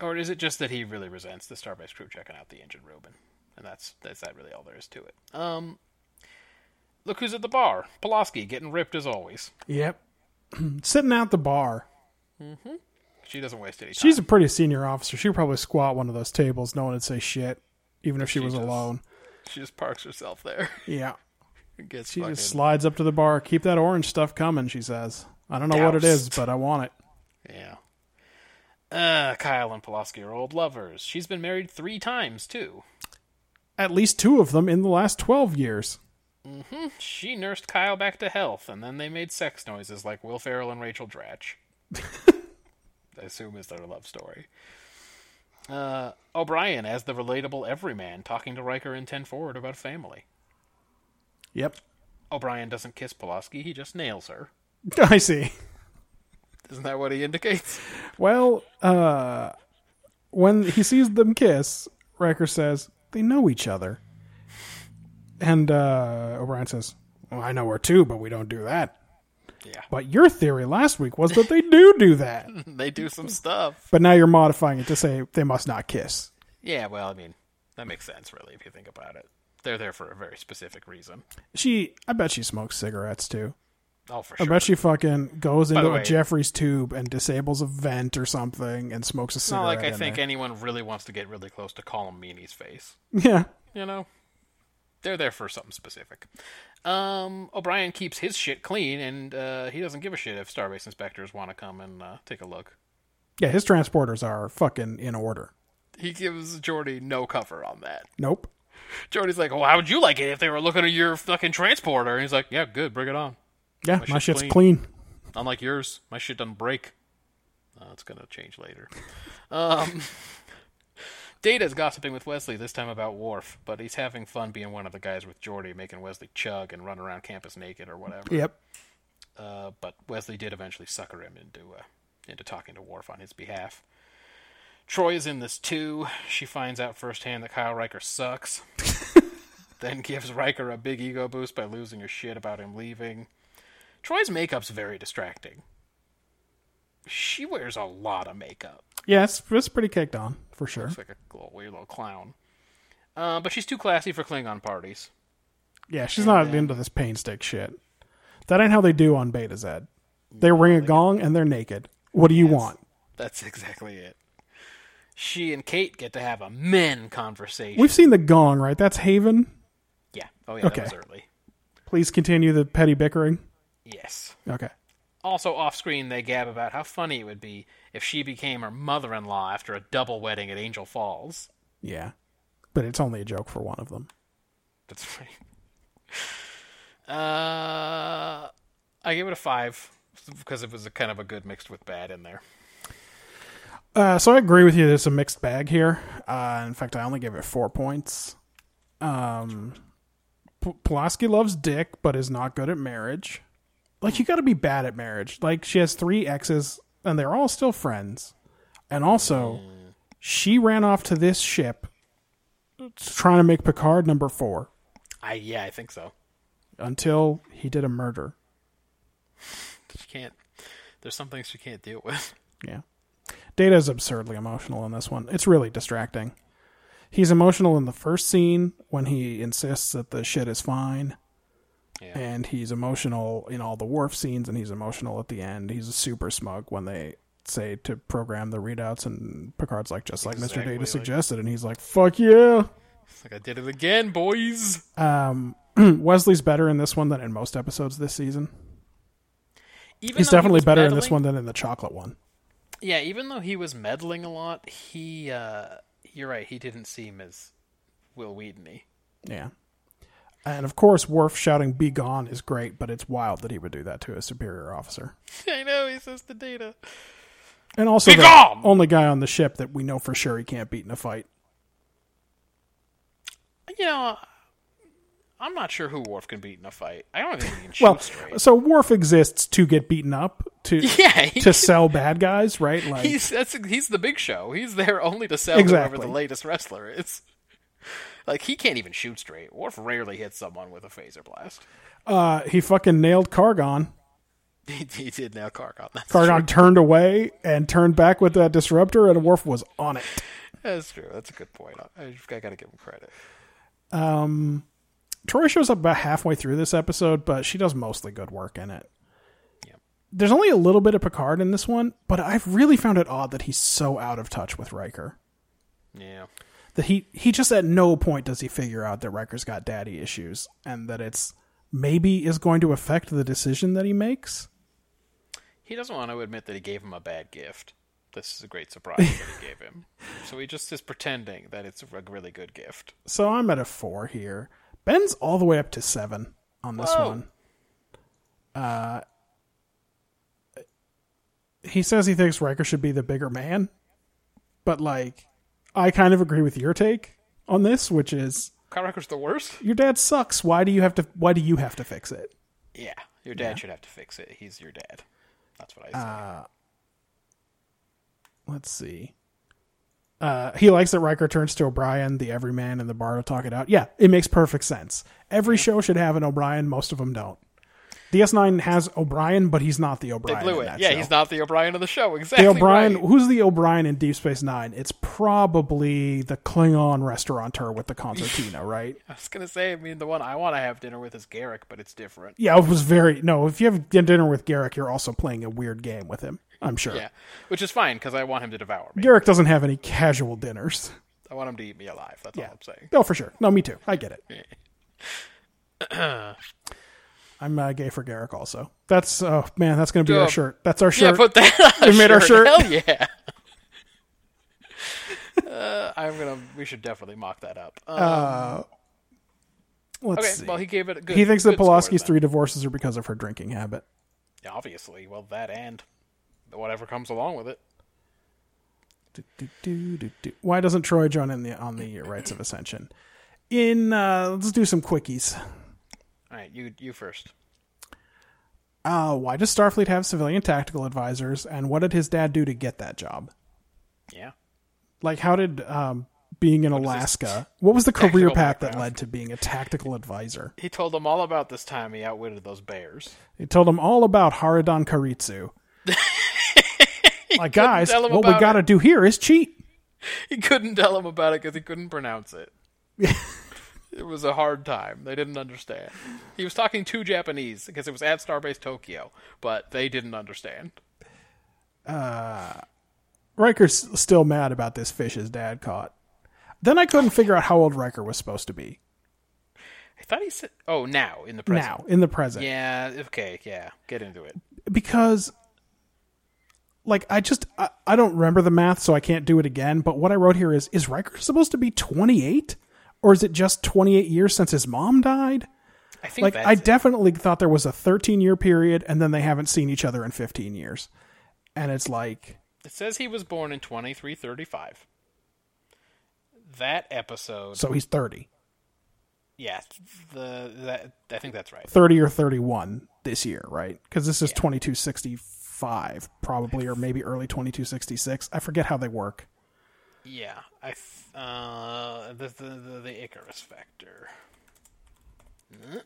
Speaker 2: or is it just that he really resents the Starbase crew checking out the engine room, and, and that's that's that really all there is to it. Um, look who's at the bar, Pulaski getting ripped as always.
Speaker 3: Yep. Sitting out the bar.
Speaker 2: She doesn't waste any time.
Speaker 3: She's a pretty senior officer. She'd probably squat one of those tables. No one would say shit, even if she, was
Speaker 2: just-
Speaker 3: alone.
Speaker 2: she just parks herself there.
Speaker 3: Yeah.
Speaker 2: Gets
Speaker 3: She
Speaker 2: fucking,
Speaker 3: just slides up to the bar. Keep that orange stuff coming, she says. I don't know what it is,
Speaker 2: Doused.
Speaker 3: but I want it.
Speaker 2: yeah. Uh, Kyle and Pulaski are old lovers. She's been married three times too.
Speaker 3: At least two of them in the last 12 years.
Speaker 2: She nursed Kyle back to health, and then they made sex noises like Will Ferrell and Rachel Dratch. I assume is their love story. Uh, O'Brien as the relatable everyman talking to Riker and Ten Forward about family.
Speaker 3: Yep.
Speaker 2: O'Brien doesn't kiss Pulaski; he just nails her.
Speaker 3: I see.
Speaker 2: Isn't that what he indicates?
Speaker 3: Well, uh, when he sees them kiss, Riker says, they know each other. And uh, O'Brien says, well, I know her too, but we don't do that.
Speaker 2: Yeah.
Speaker 3: But your theory last week was that they do do that.
Speaker 2: They do some stuff.
Speaker 3: But now you're modifying it to say they must not kiss.
Speaker 2: Yeah, well, I mean, that makes sense, really, if you think about it. They're there for a very specific reason.
Speaker 3: She, I bet she smokes cigarettes too.
Speaker 2: Oh, for
Speaker 3: I
Speaker 2: sure.
Speaker 3: bet she fucking goes
Speaker 2: the
Speaker 3: into
Speaker 2: way-
Speaker 3: a Jeffrey's tube and disables a vent or something and smokes a
Speaker 2: It's not
Speaker 3: cigarette.
Speaker 2: like I
Speaker 3: in
Speaker 2: think
Speaker 3: there.
Speaker 2: anyone really wants to get really close to Colin Meany's face.
Speaker 3: Yeah.
Speaker 2: You know? They're there for something specific. Um, O'Brien keeps his shit clean, and uh, he doesn't give a shit if Starbase inspectors want to come and uh, take a look.
Speaker 3: Yeah, his transporters are fucking in order.
Speaker 2: He gives Jordy no cover on that.
Speaker 3: Nope.
Speaker 2: Jordy's like, "Well, how would you like it if they were looking at your fucking transporter?" And he's like, "Yeah, good, bring it on.
Speaker 3: Yeah,
Speaker 2: My
Speaker 3: my,
Speaker 2: shit's
Speaker 3: shit's clean.
Speaker 2: Unlike yours, my shit doesn't break. Uh, it's gonna change later." um, Data's gossiping with Wesley this time about Worf, but he's having fun being one of the guys with Jordy, making Wesley chug and run around campus naked or whatever.
Speaker 3: Yep.
Speaker 2: Uh, but Wesley did eventually sucker him into uh, into talking to Worf on his behalf. Troy is in this too. She finds out firsthand that Kyle Riker sucks. then gives Riker a big ego boost by losing her shit about him leaving. Troy's makeup's very distracting. She wears a lot of makeup.
Speaker 3: Yeah, it's, it's pretty kicked on for sure.
Speaker 2: It's like a little weird little clown. Uh, but she's too classy for Klingon parties.
Speaker 3: Yeah, she's not into this pain stick shit. That ain't how they do on Beta Z. They ring a gong and they're naked. What do you want?
Speaker 2: That's exactly it. She and Kate get to have a men conversation.
Speaker 3: We've seen the gong, right? That's Haven.
Speaker 2: Yeah. Oh yeah,
Speaker 3: Okay.
Speaker 2: that was early.
Speaker 3: Please continue the petty bickering.
Speaker 2: Yes.
Speaker 3: Okay.
Speaker 2: Also off screen they gab about how funny it would be if she became her mother in law after a double wedding at Angel Falls.
Speaker 3: Yeah. But it's only a joke for one of them.
Speaker 2: That's right. Uh I give it a five because it was a kind of a good mixed with bad in there.
Speaker 3: Uh, so I agree with you. There's a mixed bag here. Uh, in fact, I only gave it four points. Um, P- Pulaski loves dick, but is not good at marriage. Like you got to be bad at marriage. Like she has three exes, and they're all still friends. And also, she ran off to this ship, uh, trying to make Picard number four
Speaker 2: I yeah, I think so.
Speaker 3: until he did a murder.
Speaker 2: She can't there's some things she can't deal with.
Speaker 3: Yeah. Data is absurdly emotional in this one. It's really distracting. He's emotional in the first scene when he insists that the shit is fine.
Speaker 2: Yeah.
Speaker 3: And he's emotional in all the wharf scenes and he's emotional at the end. He's a super smug when they say to program the readouts and Picard's like just like Mr.
Speaker 2: Exactly,
Speaker 3: Data
Speaker 2: like-
Speaker 3: suggested and he's like, Fuck yeah.
Speaker 2: It's like I did it again, boys.
Speaker 3: Um Wesley's better in this one than in most episodes this season.
Speaker 2: Even
Speaker 3: He's
Speaker 2: though he
Speaker 3: definitely
Speaker 2: was
Speaker 3: better in this
Speaker 2: meddling-
Speaker 3: one than in the chocolate one.
Speaker 2: Yeah, even though he was meddling a lot, he uh you're right, he didn't seem as Will Wheaton
Speaker 3: Yeah. And of course, Worf shouting "Be gone" is great, but it's wild that he would do that to a superior officer.
Speaker 2: I know, he says the data.
Speaker 3: And also,
Speaker 2: Be
Speaker 3: the
Speaker 2: gone!
Speaker 3: only guy on the ship that we know for sure he can't beat in a fight.
Speaker 2: You know, I'm not sure who Worf can beat in a fight. I don't even think he can shoot
Speaker 3: Well,
Speaker 2: straight.
Speaker 3: so Worf exists to get beaten up to
Speaker 2: Yeah, he-
Speaker 3: to sell bad guys, right? Like,
Speaker 2: He's that's he's the big show. He's there only to sell whoever
Speaker 3: Exactly.
Speaker 2: the latest wrestler is. Like he can't even shoot straight. Worf rarely hits someone with a phaser blast.
Speaker 3: uh, he fucking nailed Cargon.
Speaker 2: He, he did now Cargon. That's
Speaker 3: Cargon turned away and turned back with that disruptor, and Worf was on it.
Speaker 2: true. That's true. That's a good point. I, I gotta give him credit.
Speaker 3: Troy shows up about halfway through this episode, but she does mostly good work in it.
Speaker 2: Yep.
Speaker 3: There's only a little bit of Picard in this one, but I've really found it odd that he's so out of touch with Riker.
Speaker 2: Yeah.
Speaker 3: That he he just at no point does he figure out that Riker's got daddy issues and that it's maybe is going to affect the decision that he makes.
Speaker 2: He doesn't want to admit that he gave him a bad gift. This is a great surprise that he gave him. So he just is pretending that it's a really good gift.
Speaker 3: So I'm at a four here. Ben's all the way up to seven on this
Speaker 2: Whoa.
Speaker 3: one. Uh, he says he thinks Riker should be the bigger man, but like, I kind of agree with your take on this, which is
Speaker 2: Kyle Riker's the worst?
Speaker 3: your dad sucks. Why do you have to? Why do you have to fix it?
Speaker 2: Yeah. Your dad should have to fix it. He's your dad.
Speaker 3: Uh,
Speaker 2: That's what I say.
Speaker 3: Let's see. Uh, he likes that Riker turns to O'Brien, the everyman, and the bar to talk it out. Yeah, it makes perfect sense. Every show should have an O'Brien. Most of them don't. DS9 has O'Brien, but he's not the
Speaker 2: They
Speaker 3: O'Brien.
Speaker 2: blew it.
Speaker 3: in that
Speaker 2: Yeah,
Speaker 3: show.
Speaker 2: he's not the O'Brien of the show. Exactly.
Speaker 3: The O'Brien.
Speaker 2: right.
Speaker 3: Who's the O'Brien in Deep Space Nine? It's probably the Klingon restaurateur with the concertina, right?
Speaker 2: I was gonna say. I mean, the one I want to have dinner with is Garrick, but it's different.
Speaker 3: Yeah, it was very. No, if you have dinner with Garrick, you're also playing a weird game with him. I'm sure.
Speaker 2: Yeah, which is fine because I want him to devour me.
Speaker 3: Garrick doesn't have any casual dinners.
Speaker 2: I want him to eat me alive. That's all I'm saying.
Speaker 3: No, for sure. No, me too. I get it. I'm uh, gay for Garrick also. That's oh man, that's gonna be our
Speaker 2: Duh.
Speaker 3: shirt. That's our shirt.
Speaker 2: Yeah, put that. On a
Speaker 3: We made our shirt.
Speaker 2: Hell yeah. uh, I'm gonna. We should definitely mock that up. Um,
Speaker 3: Uh, Let's
Speaker 2: okay.
Speaker 3: see.
Speaker 2: Well, he gave it. A good,
Speaker 3: He thinks that
Speaker 2: good score
Speaker 3: Pulaski's
Speaker 2: then.
Speaker 3: three divorces are because of her drinking habit.
Speaker 2: Yeah, obviously. Well, that and whatever comes along with it.
Speaker 3: Do, do, do, do, do. Why doesn't Troy join in the on the rites of ascension? In uh, let's do some quickies.
Speaker 2: All right, you you first.
Speaker 3: Uh, why does Starfleet have civilian tactical advisors, and what did his dad do to get that job?
Speaker 2: Yeah.
Speaker 3: Like, how did um, being in Alaska? What was the career
Speaker 2: tactical
Speaker 3: path that
Speaker 2: background?
Speaker 3: led to being a tactical advisor?
Speaker 2: He told them all about this time he outwitted those bears.
Speaker 3: He told them all about Haridan Karitsu. like, guys,
Speaker 2: tell 'em
Speaker 3: what we
Speaker 2: about
Speaker 3: got to do here is cheat.
Speaker 2: He couldn't tell them about it because he couldn't pronounce it. it was a hard time. They didn't understand. He was talking to Japanese because it was at Starbase Tokyo, but they didn't understand.
Speaker 3: Riker's still mad about this fish his dad caught. Then I couldn't figure out how old Riker was supposed to be.
Speaker 2: I thought he said, "Oh, now in the present."
Speaker 3: Now, in the present.
Speaker 2: Yeah. Okay. Yeah. Get into it.
Speaker 3: because like I just I, I don't remember the math, so I can't do it again. But what I wrote here is is Riker supposed to be 28, or is it just 28 years since his mom died?
Speaker 2: I think
Speaker 3: Like
Speaker 2: that's
Speaker 3: I
Speaker 2: it.
Speaker 3: definitely thought there was a 13 year period, and then they haven't seen each other in 15 years, and it's like
Speaker 2: It says he was born in 2335. That episode,
Speaker 3: so he's 30,
Speaker 2: yeah, the that I think that's right.
Speaker 3: 30 or 31 this year, right? Because this is 2265 probably, or maybe early 2266. I forget how they work.
Speaker 2: Yeah, I th- uh the the the, the Icarus factor. Mm.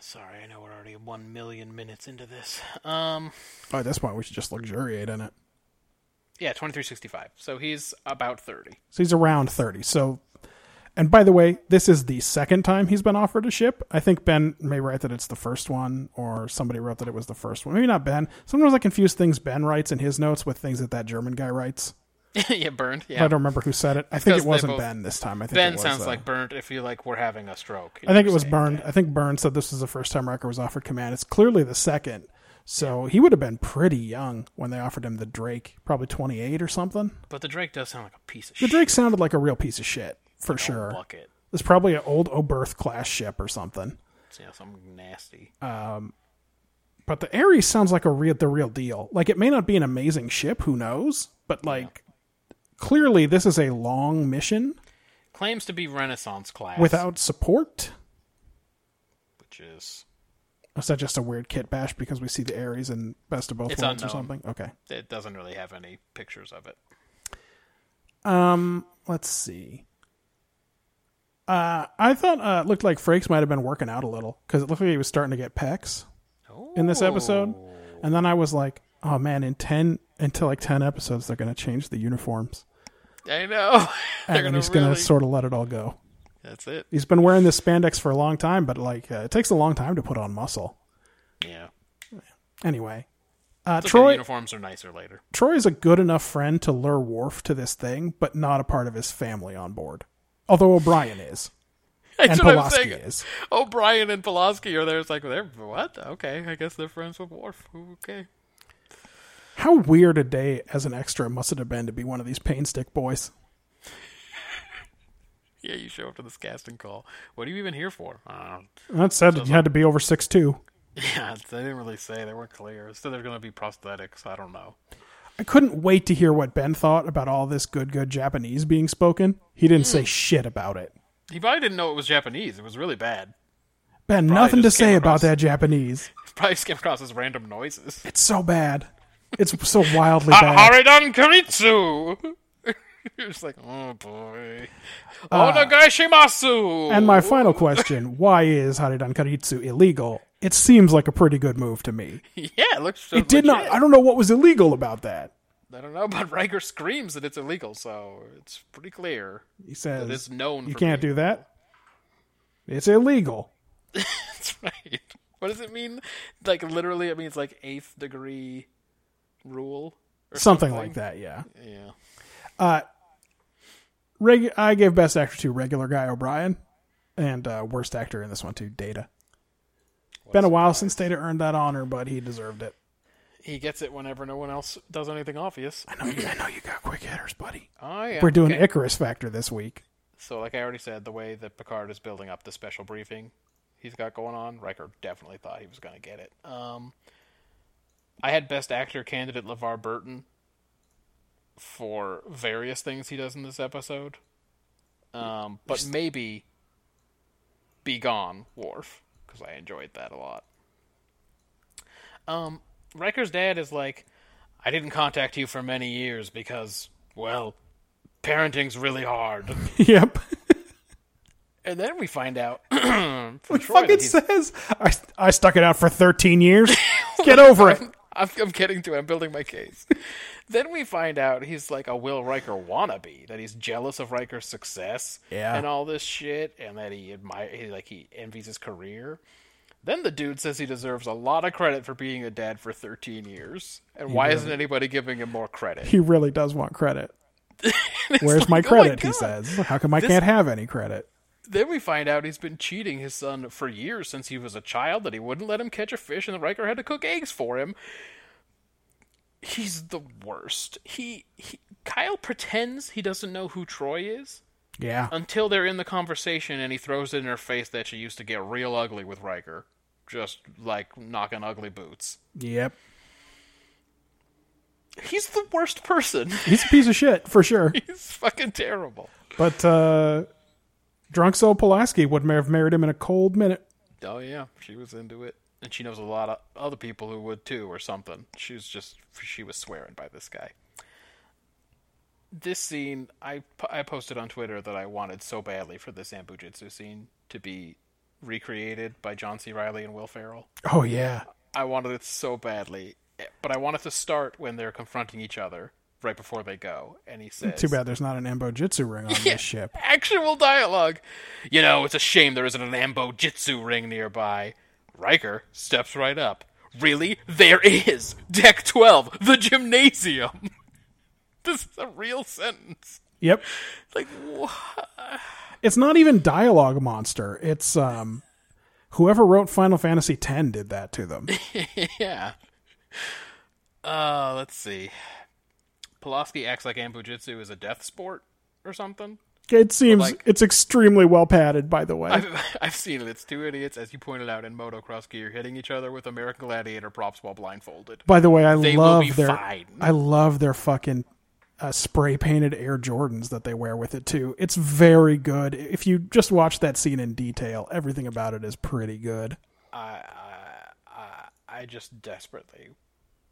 Speaker 2: Sorry, I know we're already one million minutes into this. Um,
Speaker 3: Oh, at this point, we should just luxuriate in it.
Speaker 2: yeah, twenty three sixty five. So he's about thirty.
Speaker 3: So he's around 30. So, and by the way, this is the second time he's been offered a ship. I think Ben may write that it's the first one, or somebody wrote that it was the first one. Maybe not Ben. Sometimes I confuse things Ben writes in his notes with things that that German guy writes.
Speaker 2: yeah, burned.
Speaker 3: I
Speaker 2: Yeah,
Speaker 3: don't remember who said it. I think
Speaker 2: 'cause
Speaker 3: it
Speaker 2: they
Speaker 3: wasn't
Speaker 2: both-
Speaker 3: Ben this time. I think it
Speaker 2: Ben
Speaker 3: was,
Speaker 2: sounds
Speaker 3: uh,
Speaker 2: like burnt. If you like, we're having a stroke.
Speaker 3: I think it was Byrne. I think Byrne said this was the first time Riker was offered command. It's clearly the second. So he would have been pretty young when they offered him the Drake, probably 28 or something.
Speaker 2: But the Drake does sound like a piece of
Speaker 3: The
Speaker 2: shit.
Speaker 3: Drake sounded like a real piece of shit, for sure.
Speaker 2: bucket.
Speaker 3: It's probably an old Oberth class ship or something.
Speaker 2: Yeah, something nasty.
Speaker 3: Uh, But the Ares sounds like a real the real deal. Like it may not be an amazing ship, who knows? But like clearly this is a long mission
Speaker 2: Claims to be Renaissance class.
Speaker 3: without support.
Speaker 2: which is
Speaker 3: Is that just a weird kit bash because we see the Ares in Best of Both
Speaker 2: It's
Speaker 3: Worlds or
Speaker 2: unknown.
Speaker 3: something? Okay.
Speaker 2: it doesn't really have any pictures of it.
Speaker 3: Um, let's see. Uh, I thought uh, it looked like Frakes might have been working out a little because it looked like he was starting to get pecs in this episode.
Speaker 2: Oh.
Speaker 3: And then I was like, oh man, in ten until like ten episodes, they're going to change the uniforms,
Speaker 2: I know. They're
Speaker 3: and then
Speaker 2: gonna
Speaker 3: he's
Speaker 2: really.
Speaker 3: going to sort of let it all go.
Speaker 2: That's it.
Speaker 3: He's been wearing this spandex for a long time, but like uh, it takes a long time to put on muscle.
Speaker 2: Yeah.
Speaker 3: Anyway, uh,
Speaker 2: Troy
Speaker 3: Troy
Speaker 2: uniforms are nicer later.
Speaker 3: Troy is a good enough friend to lure Worf to this thing, but not a part of his family on board. Although O'Brien is, and
Speaker 2: That's what I'm
Speaker 3: Pulaski
Speaker 2: saying.
Speaker 3: is.
Speaker 2: O'Brien and Pulaski are there. It's like they're what? Okay, I guess they're friends with Worf. Okay.
Speaker 3: How weird a day as an extra must it have been to be one of these pain stick boys?
Speaker 2: Yeah, you show up to this casting call. What are you even here for? Uh,
Speaker 3: That said, you had to be over six two.
Speaker 2: yeah, they didn't really say. They weren't clear. So they're gonna be prosthetics. I don't know.
Speaker 3: I couldn't wait to hear what Ben thought about all this good, good Japanese being spoken. He didn't say shit about it.
Speaker 2: He probably didn't know it was Japanese. It was really bad.
Speaker 3: Ben, nothing to
Speaker 2: just came
Speaker 3: say
Speaker 2: across-
Speaker 3: about that Japanese.
Speaker 2: Probably just came across as random noises.
Speaker 3: It's so bad. It's so wildly
Speaker 2: Ha-
Speaker 3: bad.
Speaker 2: Haridan Kiritsu! it's like, oh boy. Onagashimasu!
Speaker 3: Uh, And my final question: Why is Haridan Karitsu illegal? It seems like a pretty good move to me.
Speaker 2: yeah, it looks so
Speaker 3: It did not.
Speaker 2: legit.
Speaker 3: I don't know what was illegal about that.
Speaker 2: I don't know, but Riker screams that it's illegal, so it's pretty clear.
Speaker 3: He says,
Speaker 2: is known
Speaker 3: You
Speaker 2: for
Speaker 3: can't
Speaker 2: being
Speaker 3: do that. It's illegal.
Speaker 2: That's right. What does it mean? Like, literally, it means like eighth degree rule? Or
Speaker 3: Something like that. Yeah.
Speaker 2: Yeah.
Speaker 3: Uh, Reg- I gave best actor to regular guy O'Brien, and uh, worst actor in this one to Data. Been a while since Data earned that honor, but he deserved it.
Speaker 2: He gets it whenever no one else does anything obvious.
Speaker 3: I know you, I know you got quick hitters, buddy.
Speaker 2: Oh, yeah.
Speaker 3: We're doing
Speaker 2: okay.
Speaker 3: Icarus Factor this week.
Speaker 2: So, like I already said, the way that Picard is building up the special briefing he's got going on, Riker definitely thought he was going to get it. Um, I had best actor candidate LeVar Burton for various things he does in this episode. Um, but maybe Be Gone, Worf, because I enjoyed that a lot. Um, Riker's dad is like, I didn't contact you for many years because, well, parenting's really hard.
Speaker 3: yep.
Speaker 2: And then we find out from Troy
Speaker 3: Fucking
Speaker 2: that he's,
Speaker 3: says I, I stuck it out for 13 years. Get over it.
Speaker 2: I'm, I'm getting to it. I'm building my case. then we find out he's like a Will Riker wannabe. That he's jealous of Riker's success
Speaker 3: Yeah.
Speaker 2: and all this shit, and that he admire he, like he envies his career. Then the dude says he deserves a lot of credit for being a dad for 13 years, and why isn't anybody giving him more credit?
Speaker 3: He really does want credit. Where's my
Speaker 2: oh my
Speaker 3: credit? he
Speaker 2: God.
Speaker 3: says. How come I can't have any credit?
Speaker 2: Then we find out he's been cheating his son for years since he was a child, that he wouldn't let him catch a fish, and that Riker had to cook eggs for him. He's the worst. He, he Kyle pretends he doesn't know who Troy is
Speaker 3: Yeah.
Speaker 2: until they're in the conversation, and he throws it in her face that she used to get real ugly with Riker, just like knocking ugly boots.
Speaker 3: Yep.
Speaker 2: He's the worst person.
Speaker 3: He's a piece of shit for sure.
Speaker 2: he's fucking terrible.
Speaker 3: But uh drunk soul Pulaski would have married him in a cold minute.
Speaker 2: Oh yeah, she was into it, and she knows a lot of other people who would too, or something. She was just she was swearing by this guy. This scene, I po- I posted on Twitter that I wanted so badly for the Sambujitsu scene to be recreated by John C. Riley and Will Ferrell.
Speaker 3: Oh yeah.
Speaker 2: I wanted it so badly, but I wanted to start when they're confronting each other right before they go, and he says,
Speaker 3: Too bad there's not an Embo Jitsu ring on this ship.
Speaker 2: actual dialogue. You know, it's a shame there isn't an Ambo Jitsu ring nearby. Riker steps right up. Really? There is! Deck 12, the gymnasium! this is a real sentence.
Speaker 3: Yep.
Speaker 2: Like, what?
Speaker 3: It's not even dialogue monster. It's um whoever wrote Final Fantasy X did that to them.
Speaker 2: Yeah. Uh, let's see. Pulaski acts like Ambo Jitsu is a death sport or something.
Speaker 3: It seems
Speaker 2: Like-
Speaker 3: it's extremely well padded, by the way.
Speaker 2: I've seen it. It's two idiots, as you pointed out, in motocross gear hitting each other with American Gladiator props while blindfolded.
Speaker 3: by the way, I
Speaker 2: They will
Speaker 3: love
Speaker 2: be
Speaker 3: their
Speaker 2: fine.
Speaker 3: I love their fucking uh, spray painted Air Jordans that they wear with it too. It's very good. If you just watch that scene in detail, everything about it is pretty good.
Speaker 2: I just desperately,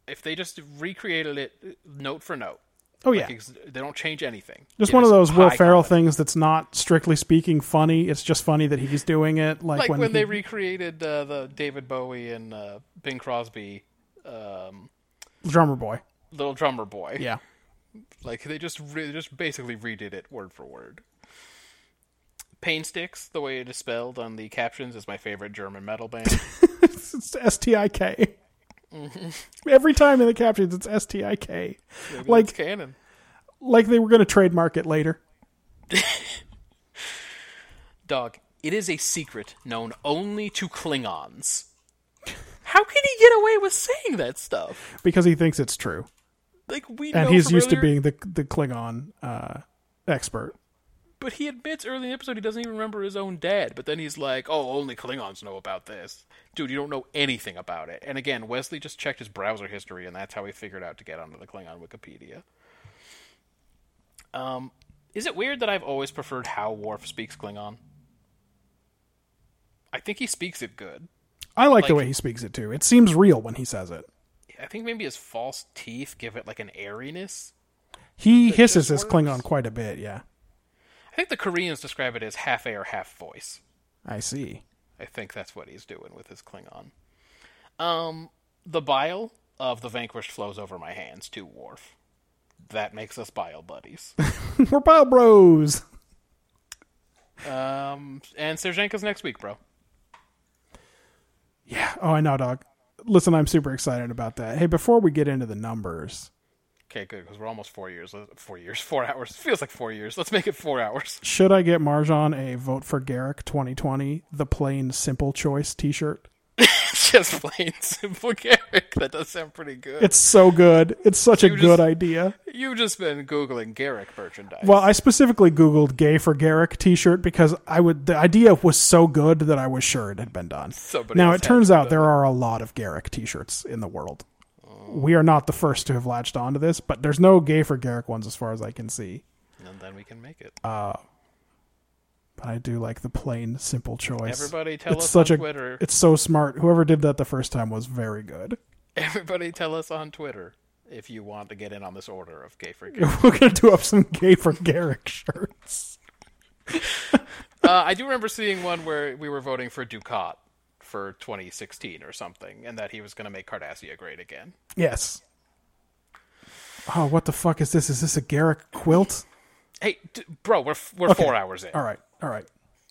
Speaker 2: if they just recreated it note for note,
Speaker 3: Oh yeah.
Speaker 2: like, ex- they don't change anything.
Speaker 3: Just
Speaker 2: It
Speaker 3: one of
Speaker 2: is
Speaker 3: those Will
Speaker 2: high
Speaker 3: Ferrell
Speaker 2: quality.
Speaker 3: things that's not strictly speaking funny. It's just funny that he's doing it. Like,
Speaker 2: Like when,
Speaker 3: when,
Speaker 2: they
Speaker 3: he-
Speaker 2: recreated uh, the David Bowie and uh, Bing Crosby, um,
Speaker 3: drummer boy.
Speaker 2: Little Drummer Boy.
Speaker 3: Yeah,
Speaker 2: Like they just re- just basically redid it word for word. Pain sticks, the way it is spelled on the captions, is my favorite German metal band.
Speaker 3: it's S T I K. Every time in the captions, it's S T I K.
Speaker 2: it's
Speaker 3: Like
Speaker 2: canon.
Speaker 3: like they were going to trademark it later.
Speaker 2: Dog, it is a secret known only to Klingons. How can he get away with saying that stuff?
Speaker 3: because he thinks it's true,
Speaker 2: Like we
Speaker 3: and
Speaker 2: know
Speaker 3: he's
Speaker 2: from
Speaker 3: used to
Speaker 2: earlier,
Speaker 3: being the the Klingon uh, expert.
Speaker 2: But he admits early in the episode he doesn't even remember his own dad. But then he's like, "Oh, only Klingons know about this, dude. You don't know anything about it." And again, Wesley just checked his browser history, and that's how he figured out to get onto the Klingon Wikipedia. Um, is it weird that I've always preferred how Worf speaks Klingon? I think he speaks it good.
Speaker 3: I like, the
Speaker 2: Like-
Speaker 3: way he speaks it too. It seems real when he says it.
Speaker 2: I think maybe his false teeth give it like an airiness.
Speaker 3: He hisses his
Speaker 2: works.
Speaker 3: Klingon quite a bit. Yeah,
Speaker 2: I think the Koreans describe it as half air, half voice.
Speaker 3: I see.
Speaker 2: I think that's what he's doing with his Klingon. Um, the bile of the vanquished flows over my hands to Worf. That makes us bile buddies.
Speaker 3: We're pile bros.
Speaker 2: um, and Serjanka's next week, bro.
Speaker 3: Yeah. Oh, I know, dog. Listen, I'm super excited about that. Hey, before we get into the numbers,
Speaker 2: Okay, good because we're almost four years. uh, Four years, four hours. Feels like four years. Let's make it four hours.
Speaker 3: should I get Marjan a vote for Garrick 2020, the plain simple choice T-shirt?
Speaker 2: Just plain simple Garrick. That does sound pretty good.
Speaker 3: It's so good. It's such a
Speaker 2: You just-
Speaker 3: good idea.
Speaker 2: You've just been googling Garrick merchandise.
Speaker 3: Well, I specifically googled "gay for Garrick" T-shirt because I would. The idea was so good that I was sure it had been done.
Speaker 2: Somebody
Speaker 3: now
Speaker 2: else
Speaker 3: it
Speaker 2: had
Speaker 3: turns
Speaker 2: to
Speaker 3: out
Speaker 2: do
Speaker 3: there are a lot of Garrick T-shirts in the world. We are not the first to have latched onto this, but there's no "gay for Garrick" ones as far as I can see.
Speaker 2: and then we can make it.
Speaker 3: But I do like the plain, simple choice.
Speaker 2: Everybody tell
Speaker 3: it's
Speaker 2: us
Speaker 3: such
Speaker 2: on
Speaker 3: a,
Speaker 2: Twitter.
Speaker 3: It's so smart. Whoever did that the first time was very good.
Speaker 2: Everybody, tell us on Twitter if you want to get in on this order of gay Uh, for Garrick.
Speaker 3: We're gonna do up some "gay for Garrick" shirts.
Speaker 2: Uh, I do remember seeing one where we were voting for Ducat for 2016 or something, and that he was going to make Cardassia great again.
Speaker 3: Yes. Oh, what the fuck is this? Is this a Garrick quilt?
Speaker 2: Hey, d- bro, we're f- we're
Speaker 3: Okay.
Speaker 2: four hours in.
Speaker 3: All right, all right.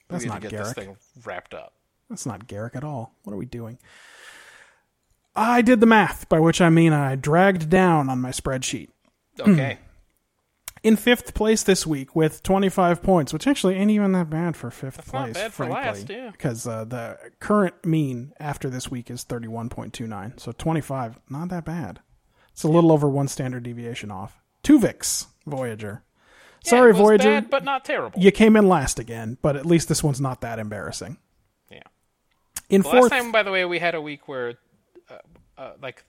Speaker 3: That's
Speaker 2: we need
Speaker 3: not
Speaker 2: to get
Speaker 3: Garrick.
Speaker 2: this thing wrapped up.
Speaker 3: That's not Garrick at all. What are we doing? I did the math, by which I mean I dragged down on my spreadsheet. Hmm.
Speaker 2: Okay.
Speaker 3: In fifth place this week with 25 points, which actually ain't even that bad for fifth
Speaker 2: not
Speaker 3: place,
Speaker 2: bad for
Speaker 3: frankly.
Speaker 2: last, yeah.
Speaker 3: Because uh, the current mean after this week is 31.29. So 25, not that bad. It's a little over one standard deviation off. Tuvix, Voyager. Sorry,
Speaker 2: it was
Speaker 3: Voyager.
Speaker 2: bad, but not terrible.
Speaker 3: you came in last again, but at least this one's not that embarrassing.
Speaker 2: Yeah.
Speaker 3: In
Speaker 2: The Last
Speaker 3: fourth,
Speaker 2: time, by the way, we had a week where, uh, uh, like,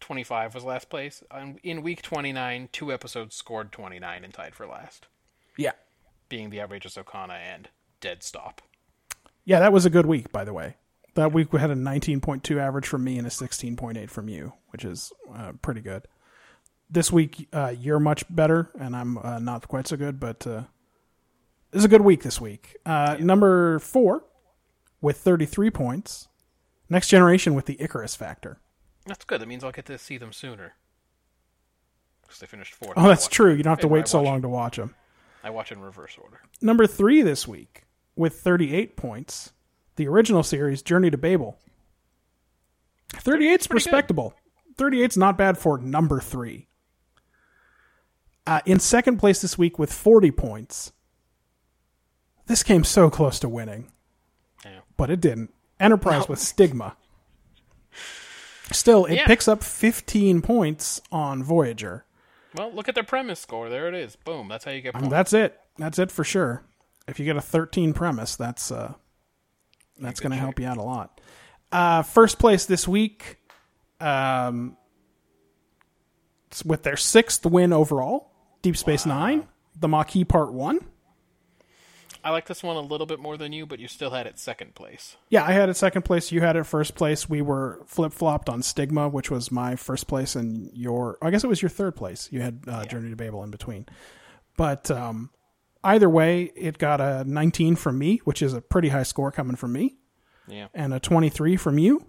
Speaker 2: 25 was last place. Um, in week 29, two episodes scored 29 and tied for last,
Speaker 3: yeah,
Speaker 2: being the outrageous Okana and Dead Stop.
Speaker 3: yeah, that was a good week, by the way. That week we had a 19.2 average from me and a 16.8 from you, which is uh, pretty good. This week uh, you're much better, and I'm uh, not quite so good, but uh, it's a good week this week. Uh, Number four with 33 points. Next generation with the Icarus factor.
Speaker 2: That's good. That means I'll get to see them sooner. Because they finished fourth.
Speaker 3: Oh,
Speaker 2: I
Speaker 3: that's
Speaker 2: watch-
Speaker 3: true. You don't have to
Speaker 2: I
Speaker 3: wait so
Speaker 2: watch-
Speaker 3: long to watch them.
Speaker 2: I watch in reverse order.
Speaker 3: Number three this week with 38 points. The original series, Journey to Babel. 38's respectable. 38's not bad for number three. Uh, in second place this week with 40 points. This came so close to winning,
Speaker 2: Yeah.
Speaker 3: but it didn't. Enterprise with Stigma. Still, it
Speaker 2: Yeah.
Speaker 3: picks up 15 points on Voyager.
Speaker 2: Well, look at their premise score. There it is. Boom. That's how you get
Speaker 3: I mean,
Speaker 2: points.
Speaker 3: that's it. That's it for sure. If you get a 13 premise, that's uh, that's going to help you out a lot. Uh, first place this week, um, s- with their sixth win overall, Deep Space Nine, the Maquis Part One.
Speaker 2: I like this one a little bit more than you, but you still had it second place.
Speaker 3: Yeah, I had it second place. You had it first place. We were flip flopped on Stigma, which was my first place, and your I guess it was your third place. You had uh, Journey to Babel in between, but um, either way, it got a 19 from me, which is a pretty high score coming from me,
Speaker 2: Yeah.
Speaker 3: and a 23 from you,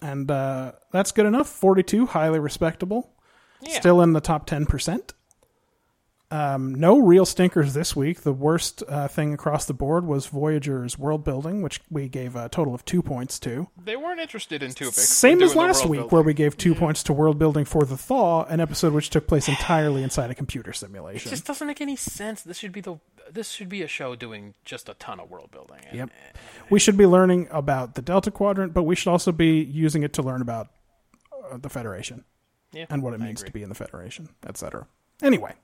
Speaker 3: and uh, that's good enough. 42, highly respectable,
Speaker 2: Yeah.
Speaker 3: still in the top 10 percent. Um, no real stinkers this week. The worst uh, thing across the board was Voyager's world building, which we gave a total of two points to.
Speaker 2: They weren't interested in Tubix.
Speaker 3: Same
Speaker 2: doing
Speaker 3: as
Speaker 2: the
Speaker 3: last
Speaker 2: world
Speaker 3: week,
Speaker 2: building.
Speaker 3: where we gave two points to world building for the Thaw, an episode which took place entirely inside a computer simulation.
Speaker 2: just doesn't make any sense. This should be the this should be a show doing just a ton of world building. And-
Speaker 3: Yep. We should be learning about the Delta Quadrant, but we should also be using it to learn about uh, the Federation
Speaker 2: Yeah,
Speaker 3: and what it
Speaker 2: I
Speaker 3: means to
Speaker 2: agree.
Speaker 3: be in the Federation, etc. Anyway,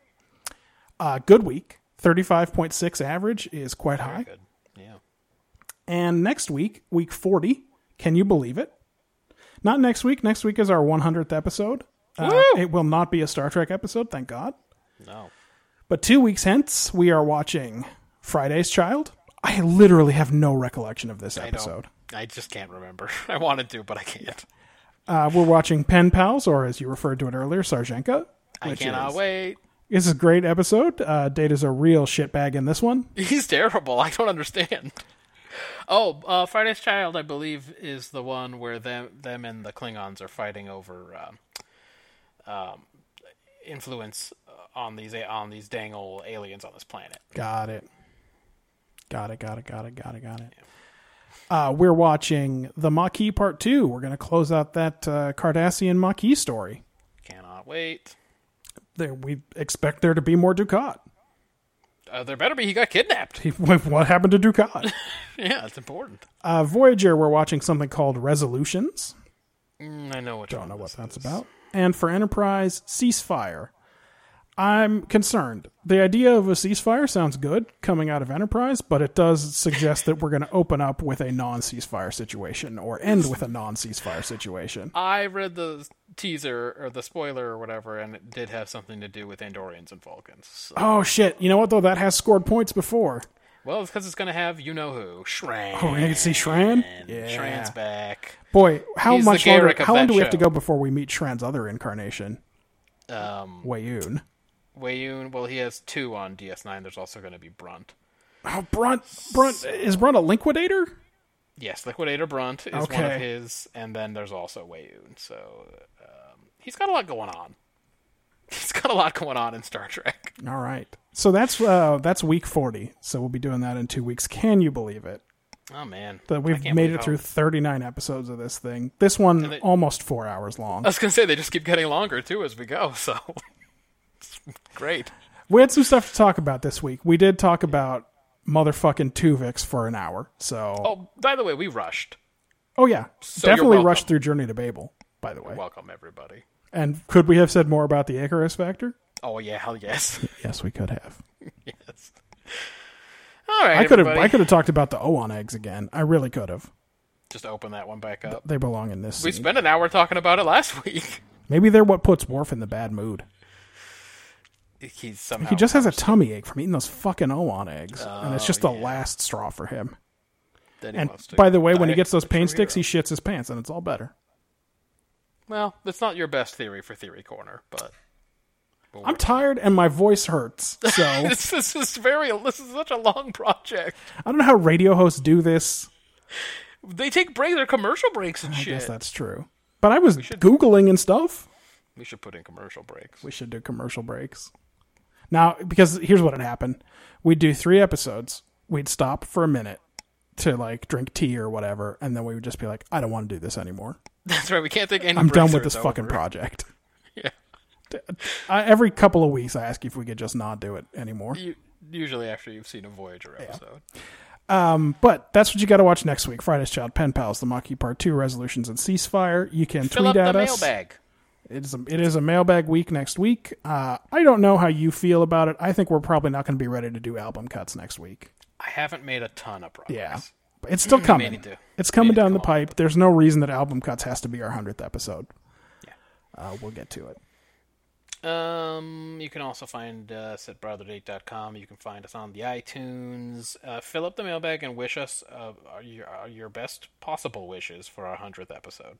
Speaker 3: uh, good week. 35.6 average is quite high.
Speaker 2: Good. Yeah.
Speaker 3: And next week, week 40, can you believe it? Not next week. Next week is our 100th episode. Uh, it will not be a Star Trek episode, thank God.
Speaker 2: No.
Speaker 3: But two weeks hence, we are watching Friday's Child. I literally have no recollection of this
Speaker 2: I don't.
Speaker 3: episode.
Speaker 2: I just can't remember. I wanted to, but I can't.
Speaker 3: Uh, we're watching Pen Pals, or as you referred to it earlier, Sarjenka.
Speaker 2: I
Speaker 3: which
Speaker 2: cannot
Speaker 3: is-
Speaker 2: wait.
Speaker 3: This is a great episode. Uh, Data's a real shitbag in this one.
Speaker 2: He's terrible. I don't understand. Oh, uh, Friday's Child, I believe, is the one where them them and the Klingons are fighting over um, um, influence uh, on these a- on these dang old aliens on this planet.
Speaker 3: Got it. Got it, got it, got it, got it, got it. Uh, we're watching The Maquis Part 2. We're going to close out that uh, Cardassian Maquis story.
Speaker 2: Cannot wait.
Speaker 3: There, we expect there to be more Ducat.
Speaker 2: Uh, there better be. He got kidnapped.
Speaker 3: what happened to Ducat?
Speaker 2: Yeah, it's important.
Speaker 3: Uh, Voyager, we're watching something called Resolutions.
Speaker 2: Mm, I know what.
Speaker 3: Don't know what that's about. And for Enterprise, ceasefire. I'm concerned. The idea of a ceasefire sounds good coming out of Enterprise, but it does suggest that we're going to open up with a non ceasefire situation or end with a non ceasefire situation.
Speaker 2: I read the teaser or the spoiler or whatever, and it did have something to do with Andorians and Vulcans. So-
Speaker 3: Oh, shit. You know what, though? That has scored points before.
Speaker 2: well, it's because it's going to have you know who Shran.
Speaker 3: Oh, we can see Shran? Yeah.
Speaker 2: Shran's back.
Speaker 3: Boy, how
Speaker 2: He's the
Speaker 3: much longer?
Speaker 2: Garrick of
Speaker 3: How long
Speaker 2: that
Speaker 3: do we have to
Speaker 2: show.
Speaker 3: go before we meet Shran's other incarnation?
Speaker 2: Um,
Speaker 3: Wayoon.
Speaker 2: Wayoon. Well, he has two on DS9. There's also going to be Brunt.
Speaker 3: Oh, Brunt. Brunt. Is Brunt a liquidator?
Speaker 2: Yes, Liquidator Brunt is one
Speaker 3: Okay.
Speaker 2: of his, and then there's also Wayoon. So um, he's got a lot going on. He's got a lot going on in Star Trek.
Speaker 3: All right. So that's uh, that's week forty. So we'll be doing that in two weeks. Can you believe it
Speaker 2: Oh man,
Speaker 3: that
Speaker 2: I
Speaker 3: we've
Speaker 2: can't
Speaker 3: made
Speaker 2: believe
Speaker 3: it
Speaker 2: how-
Speaker 3: through thirty nine episodes of this thing? This one
Speaker 2: they-
Speaker 3: almost four hours long.
Speaker 2: I was gonna say they just keep getting longer too as we go. So It's great.
Speaker 3: We had some stuff to talk about this week. We did talk about motherfucking Tuvix for an hour. So oh,
Speaker 2: Oh, by the way, we rushed.
Speaker 3: yeah,
Speaker 2: you're
Speaker 3: definitely
Speaker 2: welcome.
Speaker 3: rushed through Journey to Babel. By the way,
Speaker 2: Welcome everybody.
Speaker 3: and could we have said more about the Icarus Factor?
Speaker 2: Oh yeah, hell yes,
Speaker 3: Yes, we could have.
Speaker 2: yes. All right,
Speaker 3: I could have.
Speaker 2: everybody.
Speaker 3: I could have talked about the Oon eggs again. I really could have.
Speaker 2: just open that one back up.
Speaker 3: They belong in this.
Speaker 2: We
Speaker 3: scene.
Speaker 2: spent an hour talking about it last week.
Speaker 3: Maybe they're what puts Worf in the bad mood.
Speaker 2: He's somehow
Speaker 3: He just has a tummy ache from eating those fucking Owan eggs, and it's
Speaker 2: Oh,
Speaker 3: just the last straw for him.
Speaker 2: that he
Speaker 3: And
Speaker 2: wants to
Speaker 3: by the way, when he
Speaker 2: die
Speaker 3: gets those
Speaker 2: a true
Speaker 3: pain sticks, he
Speaker 2: hero.
Speaker 3: shits his pants, and it's all better.
Speaker 2: well, that's not your best theory for theory corner, but
Speaker 3: I'm tired, and my voice hurts, so I
Speaker 2: this, this is very this is such a long project.
Speaker 3: don't know how radio hosts do this.
Speaker 2: They take breaks, their commercial breaks and
Speaker 3: I
Speaker 2: shit.
Speaker 3: guess that's true. But I was googling and stuff.
Speaker 2: We should put in commercial breaks.
Speaker 3: We should do commercial breaks. Now, because here's what had happened. We'd do three episodes. We'd stop for a minute to like drink tea or whatever, and then we would just be like, I don't want to do this anymore.
Speaker 2: That's right. We can't take any.
Speaker 3: I'm done
Speaker 2: breaks or
Speaker 3: with this
Speaker 2: it's
Speaker 3: fucking
Speaker 2: over.
Speaker 3: project.
Speaker 2: Yeah.
Speaker 3: I, every couple of weeks, I ask you if we could just not do it anymore.
Speaker 2: U- Usually after you've seen a Voyager episode.
Speaker 3: But that's what you got to watch next week: Friday's Child, Pen Pals, The Monkey Part Two, Resolutions, and Ceasefire. You can
Speaker 2: Fill
Speaker 3: tweet
Speaker 2: up
Speaker 3: at
Speaker 2: the
Speaker 3: us.
Speaker 2: mailbag.
Speaker 3: It is a, it is a mailbag week next week. Uh, I don't know how you feel about it. I think we're probably not going to be ready to do album cuts next week.
Speaker 2: I haven't made a ton of progress.
Speaker 3: Yeah, but it's still coming.
Speaker 2: need to-
Speaker 3: It's coming
Speaker 2: need to
Speaker 3: down the
Speaker 2: come up
Speaker 3: pipe. There's no reason that album cuts has to be our hundredth episode. Yeah, uh, we'll get to it.
Speaker 2: Um, you can also find uh, us at brotherdate.com. You can find us on the iTunes. Uh, fill up the mailbag and wish us uh, our- your, our- your best possible wishes for our 100th episode.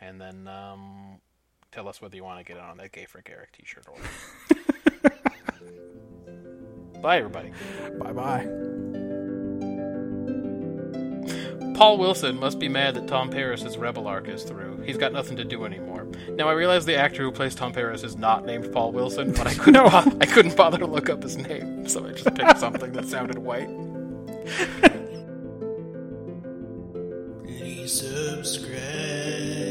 Speaker 2: And then um, tell us whether you want to get it on that Gay for Garrick t shirt or. not. Bye, everybody.
Speaker 3: Bye bye.
Speaker 2: Paul Wilson must be mad that Tom Paris's Rebel arc is through. He's got nothing to do anymore. Now I realize the actor who plays Tom Paris is not named Paul Wilson, but I couldn't bo- I couldn't bother to look up his name, so I just picked something that sounded white.
Speaker 7: Please subscribe.